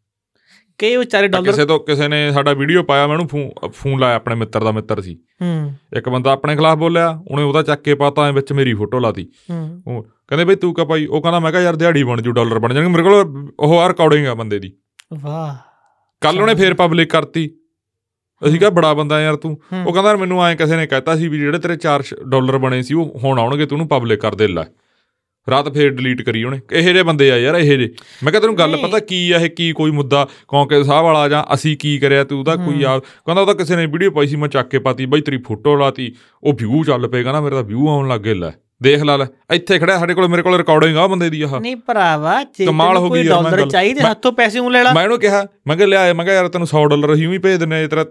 [SPEAKER 1] ਕਈ ਵਿਚਾਰੇ
[SPEAKER 2] ਤਾਂ
[SPEAKER 1] ਡਾਲਰ
[SPEAKER 2] ਕਿਸੇ ਤੋਂ ਕਿਸੇ ਨੇ ਸਾਡਾ ਵੀਡੀਓ ਪਾਇਆ ਮੈਨੂੰ ਫੋਨ ਫੋਨ ਲਾਇਆ ਆਪਣੇ ਮਿੱਤਰ ਦਾ ਮਿੱਤਰ ਸੀ
[SPEAKER 1] ਹੂੰ
[SPEAKER 2] ਇੱਕ ਬੰਦਾ ਆਪਣੇ ਖਿਲਾਫ ਬੋਲਿਆ ਉਹਨੇ ਉਹਦਾ ਚੱਕ ਕੇ ਪਾਤਾ ਐ ਵਿੱਚ ਮੇਰੀ ਫੋਟੋ ਲਾਤੀ
[SPEAKER 1] ਹੂੰ
[SPEAKER 2] ਉਹ ਕਹਿੰਦੇ ਬਈ ਤੂੰ ਕਾ ਭਾਈ ਉਹ ਕਹਿੰਦਾ ਮੈਂ ਕਿਹਾ ਯਾਰ ਦਿਹਾੜੀ ਬਣ ਜੂ ਡਾਲਰ ਬਣ ਜਾਣਗੇ ਮੇਰੇ ਕੋਲ ਉਹ ਆ ਰਿਕਾਰਡਿੰਗ ਆ ਬੰਦੇ ਦੀ
[SPEAKER 1] ਵਾਹ
[SPEAKER 2] ਕੱਲ ਉਹਨੇ ਫੇਰ ਪਬਲਿਕ ਕਰਤੀ ਅਸੀਂ ਕਿਹਾ ਬੜਾ ਬੰਦਾ ਯਾਰ ਤੂੰ
[SPEAKER 1] ਹੂੰ।
[SPEAKER 2] ਉਹ ਕਹਿੰਦਾ ਯਾਰ ਮੈਨੂੰ ਐਂ ਕਿਸੇ ਨੇ ਕਹਿਤਾ ਸੀ ਵੀ ਜਿਹੜੇ ਤੇਰੇ 4 ਡਾਲਰ ਬਣੇ ਸੀ ਉਹ ਹੁਣ ਆਉਣਗੇ ਤੂੰ ਉਹਨੂੰ ਪਬਲਿਕ ਕਰ ਦੇ ਲੈ ਰਾਤ ਫੇਰ ਡਿਲੀਟ ਕਰੀ ਉਹਨੇ ਇਹੇ ਜਿਹੇ ਬੰਦੇ ਆ ਯਾਰ ਇਹੇ ਜਿਹੇ ਮੈਂ ਕਿਹਾ ਤੈਨੂੰ ਗੱਲ
[SPEAKER 1] ਨਹੀਂ।
[SPEAKER 2] ਪਤਾ ਕੀ ਆ ਇਹ ਕੀ ਕੋਈ ਮੁੱਦਾ ਕੌਂਕੇ ਸਾਹਿਬ ਵਾਲਾ ਜਾਂ ਅਸੀਂ ਕੀ ਕਰਿਆ ਤੂੰ ਉਹਦਾ ਕੋਈ ਆ ਕਹਿੰਦਾ ਉਹਦਾ ਕਿਸੇ ਨੇ ਵੀਡੀਓ ਪਾਈ ਸੀ ਮੈਂ ਚੱਕ ਕੇ ਪਾਤੀ ਬਈ ਤੇਰੀ ਫੋਟੋ ਲਾਤੀ ਉਹ ਵਿਊ ਚੱਲ ਪਏਗਾ ਨਾ ਮੇਰੇ ਤਾਂ ਵਿਊ ਆਉਣ ਲੱਗ ਗਿਆ ਲੈ ਦੇਖ ਲੈ ਲੈ ਇੱਥੇ ਖੜਿਆ ਸਾਡੇ ਕੋਲ ਮੇਰੇ ਕੋਲ ਰਿਕਾਰਡਿੰਗ ਆ ਉਹ ਬੰਦੇ ਦੀ ਆਹ
[SPEAKER 1] ਨਹੀਂ ਭਰਾਵਾ ਜੇ
[SPEAKER 2] ਕਮਾਲ
[SPEAKER 1] ਤੈਨੂੰ
[SPEAKER 2] ਹੋ
[SPEAKER 1] ਕੋਈ
[SPEAKER 2] ਗਈ ਯਾਰ ਮੈਂ
[SPEAKER 1] ਡਾਲਰ
[SPEAKER 2] ਗੱਲ।
[SPEAKER 1] ਚਾਹੀਦੇ
[SPEAKER 2] ਮੈਂ-
[SPEAKER 1] ਹੱਥੋਂ ਪੈਸੇ ਉਹ ਲੈ ਲਾ
[SPEAKER 2] ਮੈਂ ਉਹਨੂੰ ਕਿਹਾ ਮੈਂ ਕਿਹਾ ਲਿਆ ਮੈਂ ਕਿਹਾ ਯਾਰ ਤੈਨੂੰ 100 ਡਾਲਰ ਅਸੀਂ ਵੀ ਭੇਜ ਦਿੰਨੇ ਆ, ਤੇਰਾ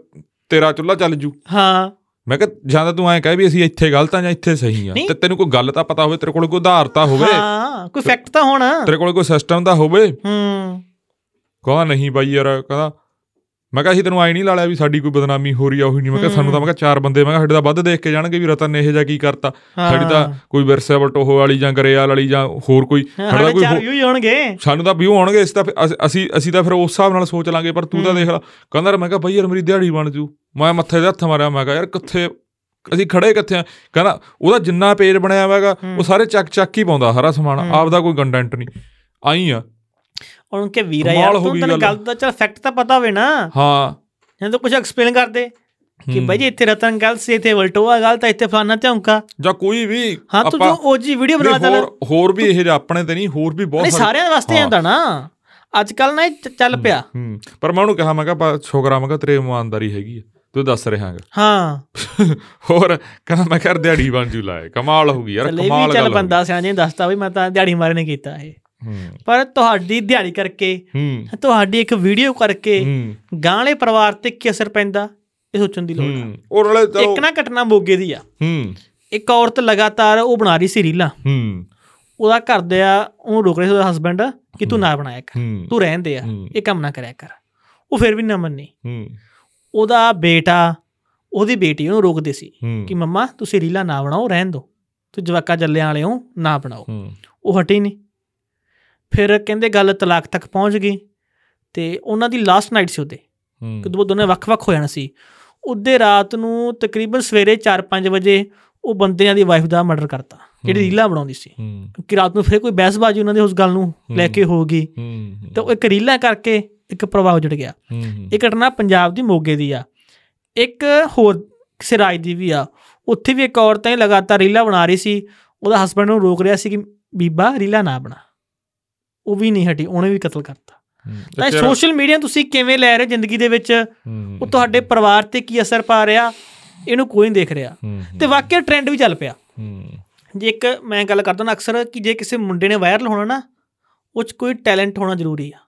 [SPEAKER 2] ਤੇਰਾ ਚੁੱਲ੍ਹਾ ਚੱਲ ਜੂ
[SPEAKER 1] ਹਾਂ
[SPEAKER 2] ਮੈਂ ਕਿਹਾ ਜਾਂ ਤਾਂ ਤੂੰ ਐਂ ਕਹਿ ਵੀ ਅਸੀਂ ਇੱਥੇ ਗਲਤ ਆ ਜਾਂ ਇੱਥੇ ਸਹੀ ਆ
[SPEAKER 1] ਨਹੀਂ।
[SPEAKER 2] ਤੇ ਤੈਨੂੰ ਕੋਈ ਗੱਲ ਤਾਂ ਪਤਾ ਹੋਵੇ ਤੇਰੇ ਕੋਲ ਕੋਈ ਉਧਾਰ ਤਾਂ ਹੋਵੇ
[SPEAKER 1] ਹਾਂ ਕੋਈ ਫੈਕਟ ਤਾਂ ਹੋਣਾ
[SPEAKER 2] ਤੇਰੇ ਕੋਲ ਕੋਈ ਸਿਸਟਮ ਤਾਂ ਹੋਵੇ
[SPEAKER 1] ਹੂੰ
[SPEAKER 2] ਕਹਿੰਦਾ ਨਹੀਂ ਬਾਈ ਯਾਰ ਕਹਿੰਦਾ ਮੈਂ ਕਿਹਾ ਅਸੀਂ ਤੈਨੂੰ ਆਈ ਨਹੀਂ ਲਾਲਿਆ ਵੀ ਸਾਡੀ ਕੋਈ ਬਦਨਾਮੀ ਹੋ ਰਹੀ ਆ ਉਹੀ ਨਹੀਂ ਮੈਂ ਕਿਹਾ ਸਾਨੂੰ ਤਾਂ ਮੈਂ ਕਿਹਾ ਚਾਰ ਬੰਦੇ ਮੈਂ ਕਿਹਾ ਸਾਡੇ ਤਾਂ ਵੱਧ ਦੇਖ ਕੇ ਜਾਣਗੇ ਵੀ ਰਤਨ ਨੇ ਇਹ ਜਾਂ ਕੀ ਕਰਤਾ
[SPEAKER 1] ਹਾਂ।
[SPEAKER 2] ਸਾਡੀ ਤਾਂ ਕੋਈ ਵਿਰਸੇ ਵਟੋਹ ਵਾਲੀ ਜਾਂ ਗਰੇਆਲ ਵਾਲੀ ਜਾਂ ਹੋਰ ਕੋਈ ਸਾਡਾ
[SPEAKER 1] ਹਾਂ
[SPEAKER 2] ਕੋਈ
[SPEAKER 1] ਚਾਰ
[SPEAKER 2] ਹੋ-
[SPEAKER 1] ਵਿਊ ਹੀ ਹੋਣਗੇ
[SPEAKER 2] ਸਾਨੂੰ ਤਾਂ ਵਿਊ ਆਉਣਗੇ ਇਸ ਤਾਂ ਫਿਰ ਅਸ- ਅਸੀਂ ਅਸੀਂ ਤਾਂ ਫਿਰ ਉਸ ਹਿਸਾਬ ਨਾਲ ਸੋਚ ਲਾਂਗੇ ਪਰ ਤੂੰ ਤਾਂ ਦੇਖ ਲਾ ਕਹਿੰਦਾ ਯਾਰ ਮੈਂ ਕਿਹਾ ਬਾਈ ਯਾਰ ਮੇਰੀ ਦਿਹਾੜੀ ਬਣ ਜੂ ਮੈਂ ਮੱਥੇ ਦੇ ਹੱਥ ਮਾਰਿਆ ਮੈਂ ਕਿਹਾ ਯਾਰ ਕਿੱਥੇ ਅਸੀਂ ਖੜੇ ਕਿੱਥੇ ਆ ਕਹਿੰਦਾ ਉਹਦਾ ਜਿੰਨਾ ਪੇਜ ਬਣਿਆ ਹੋਇਆਗਾ ਉਹ ਸਾਰੇ ਚੱਕ ਚੱਕ ਹੀ ਪਾਉਂਦਾ ਸਾਰਾ ਸਮਾਨ ਆਪਦਾ ਕੋਈ ਕੰਟੈਂਟ ਨਹੀਂ ਆਈ ਆ
[SPEAKER 1] ਹੁਣ ਕਿ ਵੀਰਾ
[SPEAKER 2] ਕਮਾਲ
[SPEAKER 1] ਯਾਰ
[SPEAKER 2] ਹੋ
[SPEAKER 1] ਤੂੰ
[SPEAKER 2] ਗਈ
[SPEAKER 1] ਤੈਨੂੰ
[SPEAKER 2] ਗੱਲ।
[SPEAKER 1] ਗੱਲ ਦਾ ਚਲ ਫੈਕਟ ਤਾਂ ਪਤਾ ਹੋਵੇ ਨਾ
[SPEAKER 2] ਹਾਂ
[SPEAKER 1] ਜਾਂ ਤਾਂ ਕੁਝ ਐਕਸਪਲੇਨ ਕਰ ਦੇ ਕਿ ਬਾਈ ਜੀ ਇੱਥੇ ਰਤਨ ਗੱਲ ਸੀ ਇੱਥੇ ਵਲਟੋਆ ਗੱਲ ਤਾਂ ਇੱਥੇ ਫਲਾਨਾ ਧੌਂਕਾ
[SPEAKER 2] ਜਾਂ ਕੋਈ ਵੀ
[SPEAKER 1] ਹਾਂ ਤੂੰ ਜੋ ਓਜੀ ਵੀਡੀਓ ਬਣਾ
[SPEAKER 2] ਨਹੀਂ,
[SPEAKER 1] ਤਾ
[SPEAKER 2] ਹੋਰ ਹੋਰ ਵੀ ਇਹ ਜਿਹੇ ਆਪਣੇ ਤੇ ਨਹੀਂ ਹੋਰ ਵੀ ਬਹੁਤ
[SPEAKER 1] ਨਹੀਂ ਸਾਰਿਆਂ ਵਾਸਤੇ
[SPEAKER 2] ਹਾਂ।
[SPEAKER 1] ਆਂਦਾ ਨਾ ਅੱਜ ਕੱਲ ਨਾ ਇਹ ਚ- ਚੱਲ ਪਿਆ
[SPEAKER 2] ਹੂੰ ਪਰ ਮੈਂ ਉਹਨੂੰ ਕਿਹਾ ਮੈਂ ਕਿਹਾ ਬਾ- ਸ਼ੁਕਰ ਆ ਮੈਂ ਕਿਹਾ ਤੇਰੀ ਇਮਾਨਦਾਰੀ ਹੈਗੀ ਆ ਤੂੰ ਦੱਸ ਰਿਹਾ ਹੈਗਾ
[SPEAKER 1] ਹਾਂ
[SPEAKER 2] ਹੋਰ ਕਹਿੰਦਾ ਮੈਂ ਕਿਹਾ ਦਿਹਾੜੀ ਬਣ ਜੂ ਲਾਏ ਕਮਾਲ ਹੋ ਗਈ ਯਾਰ
[SPEAKER 1] ਚੱਲ ਇਹ ਵੀ
[SPEAKER 2] ਕਮਾਲ ਗੱਲ
[SPEAKER 1] ਚੱਲ
[SPEAKER 2] ਹੋ ਗਈ।
[SPEAKER 1] ਬੰਦਾ ਸਿਆਣੇ ਦੱਸਦਾ ਵੀ ਮੈਂ ਤਾਂ ਦਿਹਾੜੀ ਮਾਰੇ ਨੇ ਕੀਤਾ ਇਹ
[SPEAKER 2] ਹੂੰ
[SPEAKER 1] ਪਰ ਤੁਹਾਡੀ ਦਿਹਾੜੀ ਕਰਕੇ
[SPEAKER 2] ਹੂੰ
[SPEAKER 1] ਤੁਹਾਡੀ ਇੱਕ ਵੀਡੀਓ ਕਰਕੇ
[SPEAKER 2] ਹੂੰ
[SPEAKER 1] ਗਾਂਲੇ ਪਰਿਵਾਰ ਤੇ ਕੀ ਅਸਰ ਪੈਂਦਾ ਇਹ ਸੋਚਣ ਦੀ ਲੋੜ ਹੈ
[SPEAKER 2] ਹੂੰ ਉਹ ਨਾਲੇ ਚਲੋ
[SPEAKER 1] ਇੱਕ ਨਾ ਘਟਨਾ ਮੋਗੇ ਦੀ ਆ
[SPEAKER 2] ਹੂੰ
[SPEAKER 1] ਇੱਕ ਔਰਤ ਲਗਾਤਾਰ ਉਹ ਬਣਾ ਰਹੀ ਸੀ ਰੀਲਾਂ
[SPEAKER 2] ਹੂੰ
[SPEAKER 1] ਉਹਦਾ ਘਰਦੇ ਆ ਉਹਨੂੰ ਰੋਕ ਰਿਹਾ ਸੀ ਉਹਦਾ ਹਸਬੰਡ ਕਿ ਤੂੰ ਨਾ ਬਣਾਇਆ ਕਰ
[SPEAKER 2] ਹੂੰ
[SPEAKER 1] ਤੂੰ ਰਹਿੰਦੇ ਆ
[SPEAKER 2] ਹੂੰ।
[SPEAKER 1] ਇਹ ਕੰਮ ਨਾ ਕਰਿਆ ਕਰ ਉਹ ਫਿਰ ਵੀ ਨਾ ਮੰਨੀ
[SPEAKER 2] ਹੂੰ
[SPEAKER 1] ਉਹਦਾ ਬੇਟਾ ਉਹਦੀ ਬੇਟੀ ਉਹਨੂੰ ਰੋਕਦੇ ਸੀ
[SPEAKER 2] ਹੂੰ
[SPEAKER 1] ਕਿ ਮੰਮਾ ਤੁਸੀਂ ਰੀਲਾਂ ਨਾ ਬਣਾਓ ਰਹਿਣ ਦਿਓ ਤੂੰ ਜਵਾਕਾ ਜੱਲਿਆਂ ਵਾਲਿਓ ਨਾ ਬਣਾਓ ਉਹ ਹਟੀ ਨਹੀਂ ਫਿਰ ਕਹਿੰਦੇ ਗੱਲ ਤਲਾਕ ਤੱਕ ਪਹੁੰਚ ਗਈ ਤੇ ਉਹਨਾਂ ਦੀ ਲਾਸਟ ਨਾਈਟ ਸੀ ਉਹਦੇ ਕਿ ਦੋ ਦੋਨੇ ਵੱਖ-ਵੱਖ ਹੋ ਜਾਣਾ ਸੀ ਉਹਦੇ ਰਾਤ ਨੂੰ ਤਕਰੀਬਨ ਸਵੇਰੇ 4-5 ਵਜੇ ਉਹ ਬੰਦਿਆਂ ਦੀ ਵਾਈਫ ਦਾ ਮਰਡਰ ਕਰਤਾ ਜਿਹੜੀ
[SPEAKER 2] ਹੂੰ।
[SPEAKER 1] ਰੀਲਾਂ ਬਣਾਉਂਦੀ ਸੀ ਕਿ ਰਾਤ ਨੂੰ ਫਿਰ ਕੋਈ ਬਹਿਸਬਾਜ਼ੀ ਉਹਨਾਂ ਦੇ ਉਸ ਗੱਲ ਨੂੰ ਲੈ ਕੇ ਹੋ ਗਈ ਤੇ ਉਹ ਇੱਕ ਰੀਲਾਂ ਕਰਕੇ ਇੱਕ ਪਰਿਵਾਰ ਜੁੜ ਗਿਆ ਇਹ ਘਟਨਾ ਪੰਜਾਬ ਦੀ ਮੋਗੇ ਦੀ ਆ ਇੱਕ ਹੋਰ ਕਿਸੇ ਰਾਜ ਦੀ ਵੀ ਆ ਉੱਥੇ ਵੀ ਇੱਕ ਔਰਤ ਨੇ ਲਗਾਤਾਰ ਰੀਲਾਂ ਬਣਾ ਰਹੀ ਸੀ ਉਹਦਾ ਹਸਬੰਡ ਨੂੰ ਰੋਕ ਰਿਹਾ ਸੀ ਕਿ ਬੀਬਾ ਰੀਲਾਂ ਨਾ ਬਣਾ ਉਹ ਵੀ ਨਹੀਂ ਹਟੀ ਉਹਨੇ ਵੀ ਕਤਲ ਕਰਤਾ ਤਾਂ ਸੋਸ਼ਲ ਮੀਡੀਆ ਤੁਸੀਂ ਕਿਵੇਂ ਲੈ ਰਹੇ ਹੋ ਜ਼ਿੰਦਗੀ ਦੇ ਵਿੱਚ ਉਹ ਤੁਹਾਡੇ ਪਰਿਵਾਰ ਤੇ ਕੀ ਅਸਰ ਪਾ ਰਿਹਾ ਇਹਨੂੰ ਕੋਈ ਨਹੀਂ ਦੇਖ ਰਿਹਾ ਤੇ ਵਾਕਿਆ ਟ੍ਰੈਂਡ ਵੀ ਚੱਲ ਪਿਆ ਜੇ ਇੱਕ ਮੈਂ ਗੱਲ ਕਰਦਾ ਨਾ ਅਕਸਰ ਕਿ ਜੇ ਕਿਸੇ ਮੁੰਡੇ ਨੇ ਵਾਇਰਲ ਹੋਣਾ ਨਾ ਉਹ 'ਚ ਕੋਈ ਟੈਲੈਂਟ ਹੋਣਾ ਜ਼ਰੂਰੀ ਆ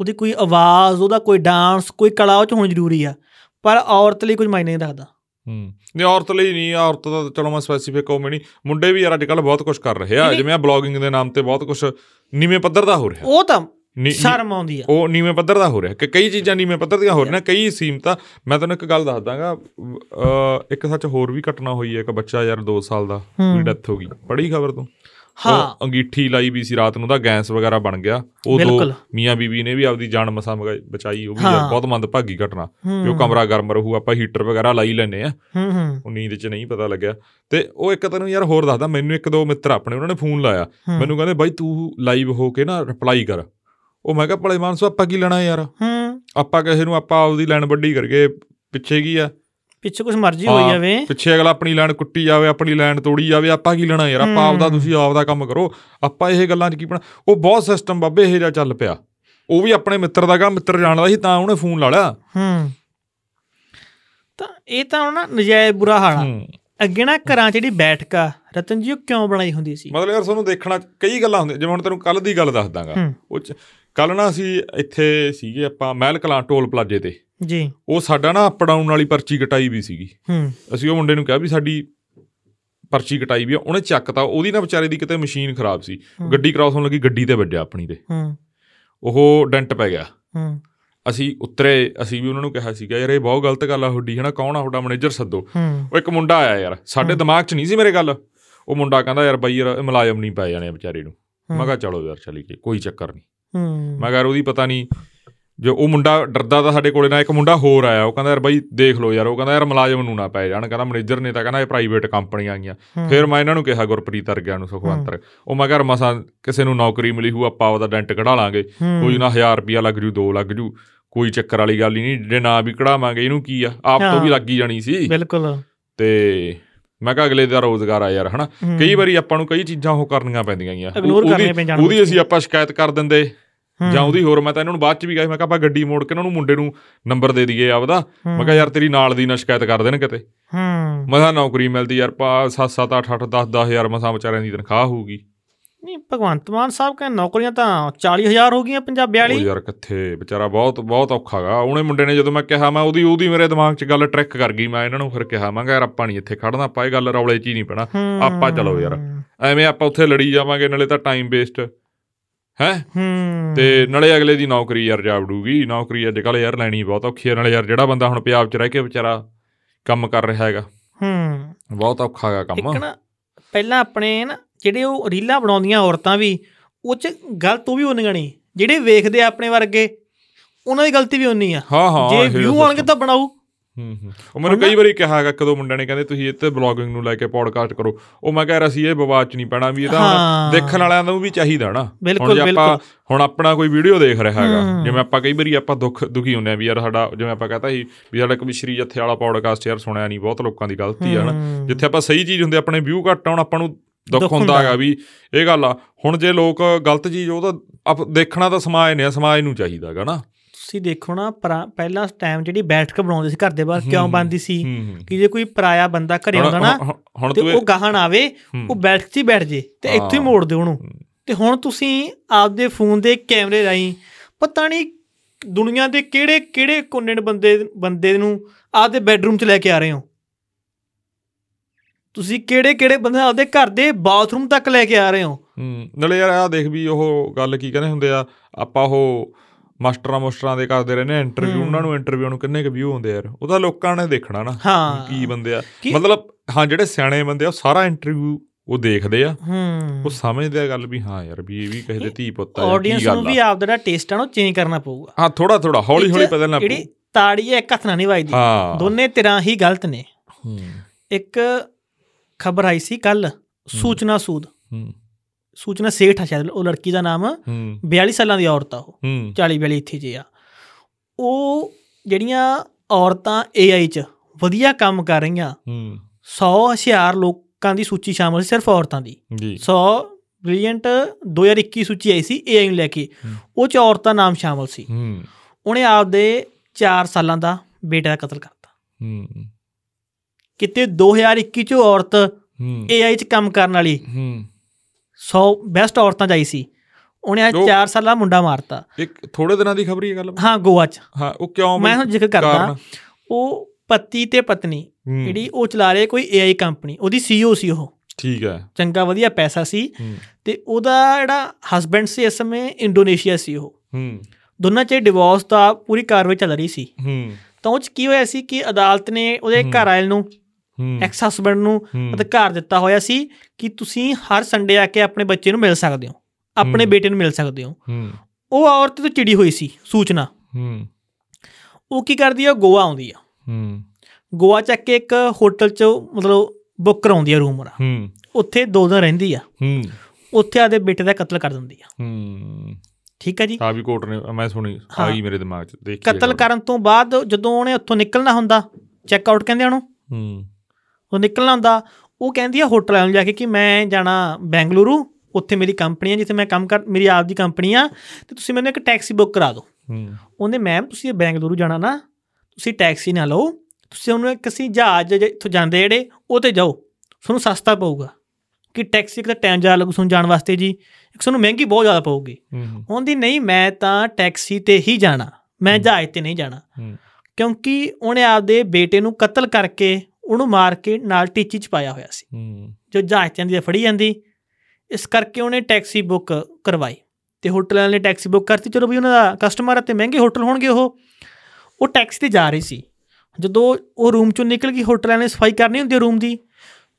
[SPEAKER 1] ਉਹਦੀ ਕੋਈ ਆਵਾਜ਼ ਉਹਦਾ ਕੋਈ ਡਾਂਸ ਕੋਈ ਕਲਾ ਉਹ 'ਚ ਹੋਣੀ ਜ਼ਰੂਰੀ ਆ ਪਰ ਔਰਤ ਲਈ ਕੁਝ ਮਾਇਨੇ ਨਹੀਂ ਰੱਖਦਾ
[SPEAKER 2] ਨੇ ਔਰਤ ਲਈ ਨਹੀਂ ਔਰਤ ਦਾ ਤਾਂ ਚਲੋ ਮੈਂ ਸਪੈਸੀਫਿਕ ਹੋਵੇਂ ਨਹੀਂ ਮੁੰਡੇ ਵੀ ਯਾਰ ਅੱਜ ਕੱਲ ਬਹੁਤ ਕੁਝ ਕਰ ਰਹੇ ਆ
[SPEAKER 1] ਨਹੀਂ।
[SPEAKER 2] ਜਿਵੇਂ ਆ ਬਲੌਗਿੰਗ ਦੇ ਨਾਮ ਤੇ ਬਹੁਤ ਕੁਝ ਨੀਵੇਂ ਪੱਧਰ ਦਾ ਹੋ ਰਿਹਾ
[SPEAKER 1] ਉਹ ਤਾਂ
[SPEAKER 2] ਨੀ- ਨੀ-
[SPEAKER 1] ਸ਼ਰਮ ਆਉਂਦੀ ਆ
[SPEAKER 2] ਉਹ ਨੀਵੇਂ ਪੱਧਰ ਦਾ ਹੋ ਰਿਹਾ ਕਿ ਕਈ ਚੀਜ਼ਾਂ ਨੀਵੇਂ ਪੱਧਰ ਦੀਆਂ ਹੋ ਰਹੀਆਂ ਨੇ, ਕਈ ਸੀਮਤਾਂ ਮੈਂ ਤੁਹਾਨੂੰ ਇੱਕ ਗੱਲ ਦੱਸ ਦਾਂਗਾ ਅਹ ਇੱਕ ਸੱਚ ਹੋਰ ਵੀ ਘਟਨਾ ਹੋਈ ਹੈ ਇੱਕ ਬੱਚਾ ਯਾਰ 2 ਸਾਲ ਦਾ ਵੀ ਡੈਥ ਹੋ ਗਈ ਪੜੀ ਖਬਰ ਤੋਂ
[SPEAKER 1] ਹਾਂ
[SPEAKER 2] ਅੰਗੀਠੀ ਲਾਈ ਵੀ ਸੀ ਰਾਤ ਨੂੰ ਦਾ ਗੈਸ ਵਗੈਰਾ ਬਣ ਗਿਆ ਉਹ
[SPEAKER 1] ਬਿਲਕੁਲ।
[SPEAKER 2] ਦੋ ਮੀਆਂ ਬੀਬੀ ਨੇ ਵੀ ਆਪਦੀ ਜਾਨ ਮਸਾ ਮਗਾਈ ਬਚਾਈ ਉਹ ਵੀ
[SPEAKER 1] ਹਾਂ।
[SPEAKER 2] ਯਾਰ ਬਹੁਤ ਮੰਦਭਾਗੀ ਘਟਨਾ ਵੀ ਉਹ
[SPEAKER 1] ਹੂੰ।
[SPEAKER 2] ਕਮਰਾ ਗਰਮ ਰਹੂ ਆਪਾਂ ਹੀਟਰ ਵਗੈਰਾ ਲਾਈ ਲੈਨੇ ਆ
[SPEAKER 1] ਹੂੰ ਹੂੰ
[SPEAKER 2] ਉਹ ਨੀਂਦ 'ਚ ਨਹੀਂ ਪਤਾ ਲੱਗਿਆ ਤੇ ਉਹ ਇੱਕ ਤੈਨੂੰ ਯਾਰ ਹੋਰ ਦੱਸਦਾ ਮੈਨੂੰ ਇੱਕ ਦੋ ਮਿੱਤਰ ਆਪਣੇ ਉਹਨਾਂ ਨੇ ਫੋਨ ਲਾਇਆ ਮੈਨੂੰ ਕਹਿੰਦੇ ਬਾਈ ਤੂੰ ਲਾਈਵ ਹੋ ਕੇ ਨਾ ਰਿਪਲਾਈ ਕਰ ਉਹ ਮੈਂ ਕਿਹਾ ਭਲੇ ਮਾਨਸੋ ਆਪਾਂ ਕੀ ਲੈਣਾ ਯਾਰ
[SPEAKER 1] ਹੂੰ
[SPEAKER 2] ਆਪਾਂ ਕਿਸੇ ਨੂੰ ਆਪਾਂ ਆਪਦੀ ਲਾਈਨ ਵੱਡੀ ਕਰਕੇ ਪਿੱਛੇ ਕੀ ਆ
[SPEAKER 1] ਪਿੱਛੇ ਕੁਝ ਮਰਜ਼ੀ ਹੋਈ
[SPEAKER 2] ਹਾਂ,
[SPEAKER 1] ਜਾਵੇ
[SPEAKER 2] ਪਿੱਛੇ ਅਗਲਾ ਆਪਣੀ ਲਾਈਨ ਕੁੱਟੀ ਜਾਵੇ ਆਪਣੀ ਲਾਈਨ ਤੋੜੀ ਜਾਵੇ ਆਪਾਂ ਕੀ ਲੈਣਾ ਯਾਰ ਆਪਾਂ ਆਪਦਾ ਤੁਸੀਂ ਆਪਦਾ ਕੰਮ ਕਰੋ ਆਪਾਂ ਇਹ ਗੱਲਾਂ 'ਚ ਕੀ ਪਣਾ ਉਹ ਬਹੁਤ ਸਿਸਟਮ ਬਾਬੇ ਇਹ ਜਿਹਾ ਚੱਲ ਪਿਆ ਉਹ ਵੀ ਆਪਣੇ ਮਿੱਤਰ ਦਾ ਗਾ ਮਿੱਤਰ ਜਾਣਦਾ ਸੀ ਤਾਂ ਉਹਨੇ ਫੋਨ ਲਾ ਲਿਆ
[SPEAKER 1] ਹੂੰ ਤਾਂ ਇਹ ਤਾਂ ਹੁਣ ਨਾ ਨਜਾਇਜ਼ ਬੁਰਾ ਹਾਲ ਆ
[SPEAKER 2] ਹੂੰ।
[SPEAKER 1] ਅੱਗੇ ਨਾ ਘਰਾਂ 'ਚ ਜਿਹੜੀ ਬੈਠਕ ਆ ਰਤਨ ਜੀ ਉਹ ਕਿਉਂ ਬਣਾਈ ਹੁੰਦੀ ਸੀ
[SPEAKER 2] ਮਤਲਬ ਯਾਰ ਤੁਹਾਨੂੰ ਦੇਖਣਾ ਕਈ ਗੱਲਾਂ ਹੁੰਦੀਆਂ ਜਿਵੇਂ ਹੁਣ ਤੈਨੂੰ ਕੱਲ ਦੀ ਗੱਲ ਦੱਸ ਦਾਂਗਾ
[SPEAKER 1] ਹੂੰ।
[SPEAKER 2] ਉਹ ਕੱਲ ਨਾ ਅਸੀਂ ਇੱਥੇ ਸੀਗੇ ਆਪਾਂ ਮਹਿਲ ਕਲਾਂ ਟੋਲ ਪਲਾਜੇ ਤੇ
[SPEAKER 1] ਜੀ
[SPEAKER 2] ਉਹ ਸਾਡਾ ਨਾ ਅਪਡਾਊਨ ਵਾਲੀ ਪਰਚੀ ਕਟਾਈ ਵੀ ਸੀਗੀ
[SPEAKER 1] ਹੂੰ
[SPEAKER 2] ਅਸੀਂ ਉਹ ਮੁੰਡੇ ਨੂੰ ਕਿਹਾ ਵੀ ਸਾਡੀ ਪਰਚੀ ਕਟਾਈ ਵੀ ਆ ਉਹਨੇ ਚੱਕਤਾ ਉਹਦੀ ਨਾ ਵਿਚਾਰੇ ਦੀ ਕਿਤੇ ਮਸ਼ੀਨ ਖਰਾਬ ਸੀ ਗੱਡੀ ਕ੍ਰਾਸ ਹੋਣ ਲੱਗੀ ਗੱਡੀ ਤੇ ਵੱਜਿਆ ਆਪਣੀ ਤੇ
[SPEAKER 1] ਹੂੰ
[SPEAKER 2] ਉਹ ਡੈਂਟ ਪੈ ਗਿਆ
[SPEAKER 1] ਹੂੰ
[SPEAKER 2] ਅਸੀਂ ਉਤਰੇ ਅਸੀਂ ਵੀ ਉਹਨਾਂ ਨੂੰ ਕਿਹਾ ਸੀਗਾ ਯਾਰ ਇਹ ਬਹੁਤ ਗਲਤ ਗੱਲ ਆ ਤੁਹਾਡੀ ਹਨਾ ਕੌਣ ਆ ਤੁਹਾਡਾ ਮੈਨੇਜਰ ਸੱਦੋ
[SPEAKER 1] ਹੂੰ
[SPEAKER 2] ਉਹ ਇੱਕ ਮੁੰਡਾ ਆਇਆ ਯਾਰ ਸਾਡੇ ਦਿਮਾਗ 'ਚ ਨਹੀਂ ਸੀ ਮੇਰੇ ਗੱਲ ਉਹ ਮੁੰਡਾ ਕਹਿੰਦਾ ਯਾਰ ਬਾਈ ਯਾਰ ਇਹ ਮੁਲਾਜ਼ਮ ਨਹੀਂ ਪੈ ਜਾਣੇ ਆ ਵਿਚਾਰੇ ਨੂੰ ਮੈਂ ਕਿਹਾ ਚਲੋ ਯਾਰ ਚਲੀ ਗਏ ਕੋਈ ਚੱਕਰ ਨਹੀਂ
[SPEAKER 1] ਹੂੰ
[SPEAKER 2] ਮੈਂ ਕਿਹਾ ਯਾਰ ਉਹਦੀ ਪਤਾ ਨਹੀਂ ਜੋ ਉਹ ਮੁੰਡਾ ਡਰਦਾ ਤਾਂ ਸਾਡੇ ਕੋਲੇ ਨਾ ਇੱਕ ਮੁੰਡਾ ਹੋਰ ਆਇਆ ਉਹ ਕਹਿੰਦਾ ਯਾਰ ਬਾਈ ਦੇਖ ਲਓ ਯਾਰ ਉਹ ਕਹਿੰਦਾ ਯਾਰ ਮੁਲਾਜ਼ਮ ਨੂੰ ਨਾ ਪੈ ਜਾਣ ਕਹਿੰਦਾ ਮੈਨੇਜਰ ਨੇ ਤਾਂ ਕਹਿੰਦਾ ਇਹ ਪ੍ਰਾਈਵੇਟ ਕੰਪਨੀਆਂ ਆਈਆਂ ਫਿਰ ਮੈਂ ਇਹਨਾਂ ਨੂੰ ਕਿਹਾ ਗੁਰਪ੍ਰੀਤ ਅਰਗਿਆ ਨੂੰ ਸੁਖਵੰਤਰ ਉਹ ਮੈਂ ਕਿਹਾ ਯਾਰ ਮਸਾਂ ਕਿਸੇ ਨੂੰ ਨੌਕਰੀ ਮਿਲੀ ਹੋਊ ਆਪਾਂ ਉਹਦਾ ਡੈਂਟ ਕਢਾ ਲਾਂਗੇ
[SPEAKER 1] ਹੂੰ।
[SPEAKER 2] ਕੋਈ ਨਾ 1000 ਰੁਪਿਆ ਲੱਗ ਜੂ 2 ਲੱਗ ਜੂ ਕੋਈ ਚੱਕਰ ਵਾਲੀ ਗੱਲ ਹੀ ਨਹੀਂ ਜੇ ਨਾ ਵੀ ਕਢਾਵਾਂਗੇ ਇਹਨੂੰ ਕੀ ਆ ਆਪ ਤੋਂ
[SPEAKER 1] ਹਾਂ।
[SPEAKER 2] ਵੀ ਲੱਗੀ ਜਾਣੀ ਸੀ
[SPEAKER 1] ਬਿਲਕੁਲ
[SPEAKER 2] ਤੇ ਮੈਂ ਕਿਹਾ ਅਗਲੇ ਦਾ ਰੋਜ਼ਗਾਰ ਆ ਯਾਰ ਹਨਾ ਕਈ ਵਾਰੀ ਆਪਾਂ ਨੂੰ ਕਈ ਚੀਜ਼ਾਂ ਉਹ ਕਰਨੀਆਂ ਪੈਂਦੀਆਂ ਗੀਆਂ
[SPEAKER 1] Ignore ਕਰਨੀਆਂ ਪੈ ਜਾਣ
[SPEAKER 2] ਉਹਦੀ ਅਸੀਂ ਆਪਾਂ ਸ਼ਿਕਾਇਤ ਕਰ ਦਿੰਦੇ ਜਾਂ ਉਹਦੀ ਹੋਰ ਮੈਂ ਤਾਂ ਇਹਨਾਂ ਨੂੰ ਬਾਅਦ ਚ ਵੀ ਕਿਹਾ ਸੀ, ਮੈਂ ਕਿਹਾ ਆਪਾਂ ਗੱਡੀ ਮੋੜ ਕੇ ਇਹਨਾਂ ਨੂੰ ਮੁੰਡੇ ਨੂੰ ਨੰਬਰ ਦੇ ਦਈਏ ਆਪਦਾ ਮੈਂ ਕਿਹਾ ਯਾਰ ਤੇਰੀ ਨਾਲ ਦੀ ਨਾ ਸ਼ਿਕਾਇਤ ਕਰ ਦੇਣ ਕਿਤੇ
[SPEAKER 1] ਹੂੰ
[SPEAKER 2] ਮੈਂ ਕਿਹਾ ਨੌਕਰੀ ਮਿਲਦੀ ਯਾਰ ਪਾ 7 7 8 8 10 10000 ਮਸਾਂ ਵਿਚਾਰਿਆਂ ਦੀ ਤਨਖਾਹ ਹੋਊਗੀ
[SPEAKER 1] ਨਹੀਂ ਭਗਵੰਤ ਮਾਨ ਸਾਹਿਬ ਕਹਿੰਦੇ ਨੌਕਰੀਆਂ ਤਾਂ 40000 ਹੋ ਗਈਆਂ ਪੰਜਾਬ
[SPEAKER 2] ਉਹ
[SPEAKER 1] 42
[SPEAKER 2] ਯਾਰ ਕਿੱਥੇ ਵਿਚਾਰਾ ਬਹੁਤ ਬਹੁਤ ਔਖਾ ਗਾ ਉਹਨੇ ਮੁੰਡੇ ਨੇ ਜਦੋਂ ਮੈਂ ਕਿਹਾ ਮੈਂ ਉਹਦੀ ਉਹਦੀ ਮੇਰੇ ਦਿਮਾਗ 'ਚ ਗੱਲ ਟ੍ਰੈਕ ਕਰ ਗਈ ਮੈਂ ਇਹਨਾਂ ਨੂੰ ਫਿਰ ਕਿਹਾ ਮੈਂ ਕਿਹਾ ਯਾਰ ਆਪਾਂ ਨਹੀਂ ਇੱਥੇ ਖੜਨਾ ਆਪਾਂ ਇਹ ਗੱਲ ਰੌਲੇ 'ਚ ਹੀ ਨਹੀਂ ਪੈਣਾ
[SPEAKER 1] ਹੂੰ।
[SPEAKER 2] ਆਪਾਂ ਚਲੋ ਯਾਰ। ਐਵੇਂ ਆਪਾਂ ਉੱਥੇ ਲੜੀ ਜਾਵਾਂਗੇ ਨਾਲੇ ਤਾਂ ਟਾਈਮ ਵੇਸਟ ਹੈ
[SPEAKER 1] ਹੂੰ
[SPEAKER 2] ਤੇ ਨਾਲੇ ਅਗਲੇ ਦੀ ਨੌਕਰੀ ਯਾਰ ਜਾਵੜੂਗੀ ਨੌਕਰੀ ਅੱਜ ਕੱਲ੍ਹ ਯਾਰ ਲੈਣੀ ਬਹੁਤ ਔਖੀ ਹੈ ਨਾਲੇ ਯਾਰ ਜਿਹੜਾ ਬੰਦਾ ਹੁਣ ਪੰਜਾਬ 'ਚ ਰਹਿ ਕੇ ਵਿਚਾਰਾ ਕੰਮ ਕਰ ਰਿਹਾ ਹੈਗਾ
[SPEAKER 1] ਹੂੰ
[SPEAKER 2] ਬਹੁਤ ਔਖਾ ਗਾ
[SPEAKER 1] ਇੱਕ
[SPEAKER 2] ਕੰਮ
[SPEAKER 1] ਨਾ ਪਹਿਲਾਂ ਆਪਣੇ ਨਾ ਜਿਹੜੇ ਉਹ ਰੀਲਾਂ ਬਣਾਉਂਦੀਆਂ ਔਰਤਾਂ ਵੀ ਉਹ ਚ ਗਲਤ ਉਹ ਵੀ ਉਨੀਆਂ ਨਹੀਂ ਜਿਹੜੇ ਵੇਖਦੇ ਆ ਆਪਣੇ ਵਰਗੇ ਉਹਨਾਂ ਦੀ ਗਲਤੀ ਵੀ ਉਨੀ ਆ
[SPEAKER 2] ਹਾਂ ਹਾਂ
[SPEAKER 1] ਜੇ
[SPEAKER 2] ਇਹ
[SPEAKER 1] ਵਿਊ
[SPEAKER 2] system-
[SPEAKER 1] ਆਉਣਗੇ ਤਾਂ ਬਣਾਓ
[SPEAKER 2] ਹੂੰ ਹੂੰ। ਉਹ ਮੈਨੂੰ ਕਈ ਵਾਰੀ ਕਿਹਾ ਹੈਗਾ ਕਦੋਂ ਮੁੰਡਿਆਂ ਨੇ ਕਹਿੰਦੇ ਤੁਸੀਂ ਇੱਥੇ ਬਲੌਗਿੰਗ ਨੂੰ ਲੈ ਕੇ ਪੋਡਕਾਸਟ ਕਰੋ ਉਹ ਮੈਂ ਕਹਿ ਰਿਹਾ ਸੀ ਇਹ ਵਿਵਾਦ ਚ ਨਹੀਂ ਪੈਣਾ ਵੀ ਇਹ ਤਾਂ
[SPEAKER 1] ਹਾਂ।
[SPEAKER 2] ਹੁਣ ਦੇਖਣ ਵਾਲਿਆਂ ਨੂੰ ਵੀ ਚਾਹੀਦਾ ਨਾ
[SPEAKER 1] ਬਿਲਕੁਲ,
[SPEAKER 2] ਹੁਣ ਜੇ ਆਪਾਂ
[SPEAKER 1] ਬਿਲਕੁਲ।
[SPEAKER 2] ਹੁਣ ਆਪਣਾ ਕੋਈ ਵੀਡੀਓ ਦੇਖ ਰਿਹਾ ਹੈਗਾ
[SPEAKER 1] ਹੂੰ।
[SPEAKER 2] ਜਿਵੇਂ ਆਪਾਂ ਕਈ ਵਾਰੀ ਆਪਾਂ ਦੁੱਖ ਦੁਖੀ ਹੁੰਦੇ ਆ ਵੀ ਯਾਰ ਸਾਡਾ ਜਿਵੇਂ ਆਪਾਂ ਕਹਤਾ ਸੀ ਵੀ ਸਾਡਾ ਕਮਿਸ਼ਰੀ ਜੱਥੇ ਵਾਲਾ ਪੋਡਕਾਸਟ ਯਾਰ ਸੁਣਿਆ ਨਹੀਂ ਬਹੁਤ ਲੋਕਾਂ ਦੀ ਗਲਤੀ ਆ ਨਾ
[SPEAKER 1] ਹੂੰ।
[SPEAKER 2] ਜਿੱਥੇ ਆਪਾਂ ਸਹੀ ਚੀਜ਼ ਹੁੰਦੇ ਆਪਣੇ ਵਿਊ ਘੱਟ ਆਉਣ ਆਪਾਂ ਨੂੰ
[SPEAKER 1] ਦੁੱਖ
[SPEAKER 2] ਦੁੱਖ
[SPEAKER 1] ਹੁੰਦਾ
[SPEAKER 2] ਹੁੰਦਾ ਹੈਗਾ ਵੀ ਇਹ ਗੱਲ ਆ ਹੁਣ ਜੇ ਲੋਕ ਗਲਤ ਚੀਜ਼ ਉਹ ਤਾਂ ਆਪ- ਦੇਖਣਾ ਤਾਂ ਸਮਾਜ ਨੇ ਆ, ਸਮਾਜ ਨੂੰ ਚਾਹੀਦਾ ਹੈਗਾ ਨਾ
[SPEAKER 1] ਤੁਸੀਂ ਦੇਖੋ ਨਾ ਪਰਾ- ਪਹਿਲਾਂ ਟਾਈਮ ਜਿਹੜੀ ਬੈਠਕ ਬਣਾਉਂਦੇ ਸੀ ਘਰ ਦੇ ਬਾਹਰ ਕਿਉਂ
[SPEAKER 2] ਹੂੰ।
[SPEAKER 1] ਬਣਦੀ ਸੀ
[SPEAKER 2] ਹੂੰ ਹੂੰ।
[SPEAKER 1] ਕਿ ਜੇ ਕੋਈ ਪਰਾਇਆ ਬੰਦਾ ਘਰੇ
[SPEAKER 2] ਹੁਣ-
[SPEAKER 1] ਆਉਂਦਾ ਨਾ
[SPEAKER 2] ਹੁਣ- ਹੁਣ
[SPEAKER 1] ਤੇ
[SPEAKER 2] ਤੂੰ
[SPEAKER 1] ਉਹ
[SPEAKER 2] ਇਹ-
[SPEAKER 1] ਗਾਹਾਂ ਨਾ ਆਵੇ
[SPEAKER 2] ਹੂੰ।
[SPEAKER 1] ਉਹ ਬੈਠ 'ਚ ਹੀ ਬੈਠ ਜੇ ਤੇ ਇੱਥੇ ਹੀ
[SPEAKER 2] ਹਾਂ।
[SPEAKER 1] ਮੋੜ ਦਿਓ ਉਹਨੂੰ ਤੇ ਹੁਣ ਤੁਸੀਂ ਆਪਦੇ ਫੋਨ ਦੇ ਕੈਮਰੇ ਰਾਹੀਂ ਪਤਾ ਨਹੀਂ ਦੁਨੀਆ ਦੇ ਕਿਹੜੇ ਕਿਹੜੇ ਕੋਨੇ ਦੇ ਬੰਦੇ ਬੰਦੇ ਨੂੰ ਆਪਦੇ ਬੈੱਡਰੂਮ 'ਚ ਲੈ ਕੇ ਆ ਰਹੇ ਹੋ ਤੁਸੀਂ ਕਿਹੜੇ ਕਿਹੜੇ ਬੰਦੇ ਆਪਦੇ ਘਰ ਦੇ ਬਾਥਰੂਮ ਤੱਕ ਲੈ ਕੇ ਆ ਰਹੇ ਹੋ
[SPEAKER 2] ਹੂੰ ਨਾਲੇ ਯਾਰ ਆ ਦੇਖ ਵੀ ਉਹ ਗੱਲ ਕੀ ਕਹਿੰਦੇ ਹੁੰਦੇ ਆ ਆਪਾਂ ਉਹ ਮਾਸਟਰਾਂ ਮਾਸਟਰਾਂ ਦੇ ਕਰਦੇ ਰਹਿੰਦੇ ਇੰਟਰਵਿਊ ਉਹਨਾਂ ਨੂੰ ਇੰਟਰਵਿਊ ਨੂੰ ਕਿੰਨੇ ਕੁ ਵਿਊ ਹੁੰਦੇ ਆ ਯਾਰ ਉਹ ਤਾਂ ਲੋਕਾਂ ਨੇ ਦੇਖਣਾ ਨਾ
[SPEAKER 1] ਹਾਂ।
[SPEAKER 2] ਕੀ ਬੰਦੇ ਆ
[SPEAKER 1] ਕੀ-
[SPEAKER 2] ਮਤਲਬ ਹਾਂ ਜਿਹੜੇ ਸਿਆਣੇ ਬੰਦੇ ਆ ਉਹ ਸਾਰਾ ਇੰਟਰਵਿਊ ਉਹ ਦੇਖਦੇ ਆ
[SPEAKER 1] ਹੂੰ
[SPEAKER 2] ਉਹ ਸਮਝਦੇ ਆ ਗੱਲ ਵੀ ਹਾਂ ਯਾਰ ਵੀ ਇਹ ਵੀ ਕਿਸੇ ਦੇ ਧੀ ਪੁੱਤ ਆ ਯਾਰ, ਕੀ
[SPEAKER 1] ਆਡੀਅנס ਨੂੰ
[SPEAKER 2] ਗੱਲ
[SPEAKER 1] ਵੀ
[SPEAKER 2] ਆ
[SPEAKER 1] ਆਪਦਾ ਜਿਹੜਾ ਟੇਸਟ ਆ ਨਾ ਉਹ ਚੇਂਜ ਕਰਨਾ ਪਊਗਾ
[SPEAKER 2] ਹਾਂ ਥੋੜਾ ਥੋੜਾ ਹੌਲੀ ਹੌਲੀ
[SPEAKER 1] ਇਹ 'ਚ
[SPEAKER 2] ਪਤਾ ਲੱਗਣਾ
[SPEAKER 1] ਜਿਹੜੀ ਤਾੜੀ ਹੈ ਇੱਕ ਹੱਥ ਨਾਲ ਨਹੀਂ ਵੱਜਦੀ
[SPEAKER 2] ਹਾਂ
[SPEAKER 1] ਦੋਨੇ ਧਿਰਾਂ ਹੀ ਗਲਤ ਨੇ
[SPEAKER 2] ਹੂੰ
[SPEAKER 1] ਇੱਕ ਖਬਰ ਆਈ ਸੀ ਕੱਲ ਸੂਚਨਾ ਸੂਦ
[SPEAKER 2] ਹੂੰ
[SPEAKER 1] ਸੂਚਨਾ ਸੇਠ ਆ ਸ਼ਾਇਦ ਉਹ ਲੜਕੀ ਦਾ ਨਾਮ
[SPEAKER 2] ਹੂੰ
[SPEAKER 1] 42 ਸਾਲਾਂ ਦੀ ਔਰਤ ਆ ਉਹ
[SPEAKER 2] ਹੂੰ
[SPEAKER 1] 40 42 ਇੱਥੇ ਜੇ ਆ ਉਹ ਜਿਹੜੀਆਂ ਔਰਤਾਂ AI 'ਚ ਵਧੀਆ ਕੰਮ ਕਰ ਰਹੀਆਂ
[SPEAKER 2] ਹੂੰ
[SPEAKER 1] 100 ਹਸ਼ਿਆਰ ਲੋਕਾਂ ਦੀ ਸੂਚੀ ਸ਼ਾਮਲ ਸੀ ਸਿਰਫ ਔਰਤਾਂ ਦੀ
[SPEAKER 2] ਜੀ
[SPEAKER 1] 100 ਬ੍ਰਿਲੀਅੰਟ 2021 ਸੂਚੀ ਆਈ ਸੀ AI ਨੂੰ ਲੈ ਕੇ
[SPEAKER 2] ਹੂੰ।
[SPEAKER 1] ਉਹ 'ਚ ਔਰਤਾਂ ਨਾਮ ਸ਼ਾਮਲ ਸੀ
[SPEAKER 2] ਹੂੰ
[SPEAKER 1] ਉਹਨੇ ਆਪਦੇ 4 ਸਾਲਾਂ ਦਾ ਬੇਟਾ ਦਾ ਕਤਲ ਕਰਤਾ
[SPEAKER 2] ਹੂੰ
[SPEAKER 1] ਕਿਤੇ 2021 'ਚ ਉਹ ਔਰਤ
[SPEAKER 2] ਹੂੰ
[SPEAKER 1] AI 'ਚ ਕੰਮ ਕਰਨ ਵਾਲੀ
[SPEAKER 2] ਹੂੰ
[SPEAKER 1] 100 ਬੈਸਟ ਔਰਤਾਂ 'ਚ ਆਈ ਸੀ ਉਹਨੇ ਅੱਜ
[SPEAKER 2] ਉਹ-
[SPEAKER 1] 4 ਸਾਲਾਂ ਮੁੰਡਾ ਮਾਰਤਾ
[SPEAKER 2] ਇੱਕ ਥੋੜੇ ਦਿਨਾਂ ਦੀ ਖਬਰ ਹੀ ਹੈ ਗੱਲ
[SPEAKER 1] ਹਾਂ ਗੋਆ 'ਚ
[SPEAKER 2] ਹਾਂ ਉਹ ਕਿਉਂ
[SPEAKER 1] ਮੈਂ ਹੁਣ ਜ਼ਿਕਰ ਕਰਦਾ
[SPEAKER 2] ਕਾਰਨ?
[SPEAKER 1] ਉਹ ਪਤੀ ਤੇ ਪਤਨੀ
[SPEAKER 2] ਹੂੰ,
[SPEAKER 1] ਜਿਹੜੀ ਉਹ ਚਲਾ ਰਹੇ ਕੋਈ AI ਕੰਪਨੀ ਉਹਦੀ CEO ਸੀ ਉਹ
[SPEAKER 2] ਠੀਕ ਹੈ
[SPEAKER 1] ਚੰਗਾ ਵਧੀਆ ਪੈਸਾ ਸੀ
[SPEAKER 2] ਹੂੰ
[SPEAKER 1] ਤੇ ਉਹਦਾ ਜਿਹੜਾ ਹਸਬੰਡ ਸੀ ਇਸ ਸਮੇਂ ਇੰਡੋਨੇਸ਼ੀਆ ਸੀ ਉਹ
[SPEAKER 2] ਹੂੰ
[SPEAKER 1] ਦੋਨਾਂ 'ਚ ਡਿਵੋਰਸ ਦਾ ਪੂਰੀ ਕਾਰਵਾਈ ਚੱਲ ਰਹੀ ਸੀ
[SPEAKER 2] ਹੂੰ
[SPEAKER 1] ਤਾਂ ਉਹ 'ਚ ਕੀ ਹੋਇਆ ਸੀ ਕਿ ਅਦਾਲਤ ਨੇ ਉਹਦੇ
[SPEAKER 2] ਹੂੰ।
[SPEAKER 1] ਘਰ ਵਾਲੇ ਨੂੰ
[SPEAKER 2] ਹੂੰ
[SPEAKER 1] ਐਕਸ ਹਸਬੰਡ ਨੂੰ
[SPEAKER 2] ਹੂੰ।
[SPEAKER 1] ਅਧਿਕਾਰ ਦਿੱਤਾ ਹੋਇਆ ਸੀ ਕਿ ਤੁਸੀਂ ਹਰ ਸੰਡੇ ਆ ਕੇ ਆਪਣੇ ਬੱਚੇ ਨੂੰ ਮਿਲ ਸਕਦੇ ਹੋ ਆਪਣੇ
[SPEAKER 2] ਹੂੰ।
[SPEAKER 1] ਬੇਟੇ ਨੂੰ ਮਿਲ ਸਕਦੇ ਹੋ
[SPEAKER 2] ਹੂੰ
[SPEAKER 1] ਉਹ ਔਰਤ ਤੋਂ ਚਿੜੀ ਹੋਈ ਸੀ ਸੂਚਨਾ
[SPEAKER 2] ਹੂੰ
[SPEAKER 1] ਉਹ ਕੀ ਕਰਦੀ ਆ ਉਹ ਗੋਆ ਆਉਂਦੀ ਆ
[SPEAKER 2] ਹੂੰ
[SPEAKER 1] ਗੋਆ ਚੱਕ ਕੇ ਇੱਕ ਹੋਟਲ 'ਚ ਮਤਲਬ ਬੁੱਕ ਕਰਾਉਂਦੀ ਆ ਰੂਮ ਰਾ
[SPEAKER 2] ਹੂੰ
[SPEAKER 1] ਉੱਥੇ ਦੋ ਦਿਨ ਰਹਿੰਦੀ ਆ
[SPEAKER 2] ਹੂੰ
[SPEAKER 1] ਉੱਥੇ ਆਦੇ ਬੇਟੇ ਦਾ ਕਤਲ ਕਰ ਦਿੰਦੀ ਆ
[SPEAKER 2] ਹੂੰ
[SPEAKER 1] ਠੀਕ ਆ ਜੀ
[SPEAKER 2] ਤਾਂ ਵੀ ਕੋਟ ਨੇ ਮੈਂ ਸੁਣੀ
[SPEAKER 1] ਹਾਂ।
[SPEAKER 2] ਆ ਗਈ ਮੇਰੇ ਦਿਮਾਗ 'ਚ ਦੇਖੀ ਹੈ
[SPEAKER 1] ਕਤਲ
[SPEAKER 2] ਗੱਲ।
[SPEAKER 1] ਕਰਨ ਤੋਂ ਬਾਅਦ ਜਦੋਂ ਉਹਨੇ ਉੱਥੋਂ ਨਿਕਲਣਾ ਹੁੰਦਾ ਚੈੱਕ ਆਊਟ ਕਹਿੰਦੇ ਆ ਉਹਨੂੰ
[SPEAKER 2] ਹੂੰ
[SPEAKER 1] ਉਹ ਨਿਕਲਣਾ ਹੁੰਦਾ ਉਹ ਕਹਿੰਦੀ ਆ ਹੋਟਲ ਵਾਲਿਆਂ ਨੂੰ ਜਾ ਕੇ ਕਿ ਮੈਂ ਜਾਣਾ ਬੈਂਗਲੁਰੂ ਉੱਥੇ ਮੇਰੀ ਕੰਪਨੀ ਆ ਜਿੱਥੇ ਮੈਂ ਕੰਮ ਕਰ ਮੇਰੀ ਆਪ ਦੀ ਕੰਪਨੀ ਆ ਤੇ ਤੁਸੀਂ ਮੈਨੂੰ ਇੱਕ ਟੈਕਸੀ ਬੁੱਕ ਕਰਾ ਦਿਓ
[SPEAKER 2] ਹੂੰ
[SPEAKER 1] ਉਹਨੇ ਮੈਮ ਤੁਸੀਂ ਬੈਂਗਲੁਰੂ ਜਾਣਾ ਨਾ ਤੁਸੀਂ ਟੈਕਸੀ ਨਾ ਲਓ ਤੁਸੀਂ ਉਹਨੂੰ ਇੱਕ ਅਸੀਂ ਜਹਾਜ਼ ਜੇ ਇੱਥੋਂ ਜਾਂਦੇ ਜਿਹੜੇ ਉਹ ਤੇ ਜਾਓ ਤੁਹਾਨੂੰ ਸਸਤਾ ਪਊਗਾ ਕਿ ਟੈਕਸੀ ਇੱਕ ਤਾਂ ਟਾਈਮ ਜ਼ਿਆਦਾ ਲੱਗੂ ਤੁਹਾਨੂੰ ਜਾਣ ਵਾਸਤੇ ਜੀ ਇੱਕ ਤੁਹਾਨੂੰ ਮਹਿੰਗੀ ਬਹੁਤ ਜ਼ਿਆਦਾ ਪਊਗੀ
[SPEAKER 2] ਹੂੰ
[SPEAKER 1] ਉਹਦੀ ਨਹੀਂ ਮੈਂ ਤਾਂ ਟੈਕਸੀ ਤੇ ਹੀ ਜਾਣਾ ਮੈਂ ਜਹਾਜ਼ ਤੇ ਨਹੀਂ ਜਾਣਾ
[SPEAKER 2] ਹੂੰ
[SPEAKER 1] ਕਿਉਂਕਿ ਉਹਨੇ ਆਪਦੇ ਬੇਟੇ ਨੂੰ ਕਤਲ ਕਰਕੇ ਉਹਨੂੰ ਮਾਰ ਕੇ ਨਾਲ ਟੀਚੀ ਚ ਪਾਇਆ ਹੋਇਆ ਸੀ
[SPEAKER 2] ਹੂੰ
[SPEAKER 1] ਜੋ ਜਹਾਜ਼ 'ਚ ਜਾਂਦੀ ਆ ਫੜੀ ਜਾਂਦੀ ਇਸ ਕਰਕੇ ਉਹਨੇ ਟੈਕਸੀ ਬੁੱਕ ਕਰਵਾਈ ਤੇ ਹੋਟਲ ਵਾਲੇ ਨੇ ਟੈਕਸੀ ਬੁੱਕ ਕਰਤੀ ਚਲੋ ਵੀ ਉਹਨਾਂ ਦਾ ਕਸਟਮਰ ਆ ਤੇ ਮਹਿੰਗੇ ਹੋਟਲ ਹੋਣਗੇ ਉਹ ਉਹ ਟੈਕਸੀ ਤੇ ਜਾ ਰਹੀ ਸੀ ਜਦੋਂ ਉਹ ਰੂਮ ਚੋਂ ਨਿਕਲ ਗਈ ਹੋਟਲ ਵਾਲੇ ਨੇ ਸਫਾਈ ਕਰਨੀ ਹੁੰਦੀ ਰੂਮ ਦੀ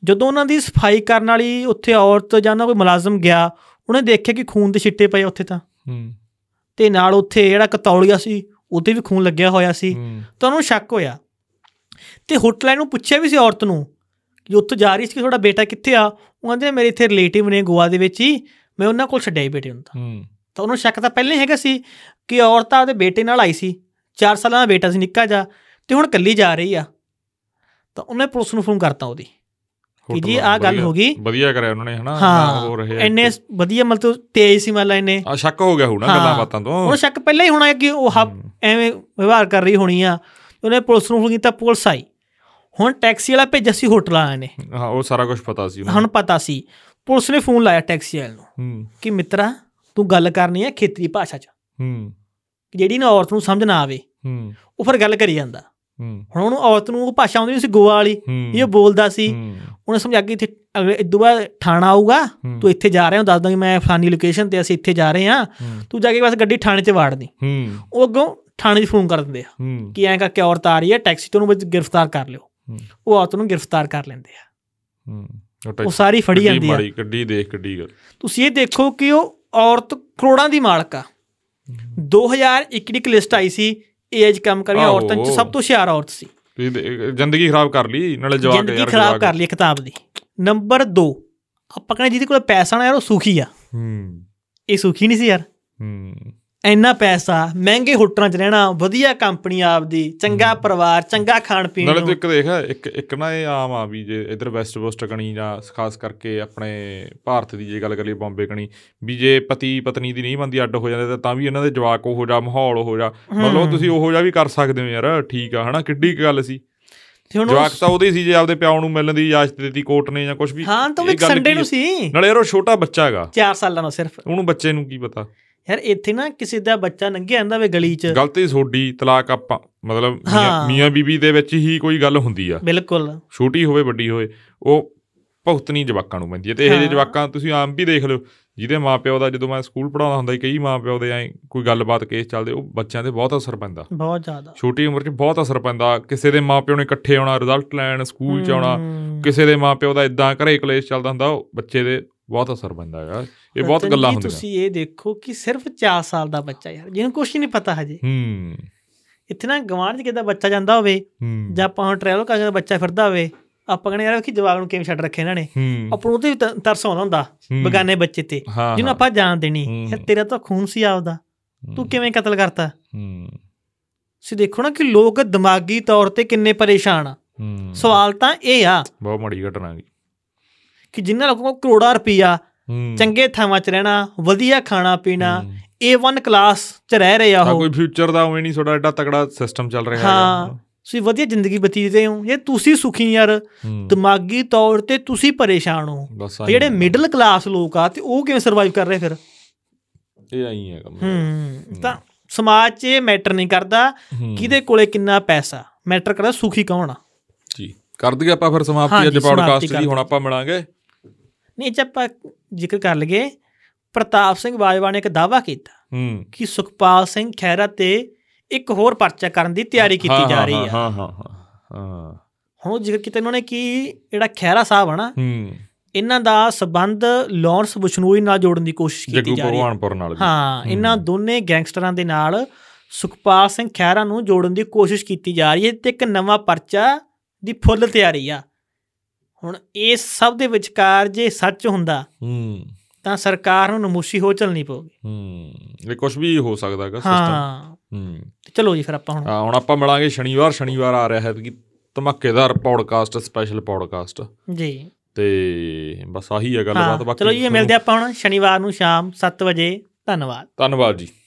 [SPEAKER 1] ਜਦੋਂ ਉਹਨਾਂ ਦੀ ਸਫਾਈ ਕਰਨ ਵਾਲੀ ਉੱਥੇ ਔਰਤ ਜਾਂ ਨਾ ਕੋਈ ਮੁਲਾਜ਼ਮ ਗਿਆ ਉਹਨੇ ਦੇਖਿਆ ਕਿ ਖੂਨ ਦੇ ਛਿੱਟੇ ਪਏ ਉੱਥੇ ਤਾਂ
[SPEAKER 2] ਹੂੰ
[SPEAKER 1] ਤੇ ਨਾਲ ਉੱਥੇ ਜਿਹੜਾ ਕਤੌਲੀਆ ਸੀ ਉਹਤੇ ਵੀ ਖੂਨ ਲੱਗਿਆ ਹੋਇਆ ਸੀ
[SPEAKER 2] ਹੂੰ
[SPEAKER 1] ਤਾਂ ਉਹਨੂੰ ਸ਼ੱਕ ਹੋਇਆ ਤੇ ਹੋਟਲ ਵਾਲੇ ਨੂੰ ਪੁੱਛਿਆ ਵੀ ਸੀ ਔਰਤ ਨੂੰ ਕਿ ਉੱਥੇ ਜਾ ਰਹੀ ਸੀ ਕਿ ਤੁਹਾਡਾ ਬੇਟਾ ਕਿੱਥੇ ਆ ਉਹ ਕਹਿੰਦੇ ਮੇਰੇ ਇੱਥੇ ਰਿਲੇਟਿਵ ਨੇ ਗੋਆ ਦੇ ਵਿੱਚ ਹੀ ਮੈਂ ਉਹਨਾਂ ਕੋਲ ਛੱਡਿਆ ਹੀ ਬੇਟੇ ਨੂੰ ਤਾਂ
[SPEAKER 2] ਹੂੰ
[SPEAKER 1] ਤਾਂ ਉਹਨੂੰ ਸ਼ੱਕ ਤਾਂ ਪਹਿਲਾਂ ਹੀ ਹੈਗਾ ਸੀ ਕਿ ਔਰਤ ਤਾਂ ਉਹਦੇ ਬੇਟੇ ਨਾਲ ਆਈ ਸੀ 4 ਸਾਲਾਂ ਦਾ ਬੇਟਾ ਸੀ ਨਿੱਕਾ ਜਿਹਾ ਤੇ ਹੁਣ ਇਕੱਲੀ ਜਾ ਰਹੀ ਆ ਤਾਂ ਉਹਨੇ ਪੁਲਿਸ ਨੂੰ ਫੋਨ ਕਰਤਾ ਉਹਦੀ ਕਿ ਜੀ
[SPEAKER 2] Total
[SPEAKER 1] ਆਹ ਗੱਲ
[SPEAKER 2] ਵਧੀਆ-
[SPEAKER 1] ਹੋ ਗਈ
[SPEAKER 2] ਵਧੀਆ ਕਰਿਆ ਉਹਨਾਂ ਨੇ ਹਨਾ ਨਾ ਹੋ
[SPEAKER 1] ਹਾਂ
[SPEAKER 2] ਰਹੇ
[SPEAKER 1] ਇੰਨੇ ਵਧੀਆ ਮਤਲਬ ਤੇਜ਼ ਸੀ ਮਤਲਬ ਇੰਨੇ
[SPEAKER 2] ਆ ਸ਼ੱਕ ਹੋ ਗਿਆ ਹੋਣਾ ਗੱਲਾਂ ਬਾਤਾਂ ਤੋਂ
[SPEAKER 1] ਉਹਨੂੰ ਸ਼ੱਕ ਪਹਿਲਾਂ ਹੀ ਹੋਣਾ ਕਿ ਉਹ ਹੱਬ- ਐਵੇਂ ਵਿਵਹਾਰ ਕਰ ਰਹੀ ਹੋਣੀ ਆ ਉਹਨੇ ਪੁਲਿਸ ਨੂੰ ਫੋਨ ਕੀਤਾ ਪੁਲਿਸ ਆਈ ਹੁਣ ਟੈਕਸੀ ਵਾਲਾ ਭੇਜਿਆ ਸੀ ਹੋਟਲ ਵਾਲਿਆਂ ਨੇ
[SPEAKER 2] ਹਾਂ ਉਹ ਸਾਰਾ ਕੁਝ ਪਤਾ ਸੀ ਉਹਨਾਂ
[SPEAKER 1] ਹੁਣ ਪਤਾ ਸੀ ਪੁਲਿਸ ਨੇ ਫੋਨ ਲਾਇਆ ਟੈਕਸੀ ਵਾਲੇ ਨੂੰ
[SPEAKER 2] ਨੂੰ
[SPEAKER 1] ਕਿ ਮਿੱਤਰਾ ਤੂੰ ਗੱਲ ਕਰਨੀ ਹੈ ਖੇਤਰੀ ਭਾਸ਼ਾ 'ਚ
[SPEAKER 2] ਹੂੰ
[SPEAKER 1] ਕਿ ਜਿਹੜੀ ਨਾ ਔਰਤ ਨੂੰ ਸਮਝ ਨਾ ਆਵੇ
[SPEAKER 2] ਹੂੰ
[SPEAKER 1] ਉਹ ਫਿਰ ਗੱਲ ਕਰੀ ਜਾਂਦਾ
[SPEAKER 2] ਹੂੰ
[SPEAKER 1] ਹੁਣ ਉਹਨੂੰ ਔਰਤ ਨੂੰ ਉਹ ਭਾਸ਼ਾ ਆਉਂਦੀ ਨਹੀਂ ਸੀ ਗੋਆ ਵਾਲੀ
[SPEAKER 2] ਹੂੰ
[SPEAKER 1] ਇਹ ਬਾਲਦਾ ਸੀ
[SPEAKER 2] ਹੂੰ
[SPEAKER 1] ਉਹਨੇ ਸਮਝਾ ਕੇ ਇੱਥੇ ਅਗਲੇ ਇਦੋਂ ਬਾਅਦ ਥਾਣਾ ਆਊਗਾ
[SPEAKER 2] ਹੂੰ।
[SPEAKER 1] ਤੂੰ ਇੱਥੇ ਜਾ ਰਿਹਾ ਹਾਂ ਦੱਸ ਦਾਂਗੇ ਮੈਂ ਫਲਾਨੀ ਲੋਕੇਸ਼ਨ ਤੇ ਅਸੀਂ ਇੱਥੇ ਜਾ ਰਹੇ ਹਾਂ
[SPEAKER 2] ਹੂੰ।
[SPEAKER 1] ਤੂੰ ਜਾ ਕੇ ਬਸ ਗੱਡੀ ਥਾਣੇ 'ਚ ਵਾੜ ਦੀ
[SPEAKER 2] ਹੂੰ
[SPEAKER 1] ਉਹ ਅੱਗੋਂ ਥਾਣੇ 'ਚ ਫੋਨ ਕਰ ਦਿੰਦੇ ਆ
[SPEAKER 2] ਹੂੰ
[SPEAKER 1] ਕਿ ਐਂ ਕਰਕੇ ਔਰਤ ਆ ਰਹੀ ਹੈ ਟੈਕਸੀ ਤੋਂ ਉਹਨੂੰ ਵਿੱਚ ਗ੍ਰਿਫਤਾਰ ਕਰ ਲਿਓ
[SPEAKER 2] ਹੂੰ।
[SPEAKER 1] ਉਹ ਔਰਤ ਨੂੰ ਗ੍ਰਿਫਤਾਰ ਕਰ ਲੈਂਦੇ ਆ
[SPEAKER 2] ਹੂੰ
[SPEAKER 1] ਉਹ ਸਾਰੀ ਫੜੀ ਜਾਂਦੀ ਆ
[SPEAKER 2] ਮਾਰੀ ਗੱਡੀ ਦੇਖ ਗੱਡੀ ਗੱਲ
[SPEAKER 1] ਤੁਸੀਂ ਇਹ ਦੇਖੋ ਕਿ ਉਹ ਔਰਤ ਕਰੋੜਾਂ ਦੀ ਮਾਲਕ ਆ 2001 ਦੀ ਇੱਕ ਲਿਸਟ ਆਈ ਸੀ ਏਜ ਕੰਮ ਕਰੀਆਂ
[SPEAKER 2] ਆਹੋ।
[SPEAKER 1] ਔਰਤਾਂ 'ਚ ਸਭ ਤੋਂ ਹੁਸ਼ਿਆਰ ਔਰਤ ਸੀ
[SPEAKER 2] ਤੁਸੀਂ ਦੇ- ਜ਼ਿੰਦਗੀ ਖਰਾਬ ਕਰ ਲਈ ਨਾਲੇ ਜਵਾਕ ਯਾਰ
[SPEAKER 1] ਜ਼ਿੰਦਗੀ ਖਰਾਬ
[SPEAKER 2] ਜਵਾਕ।
[SPEAKER 1] ਕਰ ਲਈ ਕਿਤਾਬ ਦੀ ਨੰਬਰ 2 ਆਪਾਂ ਕਹਿੰਦੇ ਜਿਹਦੇ ਕੋਲ ਪੈਸਾ ਨਾ ਯਾਰ ਉਹ ਸੁਖੀ ਆ
[SPEAKER 2] ਹੂੰ
[SPEAKER 1] ਇਹ ਸੁਖੀ ਨਹੀਂ ਸੀ ਯਾਰ
[SPEAKER 2] ਹੂੰ
[SPEAKER 1] ਇੰਨਾ ਪੈਸਾ ਮਹਿੰਗੇ ਹੋਟਲਾਂ 'ਚ ਰਹਿਣਾ ਵਧੀਆ ਕੰਪਨੀ ਆਪਦੀ ਚੰਗਾ ਪਰਿਵਾਰ ਚੰਗਾ ਖਾਣ ਪੀਣ
[SPEAKER 2] ਨਾਲੇ ਤੂੰ
[SPEAKER 1] ਨੂੰ
[SPEAKER 2] ਇੱਕ ਦੇਖ ਇੱਕ ਇੱਕ ਨਾ ਇਹ ਆਮ ਆ ਵੀ ਜੇ ਇਧਰ ਵੈਸਟ ਕੋਸਟ ਕਣੀ ਜਾਂ ਖਾਸ ਕਰਕੇ ਆਪਣੇ ਭਾਰਤ ਦੀ ਜੇ ਗੱਲ ਕਰੀਏ ਬੰਬੇ ਕਣੀ ਵੀ ਜੇ ਪਤੀ ਪਤਨੀ ਦੀ ਨਹੀਂ ਬੰਦੀ ਅੱਡ ਹੋ ਜਾਂਦੇ ਤਾਂ ਤਾਂ ਵੀ ਇਹਨਾਂ ਦੇ ਜਵਾਕ ਉਹੋ ਜਿਹਾ ਮਾਹੌਲ ਉਹੋ ਜਿਹਾ ਮਤਲਬ ਤੁਸੀਂ ਉਹੋ ਜਿਹਾ ਵੀ ਕਰ ਸਕਦੇ ਹੋ ਯਾਰ ਠੀਕ ਆ ਹਨਾ ਕਿੱਡੀ ਕੁ ਗੱਲ ਸੀ
[SPEAKER 1] ਤੇ ਹੁਣ ਉਹ-
[SPEAKER 2] ਜਵਾਕ ਤਾਂ ਉਹਦੇ ਹੀ ਸੀ ਜੇ ਆਪਦੇ ਪਿਓ ਨੂੰ ਮਿਲਣ ਦੀ ਇਜਾਜ਼ਤ ਦਿੱਤੀ ਕੋਰਟ ਨੇ ਜਾਂ ਕੁਝ ਵੀ
[SPEAKER 1] ਹਾਂ ਤਾਂ ਉਹ
[SPEAKER 2] ਇਹ
[SPEAKER 1] ਇੱਕ
[SPEAKER 2] ਗੱਲ
[SPEAKER 1] ਸੰਡੇ
[SPEAKER 2] ਕੀ
[SPEAKER 1] ਨੂੰ
[SPEAKER 2] ਆ?
[SPEAKER 1] ਸੀ
[SPEAKER 2] ਨਾਲੇ ਯਾਰ ਉਹ ਛੋਟਾ ਬੱਚਾ ਹੈਗਾ
[SPEAKER 1] 4 ਸਾਲਾਂ ਦਾ ਸਿਰਫ
[SPEAKER 2] ਉਹਨੂੰ ਬੱਚੇ ਨੂੰ ਕੀ ਪਤਾ
[SPEAKER 1] ਯਾਰ ਇੱਥੇ ਨਾ ਕਿਸੇ ਦਾ ਬੱਚਾ ਲੰਘਿਆ ਜਾਂਦਾ ਵੇ ਗਲੀ 'ਚ
[SPEAKER 2] ਗਲਤੀ ਤੁਹਾਡੀ ਤਲਾਕ ਆਪਾਂ ਮਤਲਬ ਮੀਆਂ-
[SPEAKER 1] ਹਾਂ।
[SPEAKER 2] ਮੀਆਂ ਬੀਬੀ ਦੇ ਵਿੱਚ ਹੀ ਕੋਈ ਗੱਲ ਹੁੰਦੀ ਆ
[SPEAKER 1] ਬਿਲਕੁਲ
[SPEAKER 2] ਛੋਟੀ ਹੋਵੇ ਵੱਡੀ ਹੋਵੇ ਉਹ ਭੁਗਤਣੀ ਜਵਾਕਾਂ ਨੂੰ ਪੈਂਦੀ ਹੈ ਤੇ ਇਹੋ ਜਿਹੇ
[SPEAKER 1] ਹਾਂ।
[SPEAKER 2] ਜਵਾਕਾਂ ਤੁਸੀਂ ਆਮ ਵੀ ਦੇਖ ਲਓ ਜਿਹਦੇ ਮਾਪਿਓ ਦਾ ਜਦੋਂ ਮੈਂ ਸਕੂਲ ਪੜਾਉਂਦਾ ਹੁੰਦਾ ਸੀ ਕਈ ਮਾਪਿਓ ਦੇ ਐ ਕੋਈ ਗੱਲਬਾਤ ਕੇਸ ਚੱਲਦੇ ਉਹ ਬੱਚਿਆਂ ਤੇ ਬਹੁਤ ਅਸਰ ਪੈਂਦਾ
[SPEAKER 1] ਬਹੁਤ ਜ਼ਿਆਦਾ
[SPEAKER 2] ਛੋਟੀ ਉਮਰ 'ਚ ਬਹੁਤ ਅਸਰ ਪੈਂਦਾ ਕਿਸੇ ਦੇ ਮਾਪਿਓ ਨੇ ਇਕੱਠੇ ਆਉਣਾ ਰਿਜ਼ਲਟ ਲੈਣ ਸਕੂਲ 'ਚ ਆਉਣਾ
[SPEAKER 1] ਹਮ।
[SPEAKER 2] ਕਿਸੇ ਦੇ ਮਾਪਿਓ ਦਾ ਇਦਾਂ ਘਰੇ ਕਲੇਸ਼ ਚੱਲਦਾ ਹੁੰਦਾ ਉਹ ਬੱਚੇ ਦੇ ਬਹੁਤ ਅਸਰ ਪੈਂਦਾ ਹੈਗਾ ਇਹ ਬਹੁਤ
[SPEAKER 1] ਰਤਨ
[SPEAKER 2] ਗੱਲਾਂ
[SPEAKER 1] ਜੀ,
[SPEAKER 2] ਹੁੰਦੀਆਂ
[SPEAKER 1] ਤੁਸੀਂ ਇਹ ਦੇਖੋ ਕਿ ਸਿਰਫ 4 ਸਾਲ ਦਾ ਬੱਚਾ ਯਾਰ ਜਿਹਨੂੰ ਕੁਝ ਨਹੀਂ ਪਤਾ ਹਜੇ
[SPEAKER 2] ਹੂੰ
[SPEAKER 1] ਇੱਥੇ ਨਾ ਗਵਾਂਢ 'ਚ ਕਿਦਾ ਬੱਚਾ ਜਾਂਦਾ ਹੋਵੇ
[SPEAKER 2] ਹੂੰ
[SPEAKER 1] ਜਾਂ ਆਪਾਂ ਹੁਣ ਟਰੈਵਲ ਕਰਕੇ ਬੱਚਾ ਫਿਰਦਾ ਹੋਵੇ ਆਪਾਂ ਕਹਿੰਦੇ ਯਾਰ ਕਿ ਜਵਾਗ ਨੂੰ ਕਿਵੇਂ ਛੱਡ ਰੱਖੇ ਇਹਨਾਂ ਨੇ
[SPEAKER 2] ਹੂੰ
[SPEAKER 1] ਆਪਾਂ ਨੂੰ ਉਹਦੇ ਵੀ ਤ- ਤਰਸ ਆਉਂਦਾ ਹੁੰਦਾ
[SPEAKER 2] ਹੂੰ।
[SPEAKER 1] ਬਗਾਨੇ ਬੱਚੇ ਤੇ
[SPEAKER 2] ਹਾਂ
[SPEAKER 1] ਜਿਹਨੂੰ
[SPEAKER 2] ਹਾਂ।
[SPEAKER 1] ਆਪਾਂ ਜਾਣ ਦੇਣੀ
[SPEAKER 2] ਹੂੰ।
[SPEAKER 1] ਯਾਰ ਤੇਰਾ ਤਾਂ ਖੂਨ ਸੀ ਆਪਦਾ ਤੂੰ ਕਿਵੇਂ ਕਤਲ ਕਰਤਾ
[SPEAKER 2] ਹੂੰ
[SPEAKER 1] ਤੁਸੀਂ ਦੇਖੋ ਨਾ ਕਿ ਲੋਕ ਦਿਮਾਗੀ ਤੌਰ ਤੇ ਕਿੰਨੇ ਪਰੇਸ਼ਾਨ ਆ
[SPEAKER 2] ਹੂੰ
[SPEAKER 1] ਸਵਾਲ ਤਾਂ ਇਹ ਆ
[SPEAKER 2] ਬਹੁਤ ਮਾੜੀ ਘਟਨਾ ਹੈਗੀ
[SPEAKER 1] ਕਿ ਜਿਨ੍ਹਾਂ ਲੋਕਾਂ ਕੋਲ ਕਰੋੜਾਂ ਰੁਪਈਆ
[SPEAKER 2] ਹੂੰ
[SPEAKER 1] ਚੰਗੇ ਥਾਵਾਂ 'ਚ ਰਹਿਣਾ ਵਧੀਆ ਖਾਣਾ ਪੀਣਾ
[SPEAKER 2] ਹੂੰ।
[SPEAKER 1] A1 ਕਲਾਸ 'ਚ ਰਹਿ ਰਹੇ ਆ
[SPEAKER 2] ਤਾਂ
[SPEAKER 1] ਉਹ
[SPEAKER 2] ਕੋਈ ਫਿਊਚਰ ਦਾ ਉਵੇਂ ਨਹੀਂ ਤੁਹਾਡਾ ਐਡਾ ਤਕੜਾ ਸਿਸਟਮ ਚੱਲ ਰਿਹਾ
[SPEAKER 1] ਹਾਂ ਤੁਸੀਂ ਵਧੀਆ ਜ਼ਿੰਦਗੀ ਬਤੀਤੇ ਹੋ ਜੇ ਤੁਸੀਂ ਸੁਖੀ ਨਹੀਂ ਯਾਰ
[SPEAKER 2] ਹਾਂ
[SPEAKER 1] ਦਿਮਾਗੀ ਤੌਰ ਤੇ ਤੁਸੀਂ ਪਰੇਸ਼ਾਨ ਹੋ
[SPEAKER 2] ਬਸ
[SPEAKER 1] ਤੇ
[SPEAKER 2] ਆਹੀ
[SPEAKER 1] ਜਿਹੜੇ
[SPEAKER 2] ਹੁੰਦਾ।
[SPEAKER 1] ਮਿਡਲ ਕਲਾਸ ਲੋਕ ਆ ਤੇ ਉਹ ਕਿਵੇਂ ਸਰਵਾਈਵ ਕਰ ਰਹੇ ਫਿਰ
[SPEAKER 2] ਇਹ ਆਈ ਹੈ ਕੰਮ
[SPEAKER 1] ਹੂੰ ਤਾਂ ਸਮਾਜ 'ਚ ਇਹ ਮੈਟਰ ਨਹੀਂ ਕਰਦਾ
[SPEAKER 2] ਹੂੰ।
[SPEAKER 1] ਕਿਹਦੇ ਕੋਲੇ ਕਿੰਨਾ ਪੈਸਾ ਮੈਟਰ ਕਰਦਾ ਸੁਖੀ ਕੌਣ ਆ
[SPEAKER 2] ਜੀ ਕਰ ਦਈਏ ਆਪਾਂ ਫਿਰ
[SPEAKER 1] ਹਾਂਜੀ,
[SPEAKER 2] ਸਮਾਪਤੀ ਅੱਜ
[SPEAKER 1] ਸਮਾਪਤੀ
[SPEAKER 2] ਪੌਡਕਾਸਟ
[SPEAKER 1] ਕਰ
[SPEAKER 2] ਦੀ ਹੁਣ ਆਪਾਂ ਮਿਲਾਂਗੇ
[SPEAKER 1] ਨਹੀਂ ਜੇ ਆਪਾਂ ਜ਼ਿਕਰ ਕਰ ਲਈਏ ਪ੍ਰਤਾਪ ਸਿੰਘ ਬਾਜਵਾ ਨੇ ਇੱਕ ਦਾਵਾ ਕੀਤਾ
[SPEAKER 2] ਹੂੰ
[SPEAKER 1] ਕਿ ਸੁਖਪਾਲ ਸਿੰਘ ਖਹਿਰਾ ਤੇ ਇੱਕ ਹੋਰ ਪਰਚਾ ਕਰਨ ਦੀ ਤਿਆਰੀ ਕੀਤੀ
[SPEAKER 2] ਹਾਂ,
[SPEAKER 1] ਜਾ
[SPEAKER 2] ਹਾਂ,
[SPEAKER 1] ਰਹੀ ਆ
[SPEAKER 2] ਹਾਂ ਹਾਂ ਹਾਂ ਹਾਂ
[SPEAKER 1] ਹੁਣ ਉਹ ਜ਼ਿਕਰ ਕੀਤਾ ਇਹਨਾਂ ਨੇ ਕਿ ਜਿਹੜਾ ਖਹਿਰਾ ਸਾਹਿਬ ਆ ਨਾ
[SPEAKER 2] ਹੂੰ
[SPEAKER 1] ਇਹਨਾਂ ਦਾ ਸਬੰਧ ਲਾਰੈਂਸ ਬਸ਼ਨੋਈ ਨਾਲ ਜੋੜਨ ਦੀ ਕੋਸ਼ਿਸ਼ ਕੀਤੀ
[SPEAKER 2] ਜੱਗੂ
[SPEAKER 1] ਜਾ ਰਹੀ ਹੈ
[SPEAKER 2] ਭਗਵਾਨਪੁਰ ਨਾਲ ਵੀ
[SPEAKER 1] ਹਾਂ ਇਹਨਾਂ ਦੋਨੇ ਗੈਂਗਸਟਰਾਂ ਦੇ ਨਾਲ ਸੁਖਪਾਲ ਸਿੰਘ ਖਹਿਰਾ ਨੂੰ ਜੋੜਨ ਦੀ ਕੋਸ਼ਿਸ਼ ਕੀਤੀ ਜਾ ਰਹੀ ਹੈ ਤੇ ਇੱਕ ਨਵਾਂ ਪਰਚਾ ਦੀ ਫੁੱਲ ਤਿਆਰੀ ਆ ਹੁਣ ਇਸ ਸਭ ਦੇ ਵਿਚਕਾਰ ਜੇ ਸੱਚ ਹੁੰਦਾ
[SPEAKER 2] ਹੂੰ
[SPEAKER 1] ਤਾਂ ਸਰਕਾਰ ਨੂੰ ਨਮੂਸ਼ੀ ਹੋ ਚੱਲਣੀ ਪਊਗੀ
[SPEAKER 2] ਹੂੰ ਇਹ ਕੁਝ ਵੀ ਹੋ ਸਕਦਾ ਹੈਗਾ ਸਿਸਟਮ
[SPEAKER 1] ਹਾਂ
[SPEAKER 2] ਹੂੰ
[SPEAKER 1] ਤੇ ਚਲੋ ਜੀ ਫਿਰ ਆਪਾਂ ਹੁਣ
[SPEAKER 2] ਹਾਂ, ਹੁਣ ਆਪਾਂ ਮਿਲਾਂਗੇ ਸ਼ਨੀਵਾਰ ਸ਼ਨੀਵਾਰ ਆ ਰਿਹਾ ਹੈ ਕਿ ਧਮਾਕੇਦਾਰ ਪੌਡਕਾਸਟ ਸਪੈਸ਼ਲ ਪੌਡਕਾਸਟ
[SPEAKER 1] ਜੀ
[SPEAKER 2] ਤੇ ਬਸ ਆਹੀ ਹੈ ਗੱਲਬਾਤ
[SPEAKER 1] ਹਾਂ
[SPEAKER 2] ਬਾਕੀ
[SPEAKER 1] ਚਲੋ ਜੀ ਮਿਲਦੇ ਆਪਾਂ ਹੁਣ ਸ਼ਨੀਵਾਰ ਨੂੰ ਸ਼ਾਮ 7 ਵਜੇ ਧੰਨਵਾਦ
[SPEAKER 2] ਧੰਨਵਾਦ ਜੀ